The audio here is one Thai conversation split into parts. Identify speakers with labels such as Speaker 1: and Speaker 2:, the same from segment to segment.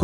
Speaker 1: ค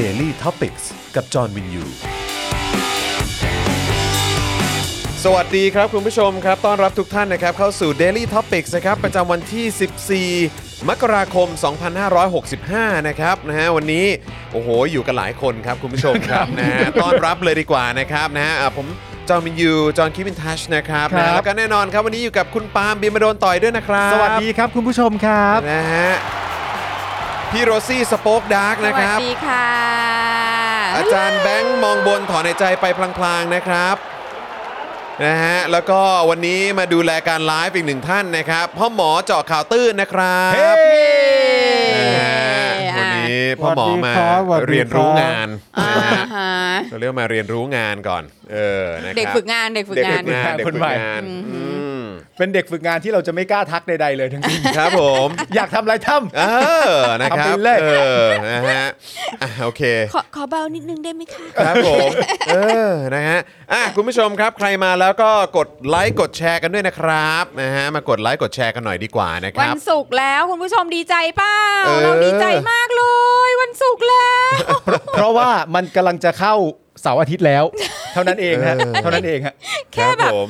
Speaker 1: Daily Topics กับจอห์นวินยู สวัสดีครับคุณผู้ชมครับต้อนรับทุกท่านนะครับเข้าสู่ Daily Topics นะครับประจำวันที่ 14 มกราคม 2565 นะครับนะฮะวันนี้โอ้โหอยู่กันหลายคนครับคุณผู้ชม ครับนะฮะต้อนรับเลยดีกว่านะครับนะฮะอ่ะผมจอห์นวินยู จอห์นคิวินทัชนะครับ
Speaker 2: ครับ
Speaker 1: นะแล้วก็แน่นอนครับวันนี้อยู่กับคุณปาล์มบีมาโดนต่อยด้วยนะครับ
Speaker 2: สวัสดีครับคุณผู้ชมครับ
Speaker 1: นะฮะพี่โรซี่สป็อกดาร์ก
Speaker 3: ส
Speaker 1: นะค
Speaker 3: วัส
Speaker 1: รับ
Speaker 3: ดีค่ะ
Speaker 1: อาจารย์แบงค์มองบนถอนหายใจไปพลางๆนะครับนะฮะแล้วก็วันนี้มาดูแลการไลฟ์อีกหนึ่งท่านนะครับพ่อหมอเจาะข่าวตื้นนะครับนะฮะวันนี้พ่อหมอมา
Speaker 2: สวัสดีครับสวัสดีครับ
Speaker 1: เรียนรู้งานนะฮะ
Speaker 3: อ่าฮะ
Speaker 1: เราเรียกมาเรียนรู้งานก่อนเออนะค
Speaker 3: เด็ก
Speaker 1: รับ
Speaker 3: ฝึกงานเด็กฝึก
Speaker 1: เด็ก
Speaker 3: งา
Speaker 1: ฝึ
Speaker 3: น
Speaker 1: กงานเด็กฝึกงานอืม
Speaker 2: เป็นเด็กฝึกงานที่เราจะไม่กล้าทักใดๆเลยทั้งสิ้น
Speaker 1: ครับผม
Speaker 2: อยากทำอะไรท
Speaker 1: เออ นะครับ
Speaker 2: ทำเป็นเล่น
Speaker 1: เออ นะฮะ อ่ะ โอเค
Speaker 3: ขอขอเบานิดนึงได้ไหมคะ
Speaker 1: ครับผม เออ นะฮะ อ่ะ คุณผู้ชมครับ ใครมาแล้วก็กดไลค์ กดแชร์กันด้วยนะครับ นะฮะ มากดไลค์ กดแชร์กันหน่อยดีกว่านะค
Speaker 3: วั
Speaker 1: รั
Speaker 3: น
Speaker 1: บ
Speaker 3: ศุกร์แล้วคุณผู้ชมดีใจเปล่า
Speaker 1: เออ
Speaker 3: เราดีใจมากเลย วันศุกร์แล้ว
Speaker 2: ำ เพราะว่ามันกำลังจะเข้าเสาร์อาทิตย์ แล้ว เท่านั้นเองฮะเท่านั้นเองฮะ
Speaker 3: แค่แบบ
Speaker 1: รับผม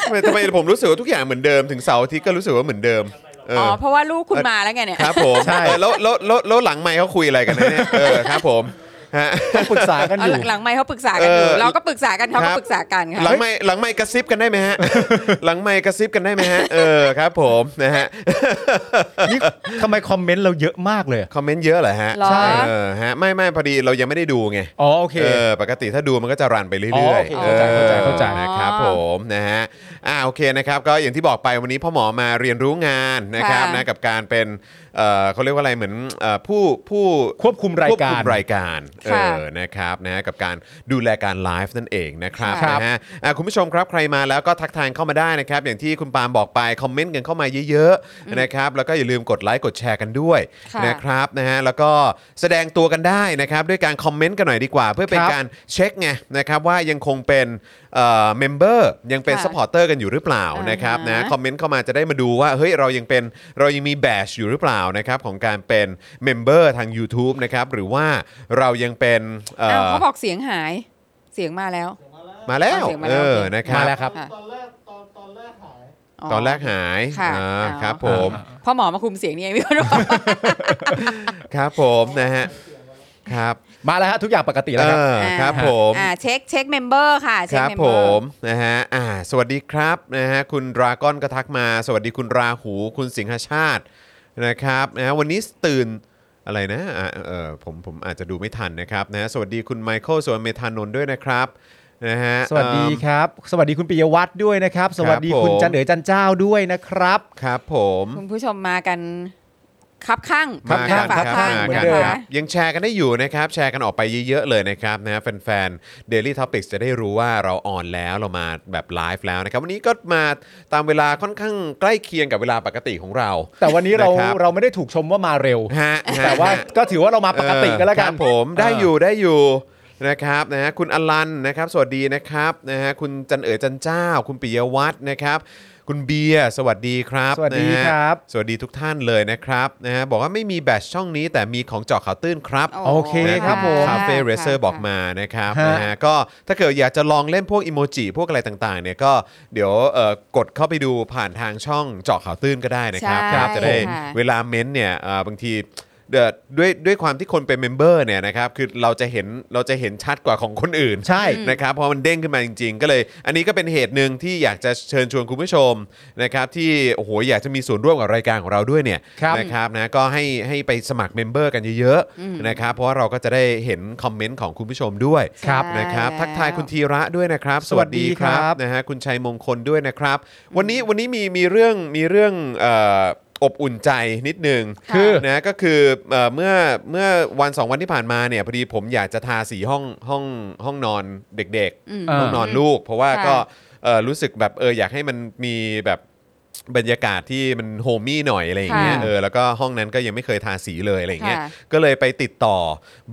Speaker 1: ทำไมทำไมผมรู้สึกว่าทุกอย่างเหมือนเดิม ถึงเสาร์อาทิตย์ก็รู้สึกว่าเหมือนเดิม เอ
Speaker 3: อ๋อ
Speaker 1: อ
Speaker 3: เพราะว่าลูกคุณมาแล้วไงเนี่ย
Speaker 1: ครับผม
Speaker 2: ใช่
Speaker 1: เออแล้วแล้วแล้วแล้วหลังไมค์เขาคุยอะไรกันนะเนี่ย เออ ครับผม ฮะ
Speaker 2: ต้องปรึกษากัน
Speaker 3: อ๋อ
Speaker 2: อยู่
Speaker 3: หลังหลังไม่เขาปรึกษากันอยู่
Speaker 1: เออ
Speaker 3: เราก็ปรึกษากันเขา
Speaker 1: ครั
Speaker 3: ก็
Speaker 1: บ
Speaker 3: ปรึกษากันค่ะ
Speaker 1: หลังไม่หลังไม่กระซิบกันได้ไหมฮะ หลังไม่กระซิบกันได้ไหม ฮะ เออ ครับผม นะฮะ
Speaker 2: นี่ทำไมคอมเมนต์เราเยอะมากเลยอะ
Speaker 1: คอมเมนต์เยอะเหรอฮะ
Speaker 3: เหรอ
Speaker 2: ใช่
Speaker 1: เออฮะไม่ไม่พอดีเรายังไม่ได้ดูไง
Speaker 2: อ๋อโอเค
Speaker 1: เออปกติถ้าดูมันก็จะรันไปเรื่อย
Speaker 2: อ๋
Speaker 1: ๆ
Speaker 2: อโอเคเข้าใจเข้าใจเข้าใจ
Speaker 1: ออนะครับผมนะฮะอ่าโอเคนะครับก็อย่างที่บอกไปวันนี้พ่อหมอมาเรียนรู้งานนะครับ
Speaker 3: ค่ะ
Speaker 1: นะกับการเป็นเอ่อเขาเรียกว่าอะไรเหมือนเอ่อผู้ผู้
Speaker 2: ควบคุมราย
Speaker 1: ควบ
Speaker 2: กา
Speaker 1: คุ
Speaker 2: ร
Speaker 1: มรายการเอ
Speaker 3: ค่ะ
Speaker 1: อนะครับนะกับการดูแลการไลฟ์นั่นเองนะครับ
Speaker 2: ครับ
Speaker 1: นะฮะอ่ะคุณผู้ชมครับใครมาแล้วก็ทักทายเข้ามาได้นะครับ อย่างที่คุณปาล์มบอกไปคอมเมนต์กันเข้ามาเยอะๆนะครับแล้วก็อย่าลืมกดไลค์กดแชร์กันด้วย
Speaker 3: ค่ะ
Speaker 1: นะครับ ครับนะฮะแล้วก็แสดงตัวกันได้นะครับด้วยการคอมเมนต์กันหน่อยดีกว่า เพื่อเป็น
Speaker 2: ครับ
Speaker 1: การเช็คไงนะครับว่ายังคงเป็นเมมเบอร์ยังเป็น
Speaker 3: ค่ะ
Speaker 1: ซัพพอร์เตอร์กันอยู่หรือเปล่า
Speaker 3: อ่าน
Speaker 1: นะครับ
Speaker 3: ฮะ
Speaker 1: นะคอมเมนต์เข้ามาจะได้มาดูว่าเฮ้ยเรายังเป็นเรายังมีแบชอยู่หรือเปล่านะครับของการเป็นเมมเบอร์ทาง YouTube นะครับหรือว่าเรายังเป็นเอ่
Speaker 3: าว
Speaker 1: อ
Speaker 3: เขาบอกเสียงหายเสียงมาแล้ว
Speaker 1: มาแล้ว
Speaker 3: เอาเสียงมา
Speaker 1: เอ
Speaker 3: แล้
Speaker 1: อ
Speaker 3: วโอเค
Speaker 1: นะครับ
Speaker 2: มาแล้วครับ
Speaker 3: ค่ะ
Speaker 1: ตอนแรกหาย
Speaker 3: ค่ะ
Speaker 1: อ่า
Speaker 3: เอา
Speaker 1: ครับผม
Speaker 3: พ่อหมอมาคุมเสียงนี่เองพี่ คนบอก
Speaker 1: ครับผมนะฮะครับ
Speaker 2: มาแล้วฮะทุกอย่างปกติ
Speaker 1: เอ
Speaker 2: แล้วครับ
Speaker 1: อครับผม
Speaker 3: อ่าเช็คเช็คเมมเบอร์ค่ะเช็
Speaker 1: ค
Speaker 3: ค
Speaker 1: รับ
Speaker 3: เมม
Speaker 1: ผ
Speaker 3: เบอร์
Speaker 1: มนะฮะอ่าสวัสดีครับนะฮะคุณดราก้อนก็ทักมา สวัสดีคุณราหูคุณสิงหชาตินะครับนะฮะวันนี้ตื่นอะไรนะอ่าเออผมผมอาจจะดูไม่ทันนะครับนะฮะสวัสดีคุณไมเคิลสวนเมธานนท์ด้วยนะครับนะฮะ
Speaker 2: สวัสดีครับ สวัสดีคุณปิยวัฒน์ด้วยนะครับ สวัสดี
Speaker 1: ครับผม
Speaker 2: คุณจันเอ๋ยจันเจ้าด้วยนะครับ
Speaker 1: ครับผม
Speaker 3: คุณผู้ชมมากัน ครับข้าง
Speaker 2: ครับ
Speaker 1: มา
Speaker 2: ข้
Speaker 1: กัน
Speaker 2: ง
Speaker 1: ค
Speaker 3: ฝา
Speaker 1: รับ
Speaker 2: ข้
Speaker 3: ข้าง
Speaker 2: ง
Speaker 1: มา
Speaker 2: เหมื
Speaker 1: กั
Speaker 2: อน เดิม
Speaker 1: ค
Speaker 3: นะ
Speaker 1: รั
Speaker 3: คะ
Speaker 1: บยังแชร์กันได้อยู่นะครับ แชร์กันออกไปเยอะ ๆ เลยนะครับนะแฟนๆ Daily Topics จะได้รู้ว่าเราออนแล้วเรามาแบบไลฟ์แล้วนะครับ วันนี้ก็มาตามเวลาค่อนข้างใกล้เคียงกับเวลาปกติของเรา
Speaker 2: แต่วันนี้เรา
Speaker 1: นะครับ
Speaker 2: เราไม่ได้ถูกชมว่ามาเร็ว
Speaker 1: ฮะฮะ
Speaker 2: แต่ว่า
Speaker 1: ฮะ
Speaker 2: ก็ถือว่าเรามาปกติกันแล้วกั
Speaker 1: คน รับผมได้อยู่ได้อยู่นะครับนะฮะคุณอลันนะครับ สวัสดีนะครับนะฮะคุณจันเอ๋ยจันเจ้า คุณปิยวัฒน์นะครับ คุณเบียร์สวัสดีครับ
Speaker 2: สวัสดี
Speaker 1: นะฮะ
Speaker 2: ครับ
Speaker 1: สวัสดีทุกท่านเลยนะครับนะฮะบอกว่าไม่มีแบตชช่องนี้แต่มีของเจาะข่าวตื้นครับ
Speaker 2: โอเคครับผม
Speaker 1: คาเฟ่เรเซอร์บอกมานะครับนะฮะก็ถ้าเกิดอยากจะลองเล่นพวกอิโมจิพวกอะไรต่างๆเนี่ยก็เดี๋ยวเอ่อกดเข้าไปดูผ่านทางช่องเจาะข่าวตื้นก็ได้นะครับ
Speaker 3: ใช่
Speaker 1: ครับจะได้
Speaker 3: ค่ะ
Speaker 1: เวลาเม้นต์เนี่ยเอ่อบางทีเอ่อด้วยด้วยความที่คนเป็นเมมเบอร์เนี่ยนะครับคือเราจะเห็นเราจะเห็นชัดกว่าของคนอื่น
Speaker 2: ใช่
Speaker 1: นะครับเพราะมันเด้งขึ้นมาจริง ๆ ก็เลย อันนี้ก็เป็นเหตุหนึ่งที่อยากจะเชิญชวนคุณผู้ชมนะครับที่โอ้โหอยากจะมีส่วนร่วมกับรายการของเราด้วยเนี่ย
Speaker 2: ครับ
Speaker 1: นะครับนะก็ให้ให้ไปสมัครเมมเบอร์กันเยอะ
Speaker 3: อืม
Speaker 1: ๆนะครับเพราะว่าเราก็จะได้เห็นคอมเมนต์ของคุณผู้ชมด้วย
Speaker 2: ครับ
Speaker 1: นะครับ
Speaker 3: ใช่
Speaker 1: ทักทายคุณธีระด้วยนะครับ ส
Speaker 2: สวั
Speaker 1: วัส
Speaker 2: สดี
Speaker 1: ดีค
Speaker 2: ครั
Speaker 1: รั
Speaker 2: บบ
Speaker 1: นะฮะคุณชัยมงคลด้วยนะครับ วันนี้วันนี้มีมีเรื่องมีเรื่องเอ่ออบอุ่นใจนิดนึง
Speaker 2: คือ
Speaker 1: นะก็คือเอ่อเมื่อเมื่อวันสองวันที่ผ่านมาเนี่ยพอดีผมอยากจะทาสีห้องห้องห้องนอนเด็ก ๆ
Speaker 3: อืม
Speaker 2: เอ
Speaker 1: ห้องนอนลูก เพราะว่า
Speaker 3: ค่ะ
Speaker 1: ก็เอ่อรู้สึกแบบเอออยากให้มันมีแบบบรรยากาศที่มันโฮมี่หน่อยอะไรอย่างเงี้ย
Speaker 3: ค่ะ
Speaker 1: เออแล้วก็ห้องนั้นก็ยังไม่เคยทาสีเลยอะไรอย่างเงี้ย
Speaker 3: ค่ะ
Speaker 1: ก็เลยไปติดต่อ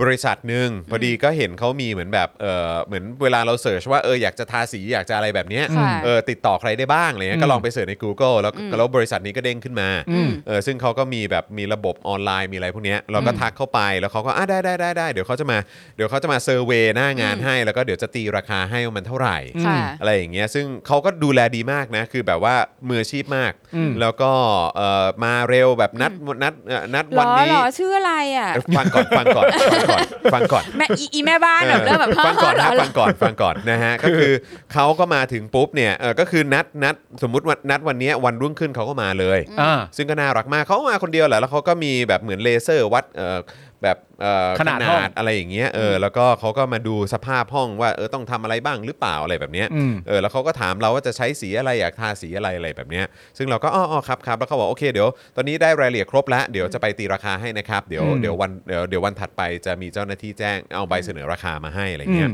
Speaker 1: บริษัทหนึ่งพอดีก็เห็นเขามีเหมือนแบบเออเหมือนเวลาเราเสิร์ชว่าเอออยากจะทาสีอยากจะอะไรแบบเนี้ย
Speaker 3: ค่ะ
Speaker 1: เออติดต่อใครได้บ้างอะไรเงี้ย
Speaker 2: อืม
Speaker 1: ก็ลองไปเสิร์ชใน Google แล้ว
Speaker 3: อืม
Speaker 1: แล้วบริษัทนี้ก็เด้งขึ้นมา
Speaker 2: อืม
Speaker 1: เออซึ่งเขาก็มีแบบมีระบบออนไลน์มีอะไรพวกเนี้ยเราก็ทักเข้าไปแล้วเขาก็อ่ะได้ได้ได้ได้เดี๋ยวเขาจะมาเดี๋ยวเขาจะมาเซอร์เวยหน้างาน
Speaker 3: อืม
Speaker 1: ให้แล้วก็เดี๋ยวจะตีราคาให้ว่ามันเท่าไหร่
Speaker 3: ค่ะ
Speaker 1: อะไรอย่างเงี้ยซึ่งเขาก็ดูแลดีมากนะ คือแบบว่ามืออาชีพมาก
Speaker 2: อืม
Speaker 1: แล้วก็เอ่อมาเร็วแบบนัดนัดเอ่อนัด
Speaker 3: หร
Speaker 1: วัน
Speaker 3: อ
Speaker 1: นี้
Speaker 3: หรอชื่ออะไรอ่ะ
Speaker 1: เอ้ยฟังก่อนฟังก่อนฟังก่อนฟังก่อน
Speaker 3: แม่ อีอีแม่บ้านแบบเริ่มแบบ
Speaker 1: ฟังก่อนนะฟังก่อนฟังก่อนนะฮะก็คือเขาก็มาถึงปุ๊บเนี่ยเออก็คือนัดนัดสมมติวันนัดวันเนี้ยวันรุ่งขึ้นเขาก็มาเลย
Speaker 2: อ่า
Speaker 1: ซึ่งก็น่ารักมากเขามาคนเดียวแหละแล้วเขาก็มีแบบเหมือนเลเซอร์วัดเอ่อแบบเอ่อ
Speaker 2: ขนาดห้อง
Speaker 1: อะไรอย่างเงี้ยเออแล้วก็เขาก็มาดูสภาพห้องว่าเออต้องทำอะไรบ้างหรือเปล่าอะไรแบบเนี้ย
Speaker 2: อืม
Speaker 1: เออแล้วเขาก็ถามเราว่าจะใช้สีอะไรอยากทาสีอะไรอะไรแบบเนี้ยซึ่งเราก็อ๋อออครับครับแล้วเขาบอกโอเคเดี๋ยวตอนนี้ได้รายละเอียดครบแล้วเดี๋ยวจะไปตีราคาให้นะครับเดี๋ยว
Speaker 2: อืม
Speaker 1: เดี๋ยววันเดี๋ยวเดี๋ยววันถัดไปจะมีเจ้าหน้าที่แจ้งเอาใบเสนอราคามาให้อะไรเงี้ย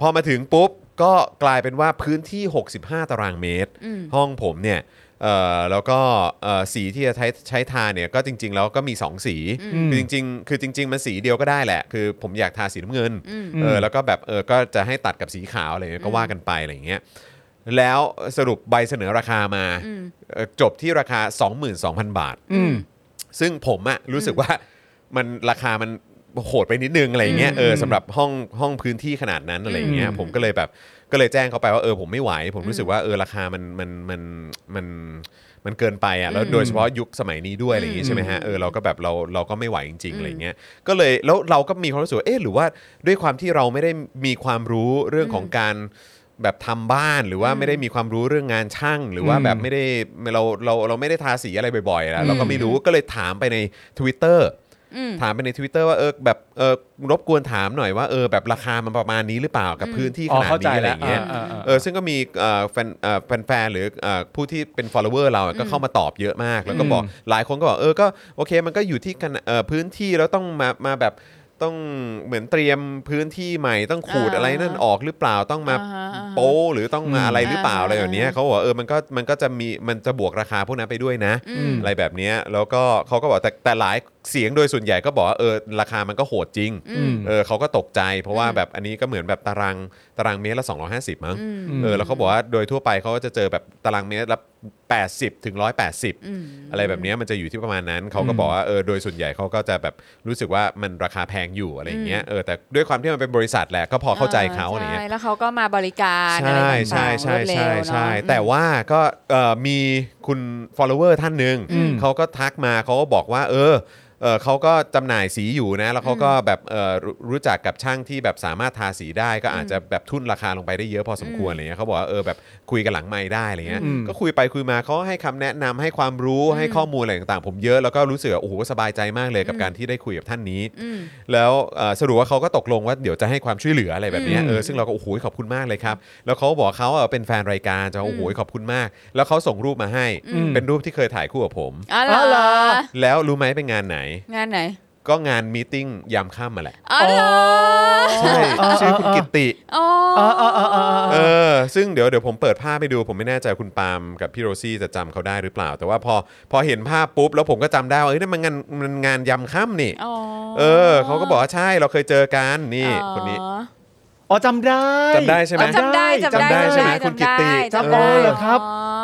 Speaker 1: พอมาถึงปุ๊บก็กลายเป็นว่าพื้นที่ 65 ตารางเมตร
Speaker 3: อืม
Speaker 1: ห้องผมเนี่ยเอ่อแล้วก็เอ่อสีที่จะใช้ใช้ทาเนี่ยก็จริง ๆ แล้วก็มี 2 สี
Speaker 2: อืม
Speaker 1: คือจริง ๆ คือจริง ๆ มันสีเดียวก็ได้แหละ คือผมอยากทาสีน้ำเงิน
Speaker 3: อืม
Speaker 1: เออแล้วก็แบบเออก็จะให้ตัดกับสีขาวอะไรเงี้ยก็ว่ากันไปอะไรอย่างเงี้ยแล้วสรุปใบเสนอราคามา
Speaker 3: อืม
Speaker 1: เอ่อจบที่ราคา 22,000 บาท
Speaker 2: อืม
Speaker 1: ซึ่งผมอะรู้สึกว่ามันราคามันโหดไปนิดนึงอะไรอย่างเงี้ย
Speaker 2: อืม
Speaker 1: เออสำหรับห้องห้องพื้นที่ขนาดนั้นอะไรอย่างเงี้ย
Speaker 2: อืม
Speaker 1: ผมก็เลยแบบก็เลยแจ้งเขาไปว่าเออผมไม่ไหว ผมรู้สึกว่าเออราคามันมันมันมันมันเกินไปอ่ะแล้ว
Speaker 3: อืม
Speaker 1: โดยเฉพาะยุคสมัยนี้ด้วยอะไรอย่างงี้ใช่ไหมฮะเออเราก็แบบเราเราก็ไม่ไหวจริงๆอะไรอย่างเงี้ยก็เลยแล้วเราก็มีความรู้สึกว่าเออหรือว่าด้วยความที่เราไม่ได้มีความรู้เรื่องของการแบบทำบ้านหรือว่าไม่ได้มีความรู้เรื่องงานช่าง หรือว่า
Speaker 2: อืม
Speaker 1: แบบไม่ได้เราเราเราไม่ได้ทาสีอะไรบ่อยๆนะเราก็ไม่
Speaker 3: อืม
Speaker 1: รู้ ก็เลยถามไปใน Twitter
Speaker 3: อืม
Speaker 1: ถามไปใน Twitter ว่าเออแบบเออรบกวนถามหน่อยว่าเออแบบราคามันประมาณนี้หรือเปล่ากับ
Speaker 3: อืม
Speaker 1: พื้นที่ข
Speaker 2: อ๋อ
Speaker 1: นาด
Speaker 2: เข้าใจ
Speaker 1: นี้อะไรอ
Speaker 2: แล้ว
Speaker 1: ย่างเงี้ย
Speaker 2: อ่าอ่า
Speaker 1: เออซึ่งก็มีเอ่อแฟนเอ่อแฟนๆหรือเอ่อผู้ที่เป็น follower เราอะก็เข้ามาตอบเยอะมาก แล้วก็บอกหลายคนก็บอกเออก็โอเค มันก็อยู่ที่ขนาดเอ่อพื้นที่แล้วต้องมามาแบบต้องเหมือนเตรียมพื้นที่ใหม่ต้องขูด
Speaker 3: อ่า
Speaker 1: อะไรนั่นออกหรือเปล่าต้องมา
Speaker 3: อ่าฮะอ่าฮะ
Speaker 1: โป้หรือต้องมาอะไรหรือเปล่า
Speaker 3: อ่า
Speaker 1: อะไรแบบเนี้ยเขาบอกว่าเออมันก็มันก็จะมีมันจะบวกราคาพวกนั้นไปด้วยนะ
Speaker 3: อืม
Speaker 1: อะไรแบบเนี้ยแล้วก็เขาก็บอกแต่แต่หลายเสียงโดยส่วนใหญ่ก็บอกว่าเออราคามันก็โหดจริง
Speaker 2: อืม
Speaker 1: เออเขาก็ตกใจ เพราะว่า
Speaker 3: อืม
Speaker 1: แบบอันนี้ก็เหมือนแบบตารางตารางเมตรละ 250 มั้ง
Speaker 3: อืม
Speaker 1: เออแล้วเขาบอกว่าโดยทั่วไปเขาก็จะเจอแบบตารางเมตรละ 80 ถึง 180
Speaker 3: อืม
Speaker 1: อะไรแบบเนี้ยมันจะอยู่ที่ประมาณนั้นเขาก็บอกว่าเออโดยส่วนใหญ่เขาก็จะแบบรู้สึกว่ามันราคาแพงอยู่อะไรอย่างเงี้ยเออแต่ด้วยความที่มันเป็นบริษัทแหละก็พอเข้าใจเขาอะไรเงี้ย
Speaker 3: ใช่แล้วเขาก็มาบริการอะไร
Speaker 1: ใช่
Speaker 3: ต่างๆ
Speaker 1: ใช่
Speaker 3: ร
Speaker 1: ใช่
Speaker 3: วดเร็ว
Speaker 1: ใช่
Speaker 3: เนอะ
Speaker 1: ใช่แต่ว่าก็เอ่อมีคุณ follower ท่านหนึ่ง
Speaker 2: อืม
Speaker 1: เขาก็ทักมาเขาก็บอกว่า เออเ เอ่อเขาก็จำหน่ายสีอยู่นะ แล้วเขาก็แบบเอ่อรู้รู้จักกับช่างที่แบบสามารถทาสีได้ ก็อาจจะแบบทุ่นราคาลงไปได้เยอะพอสมควรอะไรเงี้ยเขาบอกว่าเออแบบคุยกันหลังไม้ได้อะไรเงี้ย
Speaker 2: อืม
Speaker 1: ก็คุยไปคุยมาเขาให้คำแนะนำให้ความรู้ให้ข้อมูลอะไรต่างๆ ผมเยอะแล้วก็รู้สึกว่าโอ้โหสบายใจมากเลยกับการที่ได้คุยกับท่านนี้
Speaker 3: อืม
Speaker 1: แล้วเอ่อสรุปว่าเขาก็ตกลงว่าเดี๋ยวจะให้ความช่วยเหลืออะไรแบบเนี้ย
Speaker 2: อืม
Speaker 1: เออซึ่งเราก็โอ้โหขอบคุณมากเลยครับ แล้วเขาบอกเขาอะเป็นแฟนรายการจะว่าโอ้โหขอบคุณมาก แล้วเขาส่งรูปมาให้
Speaker 3: อืม
Speaker 1: เป็นรูปที่เคยถ่ายคู่กับผม
Speaker 3: อ๋อ
Speaker 2: อ๋อเห
Speaker 3: เห
Speaker 2: ร
Speaker 3: ร
Speaker 2: อ
Speaker 3: อ
Speaker 1: แล้วรู้ไหมเป็นงานไหน
Speaker 3: งานไหน
Speaker 1: ก็งานมีตติ้งยามค่ำมาแหละ
Speaker 3: อ๋อเหรอ
Speaker 1: ใช่
Speaker 2: อ๋อ
Speaker 1: ชื่อคุณ
Speaker 2: อ๋อ
Speaker 1: กิตติ
Speaker 3: อ๋อ
Speaker 2: เออเออเออเออ
Speaker 1: เออซึ่งเดี๋ยวเดี๋ยวผมเปิดภาพให้ดู ผมไม่แน่ใจคุณปาล์มกับพี่โรซี่จะจำเขาได้หรือเปล่า แต่ว่าพอพอเห็นภาพปุ๊บแล้วผมก็จำได้ว่าเอ้ยนั่นมันงานมันงานยามค่ำนี่
Speaker 3: อ๋อ
Speaker 1: เออเขาก็บอกว่าใช่เราเคยเจอกันนี่
Speaker 3: อ๋อ
Speaker 1: คนนี้
Speaker 2: อ๋อจำได้
Speaker 1: จำได้ใช่ไหม
Speaker 3: อ๋อจำได้จำได้
Speaker 1: จำได้ใช่ไหม
Speaker 3: จำด้
Speaker 1: คุณกิตติ
Speaker 3: จำ
Speaker 2: จำได้
Speaker 3: ได้
Speaker 2: เหรอครับ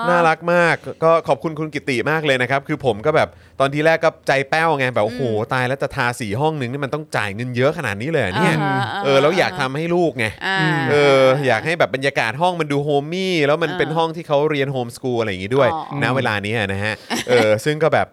Speaker 1: น่ารักมากก็ขอบคุณคุณกิติมากเลยนะครับ คือผมก็แบบตอนที่แรกก็ใจแป้วไงแบบโอ้โหตายแล้วจะทาสีห้องนึงนี่มันต้องจ่ายเงินเยอะขนาดนี้เลยเหรอเนี่ย
Speaker 3: าฮะ
Speaker 1: เออแล้วอยากทำให้ลูกไง
Speaker 3: อ่า
Speaker 1: เอออยากให้แบบบรรยากาศห้องมันดูโฮมมี่แล้วมัน
Speaker 3: อ่า
Speaker 1: เป็นห้องที่เขาเรียนโฮมสกูลอะไรอย่างงี้ด้วย
Speaker 3: อ๋อ
Speaker 1: ณเวลานี้นะฮะเออซึ่งก็แบบ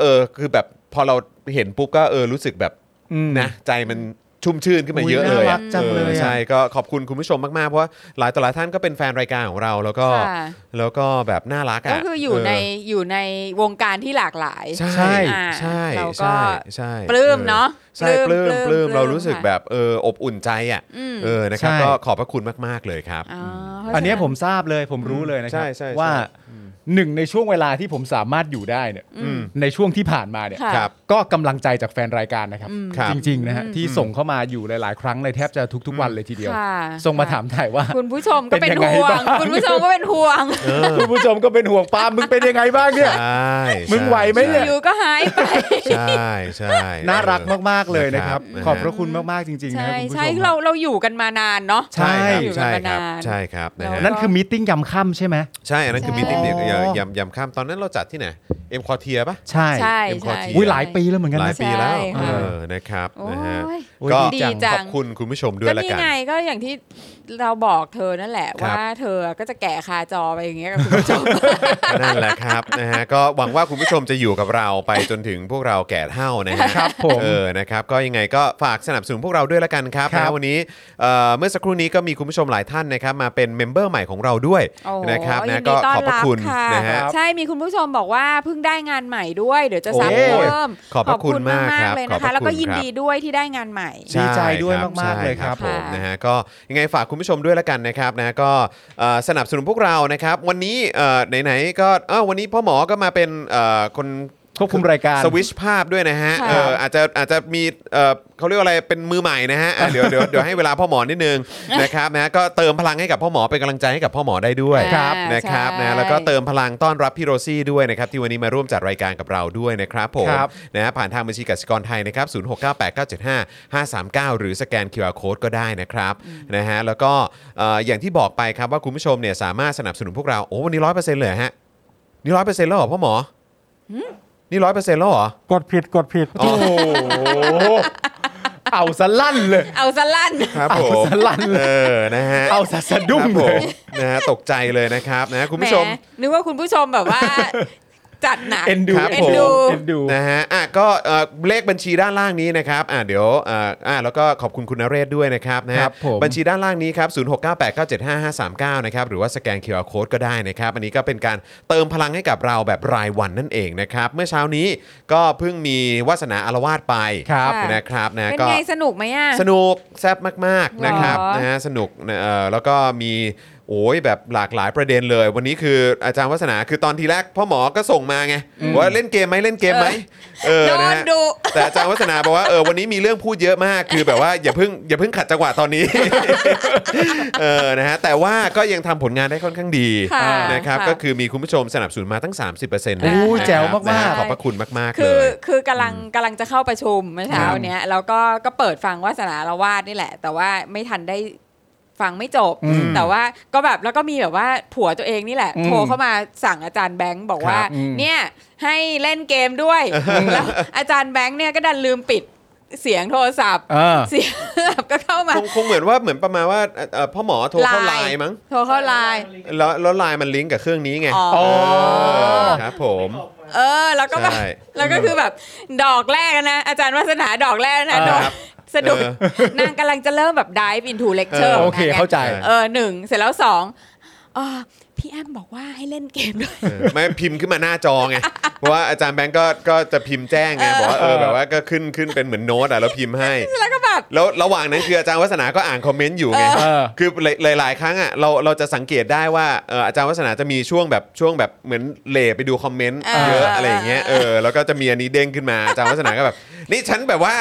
Speaker 1: เออคือแบบพอเราเห็นปุ๊บก็เออรู้สึกแบบ
Speaker 2: อืม
Speaker 1: นะใจมันชุ่มชื่นขึ้นมาเยอะเลย
Speaker 2: อุ๊ยน่ารั
Speaker 1: อะ
Speaker 2: กจังเลยอะ
Speaker 1: ออใช่ก็ขอบคุณคุณผู้ชมมาก ๆ เพราะว่าหลายต่อหลายท่านก็เป็นแฟนรายการของเราแล้วก็
Speaker 3: ค่ะ
Speaker 1: แล้วก็แบบน่ารัก
Speaker 3: ก็
Speaker 1: อ่ะ
Speaker 3: คืออยู่ในอยู่ในวงการที่หลากหลาย
Speaker 1: ใช่
Speaker 2: ใช่
Speaker 1: ใช่
Speaker 3: อ่า
Speaker 1: ใช่
Speaker 3: เราก็
Speaker 1: ใช่ใช่
Speaker 3: ปลื้มเนอะ
Speaker 1: ใช่ป
Speaker 3: ปลื้
Speaker 1: ลื้ม
Speaker 3: ม
Speaker 1: ป
Speaker 3: ปลื้
Speaker 1: ลื้ม
Speaker 3: ม
Speaker 1: เรารู้สึก
Speaker 3: ค่ะ
Speaker 1: แบบเอออบอุ่นใจอ่ะ
Speaker 3: อืม
Speaker 1: เออนะครับ
Speaker 2: ใช่
Speaker 1: ก็ขอบพระคุณมาก ๆ เลยครับ
Speaker 3: อ๋อ
Speaker 2: อันเนี้ยผ
Speaker 3: เพราะฉะ
Speaker 2: มทราบเลยผมรู้เลยนะครั
Speaker 1: ใช่ใช่ใช่
Speaker 2: ว่าหนึ่งในช่วงเวลาที่ผมสามารถอยู่ได้เนี่ย
Speaker 1: อืม
Speaker 2: ในช่วงที่ผ่านมาเนี่ย
Speaker 3: ค่ะ
Speaker 1: ครับ
Speaker 2: ก็กำลังใจจากแฟนรายการนะครับ
Speaker 1: ครับ
Speaker 2: จริง ๆ นะฮะ ที่ส่งเข้ามาอยู่หลาย ๆ ครั้งเลยแทบจะทุก ๆ วันเลยทีเดียว
Speaker 3: ค่ะ
Speaker 2: ส่งมาถามถ่ายว่า
Speaker 3: คุณผู้ชมก็
Speaker 2: เป็
Speaker 3: เป็น น
Speaker 2: ยังไง
Speaker 3: ห่วง
Speaker 2: บ้าง
Speaker 3: คุณผู้ชมก็เป็นห่วง
Speaker 2: คุณผู้ชมก็เป็นห่วงปาล์มมึงเป็นยังไงบ้างเนี่ย
Speaker 1: ใช่
Speaker 2: มึงไหวไหมเนี่ย
Speaker 3: อยู่ก็หายไป
Speaker 1: ใช่ใช่
Speaker 2: น่ารักมาก ๆ เลยนะครับ
Speaker 1: นะครับ
Speaker 2: ขอบพระคุณมาก ๆ จริง ๆ นะครั
Speaker 3: ใช่
Speaker 2: บคุณผู้ช
Speaker 3: ใช่
Speaker 2: ม
Speaker 3: เราเราอยู่กันมานานเนาะ
Speaker 1: ใช่ครับ
Speaker 3: อยู่กัน
Speaker 1: ใช่ครั
Speaker 3: มา
Speaker 1: บ
Speaker 3: นาน
Speaker 1: ใช่ครับนะฮะ
Speaker 3: เรา
Speaker 2: นั่นคือมีตติ้งยำค่ำใช่ไหม
Speaker 1: ใช่อันนั้นคือ
Speaker 3: ใช่
Speaker 1: มีติมเนี่ย
Speaker 2: อ๋อ
Speaker 1: ยำยำข้ามตอนนั้นเราจัดที่ไหนเอ็มคอเทียปะ
Speaker 2: ใช่
Speaker 3: ใช่
Speaker 1: เอ็มคอ
Speaker 3: ใช่
Speaker 1: ที
Speaker 2: อุ้ยหลายปีแล้วเหมือนกัน
Speaker 1: หลาย
Speaker 2: นะ
Speaker 1: ปีแล้ว
Speaker 3: ใ
Speaker 1: เอ
Speaker 3: ช่ค่ะ
Speaker 1: อนะครับ
Speaker 3: โอ้ย
Speaker 1: นะฮะ
Speaker 2: โอ้ย
Speaker 1: ก็
Speaker 2: ดี
Speaker 3: ดี
Speaker 2: จัง
Speaker 3: จั
Speaker 1: ของ บคุณคุณผู้ชมด้วย
Speaker 3: ก็
Speaker 1: ละ
Speaker 3: นี่
Speaker 1: กัน
Speaker 3: ไงก็อย่างที่เราบอกเธอนั่นแหละ
Speaker 1: ครับ
Speaker 3: ว่าเธอก็จะแก่คาจอไปอย่างเงี้ยกับคุณผู้ชม
Speaker 1: นั่นแหละครับนะฮะก็หวังว่าคุณผู้ชมจะอยู่กับเราไปจนถึงพวกเราแก่เท่านะฮะ
Speaker 2: ครับผม
Speaker 1: เออนะครับก็ยังไงก็ฝากสนับสนุนพวกเราด้วยละกันครับ
Speaker 2: ค
Speaker 1: นะ
Speaker 2: รับ
Speaker 1: ฮะวันนี้เอ่อเมื่อสักครู่นี้ก็มีคุณผู้ชมหลายท่านนะครับมาเป็นเมมเบอร์ใหม่ของเราด้วย
Speaker 3: โอ้โห
Speaker 1: นะครับ
Speaker 3: ยิ
Speaker 1: นะ
Speaker 3: ดี
Speaker 1: ก็
Speaker 3: ต้น
Speaker 1: ขอบพระคุณ
Speaker 3: ค่
Speaker 1: นะฮะ
Speaker 3: ใช่มีคุณผู้ชมบอกว่าเพิ่งได้งานใหม่ด้วย เดี๋ยวจะซับ
Speaker 1: โอ้ย
Speaker 3: เพิ่ม
Speaker 1: ขอบพระคุณมากครับ
Speaker 3: เลย
Speaker 1: ขอบ
Speaker 3: นะ
Speaker 1: พระ
Speaker 3: คะ แล้วก็
Speaker 1: คุณ
Speaker 3: ยิน
Speaker 1: ครับ
Speaker 3: ดีด้วยที่ได้งานใหม่
Speaker 1: ช่
Speaker 2: ดีใจด้วย
Speaker 1: ครับ
Speaker 2: มากๆ
Speaker 1: ใช่
Speaker 2: เลยครับ
Speaker 1: ผม
Speaker 3: ค่ะ
Speaker 1: นะฮะก็ยังไงฝากคุณผู้ชมด้วยละกันนะครับนะก็เอ่อสนับสนุนพวกเรานะครับวันนี้เอ่อไหนๆก็เอ้าวันนี้พ่อหมอก็มาเป็นเอ่อคน
Speaker 2: ควบคุมรายการ
Speaker 1: สวิชภาพด้วยนะฮะ
Speaker 3: ค่ะ
Speaker 1: เอออาจจะอาจจะมีเอ่อเขาเรียกว่าอะไรเป็นมือใหม่นะฮะอ่ะเดี๋ยวเดี๋ยวเดี๋ยวให้เวลาพ่อหมอนิดนึง นะครับนะก็เติมพลังให้กับพ่อหมอเป็นกำลังใจให้กับพ่อหมอได้ด้วย
Speaker 3: อ่าครับ
Speaker 1: นะครับ
Speaker 3: ใช่
Speaker 1: นะแล้วก็เติมพลังต้อนรับพี่โรซี่ด้วยนะครับที่วันนี้มาร่วมจัดรายการกับเราด้วยนะครับผม
Speaker 2: ครับ
Speaker 1: นะฮะผ่านทางบัญชีกสิกรไทยนะครับ0698975539 หรือสแกน QR Code ก็ได้นะครับนะฮะแล้วก็เอ่ออย่างที่บอกไปครับว่าคุณผู้ชมเนี่ยสามารถสนับสนุนพวกเรา โอ้วันนี้ร้อยเปอร์เซ็นต์เลยเหรอฮะ นี่ร้อยเปอร์เซ็นต์แล้วเหรอพ่อหมอ นี่ร้อยเปอร์เซ็นต์แล้วเหรอ
Speaker 4: กดผิดกดผิด
Speaker 2: โอ้โหเอาสลั่นเลย
Speaker 3: เอาสลั่น
Speaker 1: ครับ
Speaker 2: เอา
Speaker 1: ผม
Speaker 2: สลั่นเล
Speaker 1: เอย อนะฮะ
Speaker 2: เอาสะสะดุ้
Speaker 1: ค
Speaker 2: ง
Speaker 1: รับผ
Speaker 2: เลย
Speaker 1: มนะฮะตกใจเลยนะครับนะฮะคุณผู้ชม
Speaker 3: แหนึกว่าคุณผู้ชมแบบว่า จัดหนัก
Speaker 2: เอ็นดู
Speaker 1: ครับ
Speaker 2: เอ็น
Speaker 1: ผ
Speaker 2: ดู
Speaker 1: ม
Speaker 2: เอ็นดู
Speaker 1: นะฮะ อ่ะ ก็เอ่อเลขบัญชีด้านล่างนี้นะครับ อ่ะ เดี๋ยวอ่าอ่ะแล้วก็ขอบคุณคุณนเรศด้วยนะครับนะฮะ
Speaker 2: ครับผม
Speaker 1: บัญชีด้านล่างนี้ครับ 0698975539 นะครับ หรือว่าสแกน QR Code ก็ได้นะครับ อันนี้ก็เป็นการเติมพลังให้กับเราแบบรายวันนั่นเองนะครับ เมื่อเช้านี้ก็เพิ่งมีวาสนาอารวาสไป
Speaker 2: ครับ
Speaker 3: ค่ะ
Speaker 1: นะครับ นะ
Speaker 3: เป็น
Speaker 1: ก็
Speaker 3: ไงสนุกไหมอ่ะ
Speaker 1: สนุกแซ่บมาก ๆ นะครับ
Speaker 3: หรอ
Speaker 1: นะฮะสนุกนะเอ่อแล้วก็มีโอ้ยแบบหลากหลายประเด็นเลย วันนี้คืออาจารย์วัฒนาคือตอนทีแรกพ่อหมอก็ส่งมาไงว่าเล่นเกมไหมเล่นเกมไหมเออ
Speaker 3: โด
Speaker 1: นะ
Speaker 3: น
Speaker 1: ฮะ
Speaker 3: ดุ
Speaker 1: แต่อาจารย์วัฒนาบอกว่าเออวันนี้มีเรื่องพูดเยอะมากคือแบบว่าอย่าเพิ่งอย่าเพิ่งขัดจังหวะตอนนี้ เออนะฮะแต่ว่าก็ยังทำผลงานได้ค่อนข้างดี
Speaker 3: ค่ะ
Speaker 1: นะครับ
Speaker 3: ค่ะ
Speaker 1: ก็คือมีคุณผู้ชมสนับสนุนมาตั้ง 30%นะ
Speaker 2: โอ้ย
Speaker 1: นะครับ
Speaker 2: แจ๋วมากๆ
Speaker 1: นะฮะขอบพระคุณมากๆเล
Speaker 3: คือย คือกำลังกำลังจะเข้าประชุมเมื่อเช้าเนี้ยแล้วก็ก็เปิดฟังวาสนาละวาดนี่แหละ แต่ว่าไม่ทันได้ฟังไม่จบ
Speaker 2: อืม
Speaker 3: แต่ว่าก็แบบแล้วก็มีแบบว่าผัวตัวเองนี่แหละ
Speaker 2: อืม
Speaker 3: โทรเข้ามาสั่งอาจารย์แบงค์บอก
Speaker 2: ค
Speaker 3: ว่า
Speaker 2: รับอืม
Speaker 3: เนี่ยให้เล่นเกมด้วยแล้วอาจารย์แบงค์เนี่ยก็ดันลืมปิด เสียงโทรศัพท์
Speaker 2: อ่า
Speaker 3: เสียงแบบก็เข้ามา
Speaker 1: คงคงเหมือนว่าเหมือนประมาณว่าเอ่อเอ่อพ่อหมอโทรเข้าไลน์มั้ง
Speaker 3: โทรเข้าไลน์
Speaker 1: แล้วแล้วไลน์มันลิงก์กับเครื่องนี้ไง
Speaker 3: อ๋อ
Speaker 1: เออครับผม
Speaker 3: เออ แล้วก็แบบ
Speaker 1: ใช่
Speaker 3: แล้วก็คือแบบดอกแรกนะ อาจารย์วัฒนาดอกแรกนะ
Speaker 2: อ่า
Speaker 3: ดอก
Speaker 1: ครับ
Speaker 3: สะดุด
Speaker 1: เอ
Speaker 3: นางกำลังจะเริ่มแบบดิฟอินทูเลคเชอร์
Speaker 2: โอเคเข้าใจ
Speaker 3: เออหนึ่งเสร็จแล้วสองอ๋อพี่แอมบอกว่าให้เล่นเกมด้วย
Speaker 1: เออไม่พิมพ์ขึ้นมาหน้าจอไง เพราะว่าอาจารย์แบงก์ก็ก็จะพิมพ์แจ้งไงบอกว่าเออแบบว่าก็ขึ้นขึ้นเป็นเหมือนโน้ตอ่ะแล้วพิมพ์ให้
Speaker 3: แล้วก็แบบ
Speaker 1: แล้วระหว่างนั้นคืออาจารย์วัฒนาก็อ่านคอมเมนต์อยู่ไง
Speaker 2: เออ
Speaker 1: คือหลายหลายๆครั้งอ่ะเราเราจะสังเกตได้ว่าเอ่ออาจารย์วัฒนาจะมีช่วงแบบช่วงแบบเหมือนเหลไปดูคอมเมนต์เยอะอะไรอย่างเงี้ยเออแล้วก็จะมีอันนี้เด้งขึ้นมาอาจารย์วัฒนาก็แบบ นี่ฉันแบบว่า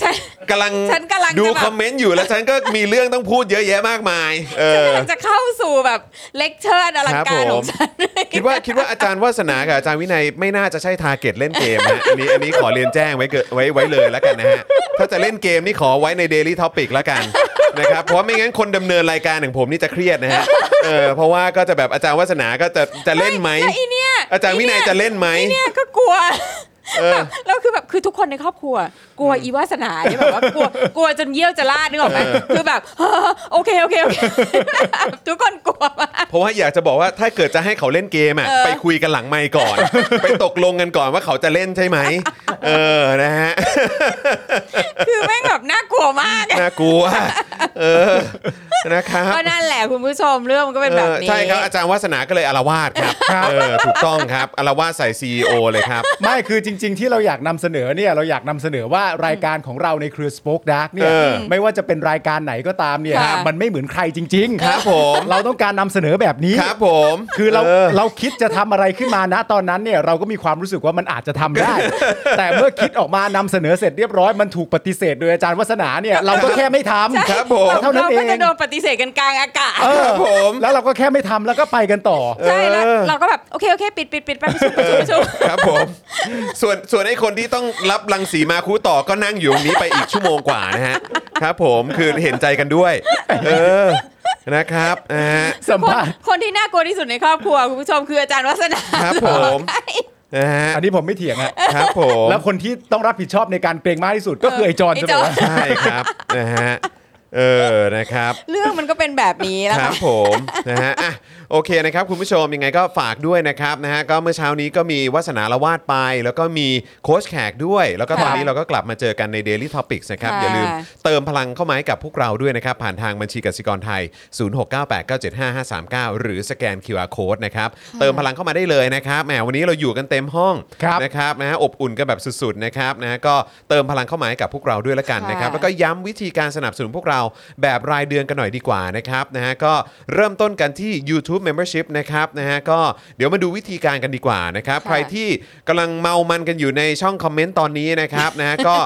Speaker 3: ใช่
Speaker 1: กำลัง
Speaker 3: ฉันกำลังจะแบบ
Speaker 1: ดูคอมเมนต์อยู่แล้วฉันก็มีเรื่องต้องพูดเยอะแยะมากมายเออ
Speaker 3: กำลังจะเข้าสู่แบบเลคเชอร์อลัง
Speaker 1: ค
Speaker 3: การ
Speaker 1: รับผม
Speaker 3: ของฉัน
Speaker 1: คิดว่าคิดว่าอาจารย์วาสนากับอาจารย์วินัยไม่น่าจะใช่ทาร์เก็ตเล่นเกมนะอันนี้อันนี้ขอเรียนแจ้งไว้เกิดไว้ไว้เลยแล้วกันนะฮะ ถ้าจะเล่นเกมนี่ขอไว้ใน Daily Topic แล้วกันนะครับเพราะไม่งั้นคนดำเนินรายการอย่างผมนี่จะเครียดนะฮะเออเพราะว่าก็จะแบบอาจารย์วาสนาก็จะจะเล่นไหม
Speaker 3: แล้วอีเนี่ย
Speaker 1: อาจารย์วินัยจะเล่นไหม
Speaker 3: เนี่ยก็กลัว
Speaker 1: เออ
Speaker 3: แบบแล้วคือแบบคือทุกคนในครอบครัว กลัวอีวาสนาเนี่ยแบบว่ากลัวกลัวจนเยี่ยวจะลาดนึกออกไหมคือแบบ เออโอเคโอเคโอเค แบบทุกคนกลัวมาก
Speaker 1: เพราะว่าอยากจะบอกว่าถ้าเกิดจะให้เขาเล่นเกมอ่ะ
Speaker 3: เออ
Speaker 1: ไปคุยกันหลังไมค์ ก่อน ไปตกลงกันก่อนว่าเขาจะเล่นใช่ไหมเออนะฮะ
Speaker 3: คือแม่งแบบน่ากลัวมากอะ
Speaker 1: น่ากลัวเออนะครับ
Speaker 3: ก็นั่นแหละคุณผู้ชมเรื่องมันก็เป็นแบบนี้
Speaker 1: ออใช่ครับอาจารย์วัฒนาก็เลยอารวาสครับเออถูกต้องครับอารวาสใส่ CEO เลยครับ
Speaker 2: ไม่คือจริง ๆ ที่เราอยากนำเสนอเนี่ยเราอยากนำเสนอว่ารายการของเราในเครือ Spoke Dark เนี่ย
Speaker 1: เออ
Speaker 2: ไม่ว่าจะเป็นรายการไหนก็ตามเนี่ย
Speaker 3: ค่ะ
Speaker 2: มันไม่เหมือนใครจริงๆ
Speaker 1: ครับผม
Speaker 2: เราต้องการนำเสนอแบบนี้
Speaker 1: ครับผม
Speaker 2: คือเรา
Speaker 1: เ
Speaker 2: เราคิดจะทำอะไรขึ้นมานะตอนนั้นเนี่ยเราก็มีความรู้สึกว่ามันอาจจะทำได้ แต่เมื่อคิดออกมานำเสนอเสร็จเรียบร้อยมันถูกปฏิเสธโดยอาจารย์วัฒนาเนี่ยเราก็แค่ไม่ทำ
Speaker 1: ครับผม
Speaker 2: เท่านั้นเอ
Speaker 3: ก็จะ
Speaker 2: ง
Speaker 3: โดนปฏิเสธกันกลางอากาศ
Speaker 2: เอ
Speaker 1: ค
Speaker 2: อ
Speaker 1: รับผม
Speaker 2: แล้วเราก็แค่ไม่ทำแล้วก็ไปกัน ต่อ
Speaker 3: ใช่แล้ว
Speaker 1: เออ
Speaker 3: เราก็แบบโอเคโอเคปิดปิดปิดไปประชุมประชุมประชุม
Speaker 1: ครับผมส่วนส่วนไอ้คนที่ต้องรับรังสีมาคู่ต่อก็นั่งอยู่ตรงนี้ไปอีกชั่วโมงกว่านะฮะครับผมคือเห็นใจกันด้วย เออนะครับนะฮะ
Speaker 2: สัม
Speaker 3: คน
Speaker 2: ภา ษณ์
Speaker 3: คนที่น่ากลัวที่สุดในครอบครัวคุณผู้ชมคืออาจารย์วัฒนา
Speaker 1: ครับผมนะฮะ
Speaker 2: อันนี้ผมไม่เถียงอะ
Speaker 1: ครับผม
Speaker 2: แล้วคนที่ต้องรับผิดชอบในการเกรงมากที่สุดก็คือไอ้จอน
Speaker 3: ไอ้
Speaker 2: ใช่ไหม
Speaker 3: จอน
Speaker 2: วะ
Speaker 1: ใช่ครับนะฮะเออนะครับ
Speaker 3: เรื่องมันก็เป็นแบบนี้แล้ว
Speaker 1: ค
Speaker 3: ค่ะ
Speaker 1: รับผม นะฮะอ่ะโอเคนะครับ คุณผู้ชมยังไงก็ฝากด้วยนะครับนะฮะก็เมื่อเช้านี้ก็มีวาสนาละวาดไป แล้วก็มีโค้ชแขกด้วย แล้วก็ตอนนี้
Speaker 3: ค่ะ
Speaker 1: เราก็กลับมาเจอกันใน Daily Topics นะครับ
Speaker 3: ค่ะ
Speaker 1: อย่าลืมเติมพลังเข้ามาให้กับพวกเราด้วยนะครับ ผ่านทางบัญชีกสิกรไทย 0698975539 หรือสแกน QR Code นะครับ เติมพลังเข้ามาได้เลยนะครับแหมวันนี้เราอยู่กันเต็มห้อง
Speaker 2: ครับ
Speaker 1: นะครับนะฮะอบอุ่นกันแบบสุดๆนะครับนะฮะก็เติมพลังเข้ามาให้กับพวกเราด้วยละกันนะครับ
Speaker 3: ค่ะ
Speaker 1: แล้วก็ ก็ย้ำวิธีการสนับสนุนพวกเราแบบรายเดือนกันหน่อยดีกว่านะครับนะฮะก็เริ่มต้นกันที่ YouTube Membership นะครับนะฮะก็เดี๋ยวมาดูวิธีการกันดีกว่านะครับ
Speaker 3: ค่ะ
Speaker 1: ใครที่กำลังเมามันกันอยู่ในช่องคอมเมนต์ตอนนี้นะครับนะฮะก็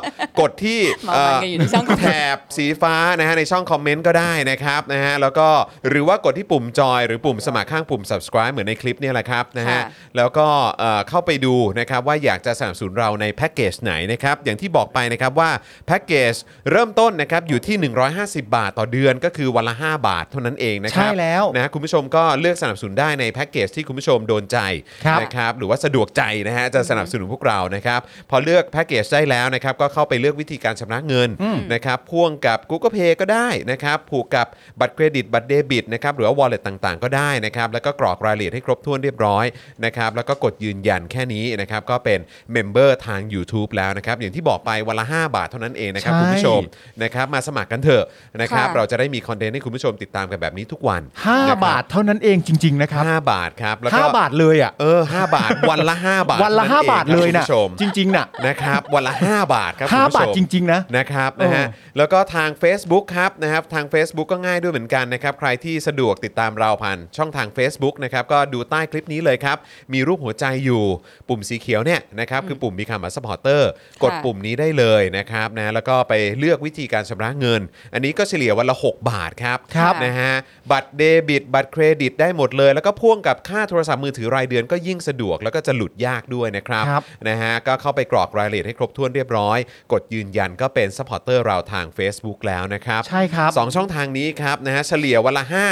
Speaker 1: กดที่
Speaker 3: เมามันกันอยู่ในช่องคอมเมนต์
Speaker 1: แถบสีฟ้านะฮะในช่องคอมเมนต์ก็ได้นะครับนะฮะแล้วก็หรือว่ากดที่ปุ่มจอยหรือปุ่มสมัครข้างปุ่ม subscribe เหมือนในคลิปเนี่ยแหละครับนะฮะ
Speaker 3: ค่ะ
Speaker 1: แล้วก็เอ่อเข้าไปดูนะครับว่าอยากจะสนับสนุนเราในแพ็กเกจไหนนะครับ อย่างที่บอกไปนะครับว่าแพ็กเกจเริ่มต้นนะครับอยู่ที่ 150 บาทต่อเดือนก็คือวันละ 5 บาทเท่านั้นเองนะครั
Speaker 2: ใช่แล้ว
Speaker 1: นะฮะคุณผู้ชมก็เลือกสนับสนุนได้ในแพ็กเกจที่คุณผู้ชมโดนใจ
Speaker 2: ครับ
Speaker 1: นะครับหรือว่าสะดวกใจนะฮะจะสนับสนุนพวกเรานะครับพอเลือกแพ็กเกจได้แล้วนะครับก็เข้าไปเลือกวิธีการชำระเงินนะครับพ่วงกับ Google Pay ก็ได้นะครับผูกกับบัตรเครดิตบัตรเดบิตนะครับหรือว่า wallet ต่างๆ ก็ได้นะครับแล้วก็กรอกรายละเอียดให้ครบถ้วนเรียบร้อยนะครับแล้วก็กดยืนยันแค่นี้นะครับก็เป็นเมมเบอร์ทาง YouTube แล้วนะครับอย่างที่บอกไปวันละ 5 บาทเท่านั้นเองนะครับ
Speaker 2: ใช่
Speaker 1: คุณผู้ชมนะครับมาสมัครกันเถอะนะครับ
Speaker 3: ค่ะ
Speaker 1: เราจะได้มีคอนเทนต์ให้คุณผู้ชมติดตามกันแบบนี้ทุกวัน
Speaker 2: ห้า
Speaker 1: นะครับ
Speaker 2: าทเท่านั้นเองจริง ๆ นะครับ
Speaker 1: ห้าบาทครับแล้ว
Speaker 2: ห้า
Speaker 1: ก็
Speaker 2: บาทเลยอ่ะ
Speaker 1: เออห้าบาท วันละ 5 บาท
Speaker 2: วันละห้าบาทเลย
Speaker 1: คุณ
Speaker 2: นะ
Speaker 1: ผู้ชม
Speaker 2: จริง ๆน่ะ
Speaker 1: นะครับวันละ 5 บาทครับ
Speaker 2: ห้า
Speaker 1: คุณผู้ชม
Speaker 2: บาทจริง ๆ นะ
Speaker 1: นะครับนะฮะ
Speaker 2: เออ
Speaker 1: แล้วก็ทาง Facebook ครับนะครับทาง Facebook ก็ง่ายด้วยเหมือนกันนะครับ ใครที่สะดวกติดตามเราผ่านช่องทาง Facebook นะครับก็ดูใต้คลิปนี้เลยครับ มีรูปหัวใจอยู่ปุ่มสีเขียวเนี่ยนะครับคือปุ่ม Become a supporter กดปุ่มนี้ได้เลยนะครับนะแล้วก็ไปเลือกวิธีการชำระเงิน อันนี้ก็เฉลี่ยวันละ 6 บาทครับ
Speaker 2: ครับ
Speaker 1: นะฮะบัตรเดบิต บัตรเครดิตได้หมดเลย แล้วก็พ่วงกับค่าโทรศัพท์มือถือรายเดือนก็ยิ่งสะดวกแล้วก็จะหลุดยากด้วยนะครับ
Speaker 2: ครับ
Speaker 1: นะฮะก็เข้าไปกรอกรายละเอียดให้ครบถ้วนเรียบร้อย กดยืนยันก็เป็นซัพพอร์ตเตอร์เราทาง Facebook แล้วนะครับ
Speaker 2: ใช่ครับ
Speaker 1: สองช่องทางนี้ครับนะฮะเฉลี่ยวันละ 5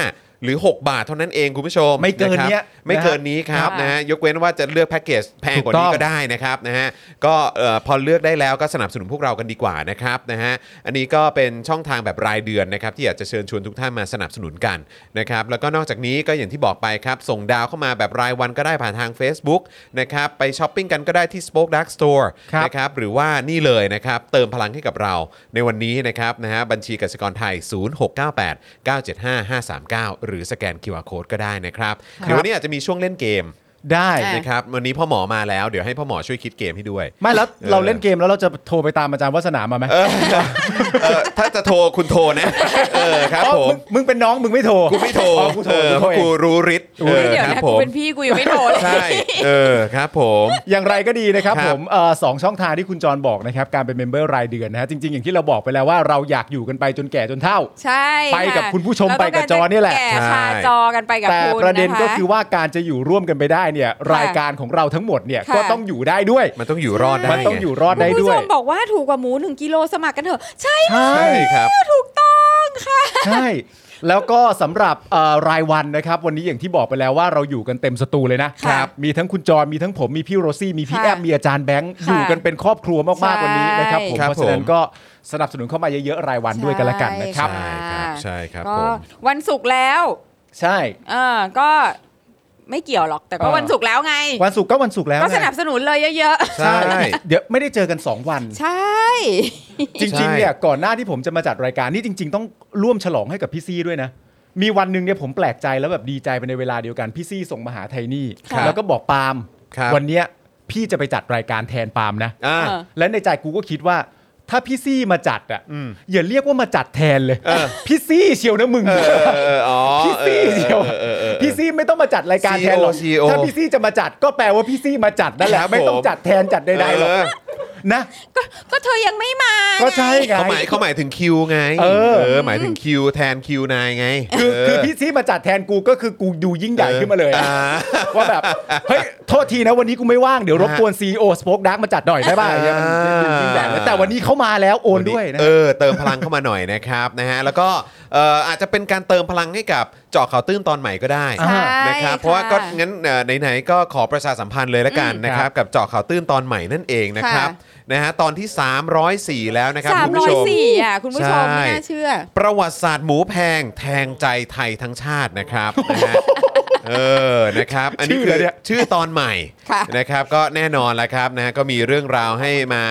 Speaker 1: หรือ 6 บาทเท่านั้นเองคุณผู้ชม
Speaker 2: ไม่เกินะครับ เนี้ย
Speaker 1: ไม่เกินนี้ครับ
Speaker 3: ค่ะ
Speaker 1: นะฮะยกเว้นว่าจะเลือกแพ็กเกจแพงกว่านี้
Speaker 2: ถูกต้อง
Speaker 1: ก็ได้นะครับนะฮะก็เอ่อพอเลือกได้แล้วก็สนับสนุนพวกเรากันดีกว่านะครับนะฮะอันนี้ก็เป็นช่องทางแบบรายเดือนนะครับที่อยากจะเชิญชวนทุกท่านมาสนับสนุนกันนะครับแล้วก็นอกจากนี้ก็อย่างที่บอกไปครับส่งดาวเข้ามาแบบรายวันก็ได้ผ่านทาง Facebook นะครับไปช้อปปิ้งกันก็ได้ที่ Spoke Dark Store
Speaker 2: ครับ
Speaker 1: นะ นะครับหรือว่านี่เลยนะครับเติมพลังให้กับเราในวันนี้นะครับนะฮะบัญชีกสิกรไทย 0698 975 539 หรือสแกน QR Code ก็ได้นะครับ
Speaker 3: ครับ
Speaker 1: เดี๋ยววันนี้อาจจะมีช่วงเล่นเกม
Speaker 2: ได้
Speaker 3: อ่ะ
Speaker 1: นะครับวันนี้พ่อหมอมาแล้วเดี๋ยวให้พ่อหมอช่วยคิดเกมให้ด้วย
Speaker 2: ไม่แล้ว
Speaker 1: เออ
Speaker 2: เราเล่นเกมแล้วเราจะโทรไปตามอาจารย์วัฒนามาไหม
Speaker 1: เออเออถ้าจะโทรคุณโทรนะเออครับ
Speaker 2: อ๋อ
Speaker 1: ผม
Speaker 2: งมึงเป็นน้องมึงไม่โทร
Speaker 1: กูไม่โทร
Speaker 2: อ๋อกูโทร
Speaker 1: เออ
Speaker 2: กู
Speaker 1: เพ
Speaker 2: โท
Speaker 1: ราะ
Speaker 2: รเอง
Speaker 1: กูรู้ฤทธิ์เอ
Speaker 3: เฮ้ย
Speaker 1: อ
Speaker 3: เดี๋ยว
Speaker 1: ครับ
Speaker 3: นะ
Speaker 1: ผ
Speaker 3: กู
Speaker 1: ม
Speaker 3: เป็นพี่กูยังไม่โทรเลย
Speaker 1: ใช่เออครับผม
Speaker 2: อย่างไรก็ดีนะครับ
Speaker 1: ครับ
Speaker 2: ผมเอ่อสองช่องทางที่คุณจรบอกนะครับการเป็นเมมเบอร์รายเดือนนะฮะจริง ๆ อย่างที่เราบอกไปแล้วว่าเราอยากอยู่กันไปจนแก่จนเฒ่า
Speaker 3: ใช่
Speaker 2: ไปกับ
Speaker 3: ะ
Speaker 2: คุณผู้ชม
Speaker 3: เราต้อง
Speaker 2: ไปกับจอนี่แหละ
Speaker 3: กา
Speaker 1: ใช่
Speaker 3: รจแก่คาจอกันไปกับ
Speaker 2: แต่
Speaker 3: คุณ
Speaker 2: ประเด็นก็
Speaker 3: ะะ
Speaker 2: คือว่าการจะอยู่ร่วมกันไปได้เนี่ยรายการของเราทั้งหมดเนี่ย
Speaker 3: ค่ะ
Speaker 2: ก็ต้องอยู่ได้ด้วย
Speaker 1: มันต้องอยู่รอดได้
Speaker 2: มันต้องอยู่รอดได้
Speaker 3: คุณ
Speaker 2: ด้
Speaker 3: ผู้
Speaker 2: วย
Speaker 3: ชมบอกว่าถูกกว่าหมู 1กิโลสมัครกันเถอะ ใช่
Speaker 2: ใช่
Speaker 1: ใช่ครับ
Speaker 3: ถูกต้องค่ะ
Speaker 2: ใช่แล้วก็สำหรับเอ่อรายวันนะครับวันนี้อย่างที่บอกไปแล้วว่าเราอยู่กันเต็มสตูเลยนะครับ มีทั้งคุณจรมีทั้งผมมีพี่โรซี่มีพี่
Speaker 3: ค่ะ
Speaker 2: แอมมีอาจารย์แบงค์
Speaker 3: ค่ะ
Speaker 2: อยู่กันเป็นครอบครัวมากๆวันนี้นะครับผม
Speaker 1: ใช่ครับ
Speaker 2: เพราะฉะ
Speaker 1: ผ
Speaker 2: นั้น
Speaker 1: ม
Speaker 2: ก็สนับสนุนเข้ามาเยอะๆรายวันด้วยกันละกันนะครับ
Speaker 3: ใช่
Speaker 1: ใช่ครับใช่ครับ
Speaker 3: ก็
Speaker 1: ผม
Speaker 3: วันศุกร์แล้ว
Speaker 2: ใช่
Speaker 3: เออก็ไม่เกี่ยวหรอกแต่ก็
Speaker 2: เออ
Speaker 3: วันศุกร์แล้วไง
Speaker 2: วันศุกร์ก็วันศุกร์แล้ว
Speaker 3: ก็ส
Speaker 2: ไง
Speaker 3: นับสนุนเลยเยอะ
Speaker 1: ใช่
Speaker 2: เดี๋ยวไม่ได้เจอกัน 2 วัน
Speaker 3: ๆ ใช่
Speaker 2: จริงๆเนี่ยก่อนหน้าที่ผมจะมาจัดรายการนี่จริง ๆ ต้องร่วมฉลองให้กับพี่ซี่ด้วยนะ มีวันหนึ่งเนี่ยผมแปลกใจแล้วแบบดีใจไปในเวลาเดียวกันพี่ซี่ส่งมาหาไทนี่
Speaker 3: ครับ
Speaker 2: แล้วก็บอกปาล์ม
Speaker 1: ครับ
Speaker 2: วันเนี้ยพี่จะไปจัดรายการแทนปาล์มนะ
Speaker 1: อ่ะ
Speaker 3: เออ
Speaker 2: และในใจกูก็คิดว่า ถ้าพี่ซี่มาจัดอ่ะอย่าเรียกว่ามาจัดแทนเลย
Speaker 1: เออ
Speaker 2: พี่ซี่เชียวนะมึง
Speaker 1: เออเออเอออ๋อ
Speaker 2: พี่ซี่เดียว
Speaker 1: ออเออเออ
Speaker 2: พี่ซี่ไม่ต้องมาจัดรายการแทนหรอก
Speaker 1: CEO
Speaker 2: ถ้าพี่ซี่จะมาจัดก็แปลว่าพี่ซี่มาจัดนั่นแหละ
Speaker 1: ครับผม
Speaker 2: ไม่ต้องจัดแทนจัดใดๆหรอก
Speaker 1: เออ
Speaker 2: นะ
Speaker 3: ก็เธอยังไม่มา
Speaker 2: ก็ใช่ไง
Speaker 1: เขาหมายเขาหมายถึงคิวไง
Speaker 2: เออ
Speaker 1: หมายถึงคิวแทนคิวนายไง
Speaker 2: คือ
Speaker 1: เ
Speaker 2: คือพี่ซี่มาจัดแทนกูก็คือกูดูยิ่งใหญ่ขึ้นมาเลย
Speaker 1: อ่า
Speaker 2: ว่าแบบเฮ้ยโทษทีนะวันนี้กูไม่ว่างเดี๋ยวรบกวนซีโอสป็อกดักมาจัดหน่อยได้ป่ะอย่างเงี้ยมันมันยิ่งใหญ่เลยแต่วันนี้เข้ามาแล้วโอนด้วยนะ
Speaker 1: เออเติมพลังเข้ามาหน่อยนะครับ นะฮะแล้วก็เอ่ออาจจะเป็นการเติมพลังให้กับเจาะข่าวตื้นตอนใหม่ก็ได้
Speaker 2: อ่า
Speaker 3: ใช่
Speaker 1: นะครับเพราะว่าก็งั้นเอ่อไหนๆก็ขอประชาสัมพันธ์เลยละกัน
Speaker 2: อืม
Speaker 1: นะครับกับเจาะข่าวตื้นตอนใหม่นั่นเองนะครับนะฮะตอนที่ 304 แล้วนะครับ
Speaker 3: สาม
Speaker 1: คุณ
Speaker 3: ร้
Speaker 1: ผู้
Speaker 3: อย
Speaker 1: ชม
Speaker 3: สี่อ่ะ คุณผู้ชม
Speaker 1: ใช่
Speaker 3: ไม่น่าเชื่อ
Speaker 1: ประวัติศาสตร์หมูแพงแทงใจไทยทั้งชาตินะครับ นะฮะเออนะครับอันนี้
Speaker 2: ชื่อ
Speaker 1: คื
Speaker 2: เล
Speaker 1: อย
Speaker 2: เนี่ย
Speaker 1: ชื่อตอนใหม่
Speaker 3: ค่ะ
Speaker 1: นะครับก็แน่นอนแล้วครับนะฮะก็มีเรื่องราวให้มา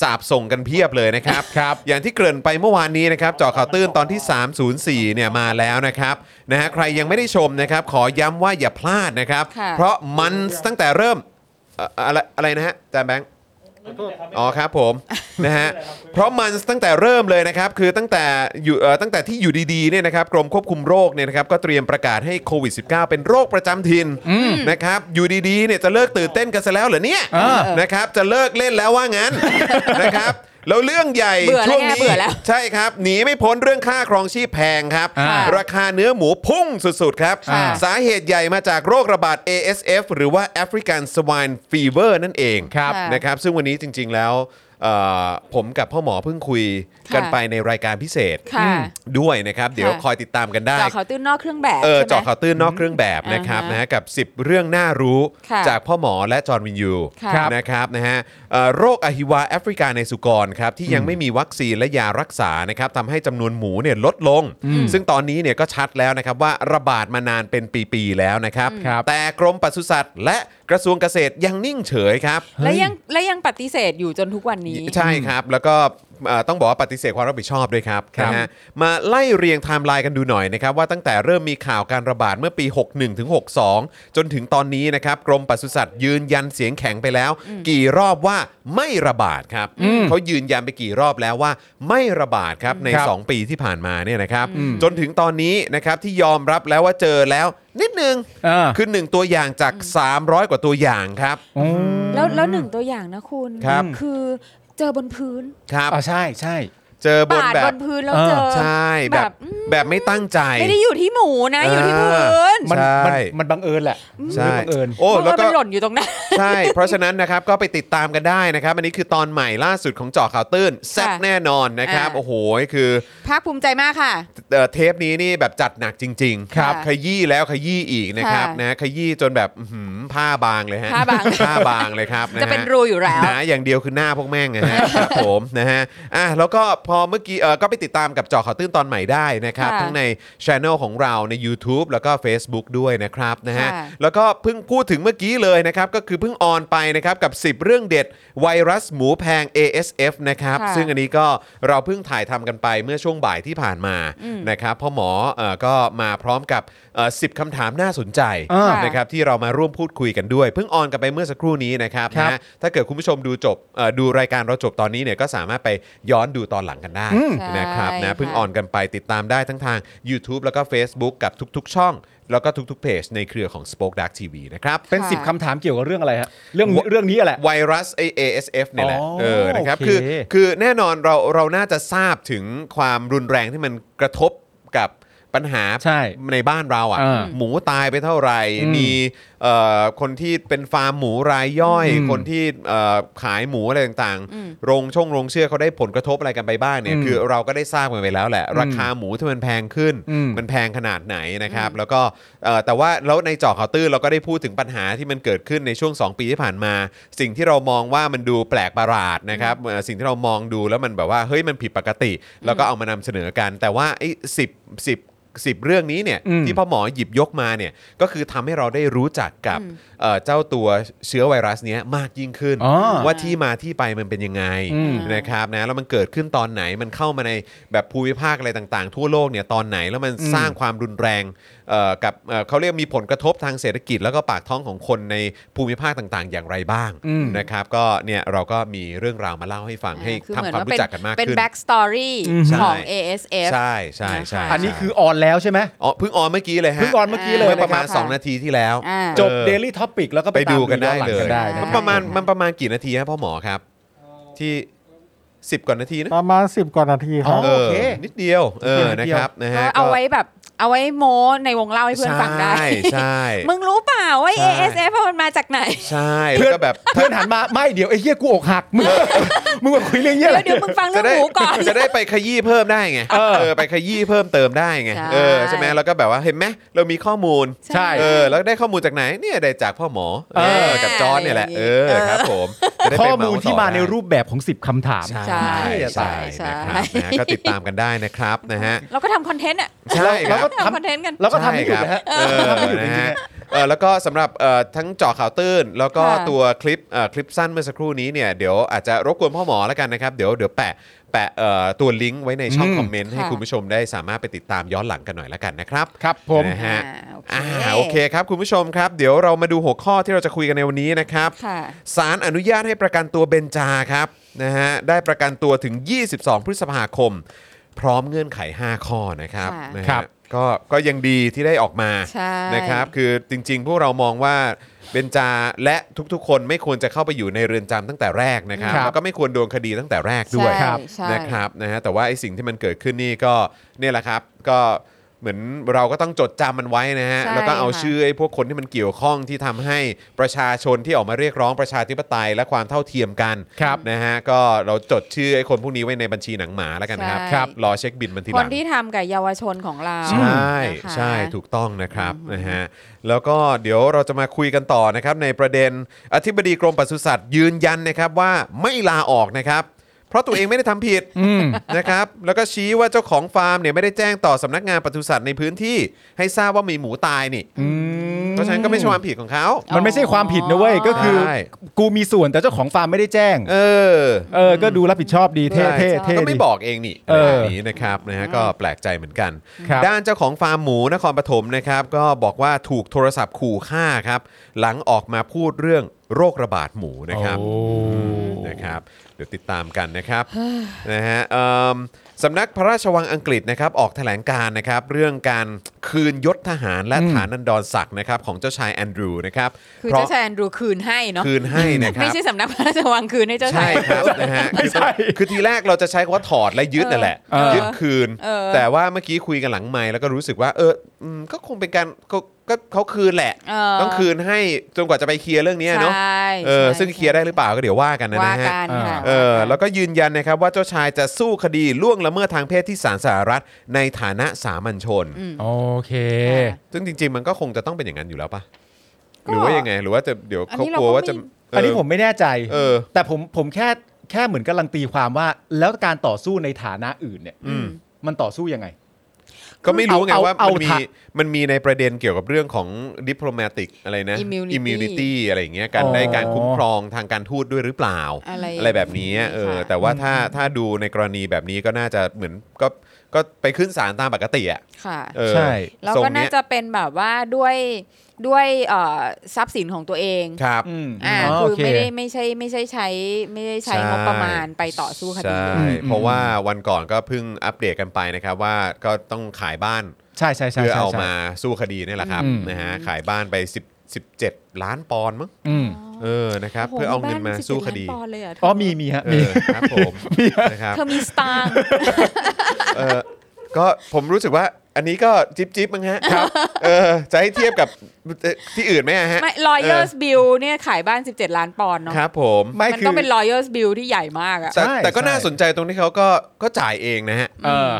Speaker 1: สาบส่งกันเพียบเลยนะครับ อย่างที่เกริ่นไปเมื่อวานนี้นะครับเจอข่าวตื้นตอนที่ 304 เนี่ยมาแล้วนะครับนะฮะใครยังไม่ได้ชมนะครับ ขอย้ำว่าอย่าพลาดนะครับ
Speaker 3: ค่ะ
Speaker 1: เพราะมันตั้งแต่เริ่มเอ่ออะไรอะไรนะฮะอาจารย์แบงค์ อ๋อครับผม นะฮะเพราะมันตั้งแต่เริ่มเลยนะครับ คือตั้งแต่อยู่เอ่อตั้งแต่ที่อยู่ดีๆเนี่ยนะครับกรมควบคุมโรคเนี่ยนะครับก็เตรียมประกาศให้โควิด -19 เป็นโรคประจำถิ่นนะครับอยู่ดีๆเนี่ยจะเลิกตื่นเต้นกันซะแล้วเหรอเนี่ย
Speaker 2: อ่า
Speaker 1: นะครับจะเลิกเล่นแล้วว่า งั้น นะครับแล้วเรื่องใหญ่
Speaker 3: เบื่อแล้ว
Speaker 1: ช่วง
Speaker 3: ไง
Speaker 1: นี้
Speaker 3: เบื่อแล้ว
Speaker 1: ใช่ครับหนีไม่พ้นเรื่องค่าครองชีพแพงครับ
Speaker 2: อ่า
Speaker 1: ราคาเนื้อหมูพุ่งสุดๆครับ
Speaker 2: ค่ะ
Speaker 1: สาเหตุใหญ่มาจากโรคระบาด ASF หรือว่า African Swine Fever นั่นเอง
Speaker 2: ครับ
Speaker 3: ค่ะ
Speaker 1: นะครับซึ่งวันนี้จริง ๆ แล้วเอ่อผมกับพ่อหมอเพิ่งคุยกัน
Speaker 3: ค่ะ
Speaker 1: ไปในรายการพิเศษ
Speaker 3: ค่ะ
Speaker 1: ด้วยนะครับ เดี๋ยวคอยติดตามกันได้
Speaker 3: เจอเขาตื้นนอกเครื่องแบบ
Speaker 1: เออ
Speaker 3: ใช่ไหม
Speaker 1: เจาะข่าวตื้นนอกเครื่องแบบนะครับ
Speaker 3: อ่าฮะ
Speaker 1: นะฮะกับ 10 เรื่องน่ารู้
Speaker 3: ค่ะ
Speaker 1: จากพ่อหมอและจอห์นวินยู
Speaker 3: ค่ะครับ
Speaker 1: นะครับนะฮะเอ่อโรคอหิวาแอฟริกาในสุกรครับที่ยังไม่มีวัคซีนและยารักษานะครับทำให้จำนวนหมูเนี่ยลดลง ซึ่งตอนนี้เนี่ยก็ชัดแล้วนะครับว่าระบาดมานานเป็นปี ๆ แล้วนะครับ
Speaker 2: ครับ
Speaker 1: แต่กรมปศุสัตว์ และกระทรวงเกษตรยังนิ่งเฉยครับ
Speaker 3: และยังและยังปฏิเสธอยู่จนทุกวันนี้
Speaker 1: ใช่ครับ แล้วก็เอ่อต้องบอกว่าปฏิเสธความรับผิดชอบด้วยครับ
Speaker 2: ครับ
Speaker 1: นะฮะมาไล่เรียงไทม์ไลน์กันดูหน่อยนะครับ ว่าตั้งแต่เริ่มมีข่าวการระบาดเมื่อปี 61ถึง62 จนถึงตอนนี้นะครับ กรมปศุสัตว์ยืนยันเสียงแข็งไปแล้ว กี่รอบว่าไม่ระบาดครับเขายืนยันไปกี่รอบแล้วว่าไม่ระบาดครับใน 2 ปีที่ผ่านมาเนี่ยนะครับ จนถึงตอนนี้นะครับที่ยอมรับแล้วว่าเจอแล้วนิดนึง
Speaker 2: อ่า
Speaker 1: คือหนึ่งตัวอย่างจาก 300 กว่าตัวอย่างครับ
Speaker 2: อืม
Speaker 3: แล้วแล้วหนึ่งตัวอย่างนะคุณ
Speaker 1: ครับ
Speaker 3: คือเจอบนพื้น
Speaker 1: ครับ
Speaker 2: อ่าใช่ใช่
Speaker 1: เจอบน
Speaker 3: ปาด
Speaker 1: แบบ บ
Speaker 3: นพื้นแล้ว
Speaker 2: เออ
Speaker 3: เจอ
Speaker 1: ใช่แบ
Speaker 3: แบบ บอืม
Speaker 1: แ แบบไม่ตั้งใจ
Speaker 3: ไม่ได้อยู่ที่หมูนะ อยู่ที่พื้น
Speaker 2: มัน
Speaker 1: ใช่
Speaker 2: มันมันบังเอิญแหละ
Speaker 1: ใช่
Speaker 2: มันบังเอิญ
Speaker 1: โอ้แล้ว
Speaker 3: เพ
Speaker 1: ก็
Speaker 3: ราะามันหล่นอยู่ตรงนั้น
Speaker 1: ใช่ เพราะฉะนั้นนะครับก็ไปติดตามกันได้นะครับ อันนี้คือตอนใหม่ล่าสุดของเจาะข่าวตื้นแซ่บแน่นอนนะครับ
Speaker 3: อ่า
Speaker 1: โอ้โห คือ
Speaker 3: ภาคภูมิใจมากค่ะ
Speaker 1: เอ่อเทปนี้นี่แบบจัดหนักจริงๆ
Speaker 3: ครับ
Speaker 1: ขยี้แล้วขยี้อีกนะครับ
Speaker 3: ค่ะ
Speaker 1: นะขยี้จนแบบอื้อหือผ้าบางเลยฮะ
Speaker 3: ผ้าบาง
Speaker 1: ผ้าบางเลยครับฮ
Speaker 3: จะเป็นรูอยู่แล้ว
Speaker 1: หนาอย่างเดียวคือหน้าพวกแม่งนะฮะ ครับผมนะฮะอ่ะแล้วก็พอเมื่อกี้เออก็ไปติดตามกับเจอข่าวตื้นตอนใหม่ได้นะครับ
Speaker 3: ค่ะ
Speaker 1: ทั้งในช anel ของเราใน YouTube แล้วก็ Facebook ด้วยนะครับนะฮะ
Speaker 3: ค่ะ
Speaker 1: แล้วก็เพิ่งพูดถึงเมื่อกี้เลยนะครับ ก็คือเพิ่งออนไปนะครับกับ 10 เรื่องเด็ดไวรัสหมูแพง ASF นะครับ
Speaker 3: ค่ะ
Speaker 1: ซึ่งอันนี้ก็เราเพิ่งถ่ายทำกันไปเมื่อช่วงบ่ายที่ผ่านมานะครับพ่อหมอเอ่อก็มาพร้อมกับเอ่อ10คำถามน่าสนใจ
Speaker 2: อ่าน
Speaker 1: นะครับที่เรามาร่วมพูดคุยกันด้วย เพิ่งออนกันไปเมื่อสักครู่นี้นะครับ
Speaker 2: ครั
Speaker 1: นะ
Speaker 2: บ
Speaker 1: ฮะถ้าเกิดคุณผู้ชมดูจบเอ่อดูรายการเราจบตอนนี้เนี่ยก็สามารถไปย้อนดูตอนหลังกันได้นะครับ
Speaker 3: ใช่
Speaker 1: นะ
Speaker 3: ค่ะ
Speaker 1: เพิ่งออนกันไปติดตามได้ทั้งทาง YouTube แล้วก็ Facebook กับทุก ๆ ช่อง แล้วก็ทุก ๆ เพจในเครือของ Spoke Dark TV นะครับ
Speaker 2: เป็น
Speaker 3: ค่ะ
Speaker 2: สิบคำถามเกี่ยวกับเรื่องอะไรฮะเรื่องเรื่องนี้แหละ
Speaker 1: ไวรัสไอ ASF เนี่ยแหละ
Speaker 2: อ๋อ
Speaker 1: เออนะครับ
Speaker 2: โอเค
Speaker 1: คือคือแน่นอนเราเราน่าจะทราบถึงความรุนแรงที่มันกระทบกับปัญหา
Speaker 2: ใช่
Speaker 1: ในบ้านเรา
Speaker 2: เอ
Speaker 1: อะ่ะ
Speaker 2: อ
Speaker 1: หมูตายไปเท่าไหร่ มีเอ่อคนที่เป็นฟาร์มหมูรายย่อย
Speaker 2: อืม
Speaker 1: คนที่เอ่อขายหมูอะไรต่างๆ โรงช่องโรงเชื่อเขาได้ผลกระทบอะไรกันไปบ้างเนี่ย
Speaker 2: อืม
Speaker 1: คือเราก็ได้ทราบกันไปแล้วแหละ ราคาหมูที่มันแพงขึ้น
Speaker 2: อืม
Speaker 1: มันแพงขนาดไหนนะครับ แล้วก็เอ่อแต่ว่าแล้วในเจอข่าวตื้นเราก็ได้พูดถึงปัญหาที่มันเกิดขึ้นในช่วง 2 ปีที่ผ่านมา สิ่งที่เรามองว่ามันดูแปลกประหลาดนะครับเอ่อสิ่งที่เรามองดูแล้วมันแบบว่าเฮ้ยมันผิดปกติ แล้วก็เอามานำเสนอกัน แต่ว่าไอ้สิบสิบสิบเรื่องนี้เนี่ย
Speaker 2: อืม
Speaker 1: ที่พ่อหมอหยิบยกมาเนี่ยก็คือทำให้เราได้รู้จักกับเอ่อเจ้าตัวเชื้อไวรัสเนี้ยมากยิ่งขึ้น
Speaker 2: อ๋อ
Speaker 1: ว่าที่มาที่ไปมันเป็นยังไง
Speaker 2: อืม
Speaker 1: นะครับนะแล้วมันเกิดขึ้นตอนไหนมันเข้ามาในแบบภูมิภาคอะไรต่างๆ ทั่วโลกเนี่ยตอนไหนแล้วมัน
Speaker 2: อืม
Speaker 1: สร้างความรุนแรงเอ่อกับเอ่อเขาเรียกมีผลกระทบทางเศรษฐกิจ แล้วก็ปากท้องของคนในภูมิภาคต่างๆ อย่างไรบ้าง
Speaker 2: อืม
Speaker 1: นะครับก็เนี่ยเราก็มีเรื่องราวมาเล่าให้ฟังให้
Speaker 3: อ
Speaker 1: ทำ
Speaker 3: เหอน
Speaker 1: ความรู้จักกันมาก
Speaker 3: เป็น
Speaker 1: ขึ้น
Speaker 3: แบ็กสตอรี่
Speaker 2: อืม
Speaker 3: ของ
Speaker 1: ใช่
Speaker 3: ASF
Speaker 1: ใช่ใช่ใช่
Speaker 2: อันนี้
Speaker 1: ใช่
Speaker 2: คือออนแล้วใช่ไหม
Speaker 1: อ๋อเพิ่งออนเมื่อกี้เลยฮะ
Speaker 2: เพิ่งออนเมื่อกี้เลย
Speaker 1: เมื่อประมาณ
Speaker 2: นคบ
Speaker 3: สอง
Speaker 1: 2 นาทีที่แล้ว
Speaker 3: อ่า
Speaker 2: จบ
Speaker 1: ออ
Speaker 2: Daily Topic แล้วก็
Speaker 1: ไปดู
Speaker 2: ตาม
Speaker 1: กันได้
Speaker 2: อห
Speaker 1: เลย
Speaker 2: งได้
Speaker 3: ใช่
Speaker 2: นะ
Speaker 1: มัน
Speaker 2: ค
Speaker 1: ป
Speaker 2: รับ
Speaker 1: ระมาณมันประมาณกี่นาทีครับพ่อหมอครับ ที่ 10กว่านาทีนะ
Speaker 4: ประมาณ 10 กว่านาทีครับ
Speaker 1: เอ
Speaker 2: โอ
Speaker 1: อ
Speaker 2: เค
Speaker 1: นิดเดียว เออ นะครับ นะ
Speaker 3: ก็
Speaker 1: ฮะ
Speaker 3: เอาไว้แบบเอาไว้โมในวงเล่าให้เพื่อนฟังได้
Speaker 1: ใช่ ใช่
Speaker 3: มึงรู้เปล่าว่า
Speaker 1: ใช่
Speaker 3: ASF อะมันมาจากไหน
Speaker 1: ใช่ แล้วก็แบบ
Speaker 2: เพื่อนหันมาไม่เดี๋ยวไอ้เหี้ยกูอกหักมึงมึงมาคุยเรื่องเหี้ย
Speaker 3: เดี๋ย
Speaker 2: อะไร
Speaker 3: วเดี๋ยวมึงฟังเรื่
Speaker 1: จะ
Speaker 3: อง
Speaker 1: ได้
Speaker 3: หมูก่อน
Speaker 1: จะได้ไปขยี้เพิ่มได้ไง
Speaker 2: เออ
Speaker 1: เออ ไปขยี้เพิ่มเติมได้ไง
Speaker 3: ใช่
Speaker 1: เออ ใช่ไหมแล้วก็แบบว่า เห็นไหมเรามีข้อมูล
Speaker 2: ใช่
Speaker 1: เออ แล้วได้ข้อมูลจากไหน เนี่ยได้จากพ่อหมอ เออ กับจอร์นเนี่ยแหละ เออ ครับผมจะได้ไป
Speaker 2: ข้อ
Speaker 1: เส์
Speaker 2: มูลที่มาในรูปแบบของ 10คำถาม
Speaker 1: ใช่
Speaker 3: ใช่ใช่
Speaker 1: ใช่
Speaker 3: ใช่
Speaker 1: นะครับนะฮะก็ติดตามกันได้นะครับ นะฮะ
Speaker 3: เราก็ทำคอนเทนต์อ่ะ
Speaker 1: ใช่ครับ
Speaker 2: แล้วก็
Speaker 3: ทำคอนเทนต์กัน
Speaker 2: แล้วก็ทำไม่ถูกนะฮะ
Speaker 1: ใช่ครับเออนะฮะเออแล้วก็สำหรับเอ่อทั้งเจาะข่าวตื้น แล้วก็
Speaker 3: ค่ะ
Speaker 1: ตัวคลิปเอ่อคลิปสั้นเมื่อสักครู่นี้เนี่ยเดี๋ยวอาจจะรบกวนพ่อหมอแล้วกันนะครับ เดี๋ยวเดี๋ยวแปะแปะเอ่อตัวลิงก์ไว้ในช่อง
Speaker 2: อืม
Speaker 1: คอมเมนต์ให้
Speaker 3: ค่ะ
Speaker 1: คุณผู้ชมได้สามารถไปติดตามย้อนหลังกันหน่อยแล้วกันนะครับ
Speaker 2: ครับผม
Speaker 1: นะฮะ
Speaker 3: อ่า
Speaker 1: อ่า
Speaker 3: โอ
Speaker 1: โอ
Speaker 3: เค
Speaker 1: เคครับคุณผู้ชมครับ เดี๋ยวเรามาดูหัวข้อที่เราจะคุยกันในวันนี้นะครับ
Speaker 3: ค่ะ
Speaker 1: ศาลอนุญาตให้ประกันตัวเบนจาครับนะฮะได้ประกันตัวถึง 22 พฤษภาคม พร้อมเงื่อนไข 5 ข้อนะครับ
Speaker 3: ค่ะ
Speaker 1: นะฮะ
Speaker 2: ครับ
Speaker 1: ก็ก็ยังดีที่ได้ออกมา
Speaker 3: ใช่
Speaker 1: นะครับคือจริงๆ พวกเรามองว่าเบนจาและทุกๆ คนไม่ควรจะเข้าไปอยู่ในเรือนจำตั้งแต่แรกนะครับ
Speaker 2: ครับ
Speaker 1: แล้วก็ไม่ควรโดนคดีตั้งแต่แรกด้วย
Speaker 3: ใช่ครับใช่
Speaker 1: นะครับนะฮะแต่ว่าไอ้สิ่งที่มันเกิดขึ้นนี่ก็เนี่ยแหละครับก็เหมือนเราก็ต้องจดจำมันไว้นะฮะ
Speaker 3: ใช่
Speaker 1: แล้วก็เอา
Speaker 3: ค่ะ
Speaker 1: ชื่อไอ้พวกคนที่มันเกี่ยวข้องที่ทำให้ประชาชนที่ออกมาเรียกร้องประชาธิปไตยและความเท่าเทียมกัน
Speaker 2: ครับ
Speaker 1: นะฮะก็เราจดชื่อไอ้คนพวกนี้ไว้ในบัญชีหนังหมาแล้วกันครับ
Speaker 3: ใช่
Speaker 1: รอเช็คบินมันทีห
Speaker 3: ค
Speaker 1: ลั
Speaker 3: น
Speaker 1: ง
Speaker 3: ที่ทำกับเยาวชนของเรา
Speaker 1: ใช่
Speaker 3: นะคะ
Speaker 1: ใช่ถูกต้องนะครับนะฮะแล้วก็เดี๋ยวเราจะมาคุยกันต่อนะครับในประเด็นอธิบดีกรมปศุสัตว์ยืนยันนะครับว่าไม่ลาออกนะครับ เพราะตัวเองไม่ได้ทำผิด
Speaker 2: อืม
Speaker 1: นะครับแล้วก็ชี้ว่าเจ้าของฟาร์มเนี่ยไม่ได้แจ้งต่อสำนักงานปศุสัตว์ในพื้นที่ ให้ทราบว่ามีหมูตายนี่เพราะฉะนั้นก็ไม่ใช่ความผิดของเขา
Speaker 2: มันไม่ใช่ความผิดนะเว้ย ก็คือ
Speaker 1: ใช่
Speaker 2: กูมีส่วนแต่เจ้าของฟาร์มไม่ได้แจ้ง
Speaker 1: เออ
Speaker 2: เออ ก็ดูรับผิดชอบดีเท่
Speaker 1: ใช่
Speaker 2: เท่เท่
Speaker 1: ก็
Speaker 2: ดี
Speaker 1: ไม่บอกเองนี่
Speaker 2: เออ
Speaker 1: แบบนี้นะครับนะฮะก็แปลกใจเหมือนกัน
Speaker 2: ครับ
Speaker 1: ด้านเจ้าของฟาร์มหมูนครปฐมนะครับ ก็บอกว่าถูกโทรศัพท์ขู่ฆ่าครับ หลังออกมาพูดเรื่องโรคระบาดหมู นะครับนะครับ เดี๋ยวติดตามกันนะครับ นะฮะเอิ่ม สำนักพระราชวังอังกฤษนะครับออกแถลงการณ์นะครับเรื่องการคืนยศทหารและฐานันดรศักดิ์นะครับของเจ้าชายแอนดรูว์นะครับ
Speaker 3: คือ
Speaker 1: เพราะ
Speaker 3: เจ้าชายแอนดรูคืนให้เนาะ
Speaker 1: คืนให้นะครับ
Speaker 3: ไม่ใช่สำนักพระราชวังคืนให้เจ้าชา
Speaker 1: ใช่
Speaker 3: ย
Speaker 1: ครับนะฮะ
Speaker 2: ไม่ใช่
Speaker 1: คือคือทีแรกเราจะใช้คำว่าถอดและยึดนั่นแหละ
Speaker 2: เออ
Speaker 1: ยึดคืน
Speaker 3: เออ
Speaker 1: แต่ว่าเมื่อกี้คุยกันหลังไมค์แล้วก็รู้สึกว่า เอออืมก็คงเป็นการก็ก็เขาคืนแหละ
Speaker 3: เออ
Speaker 1: ต้องคืนให้จนกว่าจะไปเคลียร์เรื่องนี้เนาะ
Speaker 3: ใช่
Speaker 1: เออ
Speaker 3: ใช่
Speaker 1: ซึ่งเคลียร์ได้หรือเปล่าก็เดี๋ยวว่ากันนะ
Speaker 3: ว่า
Speaker 1: นะฮะ
Speaker 3: กันค่ะ
Speaker 1: เออแล้วก็ยืนยันนะครับว่าเจ้าชายจะสู้คดีล่วงละเมิดทางเพศที่ศาลสหรัฐในฐานะสามัญชน
Speaker 2: โอเค
Speaker 1: ซึ่งจริง ๆ มันก็คงจะต้องเป็นอย่างนั้นอยู่แล้วปะ
Speaker 3: ก็
Speaker 1: หรือว่ายังไงหรือว่าจะเดี๋ยวเขากลัวว่าจะเ
Speaker 2: อันนี้ผมไม่แน่ใจ
Speaker 1: เออ
Speaker 2: แต่ผมผมแค่แค่เหมือนกำลังตีความว่า แล้วการต่อสู้ในฐานะอื่นเนี่ย
Speaker 3: อืม
Speaker 2: มันต่อสู้ยังไง
Speaker 1: ก็ไม่รู้ไง
Speaker 2: เอา
Speaker 1: ว่า
Speaker 2: เอา
Speaker 1: มันมี
Speaker 2: ทะ
Speaker 1: มันมีในประเด็นเกี่ยวกับเรื่องของดิปโ o ม a ติกอะไรนะ
Speaker 3: Immunity
Speaker 1: นิตี้อะไรอย่างเงี้ยการ
Speaker 2: อ๋อ
Speaker 1: ได้การคุ้มครองทางการทูตด้วยหรือเปล่า
Speaker 3: อะไร
Speaker 1: อะไรแบบนี้เออ
Speaker 3: ค่ะ
Speaker 1: แต่ว่าถ้าถ้าดูในกรณีแบบนี้ก็น่าจะเหมือนก็ก็ไปขึ้นศาลตามปกติอ่ะ
Speaker 3: ค่ะ
Speaker 1: เออ
Speaker 2: ใช่
Speaker 3: แล้ว
Speaker 1: ทรง
Speaker 3: ก็น่า
Speaker 1: เนี้ย
Speaker 3: จะเป็นแบบว่าด้วยด้วยเอ่อทรัพย์สินของตัวเอง
Speaker 1: ครับ
Speaker 2: อืม
Speaker 3: อ่า
Speaker 2: อ๋อ
Speaker 3: คือ
Speaker 2: โเ
Speaker 3: ไม่ได้ไม่ใช่ไม่ใช่ใช้ไม่ได้ใช้
Speaker 1: ใช่
Speaker 3: งบประมาณไปต่อสู้คดี
Speaker 1: ใช่ เพราะว่าวันก่อนก็เพิ่งอัปเดตกันไปนะครับว่าก็ต้องขายบ้าน
Speaker 2: ใช่ใช่ใช่
Speaker 1: เพื่อ
Speaker 2: ใช่
Speaker 1: เอา
Speaker 2: ใช่
Speaker 1: มาสู้คดีนี่แหละครับ
Speaker 2: อืม
Speaker 1: นะฮะขายบ้านไป10 17 ล้านปอนด์มั้ง
Speaker 2: อืม
Speaker 1: เออนะครับ
Speaker 3: โโห
Speaker 1: เพื่อเอาเงิน
Speaker 3: บ้
Speaker 1: มา
Speaker 3: สิบ
Speaker 1: สู้ค
Speaker 3: เจ็ล้น
Speaker 1: ดี
Speaker 3: ปอนเลยเหร
Speaker 2: อ๋อมีมีฮะ
Speaker 1: เอ
Speaker 2: มี
Speaker 1: อครับผมนะครับ
Speaker 3: เธอมีสตางค์
Speaker 1: เออก็ผมรู้สึกว่าอันนี้ก็จิ๊บจิ๊บมั้งฮะครับเออจะให้เทียบกับเอ่อที่อื่นไหมอะฮะ
Speaker 3: ไม่ lawyers bill เนี่ยขายบ้าน 17 ล้านปอนด์เนาะ
Speaker 1: ครับผม
Speaker 2: ไม่
Speaker 3: มัน
Speaker 2: คือ
Speaker 3: ต้องเป็น lawyers bill ที่ใหญ่มากอะ
Speaker 1: แต่
Speaker 2: ใช่
Speaker 1: แต่ก็
Speaker 2: ใช่
Speaker 1: น่าสนใจตรงที่เขาก็ก็จ่ายเองนะฮะ
Speaker 2: เออ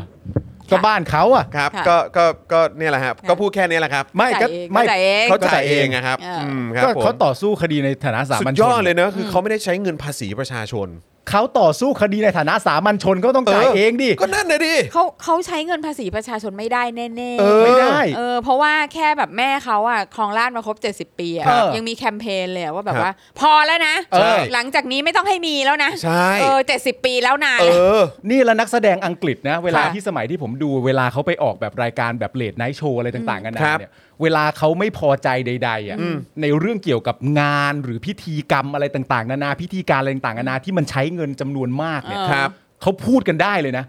Speaker 2: ก็บ้านเขาอ่ะ
Speaker 1: ครับ
Speaker 3: ค่ะ
Speaker 1: ก็ก็ก็เนี่ยแหละครับก็พูดแค่นี้แหละครับ
Speaker 2: ไม่ก็
Speaker 3: จ่ายเอง
Speaker 2: ไม่
Speaker 3: ก็จ่ายเอง
Speaker 1: เขา
Speaker 2: ก็
Speaker 1: จ่ายเองนะครับ
Speaker 3: เอออื
Speaker 1: มครับ
Speaker 2: ก็
Speaker 1: ผม
Speaker 2: เขาต่อสู้คดีในฐานะสา
Speaker 1: สุ
Speaker 2: มัญ
Speaker 1: ด
Speaker 2: ช
Speaker 1: ยอน ดเลยนะคือเขาไม่ได้ใช้เงินภาษีประชาชน
Speaker 2: เขาต่อสู้คดีในฐานะสามัญชนก็ต้องจ่ายเองดิ
Speaker 1: ก็นั่นนะดิ
Speaker 3: เขาเขาใช้เงินภาษีประชาชนไม่ได้แน่ๆ
Speaker 1: เออ
Speaker 2: ไม่ได้
Speaker 3: เออเพราะว่าแค่แบบแม่เขาอะครองราชย์มาครบ 70 ปีอะ
Speaker 2: เออ
Speaker 3: ยังมีแคมเปญเลยอะว่าแบ
Speaker 1: ค
Speaker 3: บ
Speaker 1: รับ
Speaker 3: ว่า พอแล้วนะ
Speaker 2: ใช่
Speaker 3: หลังจากนี้ไม่ต้องให้มีแล้วนะ
Speaker 1: ใช่
Speaker 3: เออ70 ปีแล้วนาย
Speaker 1: เออ
Speaker 2: นี่แล้วนักแสดงอังกฤษนะ เวลา
Speaker 3: ค่ะ
Speaker 2: ที่สมัยที่ผมดูเวลาเขาไปออกแบบรายการแบบเลดไนท์โชว์อะไรต่างๆกันา
Speaker 1: ครั
Speaker 2: นา
Speaker 1: บ
Speaker 2: เนี่ยเวลาเขาไม่พอใจใดๆอ่ะในเรื่องเกี่ยวกับงานหรือพิธีกรรมอะไรต่างๆ นานาพิธีการอะไรต่างๆนานาที่มันใช้เงินจำนวนมากเนี่ย
Speaker 3: เออ
Speaker 1: ครับ
Speaker 2: เขาพูดกันได้เลยนะ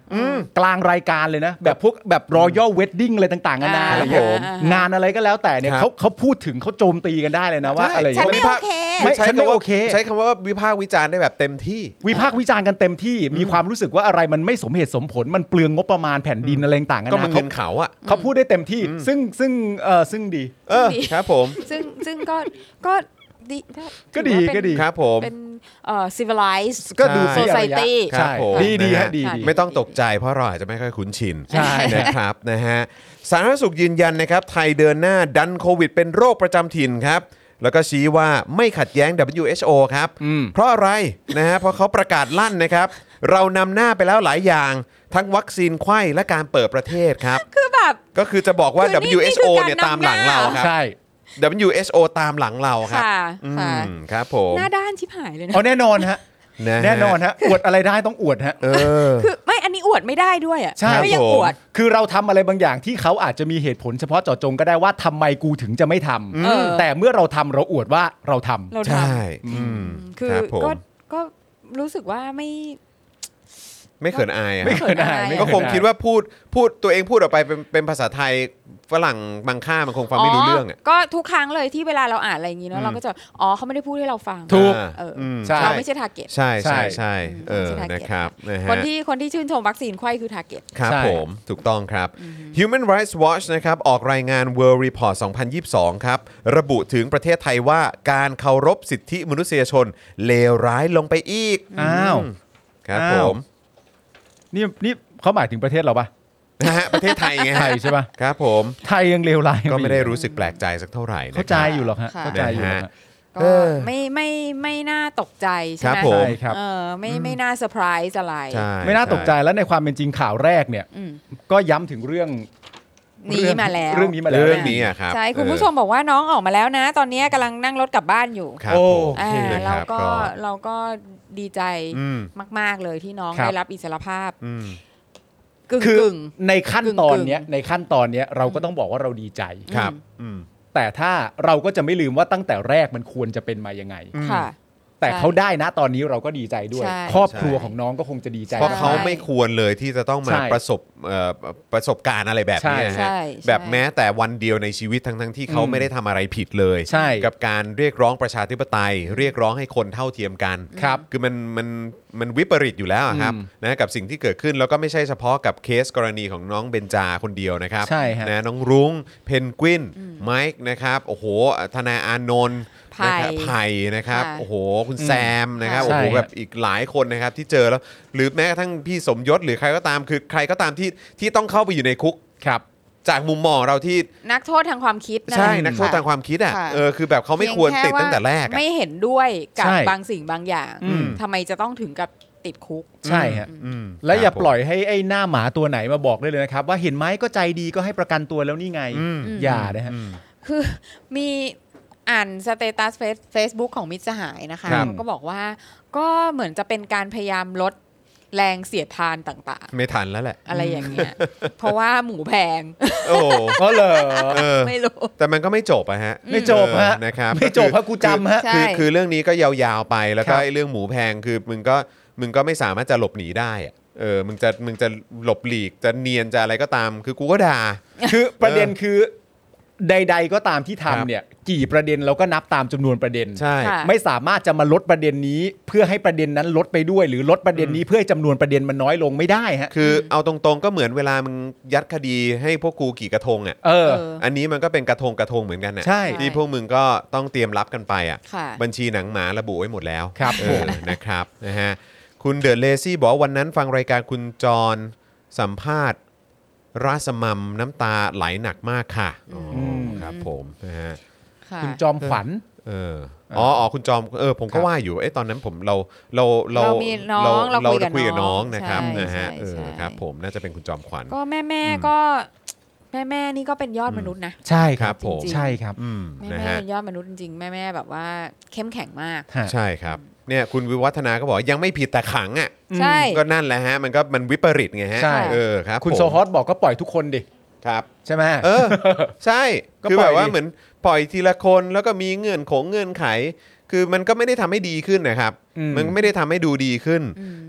Speaker 2: กลางรายการเลยนะ แบบพวกแบบรอยัลเวดดิ้งอะไรต่างๆนานา
Speaker 3: อ่า
Speaker 2: อะไรเงี้ย
Speaker 1: ผม
Speaker 3: อ่
Speaker 2: งานอะไรก็แล้วแต่เนี่ย
Speaker 1: ครับ
Speaker 2: เขาเขาพูดถึงเขาโจมตีกันได้เลยนะว่าอะไรอย่าง
Speaker 3: ฉัน
Speaker 2: เงี้ย
Speaker 3: ไม่โอเค
Speaker 2: ไม่
Speaker 1: ใช้
Speaker 2: ฉันไม่
Speaker 1: คำว่า
Speaker 2: โอเค
Speaker 1: ใช้คำว่าวิพากษ์วิจารณ์ได้แบบเต็มที่
Speaker 2: วิพากษ์วิจารณ์กันเต็มที่มีความรู้สึกว่าอะไรมันไม่สมเหตุสมผลมันเปลืองงบประมาณแผ่นดินอะไรต่างๆนา
Speaker 1: ก็มัน
Speaker 2: นา
Speaker 1: เงิ
Speaker 2: เขา
Speaker 1: นเขาอ่ะ
Speaker 2: เขาพูดได้เต็มที่ ซึ่งซึ่งเออซึ่งดี
Speaker 1: เออ
Speaker 3: ดี
Speaker 1: ครับผม
Speaker 3: ซึ่งซึ่งก็ก็ดี
Speaker 2: ก็ดี
Speaker 3: ถือว่าเป็น
Speaker 2: ก็ดี
Speaker 1: ครับผม
Speaker 3: เป็นเอ่อ civilized
Speaker 2: ก็ดูสิ
Speaker 3: society
Speaker 1: ค
Speaker 2: ใช่
Speaker 1: รับผม
Speaker 2: ดีดี
Speaker 1: น
Speaker 2: ฮะดีดี
Speaker 1: ไม่ต้องตกใจเพราะเราอาจจะไม่ค่อยคุ้นชิน
Speaker 2: ใช่
Speaker 1: นะครับ นะฮะสาธารณสุขยืนยันนะครับ ไทยเดินหน้าดันโควิดเป็นโรคประจำถิ่นครับ แล้วก็ชี้ว่าไม่ขัดแย้ง WHO ครับ เพราะอะไรนะฮะเพราะเขาประกาศลั่นนะครับ เรานำหน้าไปแล้วหลายอย่าง ทั้งวัคซีนไข้และการเปิดประเทศครับ
Speaker 3: คือแบบ
Speaker 1: ก็คือจะบอกว่า
Speaker 3: คือนี่
Speaker 1: WHO เนี่ยตามหลังเราครับ
Speaker 2: ใช่
Speaker 1: WHO ตามหลังเราครับ
Speaker 3: ค่ะ
Speaker 1: อื
Speaker 3: ค่ะ
Speaker 1: มครับผม
Speaker 3: หน้าด้านชิบหายเลยนะ
Speaker 2: เอาแน่นอน
Speaker 1: ะ
Speaker 2: ฮะ
Speaker 1: ฮะ
Speaker 2: แน่นอนฮะอวดอะไรได้ต้องอวดฮะ
Speaker 1: เออ
Speaker 3: คือไม่อันนี้อวดไม่ได้ด้วยอ่ะ
Speaker 2: ใช่
Speaker 3: ก็
Speaker 1: ค
Speaker 3: ยั
Speaker 1: รับผม
Speaker 3: อวด
Speaker 2: คือเราทำอะไรบางอย่างที่เขาอาจจะมีเหตุผลเฉพาะเจาะจงก็ได้ว่าทำไมกูถึงจะไม่ทำ
Speaker 3: เออ
Speaker 2: แต่เมื่อเราทำเราอวดว่าเราทำ
Speaker 3: เราท
Speaker 1: ใช่อืม
Speaker 3: ำคือ
Speaker 1: รับผม
Speaker 3: ก็ก็รู้สึกว่าไม่
Speaker 1: ไม่เขินอายอะ
Speaker 3: ไม่
Speaker 1: ค
Speaker 3: เขิ
Speaker 1: รับ
Speaker 3: น
Speaker 2: ได้
Speaker 3: อาย
Speaker 1: ก็คงคิดว่าพูดพูดตัวเองพูดออกไปเป็นเป็นภาษาไทยฝรั่งบางค่ามันคงฟังไม่รู้เรื่องอ่ะ
Speaker 3: ก็ทุกครั้งเลยที่เวลาเราอ่านอะไรอย่างนี้เนาะเราก็จะอ๋อเขาไม่ได้พูดให้เราฟัง
Speaker 2: ถูก
Speaker 1: อ่า
Speaker 3: เอออ
Speaker 1: ม
Speaker 2: ใช่
Speaker 3: เราไม่ใช่ target
Speaker 1: ใช่ใช่
Speaker 2: ใช่
Speaker 1: ใช่เออ
Speaker 3: ไม่ใช่ target
Speaker 1: นะครับนะฮะ
Speaker 3: คนที่คนที่ชื่นชมวัคซีนไข้คือ target
Speaker 1: ครับ
Speaker 2: ใช่
Speaker 1: ผมถูกต้องครับ Human Rights Watch นะครับออกรายงาน World Report 2022 ครับ ระบุถึงประเทศไทยว่าการเคารพสิทธิมนุษยชน เลวร้ายลงไปอีก
Speaker 2: อ้าว
Speaker 1: ครับ
Speaker 2: อ้า
Speaker 1: ผ
Speaker 2: ว
Speaker 1: ม
Speaker 2: นี่นี่เขาหมายถึงประเทศเราปะ
Speaker 1: นะฮะประเทศไทยไง
Speaker 2: ไทยใช่ปะ
Speaker 1: ครับผม
Speaker 2: ไทยยังเลวร้าย
Speaker 1: ก็ไม่ได้รู้สึกแปลกใจสักเท่าไหร่นะ
Speaker 2: เข้า
Speaker 1: ค
Speaker 2: ใจ
Speaker 1: รับ
Speaker 2: อยู่หรอกฮะ
Speaker 3: ค่ะ
Speaker 2: เข้าใจอยู่หรอก
Speaker 1: เ
Speaker 2: ฮะ
Speaker 1: อ
Speaker 3: ก็
Speaker 1: อ
Speaker 3: ไม่ไม่ไม่น่าตกใจ
Speaker 1: ค
Speaker 3: ใช่
Speaker 1: รับ
Speaker 3: ไหม
Speaker 1: ผม
Speaker 2: ใช่ครับ
Speaker 3: เออไม่ไม่น่าเซอร์ไพรส์อะไร
Speaker 1: ใช่
Speaker 2: ไม่น่าตกใจ
Speaker 1: ช่
Speaker 2: แล้วในความเป็นจริงข่าวแรกเนี่ย
Speaker 3: อืม
Speaker 2: ก็ย้ำถึงเรื่อง
Speaker 3: นี้
Speaker 2: เรื่อง
Speaker 3: มาแล้ว
Speaker 2: เรื่องนี้มาแล้ว
Speaker 1: เรื่องนี้อะครับ
Speaker 3: ใช่ คุณ
Speaker 1: เออ
Speaker 3: ผู้ชมบอกว่าน้องออกมาแล้วนะ ตอนนี้กำลังนั่งรถกลับบ้านอยู่
Speaker 1: ครับผม
Speaker 3: อ่า
Speaker 1: นะค
Speaker 3: เรา
Speaker 1: รับ
Speaker 3: ก็
Speaker 1: ก็
Speaker 3: เราก็ดีใจ
Speaker 1: อืม
Speaker 3: มาก ๆ เลยที่น้อง
Speaker 2: ครับ
Speaker 3: ได้รับอิสรภาพ
Speaker 1: อืม
Speaker 3: กึ่ง
Speaker 2: คือก
Speaker 3: ึ่ง
Speaker 2: ในขั้นตอนเนี้ย
Speaker 3: กึ่งๆ
Speaker 2: ในขั้นตอนเนี้ยเราก็ต้องบอกว่าเราดีใจ
Speaker 1: ครับอืม
Speaker 2: แต่ถ้าเราก็จะไม่ลืมว่าตั้งแต่แรกมันควรจะเป็นมายังไง
Speaker 3: ค่ะ
Speaker 2: แต่
Speaker 3: ใช่
Speaker 2: เขาได้นะตอนนี้เราก็ดีใจด้วย
Speaker 3: ใช่
Speaker 2: ครอบครัวของน้องก็คงจะดีใจ
Speaker 1: เพราะเขาไม่ควรเลยที่จะต้องมา
Speaker 2: ใช่
Speaker 1: ประสบเอ่อประสบการณ์อะไรแบบนี้นะ
Speaker 3: ใช่
Speaker 1: ฮะ
Speaker 3: ใช่
Speaker 1: แบบแม้แต่วันเดียวในชีวิตทั้งทั้งๆที่เขา
Speaker 2: อืม
Speaker 1: ไม่ได้ทำอะไรผิดเลย
Speaker 2: ใช่
Speaker 1: กับการเรียกร้องประชาธิปไตย เรียกร้องให้คนเท่าเทียมกัน
Speaker 2: ครับ
Speaker 1: อมันมันมันวิปริตอยู่แล้วอะครับ
Speaker 2: อืม
Speaker 1: นะกับสิ่งที่เกิดขึ้นแล้วก็ไม่ใช่เฉพาะกับเคสกรณีของน้องเบนจาคนเดียวนะครับ
Speaker 2: ใช่ฮะ
Speaker 1: นะน้องรุง้งเพนกวินไมค์นะครับโอ้โหธนาอานนท์นะครับ
Speaker 3: ไผ่
Speaker 1: ไผ่นะครับ
Speaker 3: ค่ะ
Speaker 1: โอ้โหคุณ
Speaker 2: อืม
Speaker 1: แซมนะครับ
Speaker 3: ใช่
Speaker 1: โอ้โห
Speaker 2: ฮะ
Speaker 1: แบบ อีกหลายคนนะครับที่เจอแล้ว หรือแม้กระทั่งพี่สมยศหรือใครก็ตามคือใครก็ตามที่ที่ต้องเข้าไปอยู่ในคุก
Speaker 2: ครับ
Speaker 1: จากมุมมองเราที่
Speaker 3: นักโทษทางความคิดะ
Speaker 1: ใช่
Speaker 3: คะ
Speaker 1: นักโทษทางความคิดอ่ะ
Speaker 3: ค่ะ
Speaker 1: เออคือแบบเขาไม่ควรติดตั้งแต่แรกอะ
Speaker 3: เพียงค่ว่าไม่เห็นด้วยกับ
Speaker 2: ใช่
Speaker 3: บางสิ่งบางอย่าง
Speaker 2: อืม
Speaker 3: ทำไมจะต้องถึงกับติดคุก
Speaker 2: ใช่ฮะ
Speaker 1: อืม
Speaker 2: และอย่า
Speaker 1: ครับผม
Speaker 2: ปล่อยให้ไอ้หน้าหมาตัวไหนมาบอกได้เลยนะครับ ว่าเห็นไหมก็ใจดีก็ให้ประกันตัวแล้วนี่ไง
Speaker 1: อืม
Speaker 2: อย่านะฮะ
Speaker 1: อืม
Speaker 3: คือมีอ่านสเตตัสเฟซบุ๊กของมิตรสหายนะคะ
Speaker 1: ครับ
Speaker 3: เขาก็บอกว่าก็เหมือนจะเป็นการพยายามลดแรงเสียดทานต่าง
Speaker 1: ไม่ทันแล้วแหละ
Speaker 3: ๆ อะไรอย่างเงี้ย เพราะว่าหมูแพง
Speaker 1: โอ้โห
Speaker 2: ก็เลย
Speaker 1: เออ
Speaker 3: ไม่รู้
Speaker 1: แต่มันก็ไม่จบอะฮะ
Speaker 2: ไม่จบฮะ
Speaker 1: เออนะครับ
Speaker 2: ไม่จบพระกูจำฮะ
Speaker 3: ใช่
Speaker 1: คือคือคือเรื่องนี้ก็ยาวๆไปแล้วก็
Speaker 2: ครับ
Speaker 1: ไอ้เรื่องหมูแพงคือมึงก็มึงก็ไม่สามารถจะหลบหนีได้อะเออมึงจะมึงจะหลบหลีกจะเนียนจะอะไรก็ตาม คือกูก็ด่า
Speaker 2: คือประเด็นคือใด ๆ ก็ตามที่
Speaker 1: ครับ
Speaker 2: ทำเนี่ย กี่ประเด็นเราก็นับตามจำนวนประเด็น
Speaker 1: ใช่
Speaker 3: ค่ะ
Speaker 2: ไม่สามารถจะมาลดประเด็นนี้ เพื่อให้ประเด็นนั้นลดไปด้วย หรือลดประเด็นนี้เพื่อให้จำนวนประเด็นมันน้อยลงไม่ได้ฮะ
Speaker 1: คือเอาตรงๆก็เหมือนเวลามึงยัดคดีให้พวกกูกี่กระทงอ่ะ
Speaker 2: เออ
Speaker 3: เออ
Speaker 1: อันนี้มันก็เป็นกระทงกระทงเหมือนกันน่ะ
Speaker 2: ใช่
Speaker 1: ที่พวกมึงก็ต้องเตรียมรับกันไปอ่ะ
Speaker 3: ค่ะ
Speaker 1: บัญชีหนังหมาระบุไว้หมดแล้ว
Speaker 2: ครับ
Speaker 1: เอ
Speaker 2: ผ
Speaker 1: อ
Speaker 2: ม
Speaker 1: นะครับ นะฮะคุณเดอะเลซี่บอกว่าวันนั้นฟังรายการคุณจรสัมภาษณ์ราสมัมน้ำตาไหลหนักมากค่ะอ๋ออ
Speaker 2: ม
Speaker 1: ครับผมนะฮะ
Speaker 3: ค่ะ
Speaker 2: คุณจอมขวัญ
Speaker 1: เอออ๋ออ๋อคุณจอมเออผมก็ว่าอยู่เอ้ตอนนั้นผมเราเราเรา
Speaker 3: เรามีน้องเราคุยกับ
Speaker 1: คุยกับน้อง
Speaker 3: น้อง
Speaker 1: นะครับ
Speaker 3: ใช่
Speaker 1: นะฮะ
Speaker 3: ใช่
Speaker 1: เออ
Speaker 3: ใช่
Speaker 1: ครับผมน่าจะเป็นคุณจอมขวัญ
Speaker 3: ก็แม่แม่ๆก็ แม่แม่ๆนี่ก็เป็นยอดมนุษย์นะ
Speaker 2: ใช่ค
Speaker 1: ค
Speaker 2: รับ
Speaker 1: รับผม
Speaker 2: ใช่ครับ
Speaker 1: อืม
Speaker 3: แม่
Speaker 1: นะ
Speaker 3: แม่
Speaker 1: ฮะ
Speaker 3: เป็นยอดมนุษย์จริงๆ แม่แม่แบบว่าเข้มแข็งมาก
Speaker 2: ฮะ
Speaker 1: ใช่ครับเนี่ยคุณวิวัฒนาก็บอกยังไม่ผิดแต่ขังอ่ะ
Speaker 2: อืม
Speaker 3: ใช่
Speaker 1: ก็นั่นแหละฮะ มันก็มันวิปริตไงฮะ
Speaker 2: ใช่
Speaker 1: เออครับ
Speaker 2: คุณ
Speaker 1: ผม
Speaker 2: โซฮอตบอกก็ปล่อยทุกคนดิ
Speaker 1: ครับ
Speaker 2: ใช่ไหม
Speaker 1: เออ ใช่
Speaker 2: ก็
Speaker 1: คือแบบว่า
Speaker 2: ปล่อยดิ
Speaker 1: เหมือนปล่อยทีละคนแล้วก็มีเงื่อนของเงื่อนไข คือมันก็ไม่ได้ทำให้ดีขึ้นนะครับ มันไม่ได้ทำให้ดูดีขึ้น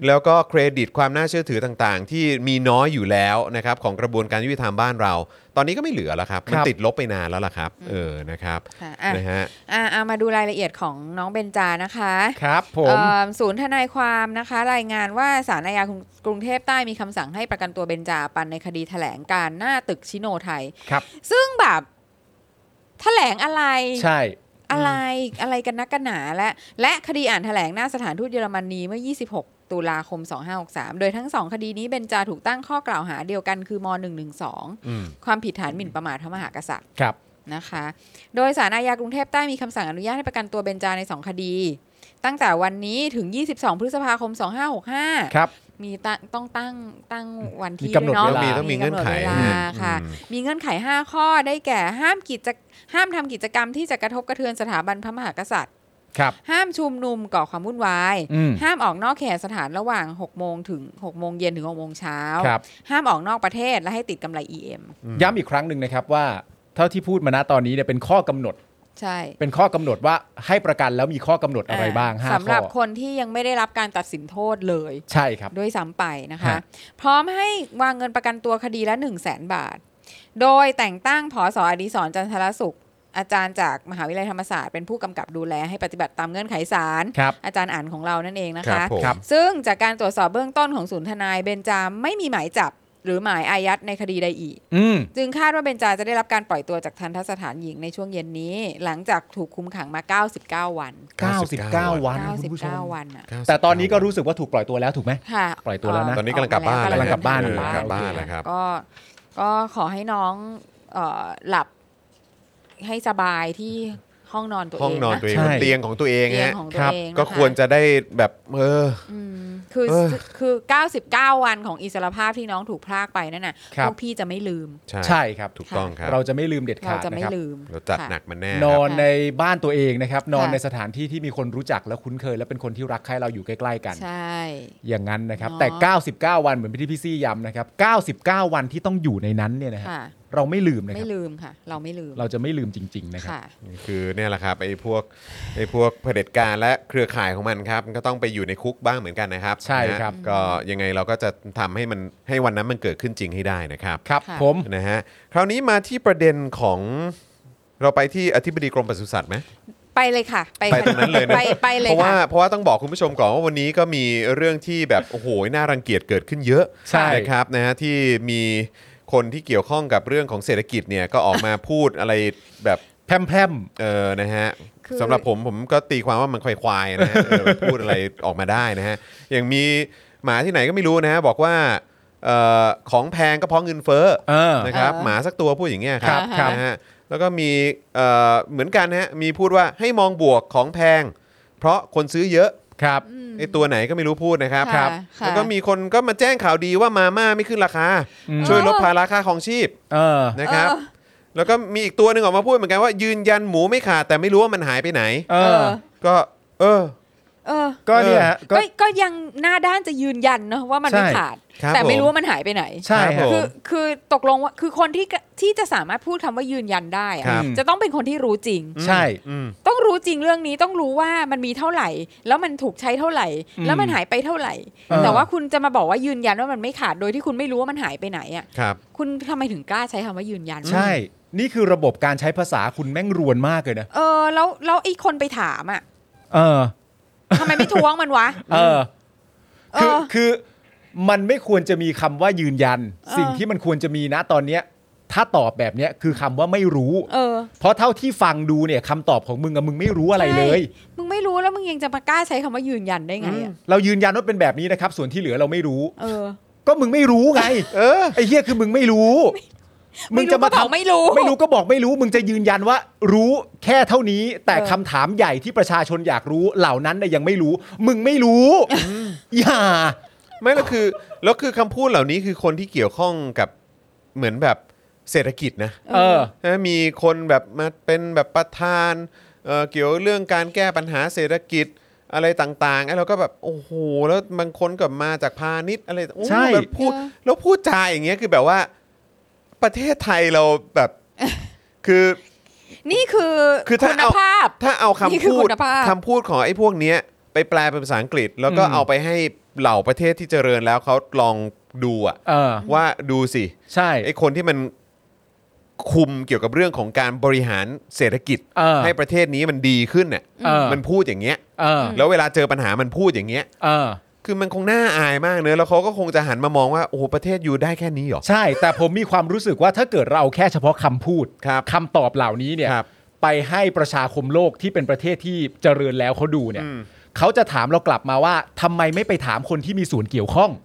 Speaker 1: แล้วก็เครดิตความน่าเชื่อถือต่างๆ ที่มีน้อยอยู่แล้วนะครับของกระบวนการยุติธรรมบ้านเรา ตอนนี้ก็ไม่เหลือแล้วครับมันติดลบไปนานแล้วล่ะครับ เออนะครับ
Speaker 3: ค่ะอ่ะ
Speaker 1: นะฮะ
Speaker 3: อ่ะเอามาดูรายละเอียดของน้องเบนจานะคะ
Speaker 2: ครับผม
Speaker 3: เอ่อศูนย์ทนายความนะคะ รายงานว่าสารอาญากรุงกรุงเทพใต้มีคำสั่งให้ประกันตัวเบนจาปันในคดีแถลงการหน้าตึกชิโนไทย
Speaker 2: ครับ
Speaker 3: ซึ่งแบบแถลงอะไร
Speaker 2: ใช่
Speaker 3: อะไรอะไรกันนักกันหนาและ และคดีอ่านแถลงหน้าสถานทูตเยอรมนีเมื่อ 26 ตุลาคม 2563 โดยทั้งสองคดีนี้เบนจาถูกตั้งข้อกล่าวหาเดียวกันคือม
Speaker 1: อืม
Speaker 3: .112 ความผิดฐานหมิ่นประมาทพระมหากษัตริย์
Speaker 2: ครับ
Speaker 3: นะคะ โดยสารอาญากรุงเทพใต้มีคำสั่งอนุญาตให้ประกันตัวเบนจาใน 2 คดี ตั้งแต่วันนี้ถึง 22 พฤษภาคม 2565
Speaker 2: ครับ
Speaker 3: มีตั้งต้องตั้งตั้งวันที่
Speaker 2: มีกำหนด
Speaker 3: วย
Speaker 2: เวลา
Speaker 3: เนาะ
Speaker 2: มี
Speaker 1: ต้องมีเงื่อนไข
Speaker 3: กำหดเวลาค่ะ
Speaker 1: อืม
Speaker 3: มีเงื่อนไข 5 ข้อได้แก่ห้ามกิจห้ามทำกิจกรรมที่จะกระทบกระเทือนสถาบันพระมหากษัตริย์
Speaker 2: ครับ
Speaker 3: ห้ามชุมนุมก่อความวุ่นวาย
Speaker 2: อืม
Speaker 3: ห้ามออกนอกเขตสถานระหว่าง6โมงถึง6โมงเย็นถึง6โมงเช้า
Speaker 2: ครับ
Speaker 3: ห้ามออกนอกประเทศและให้ติดกำไร EM
Speaker 2: ย้ำอีกครั้งหนึ่งนะครับว่า เท่าที่พูดมานะตอนนี้เนี่ยเป็นข้อกำหนด
Speaker 3: ใช่
Speaker 2: เป็นข้อกำหนดว่าให้ประกันแล้วมีข้อกำหนดอะไรบ้างห้า
Speaker 3: สำห
Speaker 2: ข้
Speaker 3: รับ
Speaker 2: อ
Speaker 3: คนที่ยังไม่ได้รับการตัดสินโทษเลย
Speaker 2: ใช่ครับ
Speaker 3: ด้วยซ้ำไปนะคะ
Speaker 2: ฮะ
Speaker 3: พร้อมให้วางเงินประกันตัวคดีละ 1 0 0 0 0แสนบาท โดยแต่งตั้งผอสอดีสรจันทรสุข อาจารย์จากมหาวิทยาลัยธรรมศาสตร์เป็นผู้กำกับดูแลให้ปฏิบัติตามเงื่อนไขศาล
Speaker 2: ครับ
Speaker 3: อาจารย์อ่านของเรานั่นเองนะ
Speaker 1: ครั
Speaker 3: คะ
Speaker 1: บผม
Speaker 2: ครับ
Speaker 3: ซึ่งจากการตรวจสอบเบื้องต้นของศูนย์ทนายเบนจามไม่มีหมายจับหรือหมายอายัดในคดีใดอีก
Speaker 2: อืม
Speaker 3: จึงคาดว่าเบนจาจะได้รับการปล่อยตัวจากทันทสถานหญิงในช่วงเย็นนี้ หลังจากถูกคุมขังมา 99 วัน
Speaker 2: 99 วันคุณผู้ชม
Speaker 3: 99 วันอะ
Speaker 2: แต่ตอนนี้ก็รู้สึกว่าถูกปล่อยตัวแล้วถูกไหม
Speaker 3: ค่ะ
Speaker 2: ปล่อยตัวแล้วนะ
Speaker 1: ตอนนี้กำลังกลับบ้าน
Speaker 3: ออ
Speaker 2: แล้วกำลังกลับบ้าน
Speaker 3: เออก
Speaker 1: ลับบ้านแล้วครับ
Speaker 3: ก็ก็ขอให้น้องเอ่อหลับให้สบายที่ห้องนอนตัวเอง
Speaker 1: ห้องนอนตัวเอง
Speaker 2: ใช่
Speaker 1: บนเตียงของตัวเอง
Speaker 3: เตียง
Speaker 1: ฮะ
Speaker 3: ของ
Speaker 2: ค
Speaker 3: ตั
Speaker 2: รั
Speaker 3: ว
Speaker 2: บ
Speaker 3: เองน
Speaker 1: ก็ควรจะได้แบบเออ
Speaker 3: อืมคือ
Speaker 1: เออ
Speaker 3: คือ 99 วันของอิสรภาพที่น้องถูกพรากไปนั่นน่ะ
Speaker 2: ครับ
Speaker 3: พวกพี่จะไม่ลืม
Speaker 1: ใช่
Speaker 2: ใช่ครับ
Speaker 1: ถูกต้องครับ
Speaker 2: เราจะไม่ลืมเด็ด
Speaker 3: เรา
Speaker 2: ขาด
Speaker 3: จะ
Speaker 2: นะ
Speaker 3: ไม่
Speaker 2: ครับ
Speaker 3: ลืม
Speaker 1: เราจัด
Speaker 3: ค่ะ
Speaker 1: หนักมันแน่
Speaker 2: นอ
Speaker 1: คน
Speaker 2: ในบ้านตัวเองนะครับ นอน
Speaker 3: ค่ะ
Speaker 2: ในสถานที่ที่มีคนรู้จักและคุ้นเคย และเป็นคนที่รักใคร่เราอยู่ใกล้ ๆ กัน
Speaker 3: ใช่
Speaker 2: อย่างนั้นนะครับ
Speaker 3: เนาะ
Speaker 2: แต่ 99 วันเหมือนที่พี่ซี่ย้ำนะครับ 99 วันที่ต้องอยู่ในนั้นเนี่ยนะฮะ
Speaker 3: ค่ะ
Speaker 2: เราไม่ลืมนะค
Speaker 3: ไม่
Speaker 2: รับ
Speaker 3: ลืมค่ะ เราไม่ลืม
Speaker 2: เราจะไม่ลืมจริง ๆ นะครับ
Speaker 3: ค่ะ
Speaker 1: คือเนี่ยแหละครับไอ้พวกไอ้พวกเผด็จการและเครือข่ายของมันครับมันก็ต้องไปอยู่ในคุกบ้างเหมือนกันนะครับ
Speaker 2: ใช่ครับ
Speaker 1: นะฮะก็ยังไงเราก็จะทำให้มันให้วันนั้นมันเกิดขึ้นจริงให้ได้นะครับ
Speaker 2: ครับ
Speaker 3: ค่ะ
Speaker 2: ผม
Speaker 1: นะฮะคราวนี้มาที่ประเด็นของเราไปที่อธิบดีกรมปศุสัตว์ไหม
Speaker 3: ไปเลยค่ะ ไป
Speaker 1: ไปตรงนั้นเลยนะ
Speaker 3: ไปไปเลย
Speaker 1: เพราะว่า
Speaker 3: ค่ะ
Speaker 1: เพราะว่าต้องบอกคุณผู้ชมก่อนว่าวันนี้ก็มีเรื่องที่แบบโอ้โหน่ารังเกียจเกิดขึ้นเยอะ
Speaker 2: ใช่
Speaker 1: นะครับนะฮะที่มีคนที่เกี่ยวข้องกับเรื่องของเศรษฐกิจเนี่ยก็ออกมาพูดอะไรแบบ
Speaker 2: แพร่มแพร่ม
Speaker 1: เออนะฮะ
Speaker 3: คือ
Speaker 1: สำหรับผมผมก็ตีความว่ามันควายๆนะฮ ะเออมันพูดอะไรออกมาได้นะฮะอย่างมีหมาที่ไหนก็ไม่รู้นะฮะบอกว่าเอ่อของแพงก็เพราะเงินเฟ้อ นะครับ
Speaker 3: เออ
Speaker 1: หมาสักตัวพูดอย่างเงี้ยครับ
Speaker 3: ครับ
Speaker 1: นะฮะแล้วก็มีเอ่อเหมือนกันนะฮะมีพูดว่าให้มองบวกของแพง เพราะคนซื้อเยอะ
Speaker 2: ครับ
Speaker 1: ไอตัวไหนก็ไม่รู้พูดนะครับ
Speaker 3: ค่ะครับค่ะ
Speaker 1: แล้วก็มีคนก็มาแจ้งข่าวดีว่ามาม่าไม่ขึ้นราคา
Speaker 2: อืม
Speaker 1: ช่วยลดภาระค่าของชีพ
Speaker 2: เออ
Speaker 1: นะครับ
Speaker 3: เออ
Speaker 1: แล้วก็มีอีกตัวหนึ่งออกมาพูดเหมือนกันว่ายืนยันหมูไม่ขาดแต่ไม่รู้ว่ามันหายไปไหน
Speaker 2: เอ
Speaker 3: เอ
Speaker 2: อ
Speaker 3: อ
Speaker 1: ก็เออ
Speaker 3: เออ
Speaker 2: ก็เนี่ยฮะก็
Speaker 3: ก็ก็ยังหน้าด้านจะยืนยันเนอะว่ามันไม่
Speaker 2: ใช่
Speaker 3: ขาด
Speaker 1: ครับ
Speaker 3: แต่
Speaker 1: ผ
Speaker 3: ไม่
Speaker 1: ม
Speaker 3: รู้ว่ามันหายไปไหน
Speaker 2: ใช่
Speaker 1: ครับผม
Speaker 2: ฮะ
Speaker 3: คือคือตกลงว่าคือคนที่ที่จะสามารถพูดคำว่ายืนยันได้อะ
Speaker 1: ครับ
Speaker 3: จะต้องเป็นคนที่รู้จริง
Speaker 2: ใช่
Speaker 1: อืม
Speaker 3: ต้องรู้จริงเรื่องนี้ต้องรู้ว่ามันมีเท่าไหร่ แล้วมันถูกใช้เท่าไหร่
Speaker 2: อืม
Speaker 3: แล้วมันหายไปเท่าไหร่
Speaker 2: เออ
Speaker 3: แต่ว่าคุณจะมาบอกว่ายืนยันว่ามันไม่ขาดโดยที่คุณไม่รู้ว่ามันหายไปไหนอ่ะ
Speaker 1: ครับ
Speaker 3: คุณทำไมถึงกล้าใช้คำว่ายืนยัน
Speaker 2: ใช่ นี่คือระบบการใช้ภาษาคุณแม่งรวนมากเลยนะ
Speaker 3: เออแล้วแล้วไอ้คนไปถามอ่ะ
Speaker 2: เออ
Speaker 3: ทำไมไม่ทวงมันวะ
Speaker 2: เออ
Speaker 3: เอ
Speaker 2: คือ
Speaker 3: อ
Speaker 2: คือมันไม่ควรจะมีคำว่ายืนยัน
Speaker 3: เออ
Speaker 2: สิ่งที่มันควรจะมีนะตอนเนี้ย ถ้าตอบแบบเนี้ยคือคำว่าไม่รู้
Speaker 3: เออ
Speaker 2: เพราะเท่าที่ฟังดูเนี่ยคำตอบของมึงอะมึงไม่รู้อะไรเลย
Speaker 3: ใช่มึงไม่รู้แล้วมึงยังจะมากล้าใช้คำว่ายืนยันได้ไงอะ
Speaker 2: เรายืนยันว่าเป็นแบบนี้นะครับ ส่วนที่เหลือเราไม่รู้
Speaker 3: เออ
Speaker 2: ก็มึงไม่รู้ไง
Speaker 1: เออ
Speaker 2: ไอ้เหี้ยคือมึงไม่รู้
Speaker 3: ไม่รู้ก็บอกไม่รู้
Speaker 2: ไม่รู้ก็บอกไม่รู้ มึงจะยืนยันว่า รู้แค่เท่านี้ แต่
Speaker 3: เออ
Speaker 2: คำถามใหญ่ที่ประชาชนอยากรู้ เหล่านั้นน่ยยังไม่รู้ มึงไม่รู้อย่า
Speaker 1: ไม่แล้วคือแล้วคือคำพูดเหล่านี้คือคนที่เกี่ยวข้องกับเหมือนแบบเศรษฐกิจนะ
Speaker 2: เออ
Speaker 1: นะมีคนแบบมาเป็นแบบประธานเอ่อเกี่ยวเรื่องการแก้ปัญหาเศรษฐกิจอะไรต่างๆไอ้เราก็แบบโอ้โหแล้วบางคนก็มาจากพาณิชย์อะไรโอ้โห
Speaker 2: ใช่
Speaker 1: แบบพูด
Speaker 3: เออ
Speaker 1: แล้วพูดจาอย่างเงี้ยคือแบบว่าประเทศไทยเราแบบ คือ
Speaker 3: นี่คือ
Speaker 1: คือถ้า
Speaker 3: คุณ
Speaker 1: เอา
Speaker 3: ภาพ
Speaker 1: ถ้าเอา
Speaker 3: นี่
Speaker 1: คำ
Speaker 3: คือ
Speaker 1: พู
Speaker 3: คุ
Speaker 1: ด
Speaker 3: ณภาพ
Speaker 1: คำพูดของไอ้พวกเนี้ยไปแปลเป็นภาษาอังกฤษ แล้วก็
Speaker 2: อืม
Speaker 1: เอาไปให้เหล่าประเทศที่เจริญแล้วเขาลองดูอะ
Speaker 2: เออ
Speaker 1: ว่าดูสิ
Speaker 2: ใช่
Speaker 1: ไอ้คนที่มันคุมเกี่ยวกับเรื่องของการบริหารเศรษฐกิจ
Speaker 2: เออ
Speaker 1: ให้ประเทศนี้มันดีขึ้นเนี่ย
Speaker 2: เออ
Speaker 1: มันพูดอย่างเงี้ย
Speaker 2: เออ
Speaker 1: แล้วเวลาเจอปัญหามันพูดอย่างเงี้ย
Speaker 2: เออ
Speaker 1: คือมันคงน่าอายมากเนอะแล้วเขาก็คงจะหันมามองว่า โอ้โหประเทศอยู่ได้แค่นี้เหรอ
Speaker 2: ใช่ แต่ผมมีความรู้สึกว่าถ้าเกิดเราแค่เฉพาะคำพูด
Speaker 1: ครับ
Speaker 2: คำตอบเหล่านี้เนี่ย
Speaker 1: ครับ
Speaker 2: ไปให้ประชาคมโลกที่เป็นประเทศที่เจริญแล้วเขาดูเนี่ยเขาจะถามเรากลับมาว่าทำไมไม่ไปถามคนที่มีส่วนเกี่ยวข้อง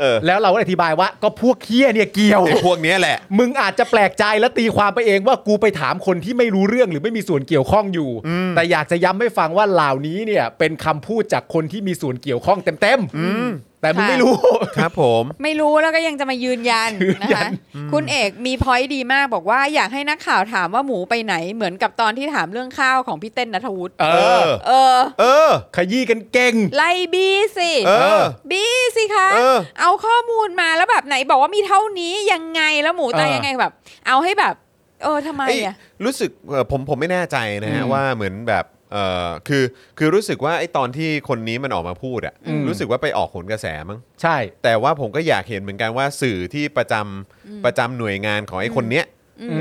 Speaker 1: เออ
Speaker 2: แล้วเราก็อธิบายว่าก็พวกเคี้ยเนี่ยเกี่ยว
Speaker 1: ไอ้พวกเนี้ยแหละ
Speaker 2: มึงอาจจะแปลกใจและตีความไปเองว่ากูไปถามคนที่ไม่รู้เรื่องหรือไม่มีส่วนเกี่ยวข้องอยู่ แต่อยากจะย้ำให้ฟังว่าเหล่านี้เนี่ย เป็นคำพูดจากคนที่มีส่วนเกี่ยวข้องเต็มๆแต่มึงไม่รู้
Speaker 1: ครับผม
Speaker 3: ไม่รู้แล้วก็ยังจะมายืนยันนะคะคุณเอกมีพอยต์ดีมากบอกว่าอยากให้นักข่าวถามว่าหมูไปไหนเหมือนกับตอนที่ถามเรื่องข้าวของพี่เต้นนัทวุฒิ
Speaker 2: เอ
Speaker 1: เอ
Speaker 2: อ
Speaker 1: อ
Speaker 3: เออ
Speaker 1: เออ
Speaker 2: ขยี้กันเก่ง
Speaker 3: ไล่บีสิ
Speaker 1: เออ
Speaker 3: บีสิคะ
Speaker 1: เออ
Speaker 3: เอาข้อมูลมาแล้วแบบไหนบอกว่ามีเท่านี้ยังไงแล้วหมูตาย
Speaker 2: เออ
Speaker 3: ยังไงแบบ เอาให้แบบ เออทำไม
Speaker 1: ไอ้
Speaker 3: อ่ะ
Speaker 1: รู้สึกเอ่อผมผมไม่แน่ใจนะฮะ
Speaker 2: อืม
Speaker 1: ว่าเหมือนแบบเออคือคือรู้สึกว่าไอ้ตอนที่คนนี้มันออกมาพูดอะ
Speaker 2: อืม
Speaker 1: รู้สึกว่าไปออกขนกระแสมั้ง
Speaker 2: ใช่
Speaker 1: แต่ว่าผมก็อยากเห็นเหมือนกันว่าสื่อที่ประจำประจำหน่วยงานของไอ้คนเนี้ย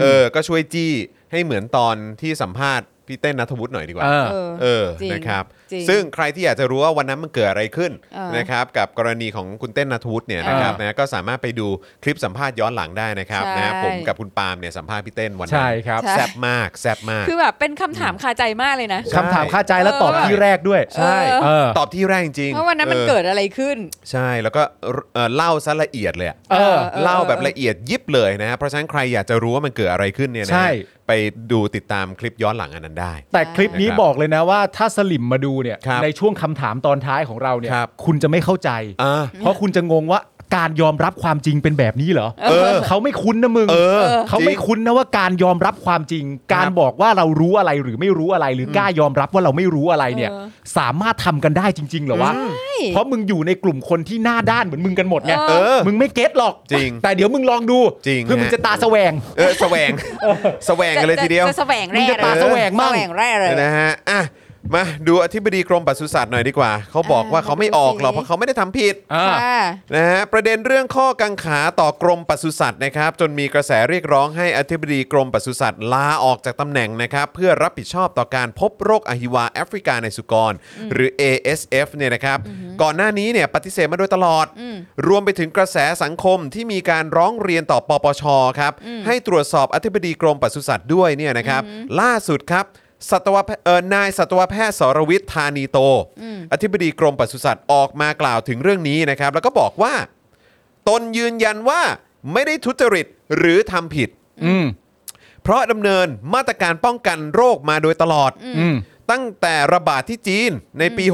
Speaker 1: เออ ก็ช่วยจี้ให้เหมือนตอนที่สัมภาษณ์พี่เต้นนัทวุฒิหน่อยดีกว่า
Speaker 2: เออ
Speaker 3: เออ
Speaker 1: เออ
Speaker 3: จริง
Speaker 1: นะครับ
Speaker 3: จริง
Speaker 1: ซึ่งใครที่อยากจะรู้ว่าวันนั้นมันเกิดอะไรขึ้น
Speaker 3: เออ
Speaker 1: นะครับ กับกรณีของคุณเต้นนัทวุฒิเนี่ยนะครับ
Speaker 2: เออ
Speaker 1: นะก็สามารถไปดูคลิปสัมภาษณ์ย้อนหลังได้นะครับ
Speaker 3: ใช่
Speaker 1: นะผมกับคุณปาล์มเนี่ยสัมภาษณ์พี่เต้นวันนั้น
Speaker 2: ใช่ครับ
Speaker 1: แซบมากแซบมาก
Speaker 3: คือแบบเป็นคำถามคาใจมากเลยนะ
Speaker 1: ใช่
Speaker 2: คำถามคาใจและตอบที่แรกด้วย
Speaker 3: ใช่
Speaker 2: เออ
Speaker 1: ตอบที่แรกจริง
Speaker 3: เพราะวันนั้นมัน
Speaker 1: ออ
Speaker 3: เกิดอะไรขึ้น
Speaker 1: ใช่แล้วก็เอ่อเล่าซะละเอียดเลยอะ
Speaker 2: เออ
Speaker 3: เออ
Speaker 1: เล่าแบบละเอียดยิบเลยนะฮะเพราะฉะนั้นใครอยากจะรู้ว่ามันเกิดอะไรขึ้นเนี่ยนะ
Speaker 2: ใช่
Speaker 1: ฮะไปดูติดตามคลิปย้อนหลังอันนั้นได้
Speaker 2: แต่คลิปนี้
Speaker 1: นะครับ
Speaker 2: บอกเลยนะว่าถ้าสลิมมาดูเนี่ย
Speaker 1: ครับ
Speaker 2: ในช่วงคำถามตอนท้ายของเราเนี่ย
Speaker 1: ครับ
Speaker 2: คุณจะไม่เข้าใจ
Speaker 1: อ่า
Speaker 2: เพราะคุณจะงงว่า การยอมรับความจริงเป็นแบบนี้เหรอ
Speaker 1: เออ
Speaker 2: เขาไม่คุ้นนะมึง
Speaker 1: เออ
Speaker 2: เขา
Speaker 1: จ
Speaker 2: ไม่
Speaker 1: ริง
Speaker 2: คุ้นนะว่าการยอมรับความจริง การบอกว่าเรารู้อะไรหรือไม่รู้อะไร หรือกล้ายอมรับว่าเราไม่รู้อะไรเนี่ย
Speaker 3: เออ
Speaker 2: สามารถทำกันได้จริง ๆเหรอวะ เพราะมึงอยู่ในกลุ่มคนที่หน้าด้านเหมือนมึงกันหมดไง
Speaker 1: เออ
Speaker 2: มึงไม่เก็ตหรอก
Speaker 1: จริง
Speaker 2: แต่เดี๋ยวมึงลองดู
Speaker 1: จริง
Speaker 2: เพื่อมึง
Speaker 1: ฮะ
Speaker 2: จะตาแสว่าง
Speaker 1: เออแสวงแสวงกันเลยทีเดียว
Speaker 3: จะจะแสวงแร่
Speaker 2: มึงจะ
Speaker 3: เลย
Speaker 2: ตาแสวงมั่ง
Speaker 3: แสวงแร่เลย
Speaker 1: นะฮะ อ่ะ มาดูอธิบดีกรมปศุสัตว์หน่อยดีกว่า เขาบอกว่า
Speaker 3: อ่า
Speaker 1: เขาไม่ออกหรอก
Speaker 3: ดูสิ
Speaker 1: เพราะเขาไม่ได้ทำผิด
Speaker 2: อ่า
Speaker 3: ค่ะ
Speaker 1: นะฮะ ประเด็นเรื่องข้อกังขาต่อกรมปศุสัตว์นะครับ จนมีกระแสเรียกร้องให้อธิบดีกรมปศุสัตว์ลาออกจากตำแหน่งนะครับ เพื่อรับผิดชอบต่อการพบโรคอหิวาแอฟริกาในสุกร หรือ ASF เนี่ยนะครับ ก่อนหน้านี้เนี่ยปฏิเสธมาโดยตลอด รวมไปถึงกระแสสังคมที่มีการร้องเรียนต่อปปชครับ ให้ตรวจสอบอธิบดีกรมปศุสัตว์ด้วยเนี่ยนะครับ ล่าสุดครับ สัตวแพทย์เอ่อนายสัตวแพทย์สรวิทย์ธานีโต อธิบดีกรมปศุสัตว์ออกมากล่าวถึงเรื่องนี้นะครับ แล้วก็บอกว่า ตนยืนยันว่าไม่ได้ทุจริตหรือทำผิด
Speaker 2: อืม
Speaker 1: เพราะดำเนินมาตรการป้องกันโรคมาโดยตลอด
Speaker 2: อืม
Speaker 1: ตั้งแต่ระบาดที่จีนในปี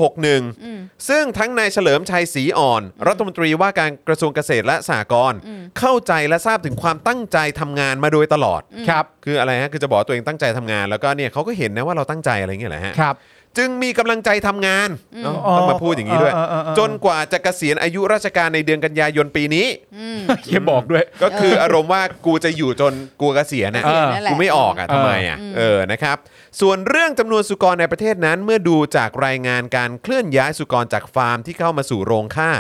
Speaker 1: 61 ซึ่งทั้งนายเฉลิมชัยศรีอ่อน รัฐมนตรีว่าการกระทรวงเกษตรและสหกรณ์เข้าใจและทราบถึงความตั้งใจทำงานมาโดยตลอด
Speaker 2: ครับ
Speaker 1: คืออะไรฮะ คือจะบอกว่าตัวเองตั้งใจทำงาน แล้วก็เนี่ยเขาก็เห็นนะว่าเราตั้งใจอะไรเงี้ยแหละฮะ
Speaker 2: ครับ
Speaker 1: จึงมีกำลังใจทำงานเอ้าต้องมาพูดอย่างนี้ด้วย
Speaker 2: เออเออเออ
Speaker 1: จนกว่าจะเกษียณอายุราชการในเดือนกันยายนปีนี้
Speaker 2: เฮียบอกด้วย
Speaker 1: ก็คืออารมณ์ว่ากูจะอยู่จนกูเกษียณนะ
Speaker 3: เกษียณนั่นแหละ
Speaker 1: กูไม่ออกอ่ะ
Speaker 2: เออ
Speaker 1: ทำไมอ่ะเออนะครับ ส่วนเรื่องจำนวนสุกรในประเทศนั้น เมื่อดูจากรายงานการเคลื่อนย้ายสุกรจากฟาร์มที่เข้ามาสู่โรงฆ่า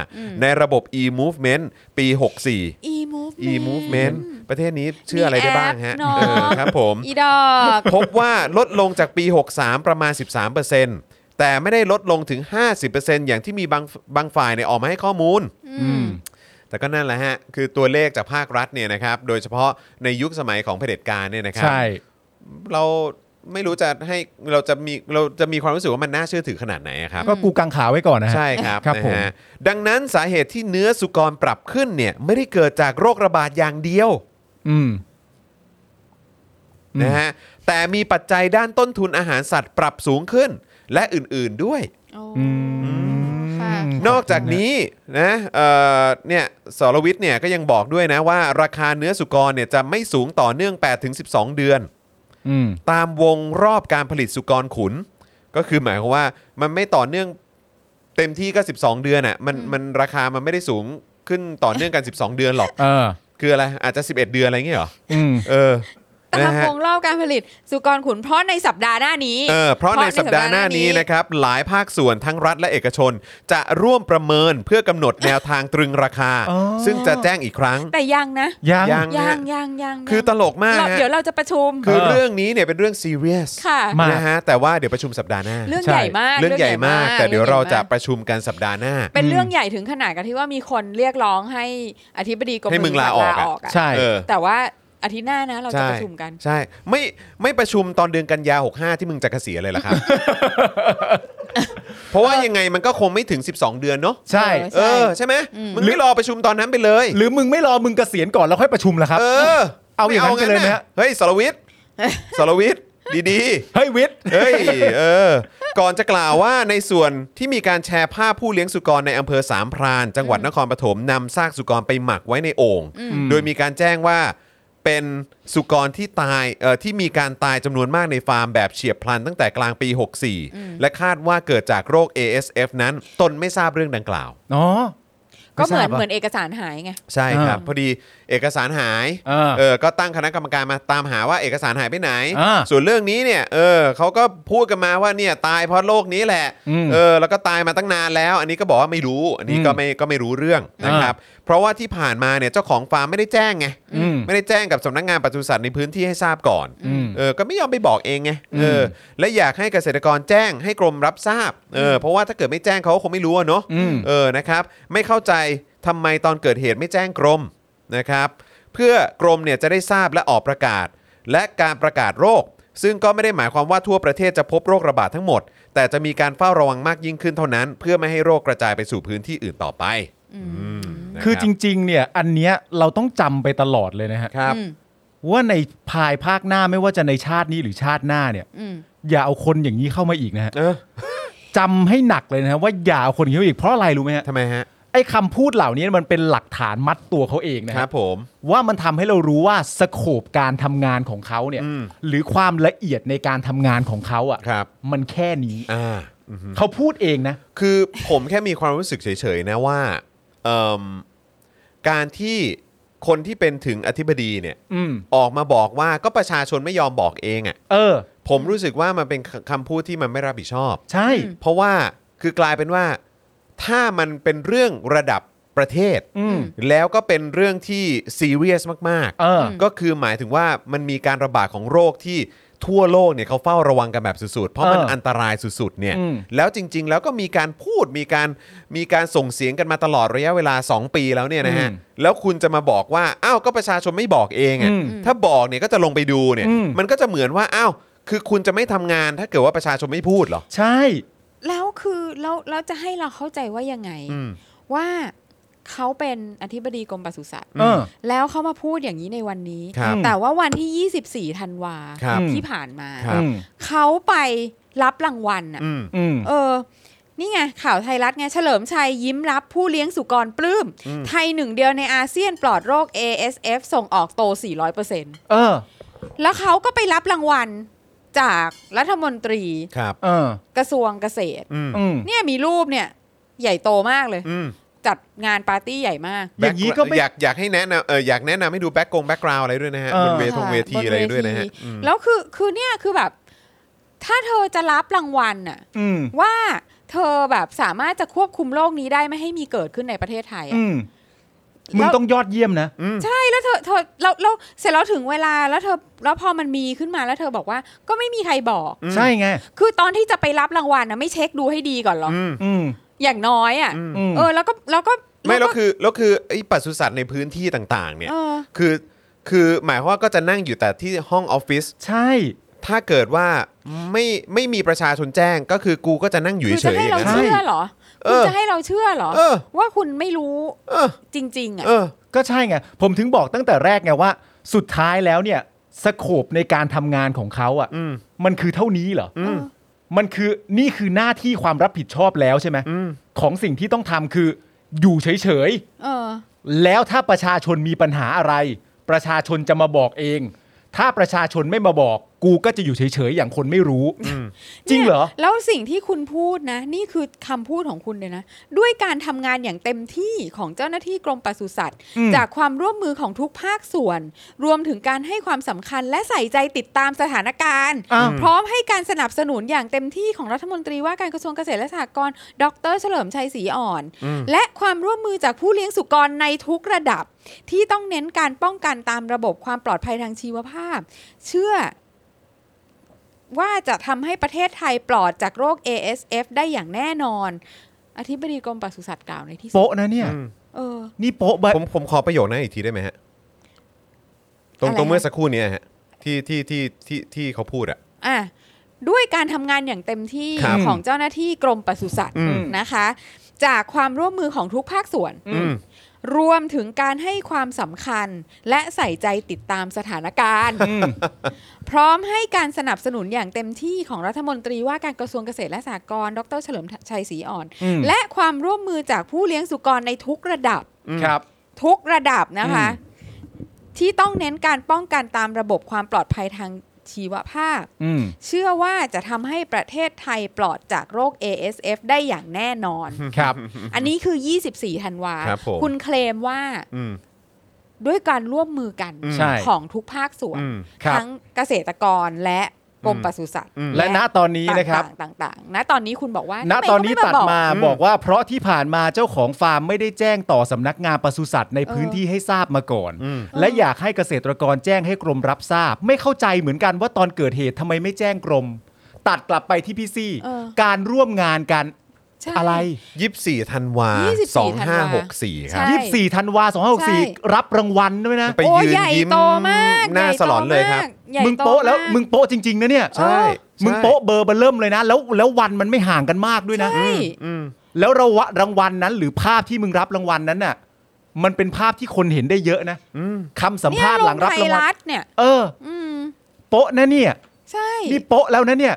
Speaker 1: ในระบบ e-movement ปี 64
Speaker 3: e move
Speaker 1: e-movement ประเทศนี้เชื่ออะไรได้บ้างฮะ
Speaker 3: มีแอปเนอะ
Speaker 1: เออครับผม
Speaker 3: อีดอก
Speaker 1: พบว่าลดลงจากปี 63 ประมาณ 13%แต่ไม่ได้ลดลงถึง 50%อย่างที่มีบางบางฝ่ายเนี่ยออกมาให้ข้อมูล
Speaker 2: อืม
Speaker 1: แต่ก็นั่นแหละฮะ คือตัวเลขจากภาครัฐเนี่ยนะครับ โดยเฉพาะในยุคสมัยของเผด็จการเนี่ยนะครั
Speaker 2: ใช่
Speaker 1: เราไม่รู้จะให้เราจะมีเราจะมีความรู้สึกว่ามันน่าเชื่อถือขนาดไหนอะครับ
Speaker 2: ก็กูกังขาไว้ก่อนนะฮะ
Speaker 1: ใช่ครับ
Speaker 2: ครับ
Speaker 1: นะ
Speaker 2: ผม
Speaker 1: ฮะดังนั้นสาเหตุที่เนื้อสุกรปรับขึ้นเนี่ยไม่ได้เกิดจากโรคระบาดอย่างเดียว
Speaker 2: อืม อืม
Speaker 1: นะฮะแต่มีปัจจัยด้านต้นทุนอาหารสัตว์ปรับสูงขึ้น และอื่นๆด้วย
Speaker 3: โอ้
Speaker 2: อืม
Speaker 3: ค่ะ
Speaker 1: นอกจากนี้นะเอ่อเนี่ยสรวิทย์เนี่ยก็ยังบอกด้วยนะว่า ราคาเนื้อสุกรเนี่ยจะไม่สูงต่อเนื่อง 8-12 เดือน
Speaker 2: อืม
Speaker 1: ตามวงรอบการผลิตสุกรขุน ก็คือหมายความว่ามันไม่ต่อเนื่องเต็มที่ก็ 12 เดือนอ่ะมันมันราคามันไม่ได้สูงขึ้นต่อเนื่องกัน 12 เดือนหรอก
Speaker 2: เออ
Speaker 1: คืออะไรอาจจะ 11 เดือนอะไรเงี้ยเหรอ
Speaker 2: อืม
Speaker 1: เออ
Speaker 3: ตา
Speaker 1: นะ
Speaker 3: ม
Speaker 1: ฮะ
Speaker 3: วงรอบการผลิตสุกรขุนเพราะในสัปดาห์หน้านี้
Speaker 1: เออเพราะในสัปดาห์หน้านี้นะครับ หลายภาคส่วนทั้งรัฐและเอกชน จะร่วมประเมินเพื่อกำหนดแนวทางตรึงราคา
Speaker 2: อ๋อ
Speaker 1: ซึ่งจะแจ้งอีกครั้ง
Speaker 3: แต่ยังนะ
Speaker 2: ยัง
Speaker 1: ยัง
Speaker 3: ยั
Speaker 1: ฮะ
Speaker 3: งยังยัง
Speaker 1: คือตลกมาก
Speaker 3: เรา
Speaker 1: ฮะ
Speaker 3: เดี๋ยวเราจะประชุม
Speaker 1: คือ
Speaker 2: เออ
Speaker 1: เรื่องนี้เนี่ยเป็นเรื่องซีเรียส
Speaker 3: ค่ะ
Speaker 2: มาก
Speaker 1: นะฮะแต่ว่าเดี๋ยวประชุมสัปดาห์หน้า
Speaker 3: เรื่องใหญ่มาก
Speaker 1: เรื่องใหญ่มาก แต่เดี๋ยวเราจะ
Speaker 3: องใหญ่ม
Speaker 1: ประชุมกันสัปดาห์หน้า
Speaker 3: กเป็นเรื่องใหญ่ถึงขนาดกับที่ว่ามีคนเรียกร้องให้อธิบดีกรม
Speaker 1: ให้มึงลาออกอะ
Speaker 3: ะ
Speaker 2: ใช่
Speaker 1: เออ
Speaker 3: แต่ว่าอาทิตย์หน้านะเราจะ
Speaker 1: ใช่
Speaker 3: ประชุมกัน
Speaker 1: ใช่ไม่ไม่ประชุมตอนเดือนกันยา65 ที่มึงจะเกษียณเลยล่ะครับ เพราะว่ายังไงมันก็คงไม่ถึง 12 เดือนเนาะ
Speaker 2: ใช่
Speaker 3: ใช่
Speaker 1: เออใช่ไหมมึงไม่รอประชุมตอนนั้นไปเลย
Speaker 2: หรือมึงไม่รอมึงเกษียณก่อนแล้วค่อยประชุมล่ะครับ
Speaker 1: เออ
Speaker 2: เอาอย่างนั้นไปเลยไหมฮะ
Speaker 1: เฮ้ยสรวิ ทย์ สรวิทย์ดี
Speaker 2: เฮ้ยวิทย์
Speaker 1: ๆเฮ้ยเออ ก่อนจะกล่าวว่าในส่วนที่มีการแชร์ภาพผู้เลี้ยงสุกรในอำเภอสามพราน จังหวัดนครปฐมนำซากสุกรไปหมักไว้ในโอ่งโดยมีการแจ้งว่าเป็นสุกรที่ตายเอ่อที่มีการตายจำนวนมากในฟาร์มแบบเฉียบพลันตั้งแต่กลางปี 64 และคาดว่าเกิดจากโรค ASF นั้นตนไม่ทราบเรื่องดังกล่าว
Speaker 2: อ๋อ
Speaker 3: ก็เหมือน
Speaker 2: ไทราบะ
Speaker 3: เหมือนเอกสารหายไง
Speaker 1: ใช่ครับ
Speaker 2: อ่า
Speaker 1: พอดีเอกสารหาย
Speaker 2: อ่า
Speaker 1: เออก็ตั้งคณะกรรมการมาตามหาว่าเอกสารหายไปไหน
Speaker 2: อ่า
Speaker 1: ส่วนเรื่องนี้เนี่ยเออเขาก็พูดกันมาว่าเนี่ยตายเพราะโรคนี้แหละ
Speaker 2: อืม
Speaker 1: เออแล้วก็ตายมาตั้งนานแล้ว อันนี้ก็บอกว่าไม่รู้อันนี้ก็ไม่ก็ไม่รู้เรื่องนะครับ เพราะว่าที่ผ่านมาเนี่ยเจ้าของฟาร์มไม่ได้แจ้งไง
Speaker 2: อืม
Speaker 1: ไม่ได้แจ้งกับสำนักงานปศุสัตว์ในพื้นที่ให้ทราบก่อน
Speaker 2: อืม
Speaker 1: เออก็ไม่ยอมไปบอกเองไงเอออ
Speaker 2: ม
Speaker 1: และอยากให้เกษตรกรแจ้งให้กรมรับทราบเออเพราะว่าถ้าเกิดไม่แจ้งเขาก็คงไม่รู้อะเนาะ
Speaker 2: อืม
Speaker 1: เออ นะครับ ไม่เข้าใจทำไมตอนเกิดเหตุไม่แจ้งกรมนะครับ เพื่อกรมเนี่ยจะได้ทราบและออกประกาศ และการประกาศโรค ซึ่งก็ไม่ได้หมายความว่าทั่วประเทศจะพบโรคระบาดทั้งหมด แต่จะมีการเฝ้าระวังมากยิ่งขึ้นเท่านั้น เพื่อไม่ให้โรคกระจายไปสู่พื้นที่อื่นต่อไปอืมนะ
Speaker 2: คือ
Speaker 1: รับ
Speaker 2: จริง ๆ เนี่ย อันเนี้ยเราต้องจำไปตลอดเลยนะฮะ
Speaker 1: ครับ
Speaker 3: อืม
Speaker 2: ว่าในภายภาคหน้าไม่ว่าจะในชาตินี้หรือชาติหน้าเนี่ย
Speaker 3: อืม
Speaker 2: อย่าเอาคนอย่างนี้เข้ามาอีกนะฮะ
Speaker 1: เออ
Speaker 2: จำให้หนักเลยนะฮะว่าอย่าเอาคนอย่างนี้เข้ามาอีกเพราะอะไรรู้ไหมฮะ
Speaker 1: ทำไมฮะ
Speaker 2: ไอ้คำพูดเหล่านี้มันเป็นหลักฐานมัดตัวเขาเองนะ
Speaker 1: ค
Speaker 2: ค
Speaker 1: รั
Speaker 2: รั
Speaker 1: บบ ผม
Speaker 2: ว่ามันทำให้เรารู้ว่าสโคปการทำงานของเขาเนี่ย
Speaker 1: อืม
Speaker 2: หรือความละเอียดในการทำงานของเขา
Speaker 1: ค
Speaker 2: อะ่ะ
Speaker 1: รับ
Speaker 2: มันแค่นี้
Speaker 1: อ่า
Speaker 2: เขาพูดเองนะ
Speaker 1: คือผมแค่มีความรู้สึกเฉยๆนะว่าเอิ่มการที่คนที่เป็นถึงอธิบดีเนี่ย
Speaker 2: อืม
Speaker 1: ออกมาบอกว่าก็ประชาชนไม่ยอมบอกเองอะ่ะ
Speaker 2: เออ
Speaker 1: ผมรู้สึกว่ามันเป็นคคำพูดที่มันไม่รับผิดชอบ
Speaker 2: ใช่
Speaker 1: เพราะว่าคือกลายเป็นว่า ถ้ามันเป็นเรื่องระดับประเทศ
Speaker 2: อืม
Speaker 1: แล้วก็เป็นเรื่องที่ซีเรียสมาก
Speaker 2: เออ
Speaker 1: ๆ ก็คือหมายถึงว่ามันมีการระบาดของโรคที่ทั่วโลกเนี่ยเขาเฝ้าระวังกันแบบสุดๆ เพราะมัน
Speaker 2: เอออั
Speaker 1: อันตรายสุดๆเนี่ย
Speaker 2: อืม
Speaker 1: แล้วจริง ๆ แล้วก็มีการพูดมีการมีการส่งเสียงกันมาตลอดระยะเวลา 2 ปีแล้วเนี่ยนะฮะแล้วคุณจะมาบอกว่าอ้าวก็ประชาชนไม่บอกเองอะ
Speaker 2: อืม
Speaker 1: ถ้าบอกเนี่ยก็จะลงไปดูเนี่ย
Speaker 2: อืม
Speaker 1: มันก็จะเหมือนว่าอ้าวคือคุณจะไม่ทำงานถ้าเกิดว่าประชาชนไม่พูดเหรอ
Speaker 2: ใช่
Speaker 3: แล้วคือแล้วเราจะให้เราเข้าใจว่ายังไง
Speaker 1: อืม
Speaker 3: ว่าเขาเป็นอธิบดีกรมปศุสัตว์
Speaker 2: เออ
Speaker 3: แล้วเขามาพูดอย่างนี้ในวันนี้
Speaker 1: ครับ
Speaker 3: แต่ว่าวันที่ 24 ธันวา
Speaker 1: ครับ
Speaker 3: ที่ผ่านมา
Speaker 1: ครับ
Speaker 2: อืม
Speaker 3: เขาไปรับรางวัลน่ะ
Speaker 1: อืม
Speaker 2: อืม
Speaker 3: เออ นี่ไง ข่าวไทยรัฐไง เฉลิมชัยยิ้มรับผู้เลี้ยงสุกรปลื้ม
Speaker 1: อืม
Speaker 3: ไทยหนึ่งเดียวในอาเซียนปลอดโรค ASF ส่งออกโต 400%
Speaker 2: เออ
Speaker 3: แล้วเขาก็ไปรับรางวัลจากรัฐมนตรี
Speaker 1: ครับ
Speaker 2: เออ
Speaker 3: กระทรวงเกษตร
Speaker 1: อืม
Speaker 2: อืม
Speaker 3: เนี่ยมีรูปเนี่ย ใหญ่โตมากเลย
Speaker 1: อืม
Speaker 3: จัดงานปาร์ตี้ใหญ่มาก
Speaker 2: อย่างนี้ก็
Speaker 1: Background
Speaker 2: ไม่
Speaker 1: อยากอยากให้แนะนำเอออยากแนะนำให้ดูแบ็กกงแบ็กกราวอะไรด้วยนะฮะ
Speaker 2: เออ
Speaker 1: บนเวทง
Speaker 3: ค่ะ
Speaker 1: เวที
Speaker 3: บน
Speaker 1: อะไรด้วยนะฮะ
Speaker 3: เวที
Speaker 1: อืม
Speaker 3: แล้วคือคือเนี่ยคือแบบ ถ้าเธอจะรับรางวัลน่ะ
Speaker 2: อืม
Speaker 3: ว่าเธอแบบสามารถจะควบคุมโรคนี้ได้ไม่ให้มีเกิดขึ้นในประเทศไทยอะ
Speaker 2: อืมมึงต้องยอดเยี่ยมนะ
Speaker 3: ใช่แล้วเธอเธอเราเราเสร็จแล้วถึงเวลาแล้วเธอแล้วพอมันมีขึ้นมาแล้วเธอบอกว่า ก็ไม่มีใครบอก
Speaker 1: อืม
Speaker 2: ใช่ไง
Speaker 3: คือตอนที่จะไปรับรางวัลนะไม่เช็คดูให้ดีก่อนเหรออ
Speaker 1: อืม
Speaker 2: อืม
Speaker 3: อย่างน้อยอ่ะ
Speaker 1: อืม
Speaker 2: อืม
Speaker 3: เออแล้วก็แล้วก็
Speaker 1: ไม่แล้วคือแล้วคือไอ้ปศุสัตว์ในพื้นที่ต่าง ๆ เนี่ย
Speaker 3: เออ
Speaker 1: คือ คือหมายความว่าก็จะนั่งอยู่แต่ที่ห้องออฟฟิศ
Speaker 2: ใช่
Speaker 1: ถ้าเกิดว่าไม่ไม่มีประชาชนแจ้ง ก็คือกูก็จะนั่งอยู่
Speaker 3: คือ
Speaker 1: เฉ
Speaker 3: จะ
Speaker 1: ยๆ
Speaker 3: ให้
Speaker 1: อย่า
Speaker 3: เรา
Speaker 1: งนั้น
Speaker 3: เชื่อเหรอ
Speaker 1: เอ
Speaker 3: คุณ
Speaker 1: อ
Speaker 3: จะให้เราเชื่อเหรอ
Speaker 1: เออ
Speaker 3: ว่าคุณไม่รู้
Speaker 1: เออ
Speaker 3: จริง ๆ อ่ะ
Speaker 1: เออ
Speaker 2: ก็ใช่ไง ผมถึงบอกตั้งแต่แรกไงว่า สุดท้ายแล้วเนี่ยสโคปในการทำงานของเขาอ่ะ
Speaker 1: อืม
Speaker 2: มันคือเท่านี้เหรอ
Speaker 1: อืม
Speaker 2: มันคือนี่คือหน้าที่ความรับผิดชอบแล้วใช่ไหม
Speaker 1: อืม
Speaker 2: ของสิ่งที่ต้องทำคืออยู่เฉย
Speaker 3: เออ
Speaker 2: ๆ แล้วถ้าประชาชนมีปัญหาอะไร ประชาชนจะมาบอกเอง ถ้าประชาชนไม่มาบอก กูก็จะอยู่เฉยๆ อย่างคนไม่รู้ จริงเหรอ
Speaker 3: นี่ยแล้วสิ่งที่คุณพูดนะ นี่คือคำพูดของคุณเลยนะ ด้วยการทำงานอย่างเต็มที่ของเจ้าหน้าที่กรมปศุสัตว์
Speaker 2: อืม
Speaker 3: จากความร่วมมือของทุกภาคส่วน รวมถึงการให้ความสำคัญและใส่ใจติดตามสถานการณ์
Speaker 2: อ้าว
Speaker 3: พร้อมให้การสนับสนุนอย่างเต็มที่ของรัฐมนตรีว่าการกระทรวงเกษตรและสหกรณ์ดร เฉลิมชัยศรีอ่อน
Speaker 1: อืม
Speaker 3: และความร่วมมือจากผู้เลี้ยงสุกรในทุกระดับ ที่ต้องเน้นการป้องกันตามระบบความปลอดภัยทางชีวภาพ เชื่อ ว่าจะทำให้ประเทศไทยปลอดจากโรค ASF ได้อย่างแน่นอน อธิบดีกรมปศุสัตว์กล่าวในที่สุด
Speaker 2: โปะนะเนี่ย
Speaker 1: อืม
Speaker 3: เออ
Speaker 2: นี่โปะบะ
Speaker 1: ผมผมขอประโยคนั้นอีกทีได้ไหมฮะตรง
Speaker 3: อะไร
Speaker 1: ตรงเมื่อ
Speaker 3: ฮะ
Speaker 1: สักครู่เนี้ฮะที่ที่ที่ที่ที่เขาพูดอ่ะ
Speaker 3: อ่ะด้วยการทำงานอย่างเต็มที่
Speaker 1: ครับ
Speaker 3: ของเจ้าหน้าที่กรมปศุสัตว์
Speaker 1: อืม
Speaker 3: นะคะ จากความร่วมมือของทุกภาคส่วน
Speaker 1: อืม
Speaker 3: รวมถึงการให้ความสำคัญ และใส่ใจติดตามสถานการณ์
Speaker 2: อืม
Speaker 3: พร้อมให้การสนับสนุนอย่างเต็มที่ของรัฐมนตรีว่าการกระทรวงเกษตรและสหกรณ์ดรเฉลิมชัยศรีอ่อน
Speaker 2: อืม
Speaker 3: และความร่วมมือจากผู้เลี้ยงสุกรในทุกระดับ
Speaker 2: ครับ
Speaker 3: ทุกระดับนะคะ ที่ต้องเน้นการป้องกันตามระบบความปลอดภัยทางชีวภาพ
Speaker 2: อืม
Speaker 3: เชื่อว่าจะทำให้ประเทศไทยปลอดจากโรค ASF ได้อย่างแน่นอน
Speaker 2: ครับ
Speaker 3: อันนี้คือ 24 ธันวา
Speaker 1: ครับผม
Speaker 3: ณเคลมว่า
Speaker 1: อืม
Speaker 3: ด้วยการร่วมมือกัน
Speaker 1: อืม
Speaker 2: ใช่
Speaker 3: ของทุกภาคส่วน
Speaker 1: อืม
Speaker 2: ครับ
Speaker 3: ทั้งเกษตรกรและกรมปศุสัตว์
Speaker 1: อืม
Speaker 2: และณตอนนี้นะครับ
Speaker 3: ต่างๆต่างๆณตอนนี้คุณบอกว่า
Speaker 2: ณ
Speaker 3: ทำไม
Speaker 2: ตอนนี้
Speaker 3: เขไ
Speaker 2: ตัดมา
Speaker 1: อืม
Speaker 2: บอกว่าเพราะที่ผ่านมาเจ้าของฟาร์มไม่ได้แจ้งต่อสำนักงานปศุสัตว์ในพื้นที่ให้ทราบมาก่อน
Speaker 1: อืม
Speaker 2: และอยากให้เกษตรกรแจ้งให้กรมรับทราบ ไม่เข้าใจเหมือนกันว่าตอนเกิดเหตุทำไมไม่แจ้งกรม ตัดกลับไปที่พี่ซี่
Speaker 3: เออ
Speaker 2: การร่วมงานกัน
Speaker 3: ใช่
Speaker 2: อะไร
Speaker 1: ยี่สิบสี่ธันวา
Speaker 3: 24
Speaker 1: สอง
Speaker 3: ธัน
Speaker 1: ห้าว
Speaker 3: า
Speaker 1: หกสี่ครับ
Speaker 3: ใช่
Speaker 2: 24 ธันวา
Speaker 3: ใช่
Speaker 2: 2564 รับรางวัลด้วยนะ
Speaker 1: ไป
Speaker 3: โอ้
Speaker 1: ยืน
Speaker 3: ใหญ่
Speaker 1: ยิ้ม
Speaker 3: โตมาก
Speaker 1: หน้า
Speaker 3: ใญ่โต
Speaker 1: สลอนเลยครับ
Speaker 3: มากใหญ่
Speaker 2: มึงโป๊ะแล้ว
Speaker 3: โตาก
Speaker 2: มึงโป๊ะจริง ๆ นะเนี่ย
Speaker 1: ใช่
Speaker 3: เออ
Speaker 1: ใช่
Speaker 2: มึงโป๊ะเบอร์เบอร์เริ่มเลยนะ แล้วแล้ววันมันไม่ห่างกันมากด้วยนะ
Speaker 3: ใช่
Speaker 1: อืม
Speaker 2: แล้วระวะรางวัลนั้น หรือภาพที่มึงรับรางวัลนั้นน่ะ มันเป็นภาพที่คนเห็นได้เยอะนะ
Speaker 1: อืม
Speaker 2: คำสัมภาษณ์หลังรับ
Speaker 3: เนี่
Speaker 2: ราง
Speaker 3: ยไท
Speaker 2: วั
Speaker 3: รั
Speaker 2: ล
Speaker 3: ฐเนี่ย
Speaker 2: เออ
Speaker 3: อืม
Speaker 2: โป๊ะนะเนี่ย
Speaker 3: ใช่
Speaker 2: นี่โป๊ะแล้วนะเนี่ย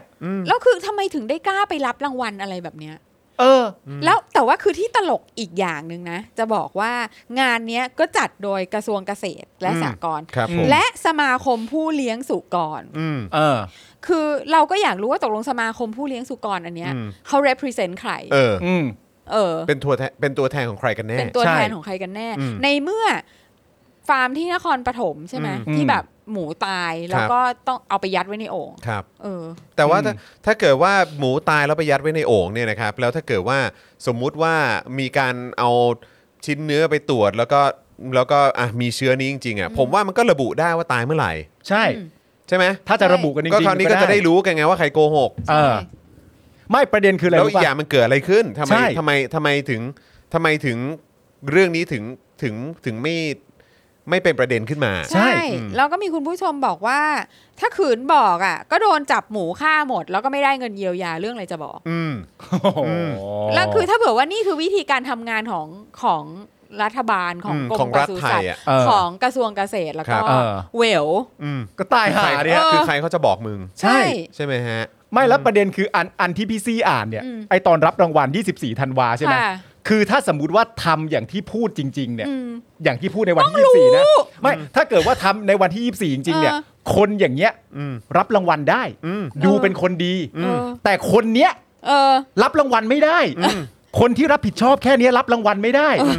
Speaker 3: แล้วคือทำไมถึงได้กล้าไปรับรางวัลอะไรแบบเนี้ย
Speaker 2: เออ
Speaker 3: แล้วแต่ว่าคือที่ตลกอีกอย่างหนึ่งนะ จะบอกว่างานเนี้ยก็จัดโดยกระทรวงเกษตรและ
Speaker 1: อืม
Speaker 3: สหกรณ์
Speaker 1: ครับผม
Speaker 3: และสมาคมผู้เลี้ยงสุกร
Speaker 1: อืม
Speaker 2: เออ
Speaker 3: คือเราก็อยากรู้ว่าตกลงสมาคมผู้เลี้ยงสุกรอันเนี้ย
Speaker 1: อืม
Speaker 3: เขา represent ใคร
Speaker 1: เออ
Speaker 2: อืม
Speaker 3: เออ
Speaker 1: เป็นตัวแทนเป็นตัวแทนของใครกันแน่
Speaker 3: เป็นตัวแทน
Speaker 2: ใช่
Speaker 3: ของใครกันแน่
Speaker 1: อืม
Speaker 3: ในเมื่อฟาร์มที่นครปฐมใช่ไหม
Speaker 2: อืม
Speaker 3: ที่แบบหมูตายแล้ว
Speaker 1: ครับ
Speaker 3: ก็ต้องเอาไปยัดไว้ในโอ่ง
Speaker 1: ครับ
Speaker 3: เออ
Speaker 1: แต่ว่าถ้าถ้าเกิดว่าหมูตายแล้วไปยัดไว้ในโอ่งเนี่ยนะครับ แล้วถ้าเกิดว่าสมมุติว่ามีการเอาชิ้นเนื้อไปตรวจ แล้วก็แล้วก็อ่ะมีเชื้อนี้จริงๆอ่ะผมว่ามันก็ระบุได้ว่าตายเมื่อไหร่
Speaker 2: ใช่
Speaker 3: อืม
Speaker 1: ใช่ไหม
Speaker 2: ถ้าจะระบุกันจริงๆ
Speaker 1: ก็คราวนี้ก็จะได้รู้กันไงว่าใครโกหก
Speaker 2: เออ ไม่ประเด็นคืออะไร
Speaker 1: แล้ว
Speaker 2: รู้
Speaker 1: อีกอย่า
Speaker 2: ป่ะ
Speaker 1: งมันเกิดอะไรขึ้นทำไม
Speaker 2: ใช่
Speaker 1: ทำไมทำไมถึงทำไมถึงเรื่องนี้ถึงถึงถึงไม่ไม่เป็นประเด็นขึ้นมา
Speaker 2: ใช่
Speaker 3: ใช่ แล้วก็มีคุณผู้ชมบอกว่า ถ้าขืนบอกอ่ะ ก็โดนจับหมูฆ่าหมด แล้วก็ไม่ได้เงินเยียวยาเรื่องอะไรจะบอก
Speaker 1: อืม
Speaker 2: โอ้โห
Speaker 3: แล้วคือถ้าเผื่อว่านี่คือวิธีการทำงานของของรัฐบาลของ
Speaker 1: อืม
Speaker 3: กรม
Speaker 1: ของ
Speaker 3: ป
Speaker 1: รัฐ
Speaker 3: ศุ
Speaker 1: ไท
Speaker 3: สัต
Speaker 1: ย
Speaker 3: ว์
Speaker 1: อ่ะ
Speaker 2: เออ
Speaker 3: ของกระทรวงเกษตรแล้ว
Speaker 2: ค
Speaker 3: ก็
Speaker 2: รับเออ
Speaker 3: เหวล
Speaker 1: อืม
Speaker 2: ก็ตาย
Speaker 1: ใค
Speaker 2: ห่าร เนี่ย
Speaker 3: ออ
Speaker 1: คือใครเขาจะบอกมึง
Speaker 2: ใช่
Speaker 1: ใช่ไหมฮะ
Speaker 2: ไม่แล้วประเด็นคืออันอันที่พี่ซี่อ่านเนี่ย
Speaker 3: อืม
Speaker 2: ไอตอนรับรางวัล 24ธันวาใช่ไหม
Speaker 3: ค่ะ
Speaker 2: คือถ้าสมมติว่าทำอย่างที่พูดจริง ๆ เนี่ย
Speaker 3: อืม
Speaker 2: อย่างที่พูดในวันที่ 24 นะ ไม่ถ้าเกิดว่าทำในวันที่ 24 จริง ๆ เนี่ย
Speaker 3: เออ
Speaker 2: คนอย่างเงี้ย
Speaker 1: อืม
Speaker 2: รับรางวัลได้
Speaker 1: อืม
Speaker 2: ดูเป็นคนดี
Speaker 3: เออ
Speaker 2: แต่คนเนี้ย
Speaker 3: เออ
Speaker 2: รับรางวัลไม่ได้ คนที่รับผิดชอบแค่เนี้ยรับรางวัลไม่ได้
Speaker 3: อื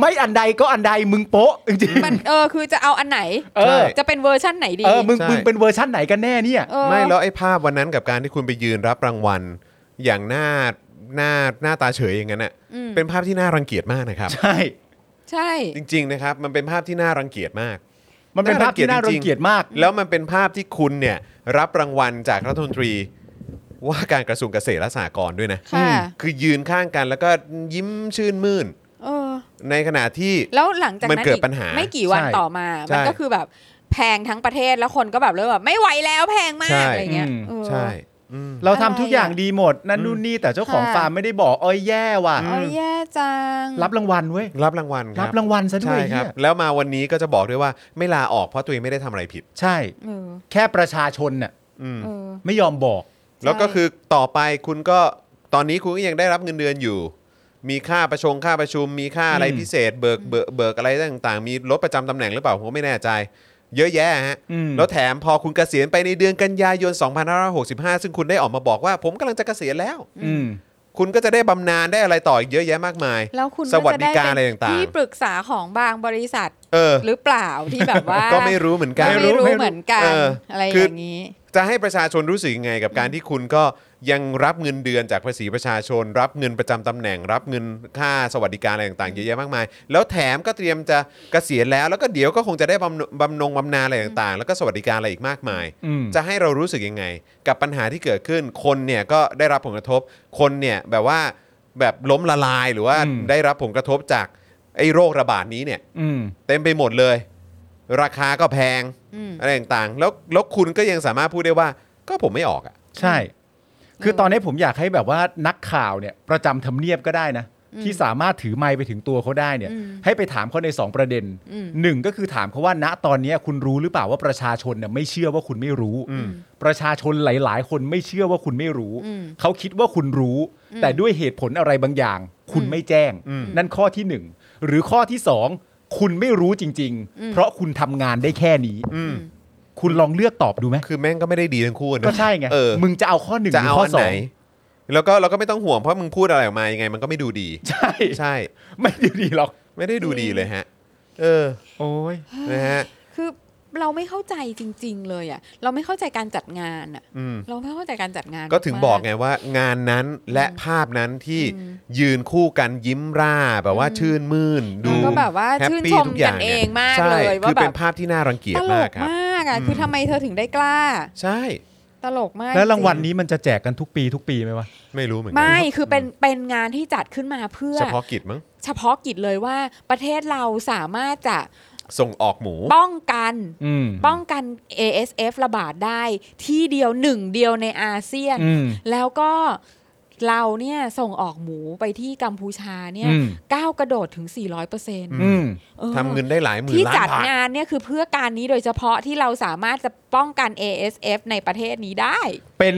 Speaker 2: ไม่อันใดก็อันใดมึงโป๊ะจริง
Speaker 3: มันเออคือจะเอาอันไหน
Speaker 2: ๆเออ
Speaker 1: ใช่
Speaker 3: จะเป็นเวอร์ชั่นไหนดี
Speaker 2: เออมึง
Speaker 1: ใช่
Speaker 2: มึงเป็นเวอร์ชั่นไหนกันแน่เนี่ย
Speaker 3: เออ
Speaker 1: ไม่แล้วไอ้ภาพวันนั้นกับการที่คุณไปยืนรับรางวัล อย่างหน้าหน้าหน้าตาเฉยอย่างนั้นน่ะ
Speaker 3: อืม
Speaker 1: เป็นภาพที่น่ารังเกียจมากนะครับ
Speaker 2: ใช่
Speaker 3: ใช่
Speaker 1: จริง ๆ นะครับ มันเป็นภาพที่น่ารังเกียจมาก
Speaker 2: มันเป็นภาพที่น่ารังเกียจมาก
Speaker 1: แล้วมันเป็นภาพที่คุณเนี่ยรับรางวัลจากรัฐมนตรี ว่าการกระทรวงเกษตรและสหกรณ์ด้วยนะ
Speaker 3: ค่ะ
Speaker 1: คือยืนข้างกันแล้วก็ยิ้มชื่นมื่น
Speaker 3: เออ
Speaker 1: ในขณะที่
Speaker 3: แล้วหลังจาก
Speaker 1: มัน
Speaker 3: นั้น
Speaker 1: เกิด
Speaker 3: อี
Speaker 1: ปัญหา
Speaker 3: ไม่กี่วัน
Speaker 2: ใช่
Speaker 3: ต่อมา
Speaker 1: ใช่
Speaker 3: มันก็คือแบบแพงทั้งประเทศแล้วคนก็แบบเริ่มแบบไม่ไหวแล้วแพงมา
Speaker 1: ใช่
Speaker 3: กอะไรเงี้ยเออ
Speaker 1: ใช่อืม
Speaker 2: เราทำ
Speaker 3: อะไร
Speaker 2: ทุกอย่าง
Speaker 3: อะ
Speaker 2: ดีหมด นั่นนู่นนี่แต่เจ้าของ
Speaker 3: ค่ะ
Speaker 2: ฟาร์มไม่ได้บอกอ้อยแย่ว่ะ
Speaker 3: โอ้ยแย่จัง
Speaker 2: รับรางวัลเว้ย
Speaker 1: รับรางวัลค
Speaker 2: รั
Speaker 1: รั
Speaker 2: บบ รางวัลซะด้ว
Speaker 1: ใช่ค
Speaker 2: ย
Speaker 1: รั
Speaker 2: เหี้
Speaker 1: บ
Speaker 2: ย
Speaker 1: แล้วมาวันนี้ก็จะบอกด้วยว่าไม่ลาออกเพราะตัวเองไม่ได้ทำอะไรผิด
Speaker 2: ใช่
Speaker 3: เออ
Speaker 2: แค่ประชาชนน่ะ
Speaker 1: อืม
Speaker 3: เออ
Speaker 2: ไม่ยอมบอก
Speaker 1: แล้วก็คือต่อไปคุณก็ตอนนี้คุณก็ยังได้รับเงินเดือนอยู่ มีค่าประชงค่าประชุม มีค่าอะไร
Speaker 2: อืม
Speaker 1: พิเศษ เบิกเบิกเบิกอะไรต่างๆ มีลดประจำตำแหน่งหรือเปล่าผมก็ไม่แน่ใจ เยอะแยะฮะ
Speaker 2: อืม
Speaker 1: แล้วแถมพอคุณเกษียณไปในเดือนกันยายน 2565 ซึ่งคุณได้ออกมาบอกว่า ผมกำลังจะเกษียณแล้ว
Speaker 2: อืม
Speaker 1: คุณก็จะได้บำนาญได้อะไรต่ออีกเยอะแยะมากมาย
Speaker 3: แล้วคุณ
Speaker 1: สวัสดิการ
Speaker 3: จ
Speaker 1: อะไร
Speaker 3: ด้เป็น
Speaker 1: ต่างๆ
Speaker 3: ที่ปรึกษาของบางบริษัท
Speaker 1: เออ
Speaker 3: หรือเปล่าที่แบบว่า
Speaker 1: ก็ไม่รู้เหมือน
Speaker 3: ก็
Speaker 1: กัน
Speaker 3: ไม่รู้เหมือนกัน
Speaker 1: เอออ
Speaker 3: อะไรอ
Speaker 1: คือ
Speaker 3: ย่างนี้
Speaker 1: จะให้ประชาชนรู้สึกยังไงกับการที่คุณก็ยังรับเงินเดือนจากภาษีประชาชน รับเงินประจำตำแหน่ง รับเงินค่าสวัสดิการอะไรต่างๆเยอะแยะมากมาย แล้วแถมก็เตรียมจะเกษียณแล้วแล้วก็เดี๋ยวก็คงจะได้บำนบำนงบำนาญอะไรต่างๆ แล้วก็สวัสดิการอะไรอีกมากมาย
Speaker 2: อืม
Speaker 1: จะให้เรารู้สึกยังไง กับปัญหาที่เกิดขึ้นคนเนี่ยก็ได้รับผลกระทบ คนเนี่ยแบบว่าแบบล้มละลายหรือว่า
Speaker 2: อืม
Speaker 1: ได้รับผลกระทบจากไอ้โรคระบาดนี้เนี่ย
Speaker 2: อืม
Speaker 1: เต็มไปหมดเลย ราคาก็แพง
Speaker 3: อืม
Speaker 1: อะไรต่างๆ แล้วแล้วคุณก็ยังสามารถพูดได้ว่า ก็ผมไม่ออกอ่ะ
Speaker 2: ใช่ คือตอนนี้ผมอยากให้แบบว่านักข่าวเนี่ยประจำทำเนียบก็ได้นะ ที่สามารถถือไมค์ไปถึงตัวเขาได้เนี่ย
Speaker 3: อืม
Speaker 2: ให้ไปถามเขาใน 2 ประเด็น
Speaker 3: อืม
Speaker 2: หนึ่งก็คือถามเขาว่าณตอนนี้คุณรู้หรือเปล่าว่าประชาชนเนี่ยไม่เชื่อว่าคุณไม่รู้ ประชาชนหลาย ๆ คนไม่เชื่อว่าคุณไม่รู้
Speaker 3: อืม
Speaker 2: เขาคิดว่าคุณรู้ แต่ด้วยเหตุผลอะไรบางอย่าง คุณไม่แจ้ง
Speaker 1: อืม
Speaker 2: นั่นข้อที่หนึ่งหรือข้อที่สองคุณไม่รู้จริง
Speaker 3: อื
Speaker 2: ๆ
Speaker 3: ม
Speaker 2: เพราะคุณทำงานได้แค่นี้ คุณลองเลือกตอบดูไหม
Speaker 1: คือแม่งก็ไม่ได้ดีทั้งคู่นะ
Speaker 2: ก็ใช่ไง
Speaker 1: เออ
Speaker 2: มึงจะเอาข้อหนึ่งห
Speaker 1: จะ
Speaker 2: รือ
Speaker 1: เอา
Speaker 2: ข้อ
Speaker 1: อัน
Speaker 2: สอ
Speaker 1: ไหน
Speaker 2: ง
Speaker 1: แล้วก็เราก็ไม่ต้องห่วงเพราะมึงพูดอะไรออกมายังไง มันก็ไม่ดูดี
Speaker 2: ใช่
Speaker 1: ใช่
Speaker 2: ไม่ดีดีหรอก
Speaker 1: ไม่ได้ดูดีเลยฮะ เออ
Speaker 2: โอ้ย
Speaker 1: นะฮะ
Speaker 3: คือเราไม่เข้าใจจริง ๆ เลยอ่ะ เราไม่เข้าใจการจัดงานอ่ะ
Speaker 1: อืม
Speaker 3: เราไม่เข้าใจการจัดงาน
Speaker 1: ก็ถึงบอก
Speaker 3: มา
Speaker 1: ไงว่างานนั้นและภาพนั้นที่ยืนคู่กันยิ้มร่าแบบว่าชื่นมื่นดู
Speaker 3: แล้วก็แบบว่า
Speaker 1: ฮปปี้
Speaker 3: ชื่นชม
Speaker 1: ทุย่
Speaker 3: กันเองมาก
Speaker 1: ใช่
Speaker 3: เลยว่า
Speaker 1: คือเป็น
Speaker 3: แบบ
Speaker 1: ภาพที่น่ารังเกียจ
Speaker 3: ตล
Speaker 1: มาก
Speaker 3: ก
Speaker 1: ครับ
Speaker 3: มากอ่ะ คือทำไมเธอถึงได้กล้า
Speaker 1: ใช่
Speaker 3: ตลกมาก
Speaker 2: แล้วรางวัล
Speaker 3: จ
Speaker 2: นี้มันจะแจกกันทุกปีทุกปีไหมวะ
Speaker 1: ไม่รู้เหมือนกั
Speaker 3: ไม่คือเป็นเป็นงานที่จัดขึ้นมาเพื่อ
Speaker 1: เฉพาะกิจมั้ง
Speaker 3: เฉพาะกิจเลยว่าประเทศเราสามารถจะ
Speaker 1: ส่งออกหมู
Speaker 3: ป้องกัน
Speaker 2: อืม
Speaker 3: ป้องกัน ASF ระบาดได้ที่เดียวหนึ่งเดียวในอาเซียน
Speaker 2: อืม
Speaker 3: แล้วก็เราเนี่ยส่งออกหมูไปที่กัมพูชาเนี่ย
Speaker 2: อืม
Speaker 3: ก้าวกระโดดถึง 400เปอร์เซ็นต์
Speaker 2: อืม
Speaker 1: ทำเงินได้หลายหมื่น
Speaker 3: ที่
Speaker 1: ล้าน
Speaker 3: จัด
Speaker 1: บาท
Speaker 3: งานเนี่ยคือเพื่อการนี้โดยเฉพาะที่เราสามารถจะป้องกัน ASF ในประเทศนี้ได้
Speaker 2: เป็น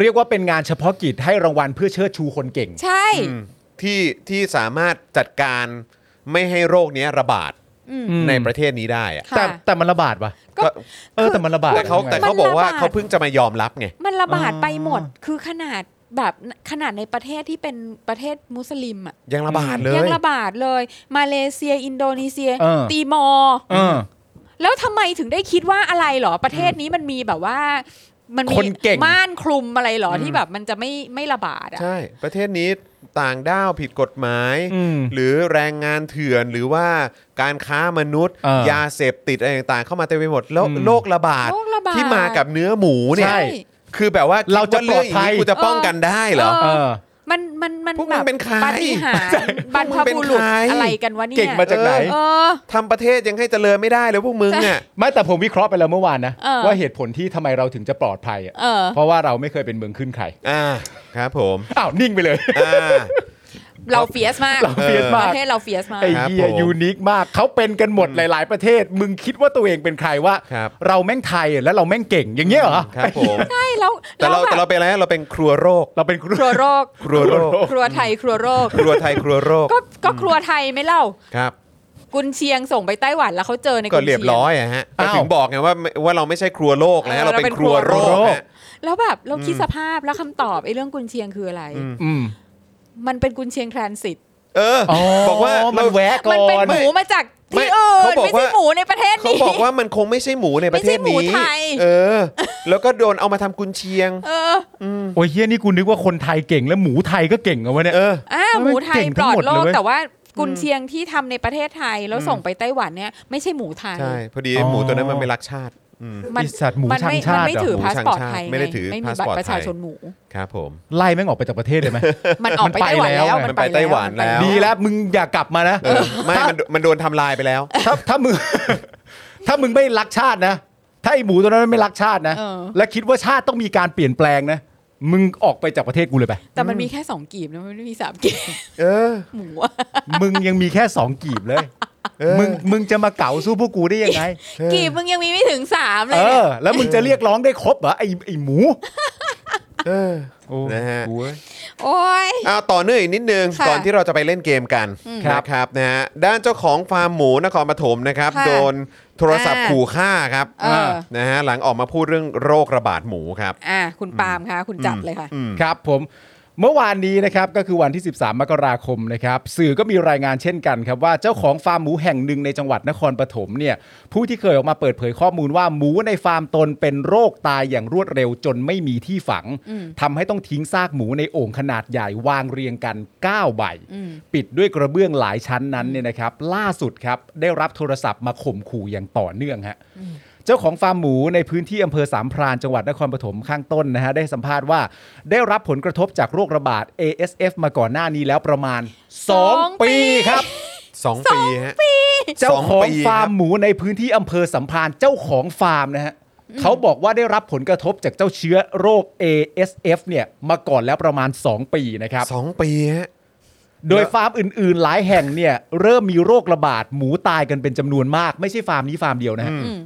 Speaker 2: เรียกว่าเป็นงานเฉพาะกิจให้รางวัลเพื่อเชิดชูคนเก่ง
Speaker 3: ใช่
Speaker 1: อืมที่ที่สามารถจัดการไม่ให้โรคเนี้ยระบาด
Speaker 3: อืม
Speaker 2: อืม
Speaker 1: ในประเทศนี้ได้อะ
Speaker 3: ค่ะ
Speaker 2: แต่แต่มันระบาดปะ
Speaker 3: ก็
Speaker 1: ก็
Speaker 2: เออแต่มันระบาด
Speaker 1: แต่เขา
Speaker 2: ยังไง
Speaker 1: แต่เขาบอกว่า
Speaker 3: มันระบาด
Speaker 1: เขาเพิ่งจะมายอมรับไง
Speaker 3: มันระบาด
Speaker 2: อ๋อ
Speaker 3: ไปหมด คือขนาดแบบขนาดในประเทศที่เป็นประเทศมุสลิมอ่ะ
Speaker 1: ยังระบาดเลย
Speaker 3: ยังระบาดเลย มาเลเซีย อินโดนีเซีย
Speaker 2: เออ
Speaker 3: ตีมอร์
Speaker 2: เออ
Speaker 3: แล้วทำไมถึงได้คิดว่าอะไรเหรอประเทศนี้มันมีแบบว่า มันมี
Speaker 2: คนเก่ง
Speaker 3: ม่านคลุมอะไรเหรอที่แบบมันจะไม่ไม่ระบาดอ่ะ
Speaker 1: ใช่ ประเทศนี้ต่างด้าวผิดกฎหมาย
Speaker 2: อืม
Speaker 1: หรือแรงงานเถื่อนหรือว่าการค้ามนุษย์
Speaker 2: เออย
Speaker 1: าเสพติดอะไรต่างๆ เข้ามาเต็มไปหมดแล้ว
Speaker 2: อืม
Speaker 1: โรคระบาด
Speaker 3: โรคระบาด
Speaker 1: ที่มากับเนื้อหมูเนี่ย
Speaker 2: ใช่
Speaker 1: คือแบบว่า
Speaker 2: เราจะ
Speaker 1: คิดว่องอย่าง
Speaker 2: ปลอดภั
Speaker 1: นี้
Speaker 2: ย
Speaker 1: กูจะป้องกันได้เหรอ
Speaker 3: เออ
Speaker 2: เออ
Speaker 3: มันมันมัน
Speaker 1: พวกมึง
Speaker 3: แบบ
Speaker 1: เป็นใคร
Speaker 3: ปาฏิหารย์
Speaker 1: ใช่
Speaker 3: บรรพบุ
Speaker 1: พวกมึงเป็น
Speaker 3: รุษ
Speaker 1: ใคร
Speaker 3: อะไรกันวะเนี่ย
Speaker 2: เก่งมาจากไหน
Speaker 3: เออ
Speaker 1: ทำประเทศยังให้เจริญไม่ได้เลยพวกมึงเนี่ย
Speaker 2: ไม่แต่ผมวิเคราะห์ไปแล้วเมื่อวานนะ
Speaker 3: เออ
Speaker 2: ว่าเหตุผลที่ทำไมเราถึงจะปลอดภัยอ่ะ
Speaker 3: เออ
Speaker 2: เพราะว่าเราไม่เคยเป็นเมืองขึ้นใคร
Speaker 1: อ่าครับผม
Speaker 2: อ้าวนิ่งไปเลย
Speaker 1: อ่า
Speaker 3: เราเฟียสมาก
Speaker 2: เราเฟียสมาก
Speaker 3: ประเทศเราเฟียสมาก
Speaker 2: ไอ้
Speaker 1: ครับ
Speaker 2: เหี้ย
Speaker 1: ผม
Speaker 2: ยูนิคมากเขาเป็นกันหมดหลาย ๆ ประเทศ มึงคิดว่าตัวเองเป็นใครว่า
Speaker 1: ครับ
Speaker 2: เราแม่งไทยแล้วเราแม่งเก่งอย่างเงี้ยเหรอ
Speaker 1: ครับผม
Speaker 3: ใช่แล้ว
Speaker 1: แต่เรา
Speaker 3: แล้ว
Speaker 1: แต่
Speaker 3: แบ
Speaker 1: เรา
Speaker 3: บ
Speaker 1: เป็นอะไรนะเราเป็นครัวโรค
Speaker 2: เราเป็นครู
Speaker 3: ครัวโรค
Speaker 1: ครัวโรค
Speaker 3: ครัวไทยครัวโรค
Speaker 1: ครัวไทยครัวโรค
Speaker 3: ก็ก็ครัวไทยไหม่เล่า
Speaker 1: ครับ
Speaker 3: กุนเชียงส่งไปไต้หวันแล้วเขาเจอใน
Speaker 1: ก็
Speaker 3: กุน
Speaker 1: เรียบ
Speaker 3: เชีย
Speaker 1: ร้อง ยอะฮะ
Speaker 2: อ้าว
Speaker 1: ก็ถึงบอกไงว่าไม่ว่าเราไม่ใช่ครัวโลก
Speaker 3: เอ
Speaker 1: นะ
Speaker 3: อ
Speaker 1: เราเป็นครัวโรค
Speaker 2: เราเป็นครัวโรค
Speaker 1: ฮะ
Speaker 3: แล้วแบบเราคิด
Speaker 1: อืม
Speaker 3: สภาพแล้วคำตอบไอ้เรื่องกุนเชียงคืออะไร
Speaker 1: อืม
Speaker 2: อืม
Speaker 3: มันเป็นกุนเชียงทรานสิต
Speaker 1: เอออบอกว่า
Speaker 2: มั
Speaker 1: เรา
Speaker 2: นแวะก่
Speaker 3: มันเป็น
Speaker 2: อน
Speaker 3: หมูมาจาก
Speaker 1: ไม่
Speaker 3: ที่อื่น
Speaker 1: เขาบอก
Speaker 3: ไม่ใช่
Speaker 1: ว่า
Speaker 3: หมูในประเทศ
Speaker 1: เขา
Speaker 3: นี้
Speaker 1: บอกว่ามันคงไม่ใช่หมูในประเทศ
Speaker 3: ไม่ใช่หมู
Speaker 1: นี้
Speaker 3: ไทย
Speaker 1: เออ แล้วก็โดนเอามาทำกุนเชียง
Speaker 3: เออ
Speaker 2: โอ้ยเฮียนี่กูนึกว่าคนไทยเก่งแล้วหมูไทยก็เก่งเอาไว้เนี่ย
Speaker 1: เออ
Speaker 3: อ้าว
Speaker 2: เออ
Speaker 3: หมูไท
Speaker 2: เก่
Speaker 3: ย
Speaker 2: งทั้
Speaker 3: ปล
Speaker 2: ง
Speaker 3: อด
Speaker 2: หมด
Speaker 3: โล
Speaker 2: เลย
Speaker 3: ก
Speaker 2: เว้ย
Speaker 3: แต่ว่ากุนเชียงที่ทำในประเทศไทยแล้ว
Speaker 1: อืม
Speaker 3: ส่งไปไต้หวันเนี่ยไม่ใช่หมูไทย
Speaker 1: ใช่พอดี
Speaker 2: อ๋อ
Speaker 1: หมูตัวนั้นมันไม่รักชาติอืม
Speaker 3: มั
Speaker 2: ไอสัตว์หมู
Speaker 3: มัน
Speaker 2: ชัง
Speaker 3: ไม่
Speaker 2: ชา
Speaker 3: มัน
Speaker 2: ติ
Speaker 3: ไม่
Speaker 2: เหรอ
Speaker 3: ถือ
Speaker 1: หมู
Speaker 3: พาส
Speaker 1: ชัง
Speaker 3: ปอร์ต
Speaker 1: ชาติ
Speaker 3: ไทยง
Speaker 1: ไม่ได้ถือ
Speaker 3: ไม่มี
Speaker 1: พาส
Speaker 3: บัต
Speaker 1: ปอร์
Speaker 3: ร
Speaker 1: ต
Speaker 3: ประชา
Speaker 1: ไทย
Speaker 3: ชนหมู
Speaker 1: ครับผม
Speaker 2: ไล่แม่งออกไปจากประเทศเลยไหม
Speaker 3: มันออกไปไต้หวันแล้ว
Speaker 1: มันไปไต้หวันแล้ว
Speaker 2: ดีแล้วมึงอย่ากลับมานะ
Speaker 1: เออไม่มันมันโดนทำลายไปแล้ว
Speaker 2: ถ้าถ้ามึง ถ้ามึงไม่รักชาตินะ ถ้าไอหมูตัวนั้นไม่รักชาตินะ
Speaker 3: เออ
Speaker 2: และคิดว่าชาติต้องมีการเปลี่ยนแปลงนะ มึงออกไปจากประเทศกูเลยไป
Speaker 3: แต่มันมีแค่สองกีบนะมันไม่มีสามกีบ
Speaker 1: เออ
Speaker 3: หมูอะ
Speaker 2: มึงยังมีแค่สองกีบเลย
Speaker 1: เออ
Speaker 2: มึงมึงจะมาเก๋าสู้พวกกูได้ยังไง
Speaker 3: กีบมึงยังมีไม่ถึงสามเล
Speaker 2: เอย
Speaker 3: เนี่ย
Speaker 2: อ แล้วมึงจะเรียกร้องได้ครบเหรอไอไอหมู
Speaker 1: เออ
Speaker 2: โอ้
Speaker 1: นะฮะ
Speaker 2: กูเว้ย
Speaker 3: โอ้ย
Speaker 1: อ้าวต่อเนื่องอีกนิดนึง
Speaker 3: ค่ะ
Speaker 1: ก่อนที่เราจะไปเล่นเกมกัน
Speaker 2: ครับ
Speaker 1: นะครับนะฮะด้านเจ้าของฟาร์มหมูนครปฐมนะครับ
Speaker 3: ค่ะ
Speaker 1: โดนโทรศัพท์
Speaker 3: อ่า
Speaker 1: ขู่ฆ่าครับ
Speaker 3: เออ
Speaker 1: นะฮะหลังออกมาพูดเรื่องโรคระบาดหมูครับ
Speaker 3: อ่ะคุณปาล์มคะคุณจัดเลยค่ะ
Speaker 1: อืม
Speaker 2: ครับผมเมื่อวานนี้นะครับก็คือวันที่ 13 มกราคมนะครับสื่อก็มีรายงานเช่นกันครับว่าเจ้าของฟาร์มหมูแห่งหนึ่งในจังหวัดนครปฐมเนี่ยผู้ที่เคยออกมาเปิดเผยข้อมูลว่าหมูในฟาร์มตนเป็นโรคตายอย่างรวดเร็วจนไม่มีที่ฝังทำให้ต้องทิ้งซากหมูในโอ่งขนาดใหญ่วางเรียงกัน 9 ใบ ปิดด้วยกระเบื้องหลายชั้นนั้นเนี่ยนะครับล่าสุดครับได้รับโทรศัพท์มาข่มขู่อย่างต่อเนื่องฮะ เจ้าของฟาร์มหมูในพื้นที่อำเภอสามพรานจังหวัดนครปฐมข้างต้นนะฮะได้สัมภาษณ์ว่า ได้รับผลกระทบจากโรคระบาด ASF มาก่อนหน้านี้แล้วประมาณ 2
Speaker 3: ปี
Speaker 2: ปีครับ
Speaker 1: สองปีฮะ
Speaker 2: เจ้าข
Speaker 1: สอ
Speaker 2: อ
Speaker 1: ง
Speaker 2: ง
Speaker 1: ปีครับ
Speaker 2: ฟาร์มหมูในพื้นที่อำเภอสัมพรานเจ้าของฟาร์มนะฮะเขาบอกว่าได้รับผลกระทบจากเจ้าเชื้อโรค ASF เนี่ยมาก่อนแล้วประมาณ 2 ปีนะครับ
Speaker 1: สองปีฮะ
Speaker 2: โดยฟาร์มอื่น ๆ หลายแห่งเนี่ยเริ่มมีโรคระบาดหมูตายกันเป็นจำนวนมาก ไม่ใช่ฟาร์มนี้ฟาร์มเดียวนะฮะ
Speaker 3: อืม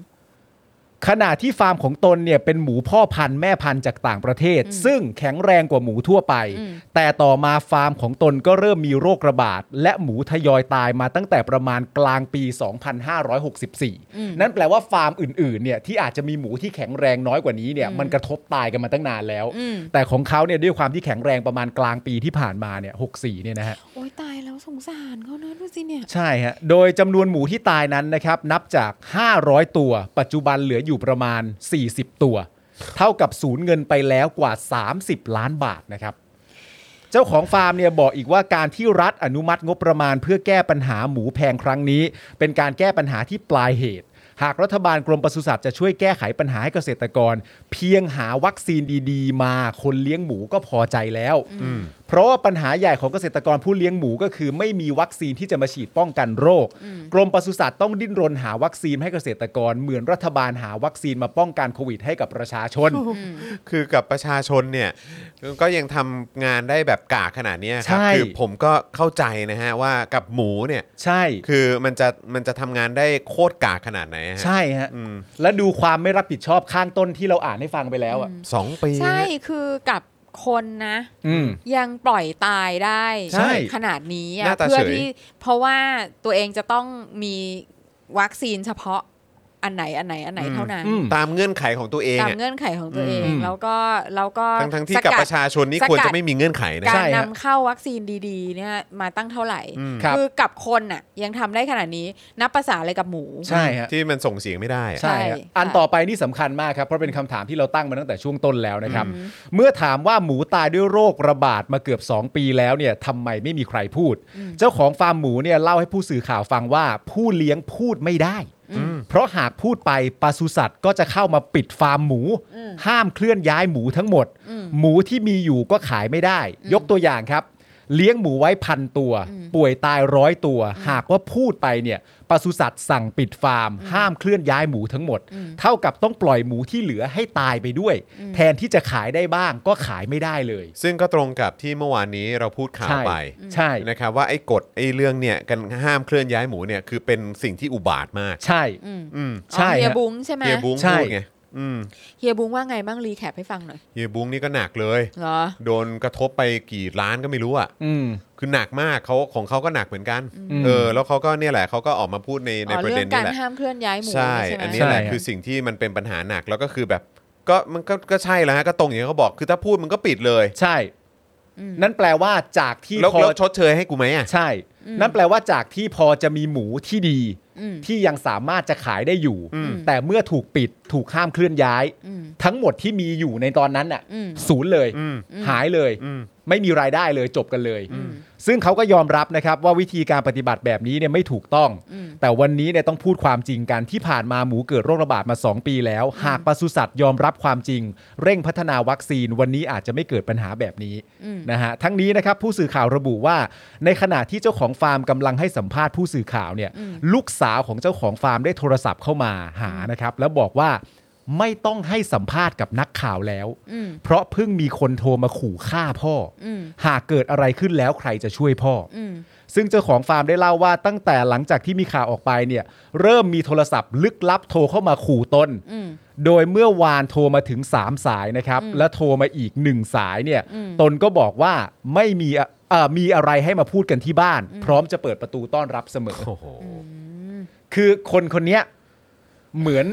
Speaker 2: ขณะที่ฟาร์มของตนเนี่ยเป็นหมูพ่อพันธุ์แม่พันธุ์จากต่างประเทศ ซึ่งแข็งแรงกว่าหมูทั่วไป
Speaker 3: อืม
Speaker 2: แต่ต่อมาฟาร์มของตนก็เริ่มมีโรคระบาด และหมูทยอยตายมาตั้งแต่ประมาณกลางปี 2564 นั่นแปลว่าฟาร์มอื่นๆเนี่ยที่อาจจะมีหมูที่แข็งแรงน้อยกว่านี้เนี่ยมันกระทบตายกันมาตั้งนานแล้ว
Speaker 3: อืม
Speaker 2: แต่ของเขาเนี่ยด้วยความที่แข็งแรงประมาณกลางปีที่ผ่านมาเนี่ย64เนี่ยนะฮะ
Speaker 3: โอ้ยตายแล้วสงสารเขานะดูสิเนี่ย
Speaker 2: ใช่ฮะ โดยจำนวนหมูที่ตายนั้นนะครับ นับจาก 500 ตัว ปัจจุบันเหลืออยู่ประมาณ 40 ตัว เท่ากับสูญเงินไปแล้วกว่า 30 ล้านบาทนะครับ เจ้าของฟาร์มเนี่ยบอกอีกว่าการที่รัฐอนุมัติงบประมาณ เพื่อแก้ปัญหาหมูแพงครั้งนี้ เป็นการแก้ปัญหาที่ปลายเหตุ หากรัฐบาลกรมปศุสัตว์จะช่วยแก้ไขปัญหาให้เกษตรกร เพียงหาวัคซีนดี ๆ มาคนเลี้ยงหมูก็พอใจแล้ว เพราะว่าปัญหาใหญ่ของเกษตรกรผู้เลี้ยงหมูก็คือไม่มีวัคซีนที่จะมาฉีดป้องกันโรค กรมปศุสัตว์ต้องดิ้นรนหาวัคซีนให้เกษตรกรเหมือนรัฐบาลหาวัคซีนมาป้องกันโควิดให้กับประชาชน
Speaker 1: คือกับประชาชนเนี่ยก็ยังทำงานได้แบบกากขนาดเนี้ยครั
Speaker 2: ใช่
Speaker 1: คือผมก็เข้าใจนะฮะว่ากับหมูเนี่ย
Speaker 2: ใช่
Speaker 1: คือมันจะมันจะทำงานได้โคตรกากขนาดไหนฮะ
Speaker 2: ใช่ฮะ
Speaker 1: อืม
Speaker 2: และดูความไม่รับผิดชอบข้างต้นที่เราอ่านให้ฟังไปแล้วอ่ะ
Speaker 1: สองปี
Speaker 3: ใช่
Speaker 1: ฮะ
Speaker 3: คือกับคนนะ
Speaker 2: อืม
Speaker 3: ยังปล่อยตายได้
Speaker 2: ใช่
Speaker 3: ขนาดนี้
Speaker 1: ห
Speaker 3: อะ
Speaker 1: น้าตา
Speaker 3: เพื่อ
Speaker 1: เฉย
Speaker 3: ที่เพราะว่าตัวเองจะต้องมีวัคซีนเฉพาะอันไหนอันไหนอันไหนเท่านั้น
Speaker 2: อืม
Speaker 1: ตามเงื่อนไขของตัวเอง
Speaker 3: ตาม
Speaker 1: อะ
Speaker 3: เงื่อนไขของตัวเอง
Speaker 2: อืม
Speaker 3: แล้วก็แล้วก็
Speaker 1: ทั้งทั้งที่
Speaker 3: ส
Speaker 1: กับ
Speaker 3: ด
Speaker 1: ประชาชนนี่
Speaker 3: สกัด
Speaker 1: ควรจะไม่มีเงื่อนไขนะ
Speaker 3: กา
Speaker 2: ใช่
Speaker 3: ร
Speaker 2: ฮะ
Speaker 3: นำเข้าวัคซีนดีๆเนี่ยมาตั้งเท่าไหร่
Speaker 1: อืม
Speaker 2: ครับ
Speaker 3: คือกับคนน่ะยังทำได้ขนาดนี้นับภาษาอะไรกับหมู
Speaker 2: ใช่ฮะ
Speaker 1: ที่มันส่งเสียงไม่ได้อะ
Speaker 3: ใช่
Speaker 2: ใช่ฮะ
Speaker 3: ค่ะ
Speaker 2: อันต่อไปนี่สำคัญมากครับ เพราะเป็นคำถามที่เราตั้งมาตั้งแต่ช่วงต้นแล้วนะครับ เมื่อถามว่าหมูตายด้วยโรคระบาดมาเกือบ 2 ปีแล้วเนี่ยทำไมไม่มีใครพูด
Speaker 3: อืม
Speaker 2: เจ้าของฟาร์มหมูเนี่ยเล่าให้ผู้สื่อข่าวฟังว่าผู้เลี้ยงพูดไม่ได้
Speaker 1: อืม
Speaker 2: เพราะหากพูดไปปศุสัตว์ก็จะเข้ามาปิดฟาร์มหมู ห้ามเคลื่อนย้ายหมูทั้งหมด
Speaker 3: อืม
Speaker 2: หมูที่มีอยู่ก็ขายไม่ได้ ยกตัวอย่างครับ เลี้ยงหมูไว้พันตัว
Speaker 3: อืม
Speaker 2: ป่วยตายร้อยตัว หากว่าพูดไปเนี่ยปศุสัตว์สั่งปิดฟาร์ม ห้ามเคลื่อนย้ายหมูทั้งหมด
Speaker 3: อืม
Speaker 2: เท่ากับต้องปล่อยหมูที่เหลือให้ตายไปด้วย
Speaker 3: อืม
Speaker 2: แทนที่จะขายได้บ้างก็ขายไม่ได้เลย
Speaker 1: ซึ่งก็ตรงกับที่เมื่อวานนี้เราพูดข่าว
Speaker 2: ใช่
Speaker 1: ไป
Speaker 2: ใช่
Speaker 1: นะครับว่าไอ้กฎไอ้เรื่องเนี่ยกันห้ามเคลื่อนย้ายหมูเนี่ยคือเป็นสิ่งที่อุบาทมาก
Speaker 2: ใช่
Speaker 3: อืม
Speaker 1: อืม
Speaker 3: อ๋อ
Speaker 2: ใช่ฮะ
Speaker 3: เฮียบุ้งใช่ไหม
Speaker 1: เฮียบุ้ง
Speaker 2: ใช่
Speaker 1: พูดไงอืม
Speaker 3: เฮียบุ้งว่าไงบ้างรีแคปให้ฟังหน่อย
Speaker 1: เฮียบุ้งนี่ก็หนักเลย
Speaker 3: เหรอ
Speaker 1: โดนกระทบไปกี่ล้านก็ไม่รู้อ่ะ
Speaker 2: อืม
Speaker 1: คือหนักมากเขาของเขาก็หนักเหมือนกัน
Speaker 2: อืม
Speaker 1: เออแล้วเขาก็เนี่ยแหละเขาก็ออกมาพูดในใน
Speaker 3: อ๋อ
Speaker 1: ประเด็น
Speaker 3: เรื่อง
Speaker 1: นี่
Speaker 3: การ
Speaker 1: แหละ
Speaker 3: ห้ามเคลื่อนย้ายหมู
Speaker 1: ใช่
Speaker 3: ใช่ไหม
Speaker 1: อันนี้แหละ
Speaker 2: ใช่
Speaker 1: คือสิ่งที่มันเป็นปัญหาหนักแล้วก็คือแบบก็มันก็ก็ใช่แล้วฮะก็ตรงอย่างที่เขาบอกคือถ้าพูดมันก็ปิดเลย
Speaker 2: ใช่
Speaker 3: อืม
Speaker 2: นั่นแปลว่าจากที่
Speaker 1: แล้ว
Speaker 2: พอ
Speaker 1: แล้วชดเชยให้กูไหมอ่ะ
Speaker 2: ใช่
Speaker 3: อืม
Speaker 2: นั่นแปลว่าจากที่พอจะมีหมูที่ดี
Speaker 3: อืม
Speaker 2: ที่ยังสามารถจะขายได้อยู่
Speaker 1: อืม
Speaker 2: แต่เมื่อถูกปิดถูกห้ามเคลื่อนย้าย
Speaker 3: อืม
Speaker 2: ทั้งหมดที่มีอยู่ในตอนนั้นน่ะ
Speaker 3: อืม
Speaker 2: ศูนย์เลย
Speaker 1: อืม
Speaker 2: หายเลย
Speaker 1: อืม
Speaker 2: ไม่มีรายได้เลยจบกันเลย
Speaker 3: อืม
Speaker 2: ซึ่งเขาก็ยอมรับนะครับว่าวิธีการปฏิบัติแบบนี้เนี่ยไม่ถูกต้อง
Speaker 3: อืม
Speaker 2: แต่วันนี้เนี่ยต้องพูดความจริงกันที่ผ่านมาหมูเกิดโรคระบาดมา 2 ปีแล้ว หากปศุสัตว์ยอมรับความจริง เร่งพัฒนาวัคซีนวันนี้อาจจะไม่เกิดปัญหาแบบนี้
Speaker 3: อืม
Speaker 2: นะฮะทั้งนี้นะครับผู้สื่อข่าวระบุว่า ในขณะที่เจ้าของฟาร์มกำลังให้สัมภาษณ์ผู้สื่อข่าวเนี่ยลูกสาวของเจ้าของฟาร์มได้โทรศัพท์เข้ามาหานะครับแล้วบอกว่าไม่ต้องให้สัมภาษณ์กับนักข่าวแล้ว
Speaker 3: อืม
Speaker 2: เพราะเพิ่งมีคนโทรมาขู่ฆ่าพ่ออ
Speaker 3: ม
Speaker 2: หากเกิดอะไรขึ้นแล้วใครจะช่วยพ่ออ
Speaker 3: อืม
Speaker 2: ซึ่งเจ้าของฟาร์มได้เล่าว่าตั้งแต่หลังจากที่มีข่าวออกไปเนี่ย เริ่มมีโทรศัพท์ลึกลับโทรเข้ามาขู่ตน
Speaker 3: อืม
Speaker 2: โดยเมื่อวานโทรมาถึง 3 สายนะครับ และโทรมาอีกหนึ่งสายเนี่ย
Speaker 3: อืม
Speaker 2: ตนก็บอกว่าไม่มีอะเอ่อมีอะไรให้มาพูดกันที่บ้าน พร้อมจะเปิดประตูต้อนรับเสมอ
Speaker 1: โอ้โห
Speaker 2: คือคนคนเนี้ยเหมือน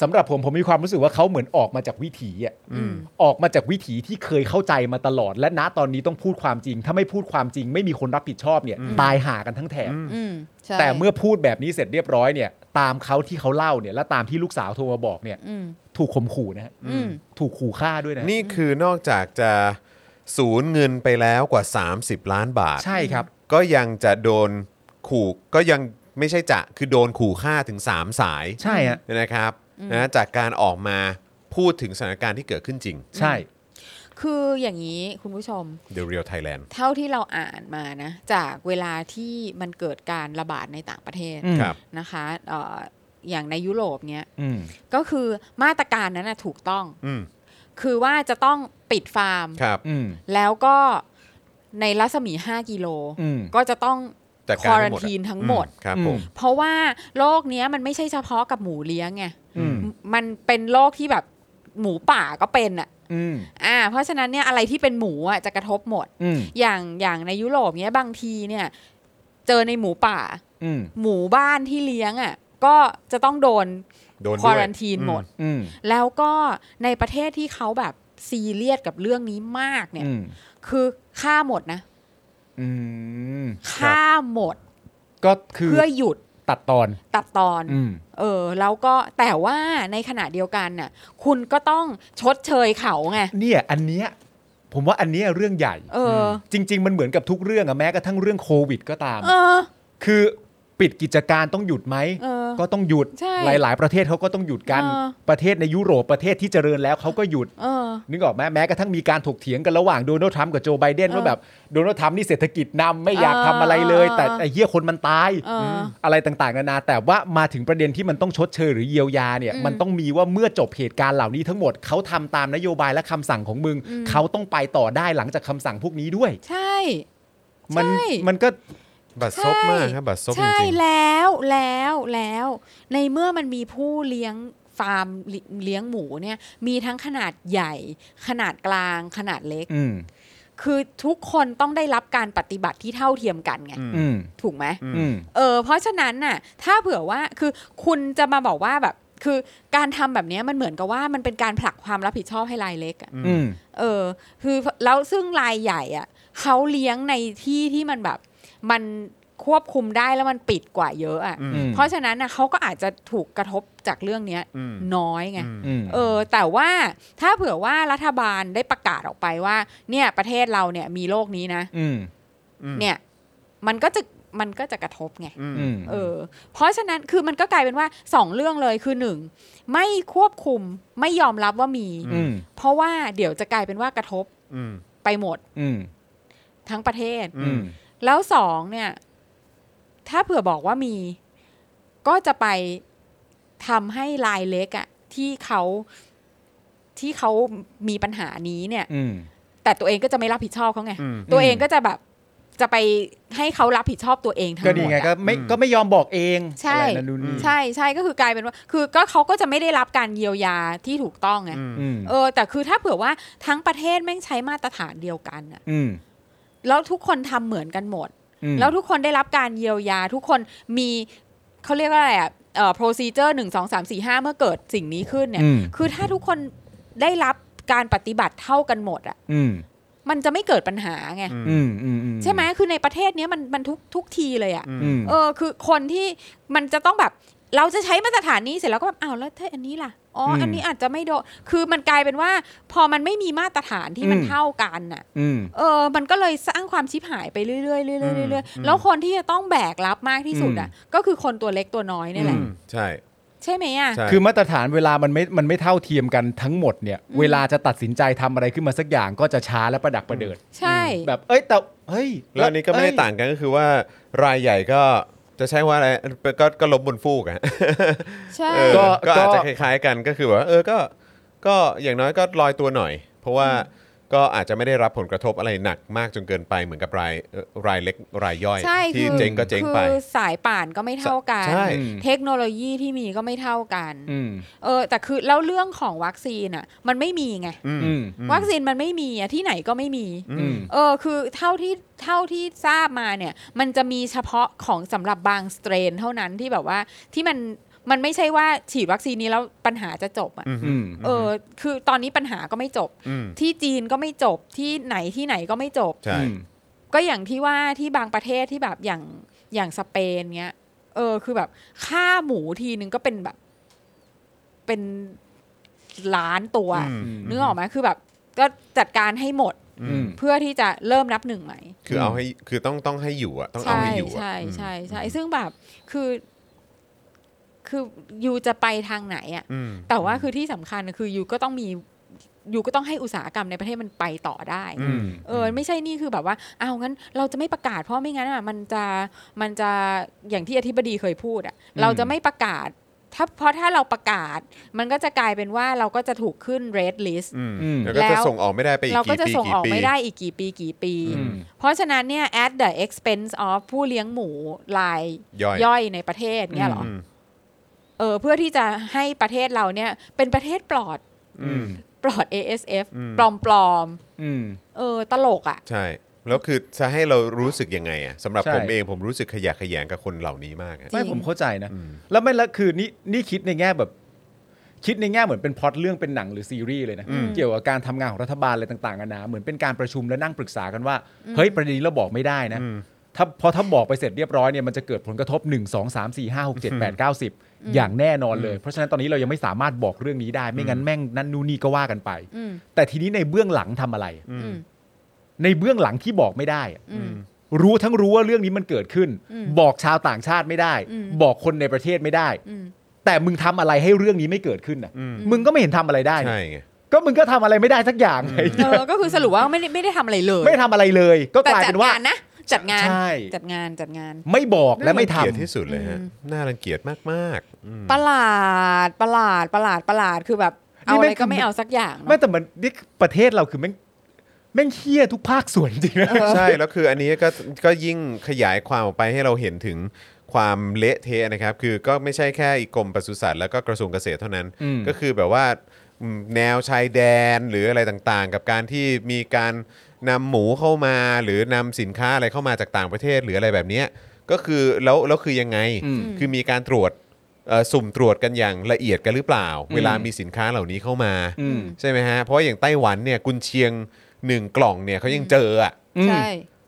Speaker 2: สำหรับผมผมมีความรู้สึกว่าเขาเหมือนออกมาจากวิถีอ่ะออกมาจากวิถีที่เคยเข้าใจมาตลอด และณตอนนี้ต้องพูดความจริง ถ้าไม่พูดความจริง ไม่มีคนรับผิดชอบเนี่ย ตายหากันทั้งแถบ
Speaker 3: อืมใช่
Speaker 2: แต่เมื่อพูดแบบนี้เสร็จเรียบร้อยเนี่ย ตามเขาที่เขาเล่าเนี่ย และตามที่ลูกสาวโทรมาบอกเนี่ย
Speaker 3: อืม
Speaker 2: ถูกข่มขู่นะฮะ
Speaker 3: อืม
Speaker 2: ถูกขู่ฆ่าด้วยนะฮะ
Speaker 1: นี่คือนอกจากจะสูญเงินไปแล้วกว่า 30 ล้านบาท
Speaker 2: ใช่ครับ
Speaker 1: ก็ยังจะโดนขู่ก็ยังไม่ใช่จะคือโดนขู่ฆ่าถึง 3 สาย
Speaker 2: ใช่ฮะ
Speaker 1: นะครับนะจากการออกมาพูดถึงสถานการณ์ที่เกิดขึ้นจริง
Speaker 2: ใช่
Speaker 3: คืออย่างนี้คุณผู้ชม
Speaker 1: The Real Thailand
Speaker 3: เท่าที่เราอ่านมานะ จากเวลาที่มันเกิดการระบาดในต่างประเทศ
Speaker 2: อืม
Speaker 1: ครับ
Speaker 3: นะคะเอ่ออย่างในยุโรปเนี้ย
Speaker 2: อืม
Speaker 3: ก็คือมาตรการนั้นนะถูกต้อง
Speaker 1: อืม
Speaker 3: คือว่าจะต้องปิดฟาร์ม
Speaker 1: ครับ
Speaker 2: อืม
Speaker 3: แล้วก็ในรัศมี 5 กิโล
Speaker 2: อืม
Speaker 3: ก็จะต้อง
Speaker 1: จาก
Speaker 3: ค
Speaker 1: การ
Speaker 3: วอ
Speaker 1: ทั้
Speaker 3: รั
Speaker 1: งหม
Speaker 3: น
Speaker 1: ด
Speaker 3: ทีน
Speaker 1: อะ
Speaker 3: ทั้งหมด
Speaker 1: อืครับผม
Speaker 3: เพราะว่าโรคเนี้ยมันไม่ใช่เฉพาะกับหมูเลี้ยงไง
Speaker 2: อืม
Speaker 3: มันเป็นโรคที่แบบหมูป่าก็เป็นอ่ะ
Speaker 2: อืม
Speaker 3: อ่า เพราะฉะนั้นเนี่ยอะไรที่เป็นหมูอ่ะจะกระทบหมด
Speaker 2: อืม
Speaker 3: อย่างอย่างในยุโรปเนี้ยบางทีเนี่ยเจอในหมูป่า
Speaker 2: อืม
Speaker 3: หมูบ้านที่เลี้ยงอ่ะก็จะต้องโดน
Speaker 1: โดน
Speaker 3: ค
Speaker 1: ด้
Speaker 3: ว
Speaker 1: ว
Speaker 3: อ
Speaker 1: ย
Speaker 3: รันทีนหมด
Speaker 2: อืม
Speaker 3: แล้วก็ในประเทศที่เขาแบบซีเรียสกับเรื่องนี้มากเนี่ย
Speaker 2: อืม
Speaker 3: คือฆ่าหมดนะ
Speaker 2: อืม
Speaker 3: ฆ่าหมด
Speaker 2: ก็คือ
Speaker 3: เพื่อหยุด
Speaker 2: ตัดตอน
Speaker 3: ตัดตอน
Speaker 2: อืม
Speaker 3: เออ แล้วก็แต่ว่าในขณะเดียวกันน่ะ คุณก็ต้องชดเชยเขาไง
Speaker 2: เนี่ยอันเนี้ยผมว่าอันเนี้ยเรื่องใหญ่
Speaker 3: เออ
Speaker 2: จริง ๆ มันเหมือนกับทุกเรื่องอะแม้กระทั่งเรื่องโควิดก็ตาม
Speaker 3: เออ
Speaker 2: คือ ปิดกิจการต้องหยุดไหม
Speaker 3: เออ
Speaker 2: ก็ต้องหยุด
Speaker 3: ใช่
Speaker 2: หลาย ๆ ประเทศเขาก็ต้องหยุดกัน
Speaker 3: เออ
Speaker 2: ประเทศในยุโรปประเทศที่เจริญแล้วเขาก็หยุด
Speaker 3: เออ
Speaker 2: นึกออกไหมแม้กระทั่งมีการถกเถียงกันระหว่างโดนัลด์ทรัมป์กับโจไบเดน
Speaker 3: เออ
Speaker 2: ว่าแบบโดนัลด์ทรัมป์นี่เศรษฐกิจนำไม่อยาก
Speaker 3: เออ
Speaker 2: ทำอะไรเลย
Speaker 3: เออ
Speaker 2: แต่ไอ้เหี้ยคนมันตาย
Speaker 3: เอออื
Speaker 2: มอะไรต่างๆนานาแต่ว่ามาถึงประเด็นที่มันต้องชดเชยหรือเยียวยาเนี่ย
Speaker 3: อืม
Speaker 2: มันต้องมีว่าเมื่อจบเหตุการณ์เหล่านี้ทั้งหมดเขาทำตามนโยบายและคำสั่งของมึง
Speaker 3: อืม
Speaker 2: เขาต้องไปต่อได้หลังจากคำสั่งพวกนี้ด้วย
Speaker 3: ใช่
Speaker 2: มั
Speaker 3: ใช่
Speaker 2: มันก็
Speaker 1: บัตรซบมากครับบัตรซบจ
Speaker 3: ใช่
Speaker 1: ริง
Speaker 3: แล้วแล้วแล้ว ในเมื่อมันมีผู้เลี้ยงฟาร์มเลี้ยเลี้ยงหมูเนี่ยมีทั้งขนาดใหญ่ ขนาดกลางขนาดเล็ก
Speaker 2: อืม
Speaker 3: คือทุกคนต้องได้รับการปฏิบัติที่เท่าเทียมกันไง
Speaker 1: อืม
Speaker 2: อืม
Speaker 3: ถูกไหม
Speaker 2: อืม
Speaker 3: เออเพราะฉะนั้นน่ะถ้าเผื่อว่าคือคุณจะมาบอกว่าแบบคือการทำแบบเนี้ยมันเหมือนกับว่ามันเป็นการผลักความรับผิดชอบให้รายเล็กอะ
Speaker 1: อืม
Speaker 2: อืม
Speaker 3: เออคือแล้วซึ่งรายใหญ่อะเขาเลี้ยงในที่ที่มันแบบมันควบคุมได้แล้วมันปิดกว่าเยอะอะ
Speaker 1: อืม
Speaker 3: เพราะฉะนั้นนะเขาก็อาจจะถูกกระทบจากเรื่องเนี้ย
Speaker 1: อืม
Speaker 3: น้อยไง
Speaker 1: อืม
Speaker 2: อืม
Speaker 3: เออแต่ว่าถ้าเผื่อว่ารัฐบาลได้ประกาศออกไปว่าเนี่ยประเทศเราเนี่ยมีโรคนี้นะ
Speaker 2: อืม
Speaker 1: อืม
Speaker 3: เนี่ยมันก็จะมันก็จะกระทบไง
Speaker 1: อืม
Speaker 2: อืม
Speaker 3: เออเพราะฉะนั้นคือมันก็กลายเป็นว่าสองเรื่องเลยคือหนึ่งไม่ควบคุมไม่ยอมรับว่ามี
Speaker 2: อืม
Speaker 3: เพราะว่าเดี๋ยวจะกลายเป็นว่ากระทบ
Speaker 1: อืม
Speaker 3: ไปหมด
Speaker 2: อืม
Speaker 3: ทั้งประเทศ
Speaker 1: อื
Speaker 2: อืม
Speaker 3: แล้วสองเนี่ย ถ้าเผื่อบอกว่ามี ก็จะไปทำให้รายเล็กอะที่เขาที่เขามีปัญหานี้เนี่ย
Speaker 2: อืม
Speaker 3: แต่ตัวเองก็จะไม่รับผิดชอบเขาไง
Speaker 1: อืม
Speaker 3: ตัวเองก็จะแบบจะไปให้เขารับผิดชอบตัวเองทั้งห
Speaker 2: ก็
Speaker 3: มด
Speaker 2: ดีไง
Speaker 3: อะ
Speaker 2: ก็ไม่
Speaker 1: อืม
Speaker 2: ก็ไม่ยอมบอกเอง
Speaker 3: ใช่
Speaker 2: อะไรนั่นนู่นนี่
Speaker 3: ใช่ใช่ก็คือกลายเป็นว่า คือก็เขาก็จะไม่ได้รับการเยียวยาที่ถูกต้องไง
Speaker 1: อืม
Speaker 2: อืม
Speaker 3: เออแต่คือถ้าเผื่อว่าทั้งประเทศแม่งใช้มาตรฐานเดียวกันน่ะ
Speaker 2: อืม
Speaker 3: แล้วทุกคนทำเหมือนกันหมด
Speaker 2: อืม
Speaker 3: แล้วทุกคนได้รับการเยียวยา ทุกคนมีเขาเรียกว่าอะไรอ่ะเอ่อ procedure หนึ่งสองสามสี่ห้าเมื่อเกิดสิ่งนี้ขึ้นเนี่ย
Speaker 2: อืม
Speaker 3: คือถ้าทุกคนได้รับการปฏิบัติเท่ากันหมดอ่ะ
Speaker 2: อืม
Speaker 3: มันจะไม่เกิดปัญหาไง
Speaker 2: อืมอืมอืม
Speaker 3: ใช่ไหมคือในประเทศเนี้ยมันมันทุกทุกทีเลยอ่ะ
Speaker 2: อืม
Speaker 3: เออคือคนที่มันจะต้องแบบเราจะใช้มาตรฐานนี้เสร็จแล้วก็แบบอ้าวแล้วถ้าอันนี้ล่ะอ๋ออันนี้อาจจะไม่โดนคือมันกลายเป็นว่า พอมันไม่มีมาตรฐานที่มันเท่ากันน่ะ
Speaker 2: อืม
Speaker 3: เออ มันก็เลยสร้างความชิบหายไปเรื่อยๆเรื่อยๆเรื่อย
Speaker 1: อืม
Speaker 3: ๆแล้วคนที่จะต้องแบกรับมากที่สุดอ่ะ ก็คือคนตัวเล็กตัวน้อยเนี่ยแห
Speaker 1: อื
Speaker 3: ละ
Speaker 1: มใช่
Speaker 3: ใช่ไหมอ่ะ
Speaker 1: ใช่
Speaker 2: คือมาตรฐานเวลามันไม่ มันไม่เท่าเทียมกันทั้งหมดเนี่ย
Speaker 3: อืม
Speaker 2: เวลาจะตัดสินใจทำอะไรขึ้นมาสักอย่างก็จะช้าและประดักประเดิด
Speaker 3: ใช่
Speaker 2: แบบเอ้ยแต่เฮ้ย
Speaker 1: แล้วอันนี้ก็ไม่ได้ต่างกันก็คือว่ารายใหญ่ก็จะใช้ว่าอะไรก็ก็ล้มบนฟูกอะ
Speaker 3: ใช่
Speaker 1: เออก็อาจจะคล้ายๆกันก็คือแบบว่าเออก็ก็อย่างน้อยก็ลอยตัวหน่อย เพราะว่าก็อาจจะไม่ได้รับผลกระทบอะไรหนักมากจนเกินไปเหมือนกับรายเอ่อรายเล็กรายย่อย
Speaker 3: ใช่
Speaker 1: ที่เจ๊งก็เจ๊งไป
Speaker 3: คือสายป่านก็ไม่เท่ากัน
Speaker 1: ใช่
Speaker 2: อืม
Speaker 3: เทคโนโลยีที่มีก็ไม่เท่ากัน
Speaker 2: อืม
Speaker 3: เออ แต่คือแล้วเรื่องของวัคซีนอ่ะ มันไม่มีไง
Speaker 1: อืม
Speaker 2: อืม
Speaker 3: วัคซีนมันไม่มีอะที่ไหนก็ไม่มี
Speaker 2: อืม
Speaker 3: เออคือเท่าที่เท่าที่ทราบมาเนี่ย มันจะมีเฉพาะของสำหรับบางสเตรนเท่านั้นที่แบบว่าที่มันมันไม่ใช่ว่าฉีดวัคซีนนี้แล้วปัญหาจะจบอะ
Speaker 1: อืม
Speaker 2: อืม
Speaker 3: เออคือตอนนี้ปัญหาก็ไม่จบ
Speaker 1: อืม
Speaker 3: ที่จีนก็ไม่จบที่ไหนที่ไหนก็ไม่จบ
Speaker 1: ใช่
Speaker 2: อืม
Speaker 3: ก็อย่างที่ว่าที่บางประเทศที่แบบอย่างอย่างสเปนเงี้ยเออคือแบบค่าหมูทีนึงก็เป็นแบบ เป็นล้านตัว
Speaker 1: อืม
Speaker 3: นึกออกไหมคือแบบ ก็จัดการให้หมด
Speaker 1: อืม
Speaker 3: เพื่อที่จะเริ่มนับหนึ่งใหม่
Speaker 1: คือเอาให้คือต้องต้องให้อยู่อะต้องเอา
Speaker 3: ใช่
Speaker 1: ให้อยู่อะ
Speaker 3: ใช่ใช่ใช่ซึ่งแบบคือคือยูจะไปทางไหนอะ
Speaker 1: อืม
Speaker 3: แต่ว่าคือที่สำคัญคือยูก็ต้องมียูก็ต้องให้อุตสาหกรรมในประเทศมันไปต่อได้
Speaker 1: อืม
Speaker 3: เออไม่ใช่นี่คือแบบว่าเอาวงั้นเราจะไม่ประกาศเพราะไม่งั้นอะมันจะมันจะอย่างที่อธิบดีเคยพูดอะเราจะไม่ประกาศ ถ้าเพราะถ้าเราประกาศ มันก็จะกลายเป็นว่าเราก็จะถูกขึ้น red list
Speaker 1: อืม
Speaker 2: อืม
Speaker 1: แล้วก็จะส่งออกไม่ได้ไปอีก
Speaker 3: เราก็
Speaker 1: กี่
Speaker 3: จะ
Speaker 1: ปี
Speaker 3: ส่ง
Speaker 1: กี่
Speaker 3: ออก
Speaker 1: ปี
Speaker 3: ไม่ได้อีกกี่ปีกี่ปี
Speaker 2: อืม
Speaker 3: เพราะฉะนั้นเนี่ย at the expense of ผู้เลี้ยงหมูราย
Speaker 1: ย่อย
Speaker 3: ย่อยในประเทศเนี่ยเหรอ
Speaker 1: อืม
Speaker 3: เออ เพื่อที่จะให้ประเทศเราเนี่ย เป็นประเทศปลอด
Speaker 1: อืม
Speaker 3: ปลอด ASF
Speaker 1: อืม
Speaker 3: ปลอมปลอม
Speaker 2: อืม
Speaker 3: ๆเออ ตลกอะ่ะ
Speaker 1: ใช่ แล้วคือจะให้เรารู้สึกยังไงอะสำหรับ
Speaker 2: ใช่
Speaker 1: ผมเองผมรู้สึกขยะแขยงกับคนเหล่านี้มากอะ
Speaker 2: ไม่
Speaker 3: จริง
Speaker 2: ผมเข้าใจนะ
Speaker 1: อืม
Speaker 2: แล้วไม่ละคือนี่นี่คิดในแง่แบบ คิดในแง่เหมือนเป็นพล็อตเรื่องเป็นหนังหรือซีรีส์เลยนะ เกี่ยวกับการทำงานของรัฐบาลอะไรต่างๆกันานะเหมือนเป็นการประชุมแล้วนั่งปรึกษากันว่า เฮ้ย ประเด็นนี้เราบอกไม่ได้นะ ถ้าพอถ้าบอกไปเสร็จเรียบร้อยเนี่ยมันจะเกิดผลกระทบ 1 2 3 4 5 6 7 8 9 10 อย่างแน่นอนเลย เพราะฉะนั้นตอนนี้เรายังไม่สามารถบอกเรื่องนี้ได้ ไม่งั้นแม่งนั่นนู่นนี่ก็ว่ากันไป
Speaker 3: อืม
Speaker 2: แต่ทีนี้ในเบื้องหลังทำอะไร
Speaker 3: อืม
Speaker 2: ในเบื้องหลังที่บอกไม่ได้อะ
Speaker 3: อืม
Speaker 2: รู้ทั้งรู้ว่าเรื่องนี้มันเกิดขึ้น
Speaker 3: อืม
Speaker 2: บอกชาวต่างชาติไม่ได้
Speaker 3: อืม
Speaker 2: บอกคนในประเทศไม่ได้
Speaker 3: อืม
Speaker 2: แต่มึงทำอะไรให้เรื่องนี้ไม่เกิดขึ้นน่ะ
Speaker 1: อืม
Speaker 2: มึงก็ไม่เห็นทำอะไรได้นี่
Speaker 1: ใช่ไง
Speaker 2: ก็มึงก็ทำอะไรไม่ได้สักอย่างไง
Speaker 3: เออก็คือสรุปว่าไม่ได้ไม่ได้ทำอะไรเลย
Speaker 2: ไม่ทำอะไรเลย ก็
Speaker 3: แต่
Speaker 2: กลาย
Speaker 3: จั
Speaker 2: เป็
Speaker 3: ด
Speaker 2: นว่า
Speaker 3: งานนะจัดงาน
Speaker 2: ใช่
Speaker 3: จัดงานจัดงาน
Speaker 2: ไม่บอกและไม่
Speaker 1: น่า
Speaker 2: ทำ
Speaker 1: รังเกียจที่สุดเลยฮะ น่ารังเกียจมากๆอืม
Speaker 3: ประหลาดประหลาดประหลาดประหลาดคือแบบ เอาอะไรก็ไม่เอาสักอย่าง
Speaker 2: ไม่
Speaker 3: เนาะ
Speaker 2: แต่มันนี่ประเทศเราคือแม่งแม่งเฮี้ยทุกภาคส่วนจริงนะ
Speaker 1: ใช่แล้วคืออันนี้ก็ก็ยิ่งขยายความออกไปให้เราเห็นถึงความเละเทะนะครับ คือก็ไม่ใช่แค่อีกกรมปศุสัตว์แล้วก็กระทรวงเกษตรเท่านั้น
Speaker 2: อืม
Speaker 1: ก็คือแบบว่าอืมแนวชายแดนหรืออะไรต่างๆ กับการที่มีการนำหมูเข้ามาหรือนำสินค้าอะไรเข้ามาจากต่างประเทศหรืออะไรแบบเนี้ยก็คือแล้วแล้วคือยังไง
Speaker 2: อืม
Speaker 1: คือมีการตรวจเอ่อสุ่มตรวจกันอย่างละเอียดกันหรือเปล่า เวลามีสินค้าเหล่านี้เข้ามา
Speaker 2: อืม
Speaker 1: ใช่ไหมฮะ เพราะอย่างไต้หวันเนี่ยกุนเชียงหนึ่งกล่องเนี่ยเขายังเจออ่ะ
Speaker 2: อืม
Speaker 3: ใช่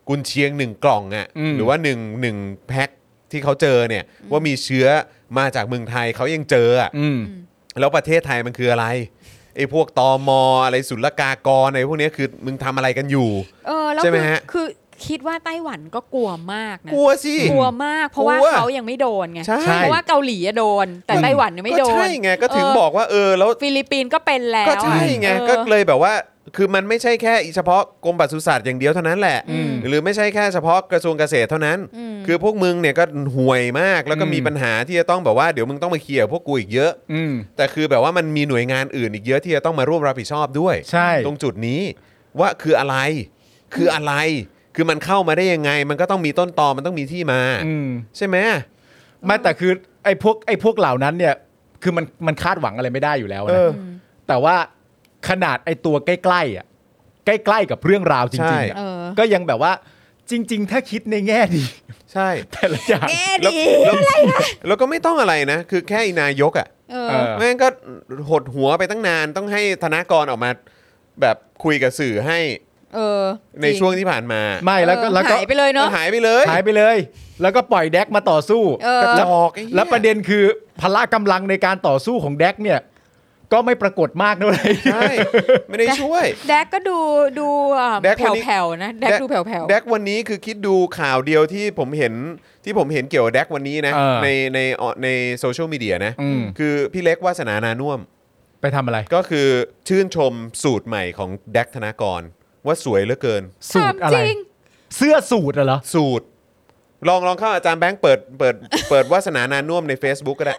Speaker 1: กุนเชียงหนึ่งกล่องอ่ะ
Speaker 2: อืม
Speaker 1: หรือว่าหนึ่งหนึ่งแพ็คที่เขาเจอเนี่ยว่ามีเชื้อมาจากเมืองไทยเขายังเจออ่ะ
Speaker 2: อืม
Speaker 1: แล้วประเทศไทยมันคืออะไรไอ้พวกตอมออะไรศุลกากรอะไรพวกเนี้ยคือมึงทำอะไรกันอยู่
Speaker 3: เออแล้ว
Speaker 1: ใช่ไหม
Speaker 3: คือ
Speaker 1: ฮะ
Speaker 3: คือคิดว่าไต้หวันก็กลัวมากนะ
Speaker 1: กลัวสิ
Speaker 3: กลัวมาก เพราะว่าก
Speaker 1: ลัว
Speaker 3: เขายังไม่โดนไง
Speaker 1: ใช่
Speaker 3: เพราะว่าเกาหลีอะโดน แต่ไต้หวันยังไม่โด
Speaker 1: ก็
Speaker 3: น
Speaker 1: ใช่ไงก็ถึง
Speaker 3: เ
Speaker 1: บอกว่าเออแล้ว
Speaker 3: ฟิลิปปินส์ก็เป็นแล้ว
Speaker 1: ก็ใช่ไง
Speaker 3: อะ
Speaker 1: ก็
Speaker 3: เออ
Speaker 1: เลยแบบว่าคือมันไม่ใช่แค่เฉพาะกรมปศุสัตว์อย่างเดียวเท่านั้นแหละ
Speaker 3: อืม
Speaker 1: หรือไม่ใช่แค่เฉพาะกระทรวงเกษตรเท่านั้น
Speaker 3: อืม
Speaker 1: คือพวกมึงเนี่ยก็ห่วยมากแล้วก็
Speaker 2: อืม
Speaker 1: มีปัญหาที่จะต้องแบบว่าเดี๋ยวมึงต้องมาเคลียร์พวกกูอีกเยอะ
Speaker 2: อืม
Speaker 1: แต่คือแบบว่ามันมีหน่วยงานอื่นอีกเยอะที่จะต้องมาร่วมรับผิดชอบด้วย
Speaker 2: ใช่
Speaker 1: ตรงจุดนี้ว่าคืออะไรคืออะไร คือมันเข้ามาได้ยังไง มันก็ต้องมีต้นตอมันต้องมีที่มา
Speaker 2: อืม
Speaker 1: ใช่ไหม
Speaker 2: ไม่แต่คือไอ้พวกไอ้พวกเหล่านั้นเนี่ย คือมันมันคาดหวังอะไรไม่ได้อยู่แล้ว
Speaker 1: เอ
Speaker 2: นะ
Speaker 1: อ
Speaker 2: แต่ว่าขนาดไอ้ตัวใกล้ๆอ่ะใกล้ๆกับเรื่องราวจริงๆอะ
Speaker 3: เออ
Speaker 2: ก็ยังแบบว่าจริง ๆ ถ้าคิดในแง่ดี
Speaker 1: ใช่
Speaker 2: แต่ละอย่าง
Speaker 3: แง่
Speaker 1: แล้ว
Speaker 3: ดี
Speaker 1: แล้วแล้วก็ไม่ต้องอะไรนะ คือแค่อีนายกอ่ะ
Speaker 3: เอ
Speaker 2: เอ
Speaker 3: อ
Speaker 2: อ
Speaker 1: แม่งก็หดหัวไปตั้งนานต้องให้ธนากรออกมา แบบคุยกับสื่อให้
Speaker 3: เออ
Speaker 1: ในช่วงที่ผ่านมา
Speaker 2: ไม่แล้วก็
Speaker 3: เออ
Speaker 2: แล้วก็
Speaker 3: หายไปเลยเนาะ
Speaker 1: หายไปเลย
Speaker 2: หายไปเลย แล้วก็ปล่อยแดกมาต่อสู้
Speaker 3: เออ
Speaker 1: กระจ
Speaker 2: แล้ว
Speaker 1: อกไอ้เหี้ย
Speaker 2: แล้วประเด็นคือพละกำลังในการต่อสู้ของแดกเนี่ย ก็ไม่ปรากฏมากเท่าไหร่
Speaker 1: ใช่ไม่ได้ช่วย
Speaker 3: แดกก็ดูดูเอ่อ
Speaker 1: แดกคนนี้
Speaker 3: แผ่วๆนะแดกดูแผ่วๆ
Speaker 1: แดกวันนี้คือคิดดูข่าวเดียวที่ผมเห็นที่ผมเห็นเกี่ยวกับแดกวันนี้นะ
Speaker 2: เออ
Speaker 1: ในในในโซเชียลมีเดียนะ
Speaker 2: อืม
Speaker 1: คือพี่เล็กวาสนานานุ่วม
Speaker 2: ไปทำอะไร
Speaker 1: ก็คือชื่นชมสูตรใหม่ของแดกธนากร ว่าสวยเหลือเกิน
Speaker 2: สูตรอะไร
Speaker 3: ถามจริง
Speaker 2: เสื้อสูตรเหรอ
Speaker 1: สูตร ลองลองเข้าอาจารย์แบงค์เปิดเปิดเปิดวาสนานานุ่วมใน Facebook ก็ได้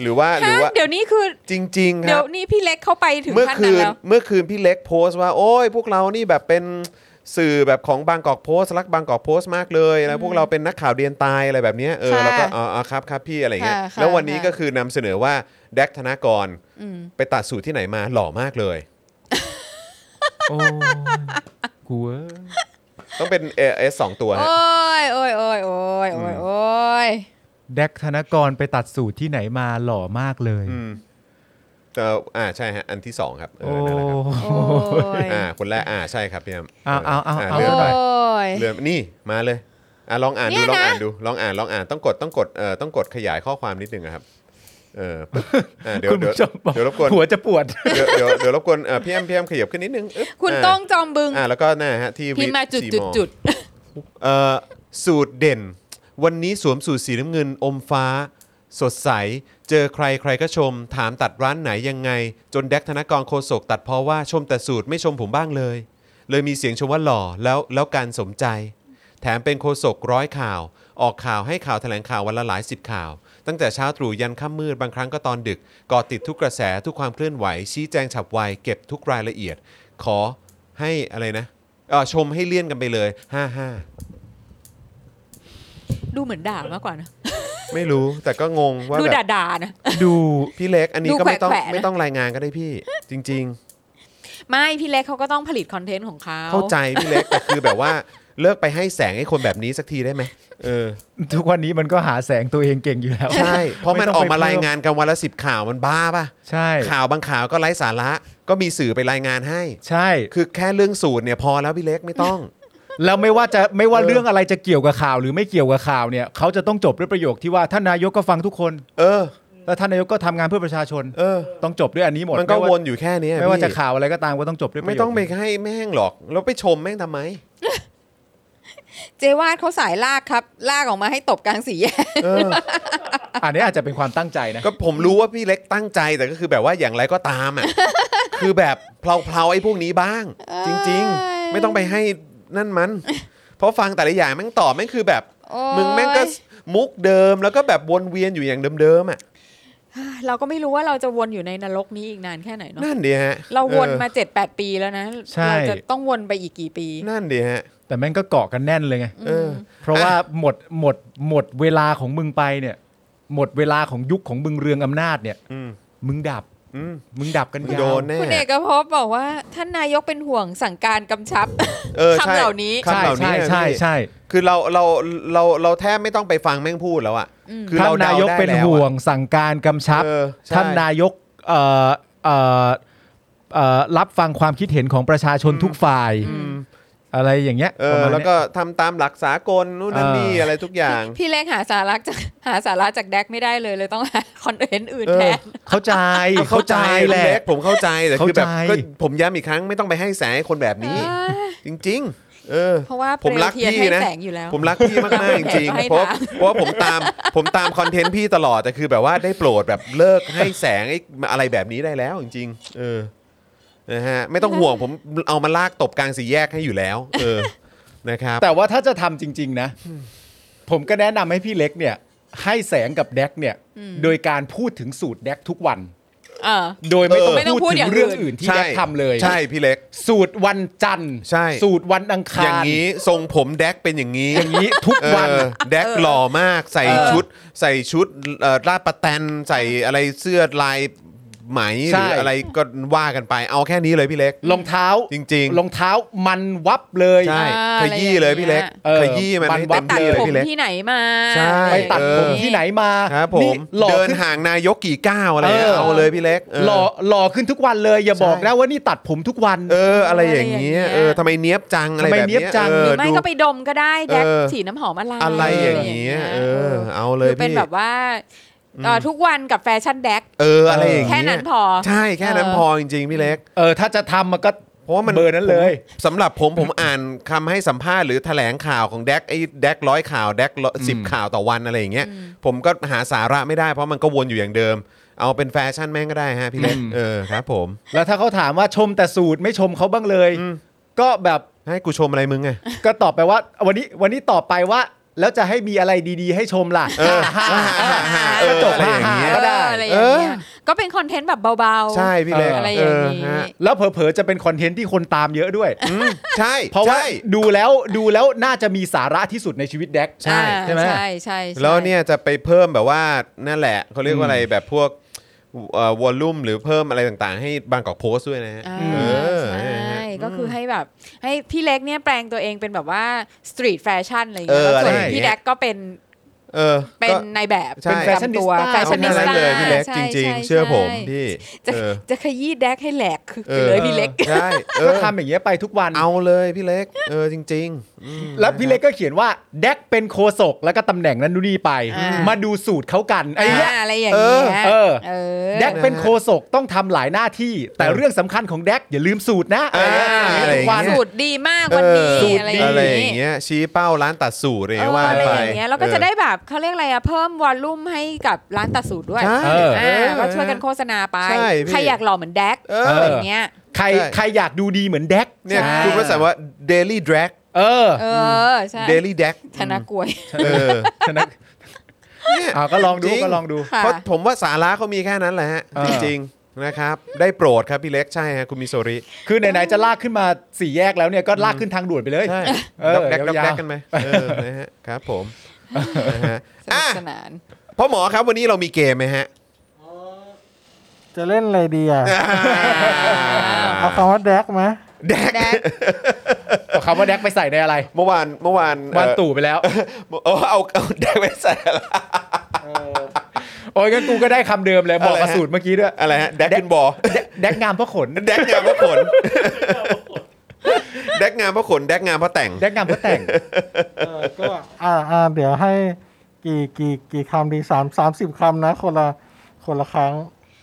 Speaker 1: หรือว่าหรือว่า
Speaker 3: ฮะเดี๋ยวนี้คือ
Speaker 1: จริง ๆ ค
Speaker 3: เดี๋ย
Speaker 1: รั
Speaker 3: ว
Speaker 1: บ
Speaker 3: นี้พี่เล็กเข้าไปถึง
Speaker 1: เมื่อ
Speaker 3: ขั้น
Speaker 1: คืน
Speaker 3: นั้นแล้ว
Speaker 1: เมื่อคืนพี่เล็กโพสต์ว่า โอ้ย พวกเรานี่แบบเป็นสื่อแบบของบางกอกโพสต์รักบางกอกโพสต์มากเลยนะพวกเราเป็นนักข่าวเดียนตายอะไรแบบเนี้ยเออ
Speaker 3: ค่ะ
Speaker 1: เราก็อ๋ออ๋อครับครับพี่อะไรเงี้ย
Speaker 3: ค่ะค่ะ
Speaker 1: แล้ววันนี้
Speaker 3: ค่ะ
Speaker 1: ก็คือนำเสนอว่าแดกธนากร
Speaker 3: อืม
Speaker 1: ไปตัดสูตรที่ไหนมาหล่อมากเลย
Speaker 2: โอ้กูเอ้ย
Speaker 1: ต้องเป็นเอสสองตัวฮะ
Speaker 3: โอ้ยโอ้ยโอ้ยโอ้ยโอ้ยโอ้ย
Speaker 2: แดกธนกรไปตัดสูตรที่ไหนมาหล่อมากเลย
Speaker 1: อืมเอออ่าใช่ฮะอันที่สองครับเอ
Speaker 2: โอ้
Speaker 1: อนั่นแหละครับ
Speaker 3: โอ้ย
Speaker 1: อ่าคนแรกอ่าใช่ครับพี่แอม
Speaker 2: เอาเอาเอา
Speaker 1: ะ
Speaker 2: เอา
Speaker 3: โอ้
Speaker 1: เลื่อนไป
Speaker 3: ย
Speaker 1: เลื่อนนี่มาเลยอ่ะลองอ่าน
Speaker 3: เนี่
Speaker 1: ดูล
Speaker 3: ย
Speaker 1: องอ่า
Speaker 3: นะ
Speaker 1: นดูลองอ่านลองอ่านต้องกดต้องกดเอ่อต้องกดขยายข้อความนิดนึงอะครับเออปึ๊บอ่ะเดี๋ยว
Speaker 2: คุณ
Speaker 1: เดี๋ยว
Speaker 2: ผู้ชมบอก
Speaker 1: เดี๋ยวรบกวน
Speaker 2: หัวจะปวด
Speaker 1: เดี๋ยวเดี๋ยวเดี๋ยวรบกวนเอ่อพี่แอมพี่แอมขยับขึ้นนิดนึงอึ๊บ
Speaker 3: คุณ
Speaker 1: ะ
Speaker 3: ก้องจอมบึง
Speaker 1: อ่าแล้วก็น่าฮะที่
Speaker 3: พิมพ์มาจุด
Speaker 1: สี่
Speaker 3: จุด
Speaker 1: มอ
Speaker 3: จุด
Speaker 1: เอ่อสูตรเด่น วันนี้สวมสูตรสีน้ำเงินอมฟ้า สดใส เจอใครใครก็ชม ถามตัดร้านไหนยังไง จนแดกธนกรโคศกตัดเพราะว่าชมแต่สูตรไม่ชมผมบ้างเลย เลยมีเสียงชมว่าหล่อแล้วแล้วการสมใจ แถมเป็นโคศกร้อยข่าว ออกข่าวให้ข่าวแถลงข่าววันละหลายสิบข่าว ตั้งแต่เช้าตรู่ยันค่ำมืดบางครั้งก็ตอนดึกเกาะติดทุกกระแสทุกความเคลื่อนไหว ชี้แจงฉับไวเก็บทุกรายละเอียด ขอให้อะไรนะเอ่อชมให้เลี่ยนกันไปเลยห้าห้า
Speaker 3: ดูเหมือนด่ามากกว่านะ
Speaker 1: ไม่รู้แต่ก็งงว่า
Speaker 3: ดู
Speaker 1: แบบ
Speaker 3: ด่าด่าๆนะ
Speaker 2: ดู
Speaker 1: พี่เล็กอันนี้
Speaker 3: ดู
Speaker 1: ก็ไม่ต้อง
Speaker 3: แขวะๆนะ
Speaker 1: ไม่ต้องรายงานก็ได้พี่ จริง
Speaker 3: ไม่พี่เล็กเขาก็ต้องผลิตคอนเทนต์ของเขา
Speaker 1: ๆ เข้าใจพี่เล็กแต่คือแบบว่าเลิกไปให้แสงให้คนแบบนี้สักทีได้ไหมเออ
Speaker 2: ทุกวันนี้มันก็หาแสงตัวเองเก่งอยู่แล้ว
Speaker 1: ใช่ เพราะมัน
Speaker 2: ไม่ต้อ
Speaker 1: อ
Speaker 2: งไป
Speaker 1: อกมารายงานกันวันละสิบข่าวมันบ้าป่ะ
Speaker 2: ใช่
Speaker 1: ข่าวบางข่าวก็ไร้สาระ ก็มีสื่อไปรายงานให้
Speaker 2: ใช่
Speaker 1: คือแค่เรื่องสูตรเนี่ยพอแล้วพี่เล็กไม่ต้อง
Speaker 2: แล้วไม่ว่าจะไม่ว่า
Speaker 1: เออ
Speaker 2: เรื่องอะไรจะเกี่ยวกับข่าวหรือไม่เกี่ยวกับข่าวเนี่ยเขาจะต้องจบด้วยประโยคที่ว่าท่านนายกก็ฟังทุกคน
Speaker 1: เออ
Speaker 2: แล้วท่านนายกก็ทำงานเพื่อประชาชน
Speaker 1: เออ
Speaker 2: ต้องจบด้วยอันนี้หมด
Speaker 1: มันก็
Speaker 2: ไม่า
Speaker 1: วนอยู่แค่เนี้ย
Speaker 2: ไม่ว่า
Speaker 1: พี่
Speaker 2: จะข่าวอะไรก็ตามก็ต้องจบด้วยประโยค
Speaker 1: ไม่ต้องไปให้แม่งหรอกแล้วไปชมแม่งทำไม
Speaker 3: เจวาดเขาสายลากครับ ลากออกมาให้ตบกลางสี่แยก
Speaker 1: เออ
Speaker 2: อันนี้อาจจะเป็นความตั้งใจนะ
Speaker 1: ก็ผมรู้ว่าพี่เล็กตั้งใจแต่ก็คือแบบว่าอย่างไรก็ตาม อ่ะ คือแบบเพลาๆไอ้พวกนี้บ้าง จริง ๆ ไม่ต้องไปให้นั่นมัน เพราะฟังแต่ละอย่างแม่งตอบแม่งคือแบบ
Speaker 3: โอ้ย
Speaker 1: มึงแม่งก็มุกเดิมแล้วก็แบบวนเวียนอยู่อย่างเดิมๆอ่ะ
Speaker 3: เราก็ไม่รู้ว่าเราจะวนอยู่ในนรกนี้อีกนานแค่ไหนเนาะ
Speaker 1: นั่นดีฮะ
Speaker 3: เราวนมา
Speaker 1: เอ
Speaker 3: เจ็ดแปดปีแล้วนะ
Speaker 2: ใช่
Speaker 3: เราจะต้องวนไปอีกกี่ปี
Speaker 1: อนั่นดีฮะ
Speaker 2: แต่แม่งก็เกาะกันแน่นเลยไง
Speaker 1: เออ
Speaker 2: เพราะว่าหมดหมดหมดเวลาของมึงไปเนี่ย หมดเวลาของยุคของมึงเรืองอำนาจเนี่ย
Speaker 1: อืม
Speaker 2: มึงดับ
Speaker 1: อืม
Speaker 2: มึงดับกัน
Speaker 1: มึง
Speaker 2: ยา
Speaker 1: โด
Speaker 2: วน
Speaker 1: แน่
Speaker 3: คุณเอกภพบอกว่าท่านนายกเป็นห่วงสั่งการกำชับ
Speaker 1: เออใช่
Speaker 3: คำเหล่านี้
Speaker 1: คำ
Speaker 2: ใช่
Speaker 1: เหล่านี้
Speaker 2: ใช่ใช่
Speaker 1: พี่
Speaker 2: ใช่
Speaker 1: คือเราเราเราเราแทบไม่ต้องไปฟังแม่งพูดแล้วอะคื
Speaker 2: ท่าน
Speaker 1: เรา
Speaker 2: นา
Speaker 1: เดาย
Speaker 2: ก
Speaker 1: ได้
Speaker 2: เป็น
Speaker 1: แล้ว
Speaker 2: ห่ว
Speaker 1: อะ
Speaker 2: งสั่งการกำชับ
Speaker 1: เออใช่
Speaker 2: ท่านนายกเอ่อเอ่อเอ่อรับฟังความคิดเห็นของประชาชนทุกฝ่าย อะไรอย่างเงี้ย
Speaker 1: เอ
Speaker 2: ประ
Speaker 1: อ
Speaker 2: มาณ
Speaker 1: แล้ว
Speaker 2: เนี้ย
Speaker 1: ก็ทำตามหลักสากลนู่นนั่น
Speaker 2: เออ
Speaker 1: นี่อะไรทุกอย่าง
Speaker 3: พี่เล็กหาสาระจากหาสาระจากแดกไม่ได้เลยเลยต้องหาคอนเทนต์อื่น
Speaker 1: เออ
Speaker 3: แทน
Speaker 2: เข้าใจ
Speaker 1: เข้า
Speaker 2: เข้า
Speaker 1: ใจ
Speaker 2: ใจ
Speaker 1: คุณ
Speaker 2: แหละ
Speaker 1: เล็กผมเข้าใจแต่คือแบบ
Speaker 2: เข้าใจ
Speaker 1: ก็ผมย้ำอีกครั้งไม่ต้องไปให้แสงคนแบบนี้
Speaker 3: เออ
Speaker 1: จริง ๆ เออ
Speaker 3: เพราะว่า
Speaker 1: ผมรัก
Speaker 3: เปลวเทียน
Speaker 1: พี่
Speaker 3: ให้
Speaker 1: นะ
Speaker 3: แสงอยู่แล้ว
Speaker 1: ผมรักพี่มากๆจริง
Speaker 3: ให้
Speaker 1: ๆเพราะ
Speaker 3: ตาม
Speaker 1: เพราะว่าผมตามผมตามคอนเทนต์พี่ตลอดแต่คือแบบว่าได้โปรดแบบเลิกให้แสงไอ้อะไรแบบนี้ได้แล้วจริงๆเออนะฮะไม่ต้องห่วงผมเอามาลากตบกลางสี่แยกให้อยู่แล้ว เออนะครับ
Speaker 2: แต่ว่าถ้าจะทำจริง ๆ นะ ผมก็แนะนำให้พี่เล็กเนี่ย ให้แสงกับแดกเนี่ย โดยการพูดถึงสูตรแดกทุกวัน
Speaker 3: เออ
Speaker 2: โดยไม่
Speaker 1: เออ
Speaker 2: ต้อง
Speaker 3: ไม่ต้องพู
Speaker 2: พู
Speaker 3: ด
Speaker 2: ด
Speaker 3: อ
Speaker 2: ถึ
Speaker 3: ย่าง งอื่น
Speaker 2: เรื่องอื่นที่แดกทำเลย
Speaker 1: ใช่พี่เล็ก
Speaker 2: สูตรวันจันทร์
Speaker 1: ใช่
Speaker 2: สูตรวันอังคาร
Speaker 1: อย่างนี้ทรงผมแดกเป็นอย่างนี้
Speaker 2: อย่างนี้ทุก
Speaker 1: เอ
Speaker 2: วัน
Speaker 1: อแดกหล่อมากใส่
Speaker 2: เออ
Speaker 1: ชุด ใส่ชุดเอ่อราดประแตนใส่อะไรเสื้อลายไหมห
Speaker 2: ใช่
Speaker 1: รืออะไรก็ว่ากันไปเอาแค่นี้เลยพี่เล็ก
Speaker 2: รองเท้า
Speaker 1: จริงๆ
Speaker 2: รองเท้ามันวับเลย
Speaker 1: ใช่
Speaker 3: อ่า
Speaker 1: ขยี้เลย
Speaker 3: อะไรอย่างเงี้ย
Speaker 1: พี่เล็ก
Speaker 2: เออ
Speaker 1: ขยี้มัน
Speaker 2: มัน
Speaker 1: ให้
Speaker 2: วั
Speaker 1: เต็
Speaker 2: ด
Speaker 1: ม
Speaker 3: ตัด
Speaker 1: ที่เลย
Speaker 3: ผ
Speaker 1: พี่
Speaker 3: ม
Speaker 1: เล็ก
Speaker 3: ที่ไหนมา
Speaker 1: ใช่
Speaker 2: ไปตัด
Speaker 1: เออ
Speaker 2: ผมที่ไหนมา
Speaker 1: ครับผ
Speaker 2: นี่
Speaker 1: ม
Speaker 2: หล่อ
Speaker 1: เดิน
Speaker 2: ขึ้น
Speaker 1: ห่างนายกกี่ก้าวอะไร
Speaker 2: เออ
Speaker 1: เอาเลยพี่เล็กเออ
Speaker 2: หล่อหล่อขึ้นทุกวันเลยอย่าบอก
Speaker 1: ใช่
Speaker 2: นะว่านี่ตัดผมทุกวัน
Speaker 1: เอออะไรอย่างเงี้ยเออทำไมเนี้ยบจังอะไร
Speaker 2: ทำไม
Speaker 1: แบบ
Speaker 2: เนี๊
Speaker 1: เนี้
Speaker 2: ยบจัง
Speaker 1: เออ
Speaker 3: หรือไม่
Speaker 1: ดู
Speaker 3: ก็ไปดมก็ได้แดก
Speaker 1: เออ
Speaker 3: สีน้ำหอมอะไร
Speaker 1: อะไรอย่างเงี้ยเออ เอา
Speaker 3: ห
Speaker 1: เล
Speaker 3: รื
Speaker 1: ย
Speaker 3: อเป็น
Speaker 1: พี่
Speaker 3: แบบว่าเอ่ออทุกวันกับแฟชั่นแดก
Speaker 1: เอออะไรอย่างเงี้ย
Speaker 3: แค่นั้นพอ
Speaker 1: ใช่แค่นั้น
Speaker 3: เออ
Speaker 1: พอจริงๆพี่เล็ก
Speaker 2: เออถ้าจะทำมันก็
Speaker 1: เพราะว่ามัน
Speaker 2: เบอร์นั้นเลย
Speaker 1: ผมสำหรับผมผมอ่านคำให้สัมภาษณ์หรือแถลงข่าวของแดกไอ้แดกร้อยข่าวแดกสิบข่าวต่อวันอะไรอย่างเงี้ยผมก็หาสาระไม่ได้เพราะมันก็วนอยู่อย่างเดิม เอาเป็นแฟชั่นแม่งก็ได้ฮะพี่เล็กเออครับ ผม
Speaker 2: แล้วถ้าเขาถามว่าชมแต่สูตรไม่ชมเขาบ้างเลย ก็แบบ
Speaker 1: ให้กูชมอะไรมึงไง
Speaker 2: ก็ตอบไปว่า วันนี้วันนี้ตอบไปว่า แล้วจะให้มีอะไรดีๆ ให้ชมล่ะ
Speaker 1: เออ
Speaker 2: ฮ่าฮ่าฮ่าฮ่าฮ่า
Speaker 1: เออ
Speaker 2: ก็จบ
Speaker 1: อะไรอย่างเงี้ย
Speaker 2: ก็ได้
Speaker 3: เอออะไรอย่างเงี้ยก็เป็นคอนเทนต์แบบเบาๆ
Speaker 1: ใช่พี่เล็ก
Speaker 3: อะไรอย่างนี้
Speaker 1: เฮะ
Speaker 2: แล้วเผลอๆจะเป็นคอนเทนต์ที่คนตามเยอะด้วย
Speaker 1: อืมใช่
Speaker 2: เพราะว่า
Speaker 1: ใช่
Speaker 2: ดูแล้วดูแล้วน่าจะมีสาระที่สุดในชีวิตแดก
Speaker 3: อ่า
Speaker 2: ใช่ไหม
Speaker 3: ใช่ใช่ใช่
Speaker 1: แล้วเนี่ยจะไปเพิ่มแบบว่านั่นแหละเขาเรียกว่าอะไรแบบพวกวอลลุ่มหรือเพิ่มอะไรต่างๆ ให้บางกอกโพสต์ด้วยนะฮะ
Speaker 3: อ่า
Speaker 1: เออ
Speaker 3: ใช
Speaker 1: นะฮะ
Speaker 3: ่ก็คือให้แบบ ให้พี่เล็กเนี่ยแปลงตัวเองเป็นแบบว่าสตรีทแฟชั่นอะไรอย่างเงี้ย
Speaker 1: เออ
Speaker 3: แล้วส่ว
Speaker 1: อะไรอ
Speaker 3: น
Speaker 1: ย่างเงี้ย
Speaker 3: พี่แดกก็เป็น
Speaker 1: เออ
Speaker 3: เป็น
Speaker 1: ก็
Speaker 3: นายแบบ
Speaker 1: ใช่
Speaker 3: เป็นประจำตัว
Speaker 2: เอา
Speaker 3: แฟ
Speaker 2: แค่
Speaker 1: เอา
Speaker 3: ชั่นนิ
Speaker 1: แค่
Speaker 3: ส
Speaker 1: นั้น
Speaker 3: ต้า
Speaker 1: เลยพี่เล็กจริง ๆ เชื่อผม
Speaker 3: ที่
Speaker 1: พี่
Speaker 3: จะ
Speaker 1: เออ
Speaker 3: จะขยี้แดกให้แหลกคือไปเลยพี่เล็ก
Speaker 1: ใช่เอ
Speaker 2: ก็
Speaker 1: อ
Speaker 2: ทำอย่างเงี้ยไปทุกวัน
Speaker 1: เอาเลยพี่เล็ก เออจริงๆอืม
Speaker 2: แล้วพี่เล็กก็เขียนว่าแดกเป็นโคศกแล้วก็ตำแหน่งนั้นนู่นนี่ไป
Speaker 3: อ่าม
Speaker 2: มาดูสูตรเขากันไอ้เหี้ย
Speaker 3: อะไรอย่างเงี้ย
Speaker 2: เออ
Speaker 3: เออ
Speaker 2: แดกเป็นโคศกต้องทำหลายหน้าที่ แต่เรื่องสำคัญของแดกอย่าลืมสูตรนะ
Speaker 1: อ่า
Speaker 2: อะไร
Speaker 1: อะไรอย่
Speaker 2: อา
Speaker 1: ย่าง ง
Speaker 2: เงี้ยทุกวัน
Speaker 1: เงี้ย
Speaker 3: สูตรดีมากวันนี้
Speaker 1: เออ
Speaker 3: อะ
Speaker 1: อะไร ไร
Speaker 3: อ
Speaker 1: อย่
Speaker 3: า
Speaker 1: ย่างง
Speaker 3: เงี้ย
Speaker 1: เงี้ยชี้เป้าร้านตัดสูตรอะไรอย่างเงี้ยว่า
Speaker 3: อะไร
Speaker 1: ไป
Speaker 3: อย่างเงี้ยแล้วก็จะได้แบบเขาเรียกอะไรอะเพิ่มวอลลุ่มให้กับร้านตัดสูตรด้วย
Speaker 1: ใช่
Speaker 2: เออ
Speaker 1: เอ
Speaker 3: อ่า
Speaker 1: อ
Speaker 3: ก็ช่วยกันโฆษณาไป
Speaker 1: ใช่พี่
Speaker 3: ใครอยากหล่อเหมือนแดก
Speaker 1: เอ
Speaker 3: แบ
Speaker 1: อ
Speaker 3: บเนี้ย
Speaker 2: ใคร
Speaker 1: ใช่
Speaker 2: ใครอยากดูดีเหมือนแดก
Speaker 1: เนี่ย
Speaker 2: อ่
Speaker 1: คุณว่าสมว่า daily drag
Speaker 2: เออ
Speaker 3: เออใช่
Speaker 1: daily drag
Speaker 3: ธนากรวย
Speaker 1: เออ
Speaker 2: ฉะนั้น
Speaker 1: เนี่ย
Speaker 2: อ่าก็ลองดู
Speaker 1: จริง
Speaker 2: ก็ลองดู
Speaker 3: ค่ะ
Speaker 1: เพราะผมว่าสาระเขามีแค่นั้นแหละฮะ
Speaker 2: เออ
Speaker 1: จริงๆนะครับ ได้โปรดครับพี่เล็กใช่ฮะคุณมิโซริ
Speaker 2: คือไหนๆจะลากขึ้นมาสี่แยกแล้วเนี่ยก็ลากขึ้นทางด่วนไปเลย
Speaker 1: ใช่
Speaker 2: เออ
Speaker 1: ดอกแดกดอกแด
Speaker 2: ยาก วๆ
Speaker 1: กันไหมเออนะฮะครับผมนะฮะ
Speaker 3: สนุ
Speaker 1: อ่ะ
Speaker 3: กสนาน
Speaker 1: พ่อหมอครับวันนี้เรามีเกมไหมฮะ
Speaker 4: จะเล่นอะไรดีอ่ะ เอาคำว่าแดกไหม
Speaker 1: แดก
Speaker 3: แดก
Speaker 2: เอาคำว่าแดกไปใส่ในอะไร
Speaker 1: เมื่อวานเมื่อวาน
Speaker 2: วัน
Speaker 1: เอ่อ
Speaker 2: ตู่ไปแล้ว
Speaker 1: เออเอาเอาแดกไปใส่อะไร
Speaker 2: โอ้ยงั้นกูก็ได้คำเดิมเลยบอ
Speaker 1: อะ
Speaker 2: ก
Speaker 1: ไร
Speaker 2: มา
Speaker 1: ฮะ
Speaker 2: สูตรเมื่อกี้ด้วย
Speaker 1: อะไรฮะแดกขึ้นบอ
Speaker 2: แดกแดกงามเพราะขน
Speaker 1: แดกงามเพราะขนแดกงามเพราะขนแดกงามเพราะแต่ง
Speaker 2: แดกงามเพราะแต่ง
Speaker 4: ก็อ่าอ่าเดี๋ยวให้กี่กี่กี่คำดีสามสามสิบคำนะ คนละคนละครั้ง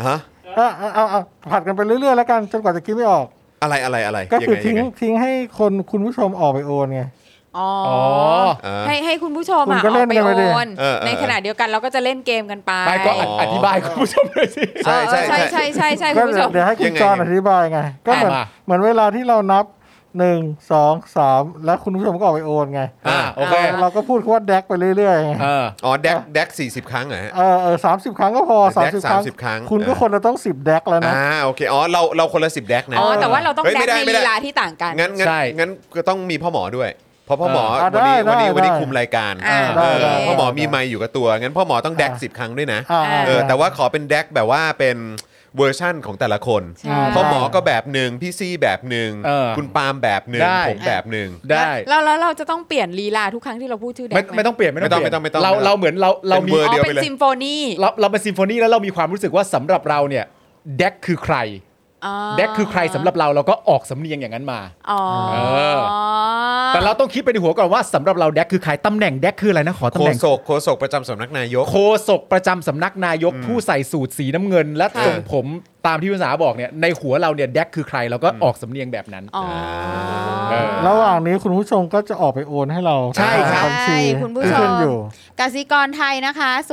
Speaker 1: ฮะ
Speaker 4: อ่ะเอาเอาเอาผัดกันไปเรื่อยๆแล้วกันจนกว่าจะคิดไม่ออก
Speaker 1: อะไรอะไรอะไร
Speaker 4: ก็คือ
Speaker 1: ยั
Speaker 4: ทิ้ง
Speaker 1: ไยัไ
Speaker 4: ทิ้งให้คนคุณผู้ชมออกไปโอนไง
Speaker 3: อ๋ออ
Speaker 2: อ๋อ
Speaker 1: อ่า
Speaker 3: ให้ให้คุณผู้ชม
Speaker 4: คุณ
Speaker 3: อ่ะ
Speaker 4: ก็
Speaker 3: ออ
Speaker 4: เล่
Speaker 3: ก
Speaker 4: น
Speaker 3: ไป
Speaker 4: กันไปดิ
Speaker 3: โอน
Speaker 1: เออเออ
Speaker 3: ในขณะเดียวกันเราก็จะเล่นเกมกันไป
Speaker 2: ไม่ก็อ
Speaker 1: อ๋
Speaker 2: ธิ
Speaker 1: อ
Speaker 2: อธิบายคุณผู้ชมหน่อยสิ
Speaker 1: ใช่ใช่
Speaker 3: เออใช่ใช่ใช่
Speaker 4: ก็
Speaker 3: คุณผู้ชม
Speaker 4: เดี๋ยวให้คุ
Speaker 1: ยั
Speaker 4: ณ
Speaker 1: งไง
Speaker 4: จอห์น
Speaker 1: ยั
Speaker 4: อง
Speaker 1: ไง
Speaker 4: ธิบายไง ก็เหมือน
Speaker 2: อ่ะมา
Speaker 4: เหมือนเวลาที่เรานับหนึ่งสองสามแล้วคุณผู้ชมก็ออกไปโอนไง
Speaker 2: อ่าโอเค
Speaker 3: อ่ะ
Speaker 4: เราก็พูดคำว่าแดกไปเรื่อยๆไง
Speaker 2: เออ
Speaker 1: อ๋อแดกแดกสี่สิบครั้งเหรอฮะ
Speaker 4: เออเออสามสิบครั้งก็พอ
Speaker 1: แด
Speaker 4: สาม
Speaker 1: ก
Speaker 4: สิบครั้ง
Speaker 1: 30ครั้ง
Speaker 4: คุณก็
Speaker 1: เออ
Speaker 4: คนละต้องสิบแดกแล้วนะ
Speaker 1: อ่าโอเคอ๋อเราเราคนละสิบแดกนะ
Speaker 3: อ๋อแต่ว่าเราต้อง
Speaker 1: ฮ้ย
Speaker 3: แดก
Speaker 1: ไม่ได้
Speaker 3: ใน
Speaker 1: ไม่
Speaker 3: ลี
Speaker 1: ได้
Speaker 3: ลาที่ต่างกัน
Speaker 1: งั้นงั้น
Speaker 2: ใช่
Speaker 1: งั้นก็ต้องมีพ่อหมอด้วย เพราะพ่อหมอ
Speaker 4: อ่า
Speaker 1: วันนี้
Speaker 4: ได้
Speaker 1: วันนี้
Speaker 4: ได้
Speaker 1: วันนี้
Speaker 4: ได้
Speaker 1: คุมรายการ
Speaker 3: อ่า
Speaker 1: เออ
Speaker 3: ได้
Speaker 1: พ่อหมอ
Speaker 4: ได้
Speaker 1: มีไมค์อยู่กับตัว งั้นพ่อหมอต้องแดกสิบครั้งด้วยนะ
Speaker 4: อ่า
Speaker 3: อ่า
Speaker 1: เออแต่ว่าขอเป็นแดกแบบว่าเป็นเวอร์ชั่นของแต่ละคน
Speaker 3: ใช่
Speaker 1: พ่อหมอก็แบบหนึ่งพี่ซี่แบบหนึ่ง
Speaker 2: เออ
Speaker 1: คุณปาล์มแบบหนึ่ง
Speaker 2: ได้
Speaker 1: ผมแบบหนึ่ง
Speaker 2: ได้
Speaker 3: แล้วแล้วแล้วเราจะต้องเปลี่ยนลีลาทุกครั้งที่เราพูดชื่อแดก
Speaker 2: ไม่
Speaker 3: ห
Speaker 2: ไม่ต้องเปลี่ยนไม่ต้อง
Speaker 1: ไม่
Speaker 2: เป
Speaker 1: ต้อย งไม่ต้องไม่ต้
Speaker 2: ลี่น
Speaker 1: อง
Speaker 2: เราเราเหมือนเราเรามี
Speaker 1: เวอร์
Speaker 3: อ๋อ
Speaker 1: เดียวไป
Speaker 3: เป็น
Speaker 1: เลย
Speaker 3: ซิมโฟนี
Speaker 2: เราเราเป็นซิมโฟนีแล้วเรามีความรู้สึกว่าสำหรับเราเนี่ยแดกคือใคร
Speaker 3: อ๋อ
Speaker 2: แดกคือใครสำหรับเราเราก็ออกสำเนียงอย่างนั้นมา
Speaker 3: อ๋อ
Speaker 2: เออ แต่เราต้องคิดไปในหัวก่อนว่าสำหรับเราแดกคือใครตำแหน่งแดกคืออะไรนะขอ
Speaker 1: โฆ
Speaker 2: ตำแหน่ง
Speaker 1: ษกโฆษกประจำสำนักนายก
Speaker 2: โฆษกประจำสำนักนายกผู้ใส่สูตรสีน้ำเงิน และ
Speaker 1: ค่ะ
Speaker 2: ทรงผมตามที่ภาษาบอกเนี่ยในหัวเราเนี่ยแดกคือใครเราก็ออกสำเนียงแบบนั้น
Speaker 3: อ๋อ
Speaker 2: เออ
Speaker 4: ระหว่างนี้คุณผู้ชมก็จะออกไปโอนให้เรา
Speaker 2: ใช่ครับ
Speaker 4: ทางบัญชี
Speaker 5: ใช่คุณผู้ชม
Speaker 4: ที่ขึ้นอยู่
Speaker 5: กสิกรไทยนะคะ 0698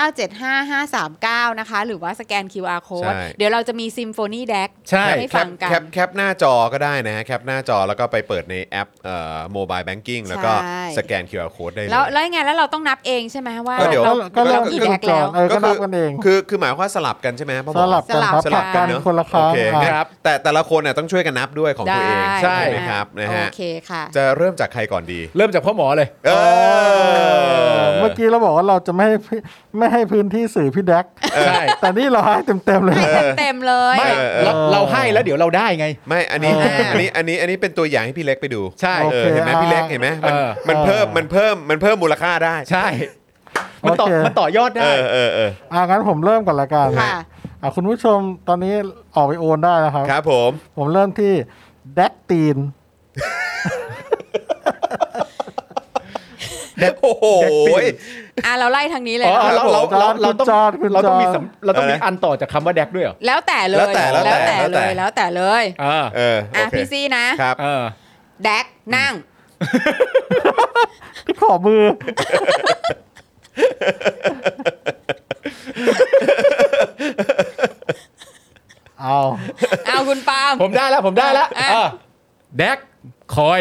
Speaker 5: 975539 นะคะ หรือว่าสแกน QR
Speaker 1: ใช่
Speaker 5: code เดี๋ยวเราจะมีซิมโฟนีแดก
Speaker 2: ใช่
Speaker 5: ให้
Speaker 1: แค
Speaker 5: ฟั
Speaker 1: ป
Speaker 5: งกัน
Speaker 1: แคปแคปหน้าจอก็ได้นะฮะแคปหน้าจอแล้วก็ไปเปิดในแอปเอ่อโมบายแบงกิ้งแล้วก็
Speaker 5: ใช่
Speaker 1: สแกน QR Code ได้เลย
Speaker 3: แล้วแล้วยังไงแล้วเราต้องนับเองใช่ไหมว่า
Speaker 1: ก็เดี๋ยว
Speaker 3: รา
Speaker 4: ก็เริ่ม
Speaker 3: กี่
Speaker 4: ที่คุ
Speaker 3: แดก
Speaker 4: ณจอ
Speaker 3: แล้ว
Speaker 4: นเออก็นับกันเอง
Speaker 1: คือคือหมายความว่าสลับกันใช่ไหมพ่อหมอ
Speaker 4: สลั
Speaker 1: สลับ
Speaker 4: บกันครับผลัก
Speaker 1: กั
Speaker 4: กัน น
Speaker 1: เนอะ
Speaker 4: คนละค
Speaker 1: โอ
Speaker 4: รั้ง
Speaker 1: เค
Speaker 4: อ่ะ
Speaker 1: งั้นแต่แต่ละคนเนี่ยต้องช่วยกันนับด้วยของตัวเอง
Speaker 3: ได้
Speaker 1: ไหมครับนะฮะ
Speaker 5: โอเคค่ะ
Speaker 1: จะเริ่มจากใครก่อนดี
Speaker 2: เริ่มจากพ่อหมอเลย
Speaker 1: เออ
Speaker 4: เมื่อกี้เราบอกว่าเราจะไม่ให้ พี่ไม่ให้พื้นที่สื่อพี่แดก
Speaker 2: ใช่
Speaker 4: แต่นี่เราให้เต็มๆเลย
Speaker 3: เต็มเลย
Speaker 2: ไม่
Speaker 1: เออเออ
Speaker 2: เราเราให้แล้วเดี๋ยวเราได้ไง
Speaker 1: ไม่อันนี้
Speaker 4: เออ
Speaker 1: อันนี้อันนี้อันนี้เป็นตัวอย่างให้พี่เล็กไปดู
Speaker 2: ใช่
Speaker 1: เออ
Speaker 4: โอเค
Speaker 1: เห็นไหม
Speaker 4: อ่า
Speaker 1: พี่เล็กเห็นไหมมัน
Speaker 2: เออ
Speaker 1: มันเพิ่ม
Speaker 4: เออ
Speaker 1: มันเพิ่มมันเพิ่มมูลค่าได้
Speaker 2: ใช่ มันต่อ
Speaker 4: โอเค
Speaker 2: มันต่อยอด
Speaker 1: เอ
Speaker 2: ได้
Speaker 1: อเออเออ
Speaker 4: อ่ะงั้นผมเริ่มก่อนละกัน
Speaker 5: ค่ะ
Speaker 4: อ่ะคุณผู้ชมตอนนี้ออกไปโอนได้นะครับ
Speaker 1: ครับผม
Speaker 4: ผมเริ่มที่แดกตีน
Speaker 1: โอ้โห
Speaker 2: เด็กปีน
Speaker 3: อ่ะเราไล่ทางนี้เลย
Speaker 2: อ๋อ
Speaker 3: เนอะ
Speaker 2: เราเราเราเราต้อง
Speaker 4: จอร์จคุณจอร์จ
Speaker 2: เราต้องมีสำเราต้องมี
Speaker 1: อะไรนะ
Speaker 2: อันต่อจากคำว่าแดกด้วยเหรอ
Speaker 3: แล้วแต่เลย
Speaker 1: แล้วแต่แล้วแต่
Speaker 3: แล้ว
Speaker 1: แล้วแต่
Speaker 3: แต่เลยแล้วแต่เลย
Speaker 2: อ่า
Speaker 1: เออโอ
Speaker 3: อ่ะ
Speaker 1: เค
Speaker 3: พี่ซี่นะครับ
Speaker 2: เออ
Speaker 3: แดกนั่ง
Speaker 4: ขอมือ เอา
Speaker 3: เอาคุณปาล์ม
Speaker 2: ผมได้แล้วผมได้แล้ว
Speaker 3: อ่ะ
Speaker 2: เออแดกคอย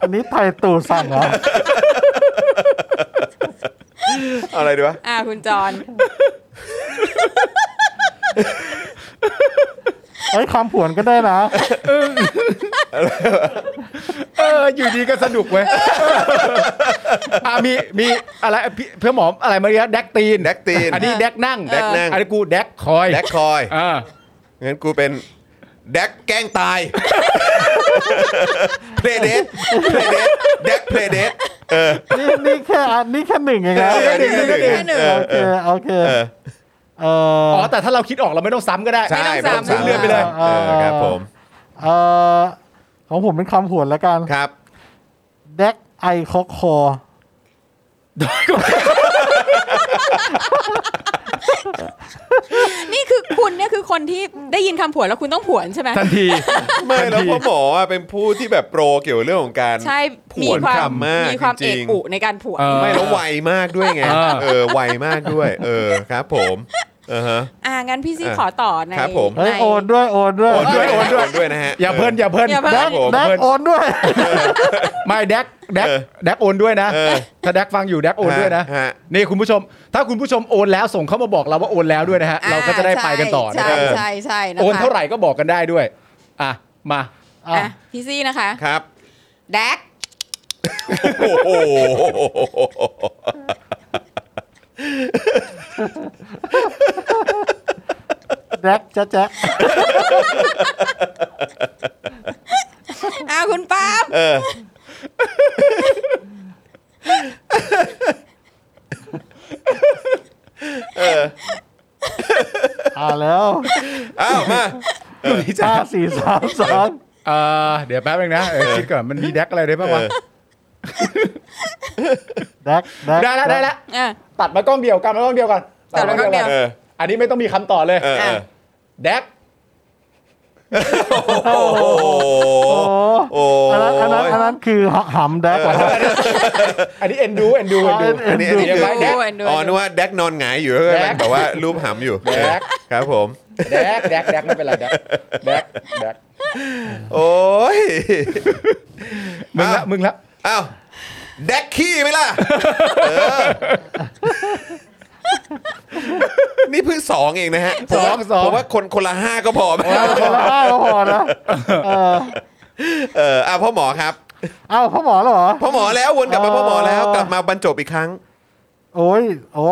Speaker 4: อันนี้ไทยตู่สั่งเหรอ
Speaker 1: เอาอะไรดีวะ
Speaker 3: อ่ะคุณจอน
Speaker 4: ไอ้ยคำผวนก็ได้นะ
Speaker 2: เอออยู่ดีก็สนุกเว้ย อ่ะมีมีอะไรพี่เพื่อนหมออะไรมาเรียกแดกตีน
Speaker 1: แดกตีน
Speaker 2: อันนี้แดกนั่ง
Speaker 1: แดกนั่ง
Speaker 2: อันนี้กูแดกคอย
Speaker 1: แดกคอย
Speaker 2: อ่า
Speaker 1: งั้นกูเป็นแดกแกล้งตายเพลเดทเพลเดทแดกเพลเดท
Speaker 4: นี่นี่แค่อันนี้แค่หนึ่งเองนะ
Speaker 1: เออนี่แค่หนึ่ง
Speaker 4: โอเคโอเค
Speaker 1: เออ
Speaker 4: เออ
Speaker 2: อ๋อแต่ถ้าเราคิดออกเราไม่ต้องซ้ำก็ได้
Speaker 1: ใช่
Speaker 3: ไม่ต้องสาม
Speaker 1: เลื่อนไปเลย
Speaker 4: เออ
Speaker 1: เออครับผม
Speaker 4: เออของผมเป็นคำผวนแล้วกัน
Speaker 1: ครับ
Speaker 4: แดกไอคอกคอ
Speaker 3: นี่คือคุณเนี่ยคือคนที่ได้ยินคำผวนแล้วคุณต้องผวนใช่ไหม
Speaker 2: ทันที
Speaker 1: ไม่แล้ว
Speaker 2: ทันที
Speaker 1: พ่อหมออะเป็นผู้ที่แบบโปรเกี่ยวเรื่องของการ
Speaker 3: ใช่
Speaker 1: ผวน
Speaker 3: ความ
Speaker 1: คำมาก
Speaker 3: มีความ
Speaker 1: จ
Speaker 3: เอ
Speaker 1: ริ
Speaker 3: ก
Speaker 1: งๆ
Speaker 3: อุในการผวน
Speaker 2: เออ
Speaker 1: ไม่แล้วไวมากด้วยไง
Speaker 2: เออ
Speaker 1: เออไวมากด้วย เออครับ ผมเออฮะ
Speaker 3: อ่างั้นพี่ซี่
Speaker 1: อ่ะ
Speaker 3: ขอต่อใน
Speaker 1: ครับผม
Speaker 4: เฮ้ย
Speaker 3: ใน
Speaker 4: โอนด้วยโอนด้วย
Speaker 1: โอนด้วยโอนด้วยโอนด้วยนะฮะ
Speaker 2: อย่าเพลินอย่าเพลิน
Speaker 3: อย่าเพลิน
Speaker 2: แด
Speaker 4: แด
Speaker 2: ก
Speaker 4: ก
Speaker 1: ผม
Speaker 4: แดกโอนด้วย
Speaker 2: ไม่แดกแดก
Speaker 1: เออ
Speaker 2: แดกโอนด้วยนะ
Speaker 1: เออ
Speaker 2: ถ้าแดกฟังอยู่แดกโอนด้วยนะ
Speaker 1: ฮะ
Speaker 2: นี่คุณผู้ชม ถ้าคุณผู้ชมโอนแล้วส่งเข้ามาบอกเราว่าโอนแล้วด้วยนะฮะ
Speaker 3: อ่
Speaker 2: เราก็จะได้ไปกันต่อนะ
Speaker 3: ใช่
Speaker 1: เออ
Speaker 3: ใช่ใช่นะคะ
Speaker 2: โอนเท่าไหร่ก็บอกกันได้ด้วยอ่ะมา
Speaker 3: อ่ะพี่ซี่นะคะ
Speaker 1: ครับ
Speaker 3: แดก
Speaker 1: โอ้โห
Speaker 4: แดกแจ๊ะแจ๊ะ
Speaker 3: อ่าคุณปาล์ม
Speaker 1: เออ
Speaker 4: อ่าแล้ว
Speaker 1: เอ้าวมา
Speaker 4: ห้าสี่สามสอง
Speaker 2: เออเดี๋ยวแป๊บนึงนะเออคิดก่อนมันมีแดกอะไรได้บ้าง
Speaker 1: เอ
Speaker 2: วะ
Speaker 1: อ
Speaker 4: แดกแดก
Speaker 2: ได้แล้วได้แล้ว
Speaker 3: อ่ะ
Speaker 2: ตัดมากล้องเดียวกันมากล้องเดียวกัน
Speaker 3: ตัดมากล้องเดียว
Speaker 1: เออ
Speaker 2: อันนี้ไม่ต้องมีคำต่อเลย
Speaker 1: เออเออ
Speaker 2: แดก
Speaker 1: โอ้โหโอ้
Speaker 4: อันนั้นอันนั้น
Speaker 1: ย
Speaker 4: อันนั้นคือหำแดกเหรอครับ
Speaker 2: อันนี้เอ็นดูเอ็นดูเอ็นดู
Speaker 1: อันนี้อันนี้คือ
Speaker 2: แดก
Speaker 1: อ๋อนึกว่าแดกนอนหงายอยู่ก็
Speaker 2: แด
Speaker 1: แบ
Speaker 2: ก
Speaker 1: บแบบว่ารูปหำอยู่
Speaker 2: แดก
Speaker 1: ครับผม
Speaker 2: แดกแดกแดกไม่เป็นไรแดกแดกแดก
Speaker 1: โอ้ย
Speaker 2: มึงละมึงละ
Speaker 1: อ้าวแดกขี้ไหมล่ะเออนี่เพิ่งสองเองนะฮะผมว่า
Speaker 4: สองสอง
Speaker 1: ผมว่าคนคนละห้าก็พอไหม
Speaker 4: คนละห้าก็พอนะเออ
Speaker 1: เอออ่ะพ่อหมอครับ
Speaker 4: เอ้าพ่อหมอแล้วเหรอ
Speaker 1: พ่อหมอแล้ววนกลับมา
Speaker 4: เออ
Speaker 1: พ่อหมอแล้วกลับมาบรรจบอีกครั้ง
Speaker 4: โอ้ยโอ้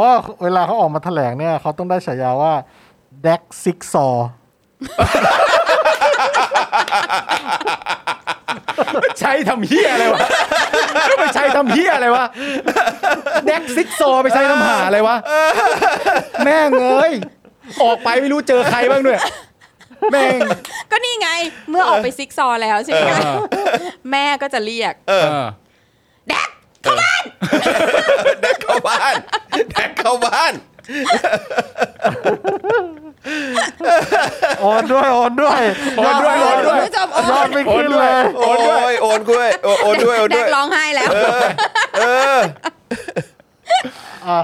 Speaker 4: เวลาเขาออกมาแถลงเนี่ยเขาต้องได้ฉายาว่าแดกซิกซอว์
Speaker 2: ใช้ทำเฮียอะไรวะไปใช้ทำเฮียอะไรวะแดกซิกโซไปใช้ทำหาอะไรวะแม่งเอ้ยออกไปไม่รู้เจอใครบ้างด้วยแม่ง
Speaker 3: ก็นี่ไงเมื่อออกไปซิกซอว์แล้วใช่ไหม
Speaker 2: เออ
Speaker 3: แม่ก็จะเรียก
Speaker 1: เออ
Speaker 2: เออ
Speaker 1: แดกเข้าบ้านแดกเข้าบ้าน
Speaker 4: โอนด้วยโอนด้วย
Speaker 2: โอนด้วย
Speaker 4: ยอ
Speaker 2: โอนด้วย
Speaker 3: คุณผู้ชมโอน
Speaker 4: ยอดไม่ขึ้น
Speaker 2: โอนด้
Speaker 4: เล
Speaker 2: วย
Speaker 4: ย
Speaker 1: โอนด้วยโอนด้วยโอนโอนด้วยโอน
Speaker 3: แด
Speaker 1: ด้ว
Speaker 3: ก
Speaker 1: ย
Speaker 3: ร้องไห้แล้ว
Speaker 4: อ่ะ
Speaker 1: เอออ่ะ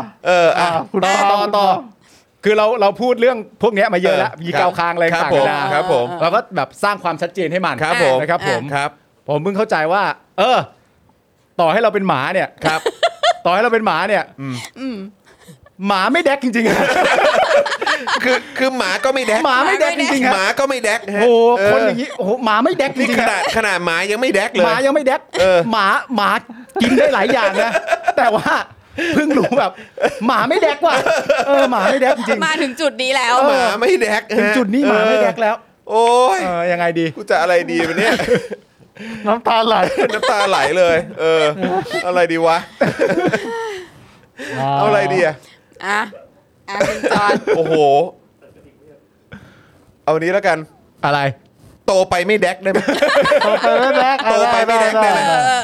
Speaker 4: อ่ะคุณ
Speaker 2: ต่อ
Speaker 4: ปาล์ม
Speaker 2: ต่อต่อคือเราเราพูดเรื่องพวกเนี้ยมาเยอะแล้ว
Speaker 1: เออ
Speaker 2: มีเกาคางอะไร
Speaker 1: ครับ
Speaker 2: ต่างๆนานา
Speaker 1: ครับผม
Speaker 2: เราก็แบบสร้างความชัดเจนให้มัน
Speaker 1: ครับผม
Speaker 2: นะครับผม
Speaker 1: ครับ
Speaker 2: ผมเพิ่งเข้าใจว่า เออ ต่อให้เราเป็นหมาเนี่ย
Speaker 1: ครับ
Speaker 2: ต่อให้เราเป็นหมาเนี่ยหมาไม่แดกจริงๆอะ
Speaker 1: คือคือหมาก็ไม่แดก
Speaker 2: หมาไม่แดกจริงๆ
Speaker 1: ห
Speaker 2: ฮะ
Speaker 1: มาก็ไม่แดกฮะ
Speaker 2: โอ้โห
Speaker 1: เ
Speaker 2: คนอย่างนี้โอ้โหหมาไม่แดกจ
Speaker 1: นี่
Speaker 2: ริง
Speaker 1: ข
Speaker 2: ๆ
Speaker 1: นา
Speaker 2: นะ
Speaker 1: ดขนาดหมายังไม่แดกเล
Speaker 2: ห
Speaker 1: ย
Speaker 2: มายังไม่แดก
Speaker 1: เออ
Speaker 2: หมาหมากินได้หลายอย่างนะ แต่ว่าเพิ่งรู้แบบ หมาไม่แดกว่ะเออหมาไม่แดกจริงๆ
Speaker 3: มาถึงจุดนี้แล้ว
Speaker 2: เอ
Speaker 1: ห
Speaker 2: อ
Speaker 1: มาไม่แดก
Speaker 2: ถึง
Speaker 1: ฮะ
Speaker 2: จุดนี้หมาไม่แดก
Speaker 1: เออ
Speaker 2: แล้ว
Speaker 1: โอ้ย
Speaker 2: เออยังไงดี
Speaker 1: กูจะอะไรดีวะเนี่ย
Speaker 4: น้ำตาไหล
Speaker 1: น้ำตาไหลเลย เออ อะไรดีวะ เอาอะไรดีอะ
Speaker 3: อ่ะ อ่ะคุณจอน
Speaker 1: โอ้โห เอานี้แล้วกัน
Speaker 2: อะไร
Speaker 1: โตไปไม่แดกได้ไหม
Speaker 4: โตไปไม่แดกเอา
Speaker 1: โตไปไม่แดกได้ไหม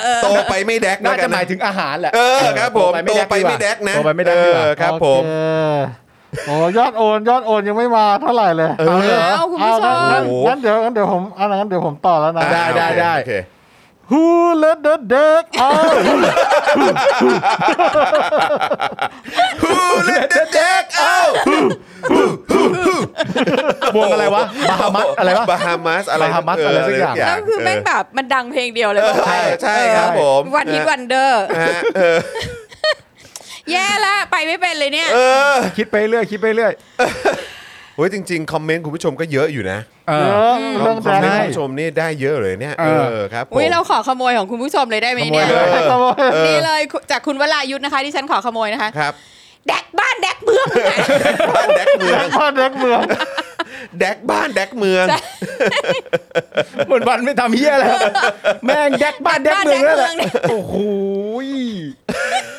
Speaker 4: ด้
Speaker 1: โตไปไม่แดก
Speaker 2: น่า
Speaker 1: แล้วกั
Speaker 2: จะ
Speaker 1: น
Speaker 2: ห
Speaker 1: นะ
Speaker 2: มายถึงอาหารแหละ
Speaker 1: เออครับผม โตไปไม่แดกนะ
Speaker 2: โตไปไม่แดกดีกว่า
Speaker 1: เออครับผม
Speaker 4: โอเคโอ้ยอดโอนยอดโอนยังไม่มาเท่าไหร่เลย
Speaker 1: เออเหรอ
Speaker 3: เอาคุณผู้ชม
Speaker 4: งั้นงั้น
Speaker 1: โอ้โห
Speaker 4: งั้นเดี๋ยวงั้นเดี๋ยวผมอันนั้นเดี๋ยวผมต่อแล้วนะ
Speaker 1: อ่ะ
Speaker 2: ได้
Speaker 1: โอเค
Speaker 2: ได้ได้
Speaker 1: โอเค
Speaker 4: Who let the dog out
Speaker 1: Who let the dog out
Speaker 2: วงอะไรวะบาฮามัสอะไรวะ
Speaker 1: บาฮามัสอะไร
Speaker 2: Bahamas
Speaker 1: เ
Speaker 2: อะไรสักอย่าง
Speaker 1: เ
Speaker 3: แล้วคือแม่งแบบมันดังเพลงเดียวเลย
Speaker 1: เออ
Speaker 3: บอกไป
Speaker 1: ใช่ใช่ครับผม
Speaker 3: วันฮิตวันเดอร์
Speaker 1: ฮะเออ
Speaker 3: แย่ละไปไม่เป็นเลยเนี่ย
Speaker 1: เออ
Speaker 2: คิดไปเรื่อยคิดไปเรื่อย
Speaker 1: โอ้ยจริง ๆ คอมเมนต์คุณผู้ชมก็เยอะอยู่นะ
Speaker 2: เอ
Speaker 4: เอ
Speaker 2: อ
Speaker 4: อเรื่อง
Speaker 1: คอมเมนต์
Speaker 4: แดก
Speaker 1: คุณผู้ชมนี่ได้เยอะเลยเนี่ย
Speaker 2: เอ
Speaker 1: เอ
Speaker 2: อ
Speaker 1: อครับผม
Speaker 3: อุ้ยเราขอขโมยของคุณผู้ชมเลยได้ไหม
Speaker 2: ขโม
Speaker 3: เนี่ยย
Speaker 2: เลย
Speaker 1: ออ
Speaker 4: โตไป
Speaker 1: เออ
Speaker 3: นี่เลยจากคุณวรายุทธนะคะที่ฉันขอขโมยนะคะ
Speaker 1: ครับ
Speaker 3: แดกบ้านแดกเมื องนะ
Speaker 1: บ้านแดกเมื
Speaker 4: แด
Speaker 1: อง
Speaker 4: กพ่อแดกเมือง
Speaker 1: แดกบ้านแดกเมือง
Speaker 3: ใช่
Speaker 2: เหมือนวันไม่ทำเฮียแล้ว แม่งแดกบ้านแดกเมืองแล้วแหละ
Speaker 3: แดกบ้านแดกเมืองเนี่ย
Speaker 2: โอ้โหย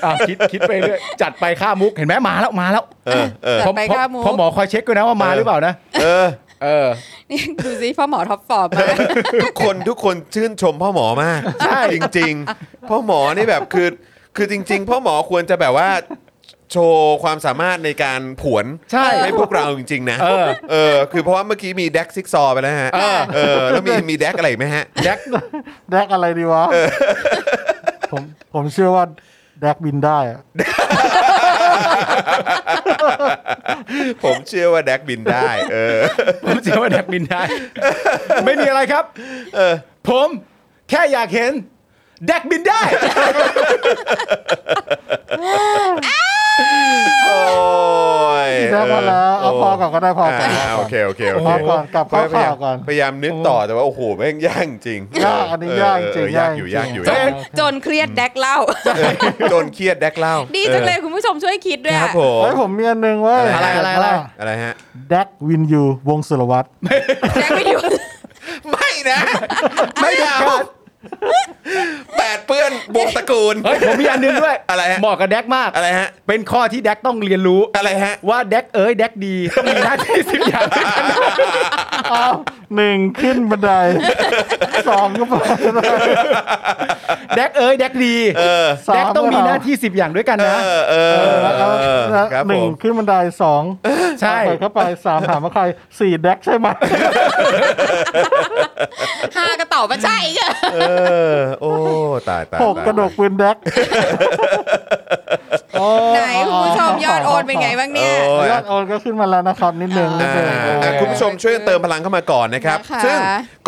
Speaker 2: อ่ะคิดคิดไปเรื่อยจัดไปข้ามมุกเห็นไหมมาแล้วมาแล้ว
Speaker 1: เออเออ
Speaker 3: จัดไปข้ามมุก
Speaker 2: พอหมอคอยเช็คด้วยนะว่ามาหรือเปล่านะ
Speaker 1: เออ
Speaker 2: เออ
Speaker 3: นี่ดูซิพ่อหมอท็อปฟอร์มมา
Speaker 1: ทุกคนทุกคนชื่นชมพ่อหมอมากจริง ๆ พ่อหมอนี่แบบคือคือจริง ๆ พ่อหมอควรจะแบบว่า โชว์ความสามารถในการผวน
Speaker 2: ใช่
Speaker 1: ให้พวกเราจริง ๆ นะ
Speaker 2: เออ
Speaker 1: เออคือเพราะว่าเมื่อกี้มีแดกซิกซอว์ไปแล้วฮะ
Speaker 2: เออ
Speaker 1: เออแล้วมีมีแดกอะไรอีกไหมฮะ
Speaker 2: แดก
Speaker 4: แดกอะไรดีวะผมผมเชื่อว่าแดกบินได้อะ
Speaker 1: ผมเชื่อว่าแดกบินได้ เออ
Speaker 2: ผมเชื่อว่าแดกบินได้ ไม่มีอะไรครับ
Speaker 1: เออ
Speaker 2: ผมแค่อยากเห็นแดกบินได้
Speaker 1: โอ้ย
Speaker 4: แดกมาแล้วเอาพอก่อนก็ได้พอ
Speaker 1: อ่า
Speaker 4: ก่อน
Speaker 1: โอเคโอเคโอ
Speaker 4: พ
Speaker 1: เค
Speaker 4: อก่อนกลับเข้า
Speaker 1: พยยม
Speaker 4: ข่าวก่อน
Speaker 1: พยายามนึกต่อแต่ว่าโอ้โหแม่งยากจริง
Speaker 4: ยากอันนี้ยากจริง
Speaker 1: เออยากอ
Speaker 4: ยาย
Speaker 1: ยู่าก กอยู่
Speaker 4: จริง
Speaker 1: ยาก
Speaker 3: จนเครียดแดกเหล้า
Speaker 1: เออโดนเครียดแดกเหล้า
Speaker 3: ดีจังเลยคุณผู้ชมช่วยคิดด้วย
Speaker 1: ค
Speaker 3: อะ
Speaker 1: รับผม
Speaker 4: เฮ้ยผมมีอันหนึงเว้ย
Speaker 2: อะไรอะไรอะไร
Speaker 1: อะไรฮะ
Speaker 4: แดกวินยูวงสุรวัตร
Speaker 3: แดกไม่อยู่
Speaker 1: ไม่นะ ไม่เอาแปดเปื้อนบวกตระกูล
Speaker 2: เฮ้ยผมมีอันหนึงด้วย
Speaker 1: อะไรฮะ
Speaker 2: เหมาะกับแดกมาก
Speaker 1: อะไรฮะ
Speaker 2: เป็นข้อที่แดกต้องเรียนรู้
Speaker 1: อะไรฮะ
Speaker 2: ว่าแดกเอ้ยแดกดีต้อง มีหน้าที่สิบอย่างด้วยกัน
Speaker 4: อ้าวหนึ่งขึ้นบันได สองก็พอ
Speaker 2: แดกเอ้ยแดกดี
Speaker 1: เออ
Speaker 4: สา
Speaker 2: แดกต้องมีหน้า
Speaker 4: ก็พ
Speaker 2: ที่ 10 อย่างด้วยกัน
Speaker 1: เอ
Speaker 2: นะ
Speaker 1: อเออ
Speaker 4: เออแล้ว
Speaker 1: เออ
Speaker 4: แล้ว
Speaker 1: ครับ
Speaker 4: ห
Speaker 1: ผ
Speaker 4: นึ่ง
Speaker 1: ม
Speaker 4: ขึ้นบันไดสอง
Speaker 2: ใช่
Speaker 4: เปิดเข้าไปสามถามว่าใครสี่แดกใช่ไหม
Speaker 5: ห้ากระเต่ามาใช่อีกอะ
Speaker 1: เออโอ้ตายตาย
Speaker 4: หก
Speaker 1: ตาย
Speaker 4: กระดกปืนแดก
Speaker 3: ไหนคุณผู้ชมยอดโอนเป็นไงบ้าง
Speaker 1: โอ้
Speaker 3: เนี่ย
Speaker 1: ย
Speaker 4: ยอ
Speaker 1: อ่ะ
Speaker 4: ดโอนก็ขึ้นมาแล้วนะครับ นิดนึงนิดนึง
Speaker 1: อ่ะอ่ะคุณผู้ชมช่วยกันเติมพลังเข้ามาก่อนนะครับ
Speaker 3: นะคะ
Speaker 1: ซึ่ง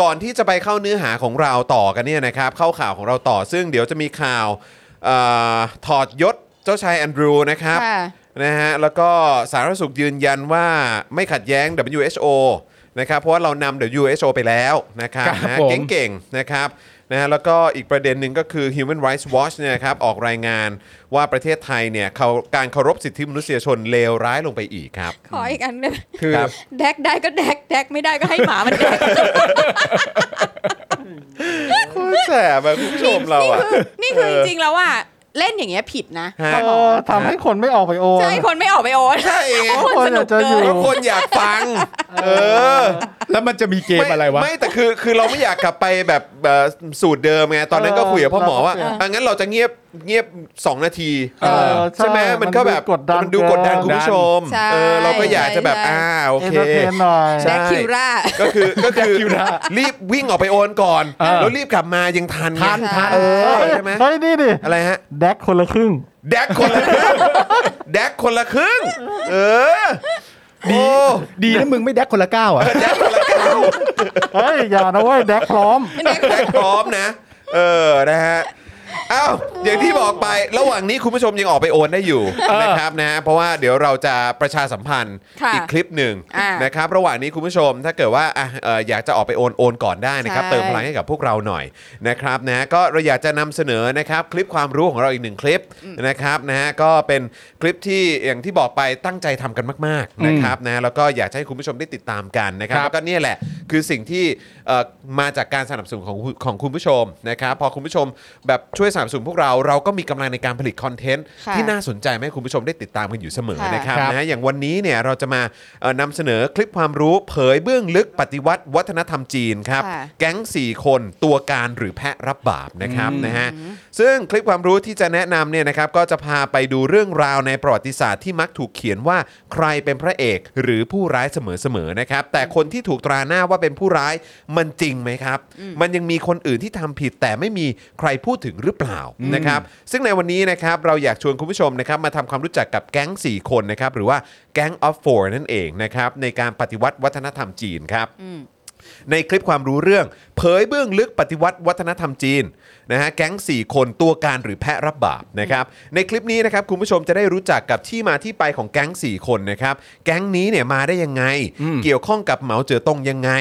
Speaker 1: ก่อนที่จะไปเข้าเนื้อหาของเราต่อกันเนี่ยนะครับ เข้าข่าวของเราต่อซึ่งเดี๋ยวจะมีข่าวเอ่อถอดยศเจ้าชายแอนดรูนะครับ
Speaker 3: ค่ะ
Speaker 1: นะฮะแล้วก็สาธารณสุขยืนยันว่าไม่ขัดแย้ง WHO นะครับเพราะว่าเรานำ WHO ไปแล้วนะครับ
Speaker 2: ครับ
Speaker 1: นะ
Speaker 2: ผม
Speaker 1: เก่งๆนะครับนะฮะแล้วก็อีกประเด็นหนึ่งก็คือ Human Rights Watch เนี่ยนะครับออกรายงานว่าประเทศไทยเนี่ยเขาการเคารพสิทธิมนุษยชนเลวร้ายลงไปอีกครับ
Speaker 3: ขออีกอันหนึง
Speaker 2: คือ
Speaker 1: ครับ
Speaker 3: แดกได้ก็แดกแดกไม่ได้ก็ให้หมามันแดก
Speaker 1: โคตรแสบอะคุณผู้ชมเราอะ
Speaker 3: นี่คื
Speaker 1: เอ
Speaker 3: อจ
Speaker 1: อ
Speaker 3: ริงๆแล้วว่า
Speaker 5: เล่นอย่างเงี้ยผิดนะ
Speaker 1: ฮะ
Speaker 4: เออทำให้คนไม่ออกไปโอน
Speaker 3: ใช่คนไม่ออกไปโอน
Speaker 1: ใช่ไง
Speaker 4: เพราะคนอยากจะอยู่
Speaker 1: เพราะคนอยากฟัง เออ
Speaker 2: แล้วมันจะมีเกมอะไรวะ
Speaker 1: ไม่แต่คือคือเราไม่อยากกลับไปแบบเอ่อสูตรเดิมไงตอนนั้นก็
Speaker 4: เออ
Speaker 1: คุยกับพ่อหมอว่า
Speaker 4: เราก็เปลี่ยน
Speaker 1: อ่ะงั้นเราจะเงียบเงียบ 2 นาที
Speaker 2: เออ
Speaker 1: ใช่ไหมมันก็แบบ
Speaker 4: กดดัน
Speaker 1: มัดูกดดันคุณผู้ชม
Speaker 3: ใช่
Speaker 1: เออเราก็อยากจะแบบ
Speaker 3: ใช่
Speaker 1: อ่าโอ
Speaker 4: เอน
Speaker 1: เค
Speaker 4: เตอร์เทนหน่อย
Speaker 1: ใช่
Speaker 3: แดกคิวร่า
Speaker 1: ก็คือก็คือ
Speaker 2: แดกคิวนะ
Speaker 1: รีบวิ่งออกไปโอนก่อน
Speaker 2: เออ
Speaker 1: แล้วรีบกลับมายังทันไง
Speaker 2: ทันทัน
Speaker 1: เออ
Speaker 4: เฮ้ย
Speaker 1: ใช่ไหม
Speaker 4: เฮ้ยนี่ดิ
Speaker 1: อะไรฮะ
Speaker 4: แดกคนละครึ่ง
Speaker 1: แดกคนละครึ่งแดกคนละครึ่งเออ
Speaker 2: ดี
Speaker 1: โอ้
Speaker 2: ดีนะมึงไม่แดกคนละก้าวอ่ะ
Speaker 1: แดกคนละครึ่ง
Speaker 4: เฮ้ย อย่านะเว้ยแดกพร้อม
Speaker 1: แพ็คพร้อมนะ เออ นะฮะ อ้าว อย่างที่บอกไประหว่างนี้คุณผู้ชมยังออกไปโอนได้อยู่นะครับนะฮะเพราะว่าเดี๋ยวเราจะประชาสัมพันธ์
Speaker 3: ค่ะ
Speaker 1: อีกคลิปหนึ่ง
Speaker 3: อ่าน
Speaker 1: นะครับ ระหว่างนี้คุณผู้ชมถ้าเกิดว่าอ่ะเอ่ออยากจะออกไปโอนโอนก่อนได้นะครับ
Speaker 5: ใช่
Speaker 1: เติมพลังให้กับพวกเราหน่อยนะครับนะฮะก็เราอยากจะนำเสนอนะครับคลิปความรู้ของเราอีกหนึ่งคลิปนะครับนะฮะก็เป็นคลิปที่อย่างที่บอกไปตั้งใจทำกันมากๆนะครับนะแล้วก็อยากจะให้คุณผู้ชมได้ติดตามกันนะครับ
Speaker 2: ครับ
Speaker 1: แล้วก็เนี่ยแหละคือสิ่งที่เอ่อมาจากการสนับสนุนของคุณของคุณผู้ชมนะครับพอคุณผู้ชมแบบช่วยสนับสนุนพวกเราเราก็มีกำลังในการผลิตคอนเทนต์
Speaker 5: ค่ะ
Speaker 1: ที่น่าสนใจให้คุณผู้ชมได้ติดตามกันอยู่เสมอ
Speaker 5: ค่ะ
Speaker 1: นะครับ
Speaker 2: ครับ
Speaker 1: นะฮะอย่างวันนี้เนี่ยเราจะมาเอ่อนำเสนอคลิปความรู้เผยเบื้องลึกปฏิวัติวัฒนธรรมจีนครับ
Speaker 5: ค่ะ
Speaker 1: แก๊ง 4 คนตัวการหรือแพะรับบาปนะครับนะฮะซึ่งคลิปความรู้ที่จะแนะนำเนี่ยนะครับก็จะพาไปดูเรื่องราวในประวัติศาสตร์ที่มักถูกเขียนว่าใครเป็นพระเอกหรือผู้ร้ายเสมอๆนะครับแต่คนที่ถูกตราหน้าว่าเป็นผู้ร้ายมันจริงไหมครับ มันยังมีคนอื่นที่ทำผิดแต่ไม่มีใครพูดถึงหรือเปล่านะครับ ซึ่งในวันนี้นะครับเราอยากชวนคุณผู้ชมนะครับมาทำความรู้จักกับแก๊ง 4 คนนะครับหรือว่าแก๊ง of four นั่นเองนะครับในการปฏิวัติวัฒนธรรมจีนครับ ในคลิปความรู้เรื่อง เผยเบื้องลึกปฏิวัติวัฒนธรรมจีนนะฮะแก๊ง 4 คนตัวการหรือแพะรับบาปนะครับในคลิปนี้นะครับคุณผู้ชมจะได้รู้จักกับที่มาที่ไปของแก๊ง 4 คนนะครับแก๊งนี้เนี่ยมาได้ยังไง เกี่ยวข้องกับเหมาเจ๋อตงยังไง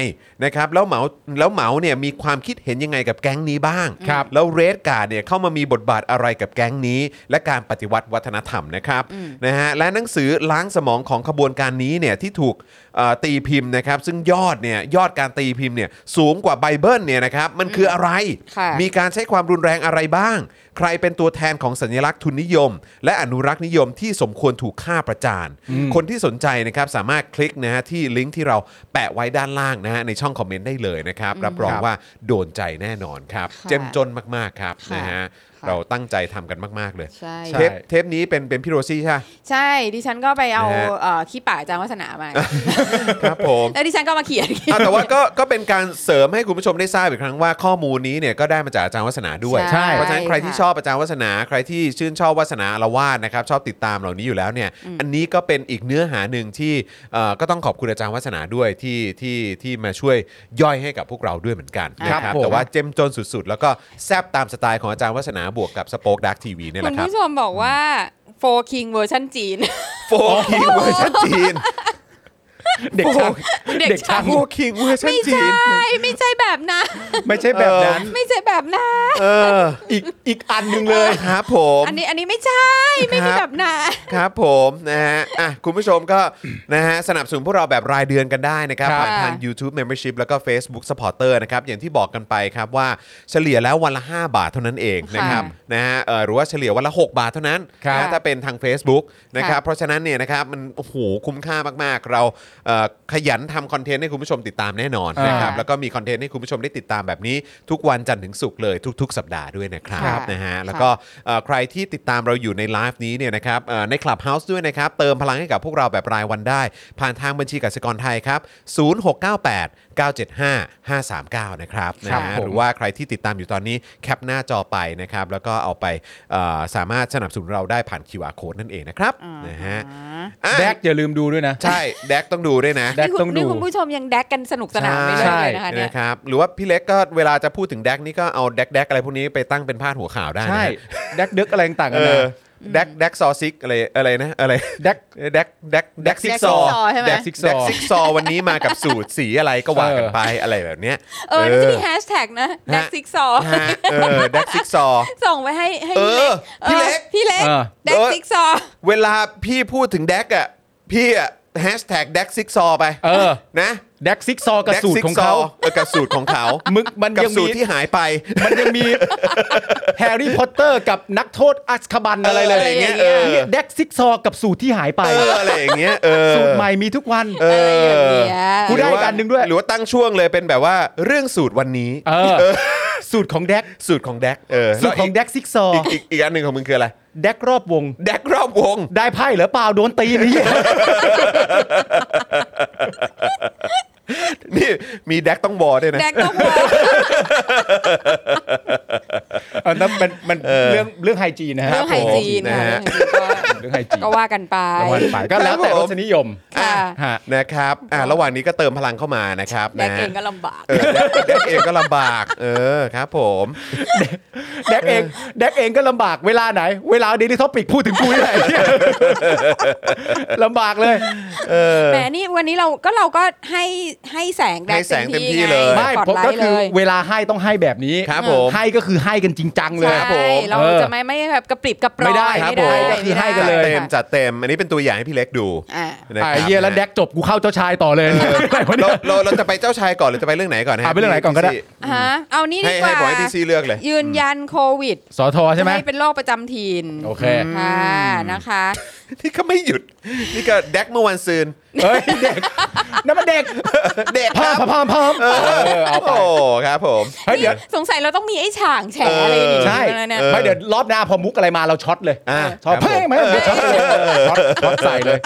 Speaker 1: นะครับแล้วเหมาแล้วเหมาเนี่ยมีความคิดเห็นยังไงกับแก๊งนี้บ้าง
Speaker 2: ครับ
Speaker 1: แล้วเรดการ์ดเนี่ยเข้ามามีบทบาทอะไรกับแก๊งนี้ และการปฏิวัติวัฒนธรรมนะครับนะฮะและหนังสือล้างสมองของขบวนการนี้เนี่ยที่ถูกเอ่อตีพิมพ์นะครับซึ่งยอดเนี่ยยอดการตีพิมพ์เนี่ยสูงกว่าไบเบิลเนี่ยนะครับมันคืออะไร
Speaker 5: ค่ะ
Speaker 1: มีการใช้ความรุนแรงอะไรบ้าง ใครเป็นตัวแทนของสัญลักษณ์ทุนนิยม และอนุรักษ์นิยมที่สมควรถูกฆ่าประจาน คนที่สนใจนะครับสามารถคลิกนะฮะที่ลิงก์ที่เราแปะไว้ด้านล่างนะฮะในช่องคอมเมนต์ได้เลยนะครับ รับรองว่าโดนใจแน่นอนครับ
Speaker 5: ค่ะ
Speaker 1: เจ้มจนมาก ๆ ครับ
Speaker 5: ค่ะ
Speaker 1: นะฮะ
Speaker 5: ค่ะ
Speaker 1: เราตั้งใจทำกันมาก ๆ เลย
Speaker 5: ใช่
Speaker 2: ใช่
Speaker 1: เทปเทปนี้เป็นเป็นพี่โรซี่ใช่ปะ
Speaker 5: ใช่ ดิฉันก็ไปเอา
Speaker 1: นะฮะ
Speaker 5: เอ่อขี้ป่าอาจารย์วัฒนามา
Speaker 1: ครับผม
Speaker 5: แล้วดิฉันก็มาเขียน
Speaker 1: อ่ะแต่ว่าก็ก็เป็นการเสริมให้คุณผู้ชมได้ทราบอีกครั้งว่าข้อมูลนี้เนี่ยก็ได้มาจากอาจารย์วัฒนาด้วย
Speaker 2: ใช่
Speaker 1: เพราะฉะนั้นใครที่ชอบอาจารย์วัฒนาใครที่ชื่นชอบวัฒนาละวาดนะครับชอบติดตามเหล่านี้อยู่แล้วเนี่ยอันนี้ก็เป็นอีกเนื้อหาหนึ่งที่เอ่อก็ต้องขอบคุณอาจารย์วัฒนาด้วยที่ที่ที่มาช่วยย่อยให้กับพวกเราด้วยเหมือนกันนะค
Speaker 2: ครั
Speaker 1: รับบ
Speaker 2: ผม
Speaker 1: แต่ว่าเจ้มจนสุดๆ แล้วก็แซบตามสไตล์ของอาจารย์วัฒนาบวกกับสปอคดักทีวีเนี่ยแห
Speaker 3: คุ
Speaker 1: ละ
Speaker 3: ณ
Speaker 1: ครับ
Speaker 3: ผู้ชมบอกว่า Four King เวอร์ชันจีน
Speaker 1: โฟคิงเวอร์ชันจีน
Speaker 2: เด็กช่าง
Speaker 3: เด็ก
Speaker 2: เด็กช่าง
Speaker 1: โฟคิงเวอร์ชัน
Speaker 3: ไม่
Speaker 1: จี
Speaker 3: ใช่
Speaker 1: น
Speaker 3: ไม่ใช่แบบนั้น
Speaker 2: ไม่ใช่แบบนั้น
Speaker 3: ไม่ใช่แบบนั้น
Speaker 1: เออ
Speaker 2: อีกอีกอันหนึ่งเลย
Speaker 1: ครับผม
Speaker 3: อันนี้อันนี้ไม่ใช่ไม่ใช่แบบนั้น
Speaker 1: ครับผมนะฮะอ่ะคุณผู้ชมก็ นะฮะสนับสนุนพวกเราแบบรายเดือนกันได้นะครับ
Speaker 2: ครับ
Speaker 1: ผ่านทาง YouTube Membership แล้วก็ Facebook Supporter นะครับอย่างที่บอกกันไปครับว่าเฉลี่ยแล้ววันละ 5 บาทเท่านั้นเองนะครับนะฮะเอ่อหรือว่าเฉลี่ยวันละ 6 บาทเท่านั้น
Speaker 2: ครับ
Speaker 1: นะถ้าเป็นทาง Facebook นะครับ
Speaker 5: ค่ะ
Speaker 1: เพราะฉะนั้นเนี่ยนะครับมันโอ้โหคุ้มค่ามากๆ เราเ เอ่อขยันทำคอนเทนต์ให้คุณผู้ชมติดตามแน่นอนนะครับ
Speaker 5: อ่า
Speaker 1: แล้วก็มีคอนเทนต์ให้คุณผู้ชมได้ติดตามแบบนี้ ทุกวันจันทร์ถึงศุกร์เลยทุก ๆ สัปดาห์ด้วยนะครับ
Speaker 5: ครับ
Speaker 1: นะฮะแล้วก็ เอ่อใครที่ติดตามเราอยู่ในไลฟ์นี้เนี่ยนะครับเอ่อใน Clubhouse ด้วยนะครับ เติมพลังให้กับพวกเราแบบรายวันได้ ผ่านทางบัญชีกสิกรไทยครับ 0698 975 539 นะครับนะครับ ฮะ
Speaker 2: ผม
Speaker 1: หรือว่าใครที่ติดตามอยู่ตอนนี้แคปหน้าจอไปนะครับ แล้วก็เอาไปเอ่อสามารถสนับสนุนเราได้ผ่าน QR Code นั่นเองนะครับ
Speaker 5: อ่า
Speaker 1: นะฮะ
Speaker 5: ฮะ
Speaker 1: อ่ะ
Speaker 2: แดกอย่าลืมดูด้วยนะ
Speaker 1: ใช่ แดกต้องดูด้วยนะ
Speaker 2: แดกต้องดู
Speaker 3: นี่คุณผู้ชมยังแดกกันสนุกสนานไปเรื่อยเลยนะคะเนี่ย
Speaker 1: นะครับ หรือว่าพี่เล็กก็เวลาจะพูดถึงแดกนี่ก็เอาแดกแดกอะไรพวกนี้ไปตั้งเป็นพาดหัวข่าวได้นะ
Speaker 2: ใช่แดกเด็กอะไรต่างๆ
Speaker 1: เอ
Speaker 2: กันนะ
Speaker 1: อแดกแดกซอซิกอะไรอะไรนะอะไร
Speaker 2: แดก
Speaker 1: แดกแดกแดกซิกซอว์
Speaker 5: แดกซิกซอว์ใช่ไหม
Speaker 1: แดกซิกซอว์แดกซิกซอว์วันนี้มากับสูตรสีอะไรก็ว่ากันไปอะไรแบบเนี้ย
Speaker 3: เออนี่จะมีแฮชแท็กนะ
Speaker 1: ฮะ
Speaker 3: แดกซิกซอ
Speaker 1: ฮะเออแดกซิกซอว์
Speaker 3: ส่งไปให้ให้
Speaker 1: เออพี่
Speaker 3: พี่
Speaker 1: เล็ก
Speaker 3: เล็กพี่เล็ก
Speaker 2: เออ
Speaker 3: แดกซิกซอ
Speaker 1: เวลาพี่พูดถึงแดกอ่ะพี่อ่ะแฮชแท็กแดกซิกซอว์ไป
Speaker 2: เออ
Speaker 1: นะ
Speaker 2: แดกซิกซอว์กับสูตรของเขา
Speaker 1: ออกับสูตรของเขา
Speaker 2: มึงมัน
Speaker 1: กับ
Speaker 2: ยัง
Speaker 1: สูต
Speaker 2: มี
Speaker 1: รที่หายไป
Speaker 2: มันยังมีแฮร์รี่พอตเตอร์กับนักโทษอัสคาบันอะไรเลย
Speaker 1: ย่างเงี้ยเออ
Speaker 2: เนี่ยแดกซิกซอว์กับสูตรที่หายไป
Speaker 1: เอออะไรอย่างเงี้ยเออ
Speaker 2: สูตรใหม่มีทุกวัน
Speaker 1: เอ
Speaker 3: อะไรอย่าง
Speaker 1: อ
Speaker 3: เงี้ย
Speaker 2: กูได้อีกอันหนึ่งด้วย
Speaker 1: หรือว่าตั้งช่วงเลยเป็นแบบว่าเรื่องสูตรวันนี้
Speaker 2: เออสูตรของแดก
Speaker 1: สูตรของแดกเออ
Speaker 2: สู
Speaker 1: แล้
Speaker 2: ต
Speaker 1: ว
Speaker 2: รของแดกซิกซอ
Speaker 1: อี
Speaker 2: ว์
Speaker 1: กอีกอีกอันหนึ่งของมึงคืออะไร
Speaker 2: แดกรอบวง
Speaker 1: แดกรอบวง
Speaker 2: ได้ไพ่เหรือเปล่าโดนตีนี่
Speaker 1: นี่มีแดกต้องวอด้วยนะ
Speaker 3: แดกต้องบอก
Speaker 2: อันนั้นมันมันเรื่องเรื่องไฮจีนนะฮะ
Speaker 3: เรื่องไฮ
Speaker 1: ผม
Speaker 3: จีนค่ะ
Speaker 1: นะฮะ
Speaker 2: เรื่องไฮจีน
Speaker 3: ก็ว่ากันไป
Speaker 2: ก็ว่าไปก็แล้วแต่
Speaker 1: ครับผม
Speaker 2: รสนิยม
Speaker 3: ค่ะ
Speaker 2: ฮะ
Speaker 1: นะครับอ่าระหว่างนี้ก็เติมพลังเข้ามานะครับ
Speaker 3: แด
Speaker 1: นะ
Speaker 3: กเองก็ลำบาก
Speaker 1: เออแดกแดกเองก็ลำบาก เออครับผม
Speaker 2: แดกเองแดกเองก็ลำบากเวลาไหน เวลาเดลิทอปิกพูดถึงกูนี่แหละ ลำบากเลย
Speaker 3: แหมนี่วันนี้เราก็เราก็ให้ให้แสงแด
Speaker 1: ให้
Speaker 3: ก
Speaker 1: แสงเต็มที่
Speaker 3: ไ
Speaker 1: เลย
Speaker 3: ไม่
Speaker 2: ไม่
Speaker 3: ปลอด
Speaker 2: ผม
Speaker 3: ไล
Speaker 2: ก็
Speaker 3: ท์
Speaker 2: คื
Speaker 3: เล
Speaker 2: อย เวลาให้ต้องให้แบบนี้
Speaker 1: ครับผม
Speaker 2: ให้ก็คือให้กันจริงจังเลย
Speaker 1: ครับผม
Speaker 3: ใช่เรา
Speaker 2: เออ
Speaker 3: จะไม่ไม่แบบกระปริบกระปรอย
Speaker 2: ไม่ได้ครับผมก็คือให้กันเลย
Speaker 1: เต็มจัดเต็ม อันนี้เป็นตัวอย่างให้พี่เล็กดู
Speaker 5: อ่ะ
Speaker 1: นะครั
Speaker 2: ไอ้
Speaker 1: บ
Speaker 2: เหี้ยแล้วแดกจบกูเข้าเจ้าชาย ต่อเลยอะไรวะเนี่
Speaker 1: เรา
Speaker 2: ย
Speaker 1: เราเราจะไปเจ้าชายก่อนหรือจะไปเรื่องไหนก่อนนะฮะ
Speaker 2: อ่ะไปเรื่องไหนก่อนก็ได้
Speaker 3: ฮะเอานี่
Speaker 1: ให้
Speaker 3: ดีก
Speaker 1: ให้
Speaker 3: ว่า
Speaker 1: บอกให้พี่ซีเลือกเลย
Speaker 3: ยืนยันโควิด
Speaker 2: สอทอใช่ไหม
Speaker 3: ให้เป็นโรคประจำถิ่น
Speaker 2: โอเค
Speaker 3: ค่ะนะคะ
Speaker 1: นี่ก็ไม่หยุด นี่ก็แดกเมื่อวันซืน
Speaker 2: เฮ้ยเด็กนั่นมันเด็ก
Speaker 1: เด็กค
Speaker 2: พา
Speaker 1: รั
Speaker 2: ม
Speaker 1: บ
Speaker 2: พามพามเออเอาไป
Speaker 1: โอ้ครับผม
Speaker 2: เฮ้ยเดี๋ยว
Speaker 3: สงสัยเราต้องมีไอ้ฉางแฉอะไรอย่าง
Speaker 1: เ
Speaker 3: นี้
Speaker 2: ใช่
Speaker 3: แล้วเนี่ย
Speaker 1: ออ
Speaker 2: ไม่เดี๋ยวรอบหน้าพอมุกอะไรมาเราช็อตเลย
Speaker 1: อ่า
Speaker 2: ช็อต
Speaker 1: ครับผม
Speaker 2: เพ่งไหมเดี๋ยวช็อตเลยช็อตช็อตใส่เลย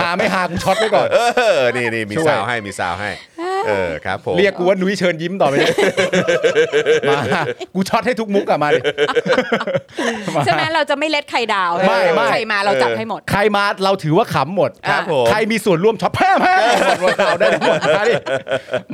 Speaker 2: หาไม่หากูช็อตไว้ก่อน
Speaker 1: เออนี่นี่มี
Speaker 2: ช่วย
Speaker 1: สาวให้มีสาวให้ เออครับผม
Speaker 2: เรียกกูว่านุ้ยเชิญยิ้มต่อไปเลยมากูช็อตให้ทุกมุกอะมาดิ
Speaker 3: ใช่ไหมเราจะไม่เล็ดไข่ดาว
Speaker 2: ไม่ไม่
Speaker 3: ใครมาเราจับให้หมด
Speaker 2: ใครมาเราถือว่าขำหมด
Speaker 1: ครับผม
Speaker 2: ใครมีส่วนร่วมช็อตแพ้แพ้หมดวันเสาร์ได้ทั้งหมดมาดิ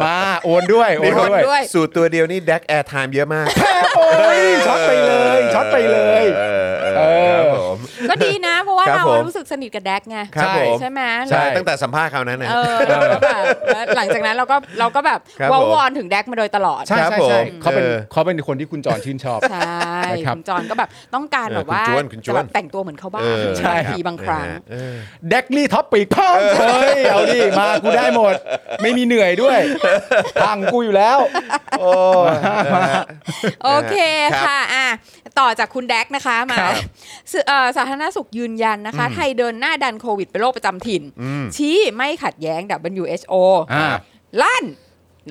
Speaker 2: มาโอนด้วยโอน
Speaker 1: เขา
Speaker 2: ด้วย
Speaker 3: โอนด้วย
Speaker 1: สูตรตัวเดียวนี่แดกแอร์ไทม์เยอะมาก
Speaker 2: แพ้โอ้ยช็อตไปเลยช็อตไปเลย
Speaker 1: เออเออ
Speaker 2: เอ
Speaker 1: ค
Speaker 2: อ
Speaker 1: รับผม
Speaker 3: ก็ดีนะ เพราะว่า
Speaker 1: ครับ
Speaker 3: เรา
Speaker 1: ผม
Speaker 3: รู้สึกสนิทกับแดกไง
Speaker 1: ครับผม
Speaker 3: ใช่ไหม
Speaker 1: ใช่ตั้งแต่สัมภาษณ์คราวนั้นนะ
Speaker 3: เออแล้วก็แบบแล้วหลังจากนั้นเราก็เราก็แบบ
Speaker 1: ครับผม
Speaker 3: วอลวอนถึงแดกมาโดยตลอด
Speaker 2: ใช่
Speaker 1: ครับ
Speaker 2: ใช่
Speaker 1: ผม
Speaker 2: ใช่เขาเป็น
Speaker 1: เออ
Speaker 2: เขาเป็นคนที่คุณจอนชื่นชอบ
Speaker 3: ใช่
Speaker 2: นะครับ
Speaker 3: คุณจอนก็แบบต้องการแบบว่า
Speaker 1: เออคุณจวนคุณจวน
Speaker 3: จะแบบแต่งตัวเหมือนเขาบ้าง
Speaker 2: ใช่
Speaker 3: บางทีบางครั้ง
Speaker 1: เออ
Speaker 2: เด็กลี่ท็อปปีกพังเฮ้ย เอาดิมากูได้หมด ไม่มีเหนื่อยด้วยพังกูอยู่แล้ว
Speaker 1: โอ้ย
Speaker 3: โอเค
Speaker 1: ครับ
Speaker 3: ค่ะอ่ะ ต่อจากคุณแดกนะคะมา
Speaker 1: ครับ
Speaker 3: สื่อเอ่อสาธารณสุขยืนยันนะคะ ไทยเดินหน้าดันโควิดเป็นโรคประจำถิ่น
Speaker 1: อืม
Speaker 3: ชี้ไม่ขัดแย้ง WHO
Speaker 2: อ่า
Speaker 3: ลั่น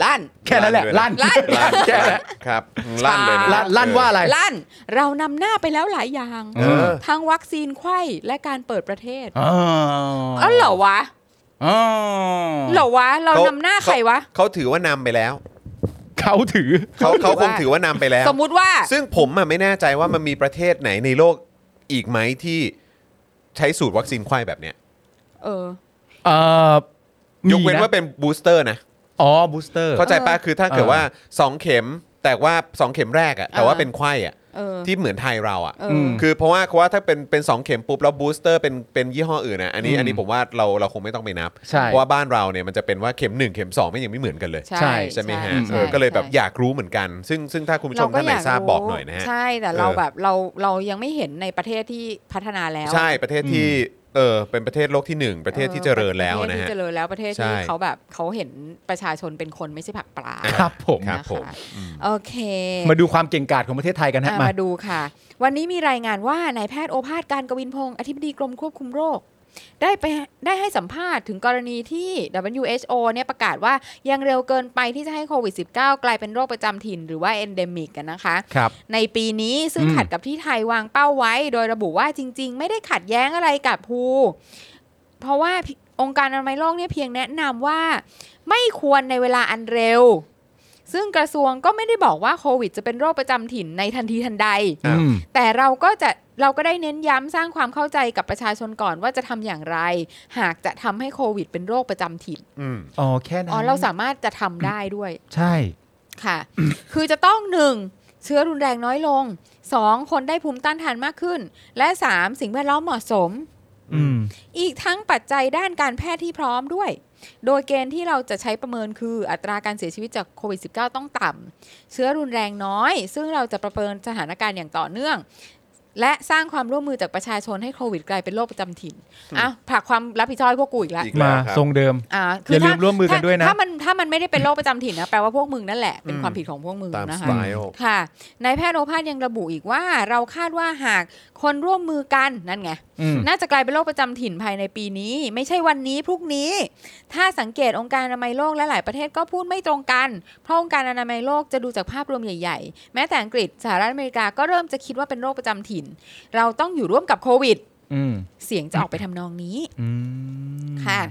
Speaker 3: ลั่น
Speaker 2: แค่นั้นแหละ ลั่น
Speaker 3: ลั่น
Speaker 2: ลั่นแค่นั้นแหละ
Speaker 1: ครับลั่นเลยะ
Speaker 2: ลั่นลั่นว่าอะไร
Speaker 3: ลั่น เรานำหน้าไปแล้วหลายอย่าง
Speaker 1: เออ
Speaker 3: ทั้งวัคซีนไข้และการเปิดประเทศ
Speaker 2: อ๋อ
Speaker 3: อ๋อเหรอวะ
Speaker 2: อ๋อ
Speaker 3: เหรอวะ เรา
Speaker 1: เขา
Speaker 3: นำหน้าใครวะ
Speaker 1: เขาถือว่านำไปแล้ว
Speaker 2: เขาถือ
Speaker 1: เขาเขา
Speaker 3: ถือว่า
Speaker 1: คงถือว่านำไปแล้ว
Speaker 3: สมมุติว่า
Speaker 1: ซึ่งผมอะไม่แน่ใจว่ามันมีประเทศไหนในโลกอีกไหมที่ใช้สูตรวัคซีนไข้แบบเนี้ย
Speaker 3: เออ
Speaker 2: เอ่อย
Speaker 1: กเว้น
Speaker 2: มีะ
Speaker 1: ว่าเป็นบูสเตอร์นะ
Speaker 2: อ๋อบูสเตอร์
Speaker 1: เข้าใจป่ะคือถ้าเกิด
Speaker 2: เออ
Speaker 1: ว่า 2 เข็มแต่ว่า 2 เข็มแรกอะแต่ว่า
Speaker 3: เออ
Speaker 1: เป็นไข้อะ
Speaker 3: เออ
Speaker 1: ที่เหมือนไทยเราอะ
Speaker 3: เอ
Speaker 2: อื
Speaker 3: อ
Speaker 2: ม
Speaker 1: คือเพราะว่าเพราะว่าถ้าเป็นเป็นสองเข็มปุ๊บแล้วบูสเตอร์เป็นเป็นยี่ห้ออื่นนะอันนี้
Speaker 2: อืม
Speaker 1: อันนี้ผมว่าเราเราคงไม่ต้องไปนับ
Speaker 2: ใช่
Speaker 1: เพราะว่าบ้านเราเนี่ยมันจะเป็นว่าเข็ม 1 เข็ม 2 ไม่ยังไม่เหมือนกันเลย
Speaker 2: ใช่
Speaker 1: ใช่ไหมฮะ
Speaker 3: ใช่
Speaker 1: เออก็เลยแบบ
Speaker 3: ใช่
Speaker 1: อยากรู้เหมือนกัน ซึ่งซึ่งถ้าคุณผู้ชม
Speaker 3: เก็
Speaker 1: ท่านไหน
Speaker 3: ย
Speaker 1: ทราบบอกหน่อยนะฮะ
Speaker 3: ใช่แต่เรา
Speaker 1: เออ
Speaker 3: แบบเราเรายังไม่เห็นในประเทศที่พัฒนาแล้ว
Speaker 1: ใช่ประเทศที่เออเป็นประเทศโลกที่ 1 ประเทศที่เจริญแล้ว
Speaker 3: ประเทศ
Speaker 1: นะ
Speaker 3: ที่
Speaker 1: ฮะ
Speaker 3: เจริญแล้วประเทศ
Speaker 1: ใช่
Speaker 3: ที่เขาแบบเขาเห็นประชาชนเป็นคนไม่ใช่ผักปลา
Speaker 2: ครับผม
Speaker 1: ครับ
Speaker 3: นะะ
Speaker 1: ผมอืม
Speaker 3: โอเค
Speaker 2: มาดูความเก่งกาจของประเทศไทยกันฮะ
Speaker 3: อ่ะ
Speaker 2: มา
Speaker 3: มาดูค่ะ วันนี้มีรายงานว่านายแพทย์โอภาสการกวินพงศ์อธิบดีกรมควบคุมโรค ได้ไปได้ให้สัมภาษณ์ถึงกรณีที่ WHO เนี่ยประกาศว่ายังเร็วเกินไปที่จะให้โควิด -19 กลายเป็นโรคประจำถิ่นหรือว่า endemic กันนะคะ
Speaker 2: ครับ
Speaker 3: ในปีนี้ซึ่ง
Speaker 2: อืม
Speaker 3: ขัดกับที่ไทยวางเป้าไว้ โดยระบุว่าจริง ๆ ไม่ได้ขัดแย้งอะไรกับฮูเพราะว่าองค์การอนามัยโลกเนี่ยเพียงแนะนำว่า ไม่ควรในเวลาอันเร็ว ซึ่งกระทรวงก็ไม่ได้บอกว่าโควิดจะเป็นโรคประจำถิ่นในทันทีทันใด
Speaker 1: อืม
Speaker 3: แต่เราก็จะเราก็ได้เน้นย้ำสร้างความเข้าใจกับประชาชนก่อนว่าจะทำอย่างไร หากจะทำให้โควิดเป็นโรคประจำถิ่น
Speaker 1: อืม
Speaker 2: อ๋อแค่นั้น
Speaker 3: อ๋อเราสามารถจะทำได้ด้วย
Speaker 2: ใช่
Speaker 3: ค่ะ คือจะต้อง 1. เชื้อรุนแรงน้อยลง 2. คนได้ภูมิต้านทานมากขึ้น และ 3. สิ่งแวดล้อมเหมาะสม
Speaker 2: อืม
Speaker 3: อีกทั้งปัจจัยด้านการแพทย์ที่พร้อมด้วย โดยเกณฑ์ที่เราจะใช้ประเมินคืออัตราการเสียชีวิตจากโควิด -19 ต้องต่ำ เชื้อรุนแรงน้อย ซึ่งเราจะประเมินสถานการณ์อย่างต่อเนื่อง และสร้างความร่วมมือจากประชาชนให้โควิดกลายเป็นโรคประจำถิ่นอ้าวผลักความรับผิดชอบให้พวกกูอีกแล้ว
Speaker 1: อีกแล้ว
Speaker 2: มา
Speaker 1: ครับ
Speaker 2: ทรงเดิม
Speaker 3: อ่าคื
Speaker 2: ย่าลืม
Speaker 3: ถ้
Speaker 2: ร่วมมือกัน
Speaker 3: ถ้า
Speaker 2: ด้วยนะ
Speaker 3: ถ้ามันถ้ามันไม่ได้เป็นโรคประจำถิ่นนะแปลว่าพวกมึงนั่นแหละเป็นความผิดของพวกมึง
Speaker 1: ตาม
Speaker 3: นะ
Speaker 1: ส
Speaker 3: คะ
Speaker 1: ไตล์
Speaker 3: ค่ะนายแพทย์โอภาสยังระบุอีกว่า เราคาดว่าหากคนร่วมมือกันนั่นไง
Speaker 2: อืม
Speaker 3: น่าจะกลายเป็นโรคประจำถิ่นภายในปีนี้ ไม่ใช่วันนี้พรุ่งนี้ ถ้าสังเกตองค์การอนามัยโลกและหลายประเทศก็พูดไม่ตรงกัน เพราะองค์การอนามัยโลกจะดูจากภาพรวมใหญ่ ๆ แม้แต่อังกฤษสหรัฐอเมริกาก็เริ่มจะคิดว่าเป็นโรคประจำถิ่น เราต้องอยู่ร่วมกับโควิด
Speaker 2: อืม
Speaker 3: เสียงจะออกไปทำนองนี้
Speaker 2: อืม
Speaker 3: ค่ะ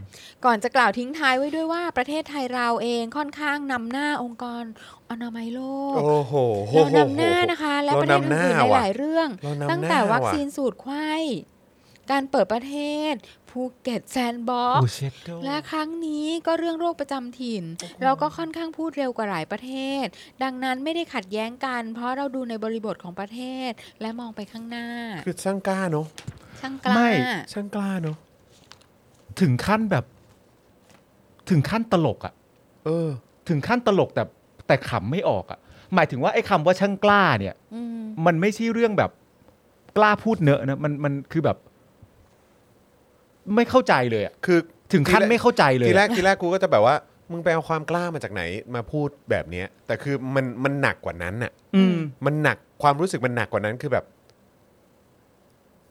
Speaker 3: ก่อนจะกล่าวทิ้งท้ายไว้ด้วยว่าประเทศไทยเราเองค่อนข้างนำหน้าองค์กรอนามัยโลก
Speaker 1: โอ้โห
Speaker 3: เรานำหน้านะคะ และประเทศอื่นๆใน
Speaker 1: เรานำหน้าว่ะ
Speaker 3: หลายเรื่อง
Speaker 1: เรานำหน้า
Speaker 3: ตั้งแต่วัค
Speaker 1: ว่ะ
Speaker 3: ซีนสูตรไข้การเปิดประเทศ ภูเก็ตแซนด์บ็อก
Speaker 2: โอ้
Speaker 3: ซ์
Speaker 2: เช็ดโด
Speaker 3: และครั้งนี้ก็เรื่องโรคประจำถิ่น เราก็ค่อนข้างพูดเร็วกว่าหลายประเทศ ดังนั้นไม่ได้ขัดแย้งกัน เพราะเราดูในบริบทของประเทศและมองไปข้างหน้า
Speaker 1: คือช่างกล้าเนาะ
Speaker 3: ช่างกล้า
Speaker 1: ช่างกล้าเนาะ
Speaker 2: ถึงขั้นแบบ ถึงขั้นตลกอ่ะ
Speaker 1: เออ
Speaker 2: ถึงขั้นตลกแต่แต่ขำไม่ออกอ่ะ หมายถึงว่าไอ้คำว่าช่างกล้าเนี่ย
Speaker 3: อืม
Speaker 2: มันไม่ใช่เรื่องแบบกล้าพูดเนอะนะมันมันคือแบบ ไม่เข้าใจเลยอะ
Speaker 1: คือ
Speaker 2: ถึงขั้น
Speaker 1: ทีแรก
Speaker 2: ไม่เข้าใจเลย
Speaker 1: ที
Speaker 2: อะ
Speaker 1: แรกทีแรกกูก็จะแบบว่า มึงไปเอาความกล้ามาจากไหนมาพูดแบบเนี้ย แต่คือมันมันหนักกว่านั้นน่ะ
Speaker 2: อืม
Speaker 1: มันหนักความรู้สึกมันหนักกว่านั้นคือแบบ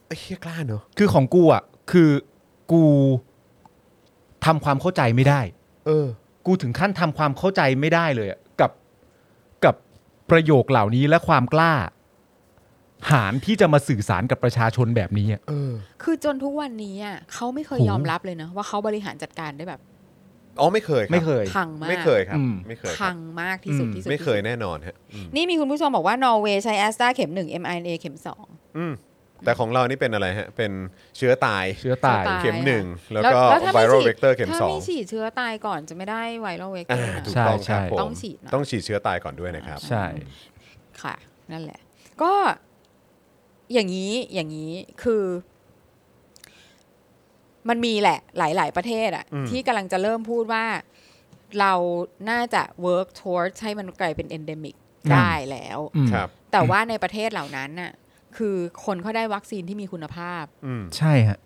Speaker 1: ไอ้เฮียกล้าเนาะ
Speaker 2: คือของกูอ่ะ คือกูทำความเข้าใจไม่ได้
Speaker 1: เออ
Speaker 2: กูถึงขั้นทำความเข้าใจไม่ได้เลยอะกับกับประโยคเหล่านี้และความกล้า หารที่จะมาสื่อสารกับประชาชนแบบนี้อะ
Speaker 1: เออ
Speaker 3: คือจนทุกวันนี้อ่ะเขาไม่เคย
Speaker 2: โห
Speaker 3: ยอมรับเลยนะ ว่าเขาบริหารจัดการได้แบบ
Speaker 1: อ๋อไม่เคยรับ
Speaker 2: ไม่เคย
Speaker 3: พังมาก
Speaker 1: ไม่เคยครับ
Speaker 2: อืม
Speaker 1: ไม่เคยค
Speaker 3: พั
Speaker 1: รับ
Speaker 3: งมากที่สุด
Speaker 2: อืม
Speaker 3: ที่สุด
Speaker 1: ไม่เคย
Speaker 3: ที่สุด
Speaker 1: แน่นอนฮะอืม
Speaker 3: นี่มีคุณผู้ชมบอกว่านอร์เวย์ใช้แอสตราเข็มหนึ่ง mRNA เข็มสอง
Speaker 1: อืมแต่ของเรานี่เป็นอะไรฮะ เป็นเชื้อตาย
Speaker 2: เชื้อตาย
Speaker 3: เชื้อตาย
Speaker 1: เข็มหนึ่งแล้วก็
Speaker 3: แล้วถ้า
Speaker 1: ไว
Speaker 3: ไม่
Speaker 1: รัล
Speaker 3: ฉี
Speaker 1: เว
Speaker 3: ด
Speaker 1: กเตอร์เข็ม
Speaker 3: ถ้า
Speaker 1: สอง
Speaker 3: ไม่ฉีดเชื้อตายก่อนจะไม่ได้ไวรัลเวกเตอ
Speaker 1: อ่า
Speaker 3: ร์นะ
Speaker 1: ถูก
Speaker 2: ใช่
Speaker 1: ต้องครับ
Speaker 2: ใช่
Speaker 1: ผม
Speaker 3: ต้องฉีดนะ
Speaker 1: ต้องฉีดเชื้อตายก่อนด้วยนะครับ
Speaker 2: ใช่
Speaker 3: ค่ะ นั่นแหละ ก็อย่างนี้อย่างนี้คือ มันมีแหละ หลาย ๆ ประเทศอะ
Speaker 1: อืม
Speaker 3: ที่กำลังจะเริ่มพูดว่าเราน่าจะ work towards ให้มันกลายเป็น endemic
Speaker 2: อืม
Speaker 3: ได้แล้ว
Speaker 2: อืม
Speaker 1: ครับ
Speaker 3: แต่ว่าในประเทศเหล่านั้นน่ะ คือคนเขาได้วัคซีนที่มีคุณภาพ
Speaker 1: อืม
Speaker 2: ใช่ฮะ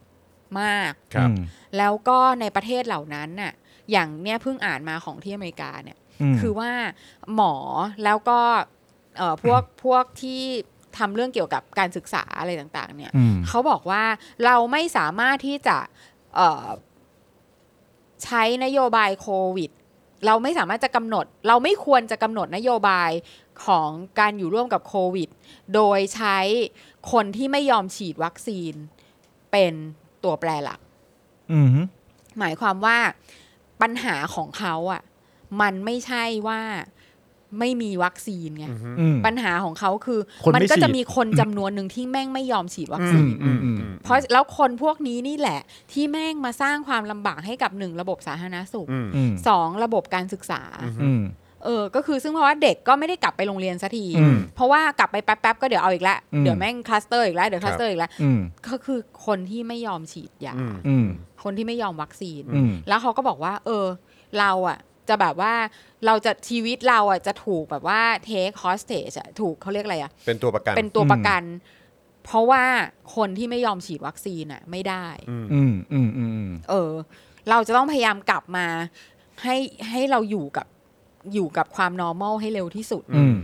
Speaker 3: มาก
Speaker 1: ครับ
Speaker 2: อืม
Speaker 3: แล้วก็ในประเทศเหล่านั้นน่ะ อย่างเนี่ยเพิ่งอ่านมาของที่อเมริกาเนี่ย
Speaker 2: ม
Speaker 3: คือว่าหมอแล้วก็เอ่อพวกพวกที่ทำเรื่องเกี่ยวกับการศึกษาอะไรต่างๆ เนี่ย
Speaker 2: อืม
Speaker 3: เขาบอกว่าเราไม่สามารถที่จะเอ่อใช้นโยบายโควิด เราไม่สามารถจะกำหนด เราไม่ควรจะกำหนดนโยบายของการอยู่ร่วมกับโควิด โดยใช้คนที่ไม่ยอมฉีดวัคซีนเป็นตัวแปรหลัก
Speaker 2: อืม
Speaker 3: หมายความว่าปัญหาของเขาอ่ะ มันไม่ใช่ว่าไม่มีวัคซีนไง
Speaker 1: อือฮึ
Speaker 2: อืม
Speaker 3: ปัญหาของเขาคือ
Speaker 2: คนไม่
Speaker 3: ก็จะ
Speaker 2: ฉีด
Speaker 3: มีคนจำนวนหนึ่งที่แม่งไม่ยอมฉีดวัค
Speaker 2: อื
Speaker 3: ซี
Speaker 2: ม
Speaker 3: น
Speaker 2: อืมอืม
Speaker 3: เพราะแล้วคนพวกนี้นี่แหละ ที่แม่งมาสร้างความลำบากให้กับหนึ่งระบบสาธารณสุข
Speaker 1: อืม
Speaker 2: อืม
Speaker 3: สองระบบการศึกษา
Speaker 2: อืม
Speaker 3: เออ ก็คือซึ่งเพราะว่าเด็กก็ไม่ได้กลับไปโรงเรียนสักที
Speaker 2: อืม
Speaker 3: เพราะว่ากลับไปแป๊บๆก็เดี๋ยวเอาอีกละ
Speaker 2: อืม
Speaker 3: เดี๋ยวแม่งคลัสเตอร์อีกแล้วเดี๋ยวคลัสเตอร์อีกแล้ว
Speaker 2: อืม
Speaker 3: ก็คือคนที่ไม่ยอมฉีดยา
Speaker 1: อืม
Speaker 2: อืม
Speaker 3: คนที่ไม่ยอมวัคซีน
Speaker 2: อืม
Speaker 3: แล้วเขาก็บอกว่า เออ เราอะจะแบบว่าเราจะชีวิตเราอะจะถูกแบบว่าเทคฮอสเทจอะถูกเขาเรียกอะไรอะ
Speaker 1: เป็นตัวประกัน
Speaker 3: เป็นตัวประกัน เพราะว่าคนที่ไม่ยอมฉีดวัคซีนอะไม่ได้
Speaker 1: อืม
Speaker 2: อืมอืมอืมอืม
Speaker 3: เออ เราจะต้องพยายามกลับมา ให้ให้เราอยู่กับอยู่กับความ normal ให้เร็วที่สุด
Speaker 2: อืม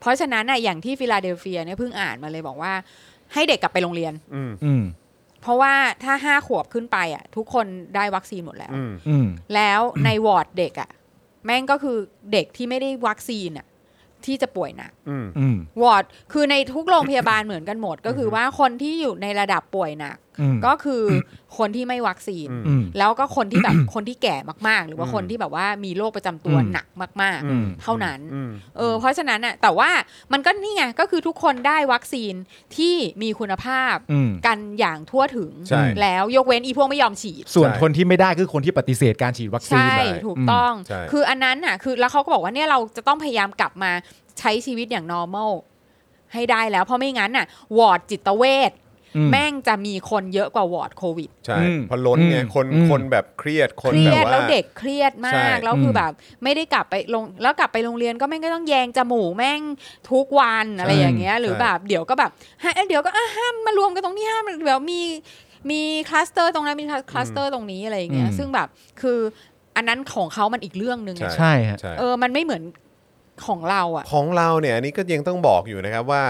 Speaker 3: เพราะฉะนั้นอะอย่างที่ฟิลาเดลเฟียเนี่ยเพิ่งอ่านมาเลยบอกว่า ให้เด็กกลับไปโรงเรียน
Speaker 1: อืม
Speaker 2: อืม
Speaker 3: เพ เพราะว่าถ้าห้าขวบขึ้นไปอ่ะ ทุกคนได้วัคซีนหมดแล้ว
Speaker 1: อืม
Speaker 2: อืม
Speaker 3: แล้ว ในวอร์ดเด็กอ่ะ แม่งก็คือเด็กที่ไม่ได้วัคซีนอ่ะ ที่จะป่วยหนัก
Speaker 1: อืม
Speaker 2: อืม
Speaker 3: วอร์ดคือในทุกโรงพยาบาลเหมือนกันหมด ก็คือว่าคนที่อยู่ในระดับป่วยหนัก
Speaker 2: อืม
Speaker 3: ก็คือคนที่ไม่วัคซีน
Speaker 1: อืม
Speaker 2: อืม
Speaker 3: แล้วก็คนที่แบบ คนที่แก่มากๆ หรือว่า
Speaker 1: อืม
Speaker 3: คนที่แบบว่ามีโรคประจำตัว
Speaker 2: อืม
Speaker 3: หนักมาก
Speaker 2: อืม
Speaker 3: ๆ เท่านั้น
Speaker 1: อืม
Speaker 3: เออเพราะฉะนั้นอ่ะแต่ว่ามันก็นี่ไงก็คือทุกคนได้วัคซีนที่มีคุณภาพ
Speaker 2: อืม
Speaker 3: กันอย่างทั่วถึง
Speaker 1: ใช่
Speaker 3: แล้วยกเว้นอีพวกไม่ยอมฉีด
Speaker 2: ส่วน
Speaker 1: ใช่
Speaker 2: คนที่ไม่ได้คือคนที่ปฏิเสธการฉีดวัคซีน
Speaker 3: ใช่ถูกต้อง
Speaker 1: ใช่
Speaker 3: คืออันนั้นอ่ะคือแล้วเขาก็บอกว่าเนี่ยเราจะต้องพยายามกลับมาใช้ชีวิตอย่าง normal ให้ได้แล้ว เพราะไม่งั้นน่ะวอร์ดจิตเวช
Speaker 2: อืม
Speaker 3: แม่งจะมีคนเยอะกว่าวอร์ดโควิด
Speaker 1: ใช่
Speaker 2: อืม
Speaker 1: เพอล้นไง
Speaker 2: อืม
Speaker 1: คน
Speaker 2: อืม
Speaker 1: คนแบบเครียดคน
Speaker 3: เครี
Speaker 1: แบ
Speaker 3: ย
Speaker 1: บ
Speaker 3: ด
Speaker 1: ว่า
Speaker 3: แล้วเด็กเครียดมา
Speaker 1: ใช่
Speaker 3: ก แล้วคืออ
Speaker 2: ม
Speaker 3: แบบไม่ได้กลับไปลงแล้วกลับไปโรงเรียนก็แม่งก็ต้องแยงจมูกแม่งทุกวันอะไรอย่างเงี้ย หรือแบบเดี๋ยวก็แบบให้เดี๋ยวก็อ่ะห้ามมารวมกันตรงนี้ห้ามเดี๋ยวมีมีคลัสเตอร์ตรงนั้นมีคลัสเตอร์ตรงนี้อะไรอย่างเงี้ย
Speaker 2: อืม
Speaker 3: ซึ่งแบบคืออันนั้นของเขามันอีกเรื่องหนึ่งอะ
Speaker 2: ใช่ฮะ
Speaker 1: ใช่
Speaker 3: เออ มันไม่เหมือนของเราอ่ะ
Speaker 1: ของเราเนี่ยอันนี้ก็ยังต้องบอกอยู่นะครับว่า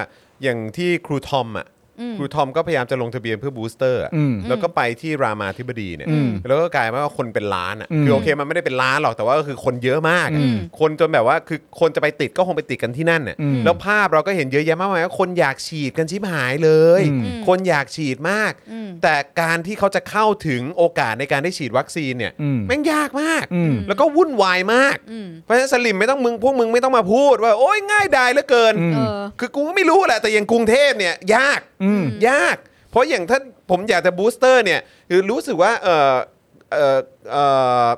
Speaker 1: อย่างที่ครูทอมอ่ะ
Speaker 3: อืม
Speaker 1: ครูทอมก็พยายามจะลงทะเบียนเพื่อบูสเตอร์อะ
Speaker 2: อืม
Speaker 1: แล้วก็ไปที่รามาธิบดีเนี่ย
Speaker 2: อืม
Speaker 1: แล้วก็กลายมาว่าคนเป็นล้านอ่ะ
Speaker 2: อืม
Speaker 1: คือโอเคมันไม่ได้เป็นล้านหรอกแต่ว่าก็คือคนเยอะมากอะ
Speaker 3: อืม
Speaker 1: คนจนแบบว่าคือคนจะไปติดก็คงไปติดกันที่นั่นน่ะ
Speaker 2: อืม
Speaker 1: แล้วภาพเราก็เห็นเยอะแยะมากมายว่าคนอยากฉีดกันชิบหายเลย
Speaker 2: อืม
Speaker 1: คนอยากฉีดมาก
Speaker 3: อืม
Speaker 1: แต่การที่เขาจะเข้าถึงโอกาสในการได้ฉีดวัคซีนเนี่ย
Speaker 2: อืม
Speaker 1: แม่งยากมาก
Speaker 2: อืม
Speaker 1: แล้วก็วุ่นวายมาก
Speaker 3: อืม
Speaker 1: เพราะฉะนั้นสลิมไม่ต้องมึงพวกมึงไม่ต้องมาพูดว่าโอ้ยง่ายดายเหลือเกิน
Speaker 2: อืม
Speaker 3: เออ
Speaker 1: คือกูก็ไม่รู้แหละแต่อย่างกรุงเทพเนี่ยยาก
Speaker 2: อืม
Speaker 1: ยาก เพราะอย่างถ้าผมอยากจะบูสเตอร์เนี่ยคือรู้สึกว่าเออเออเออ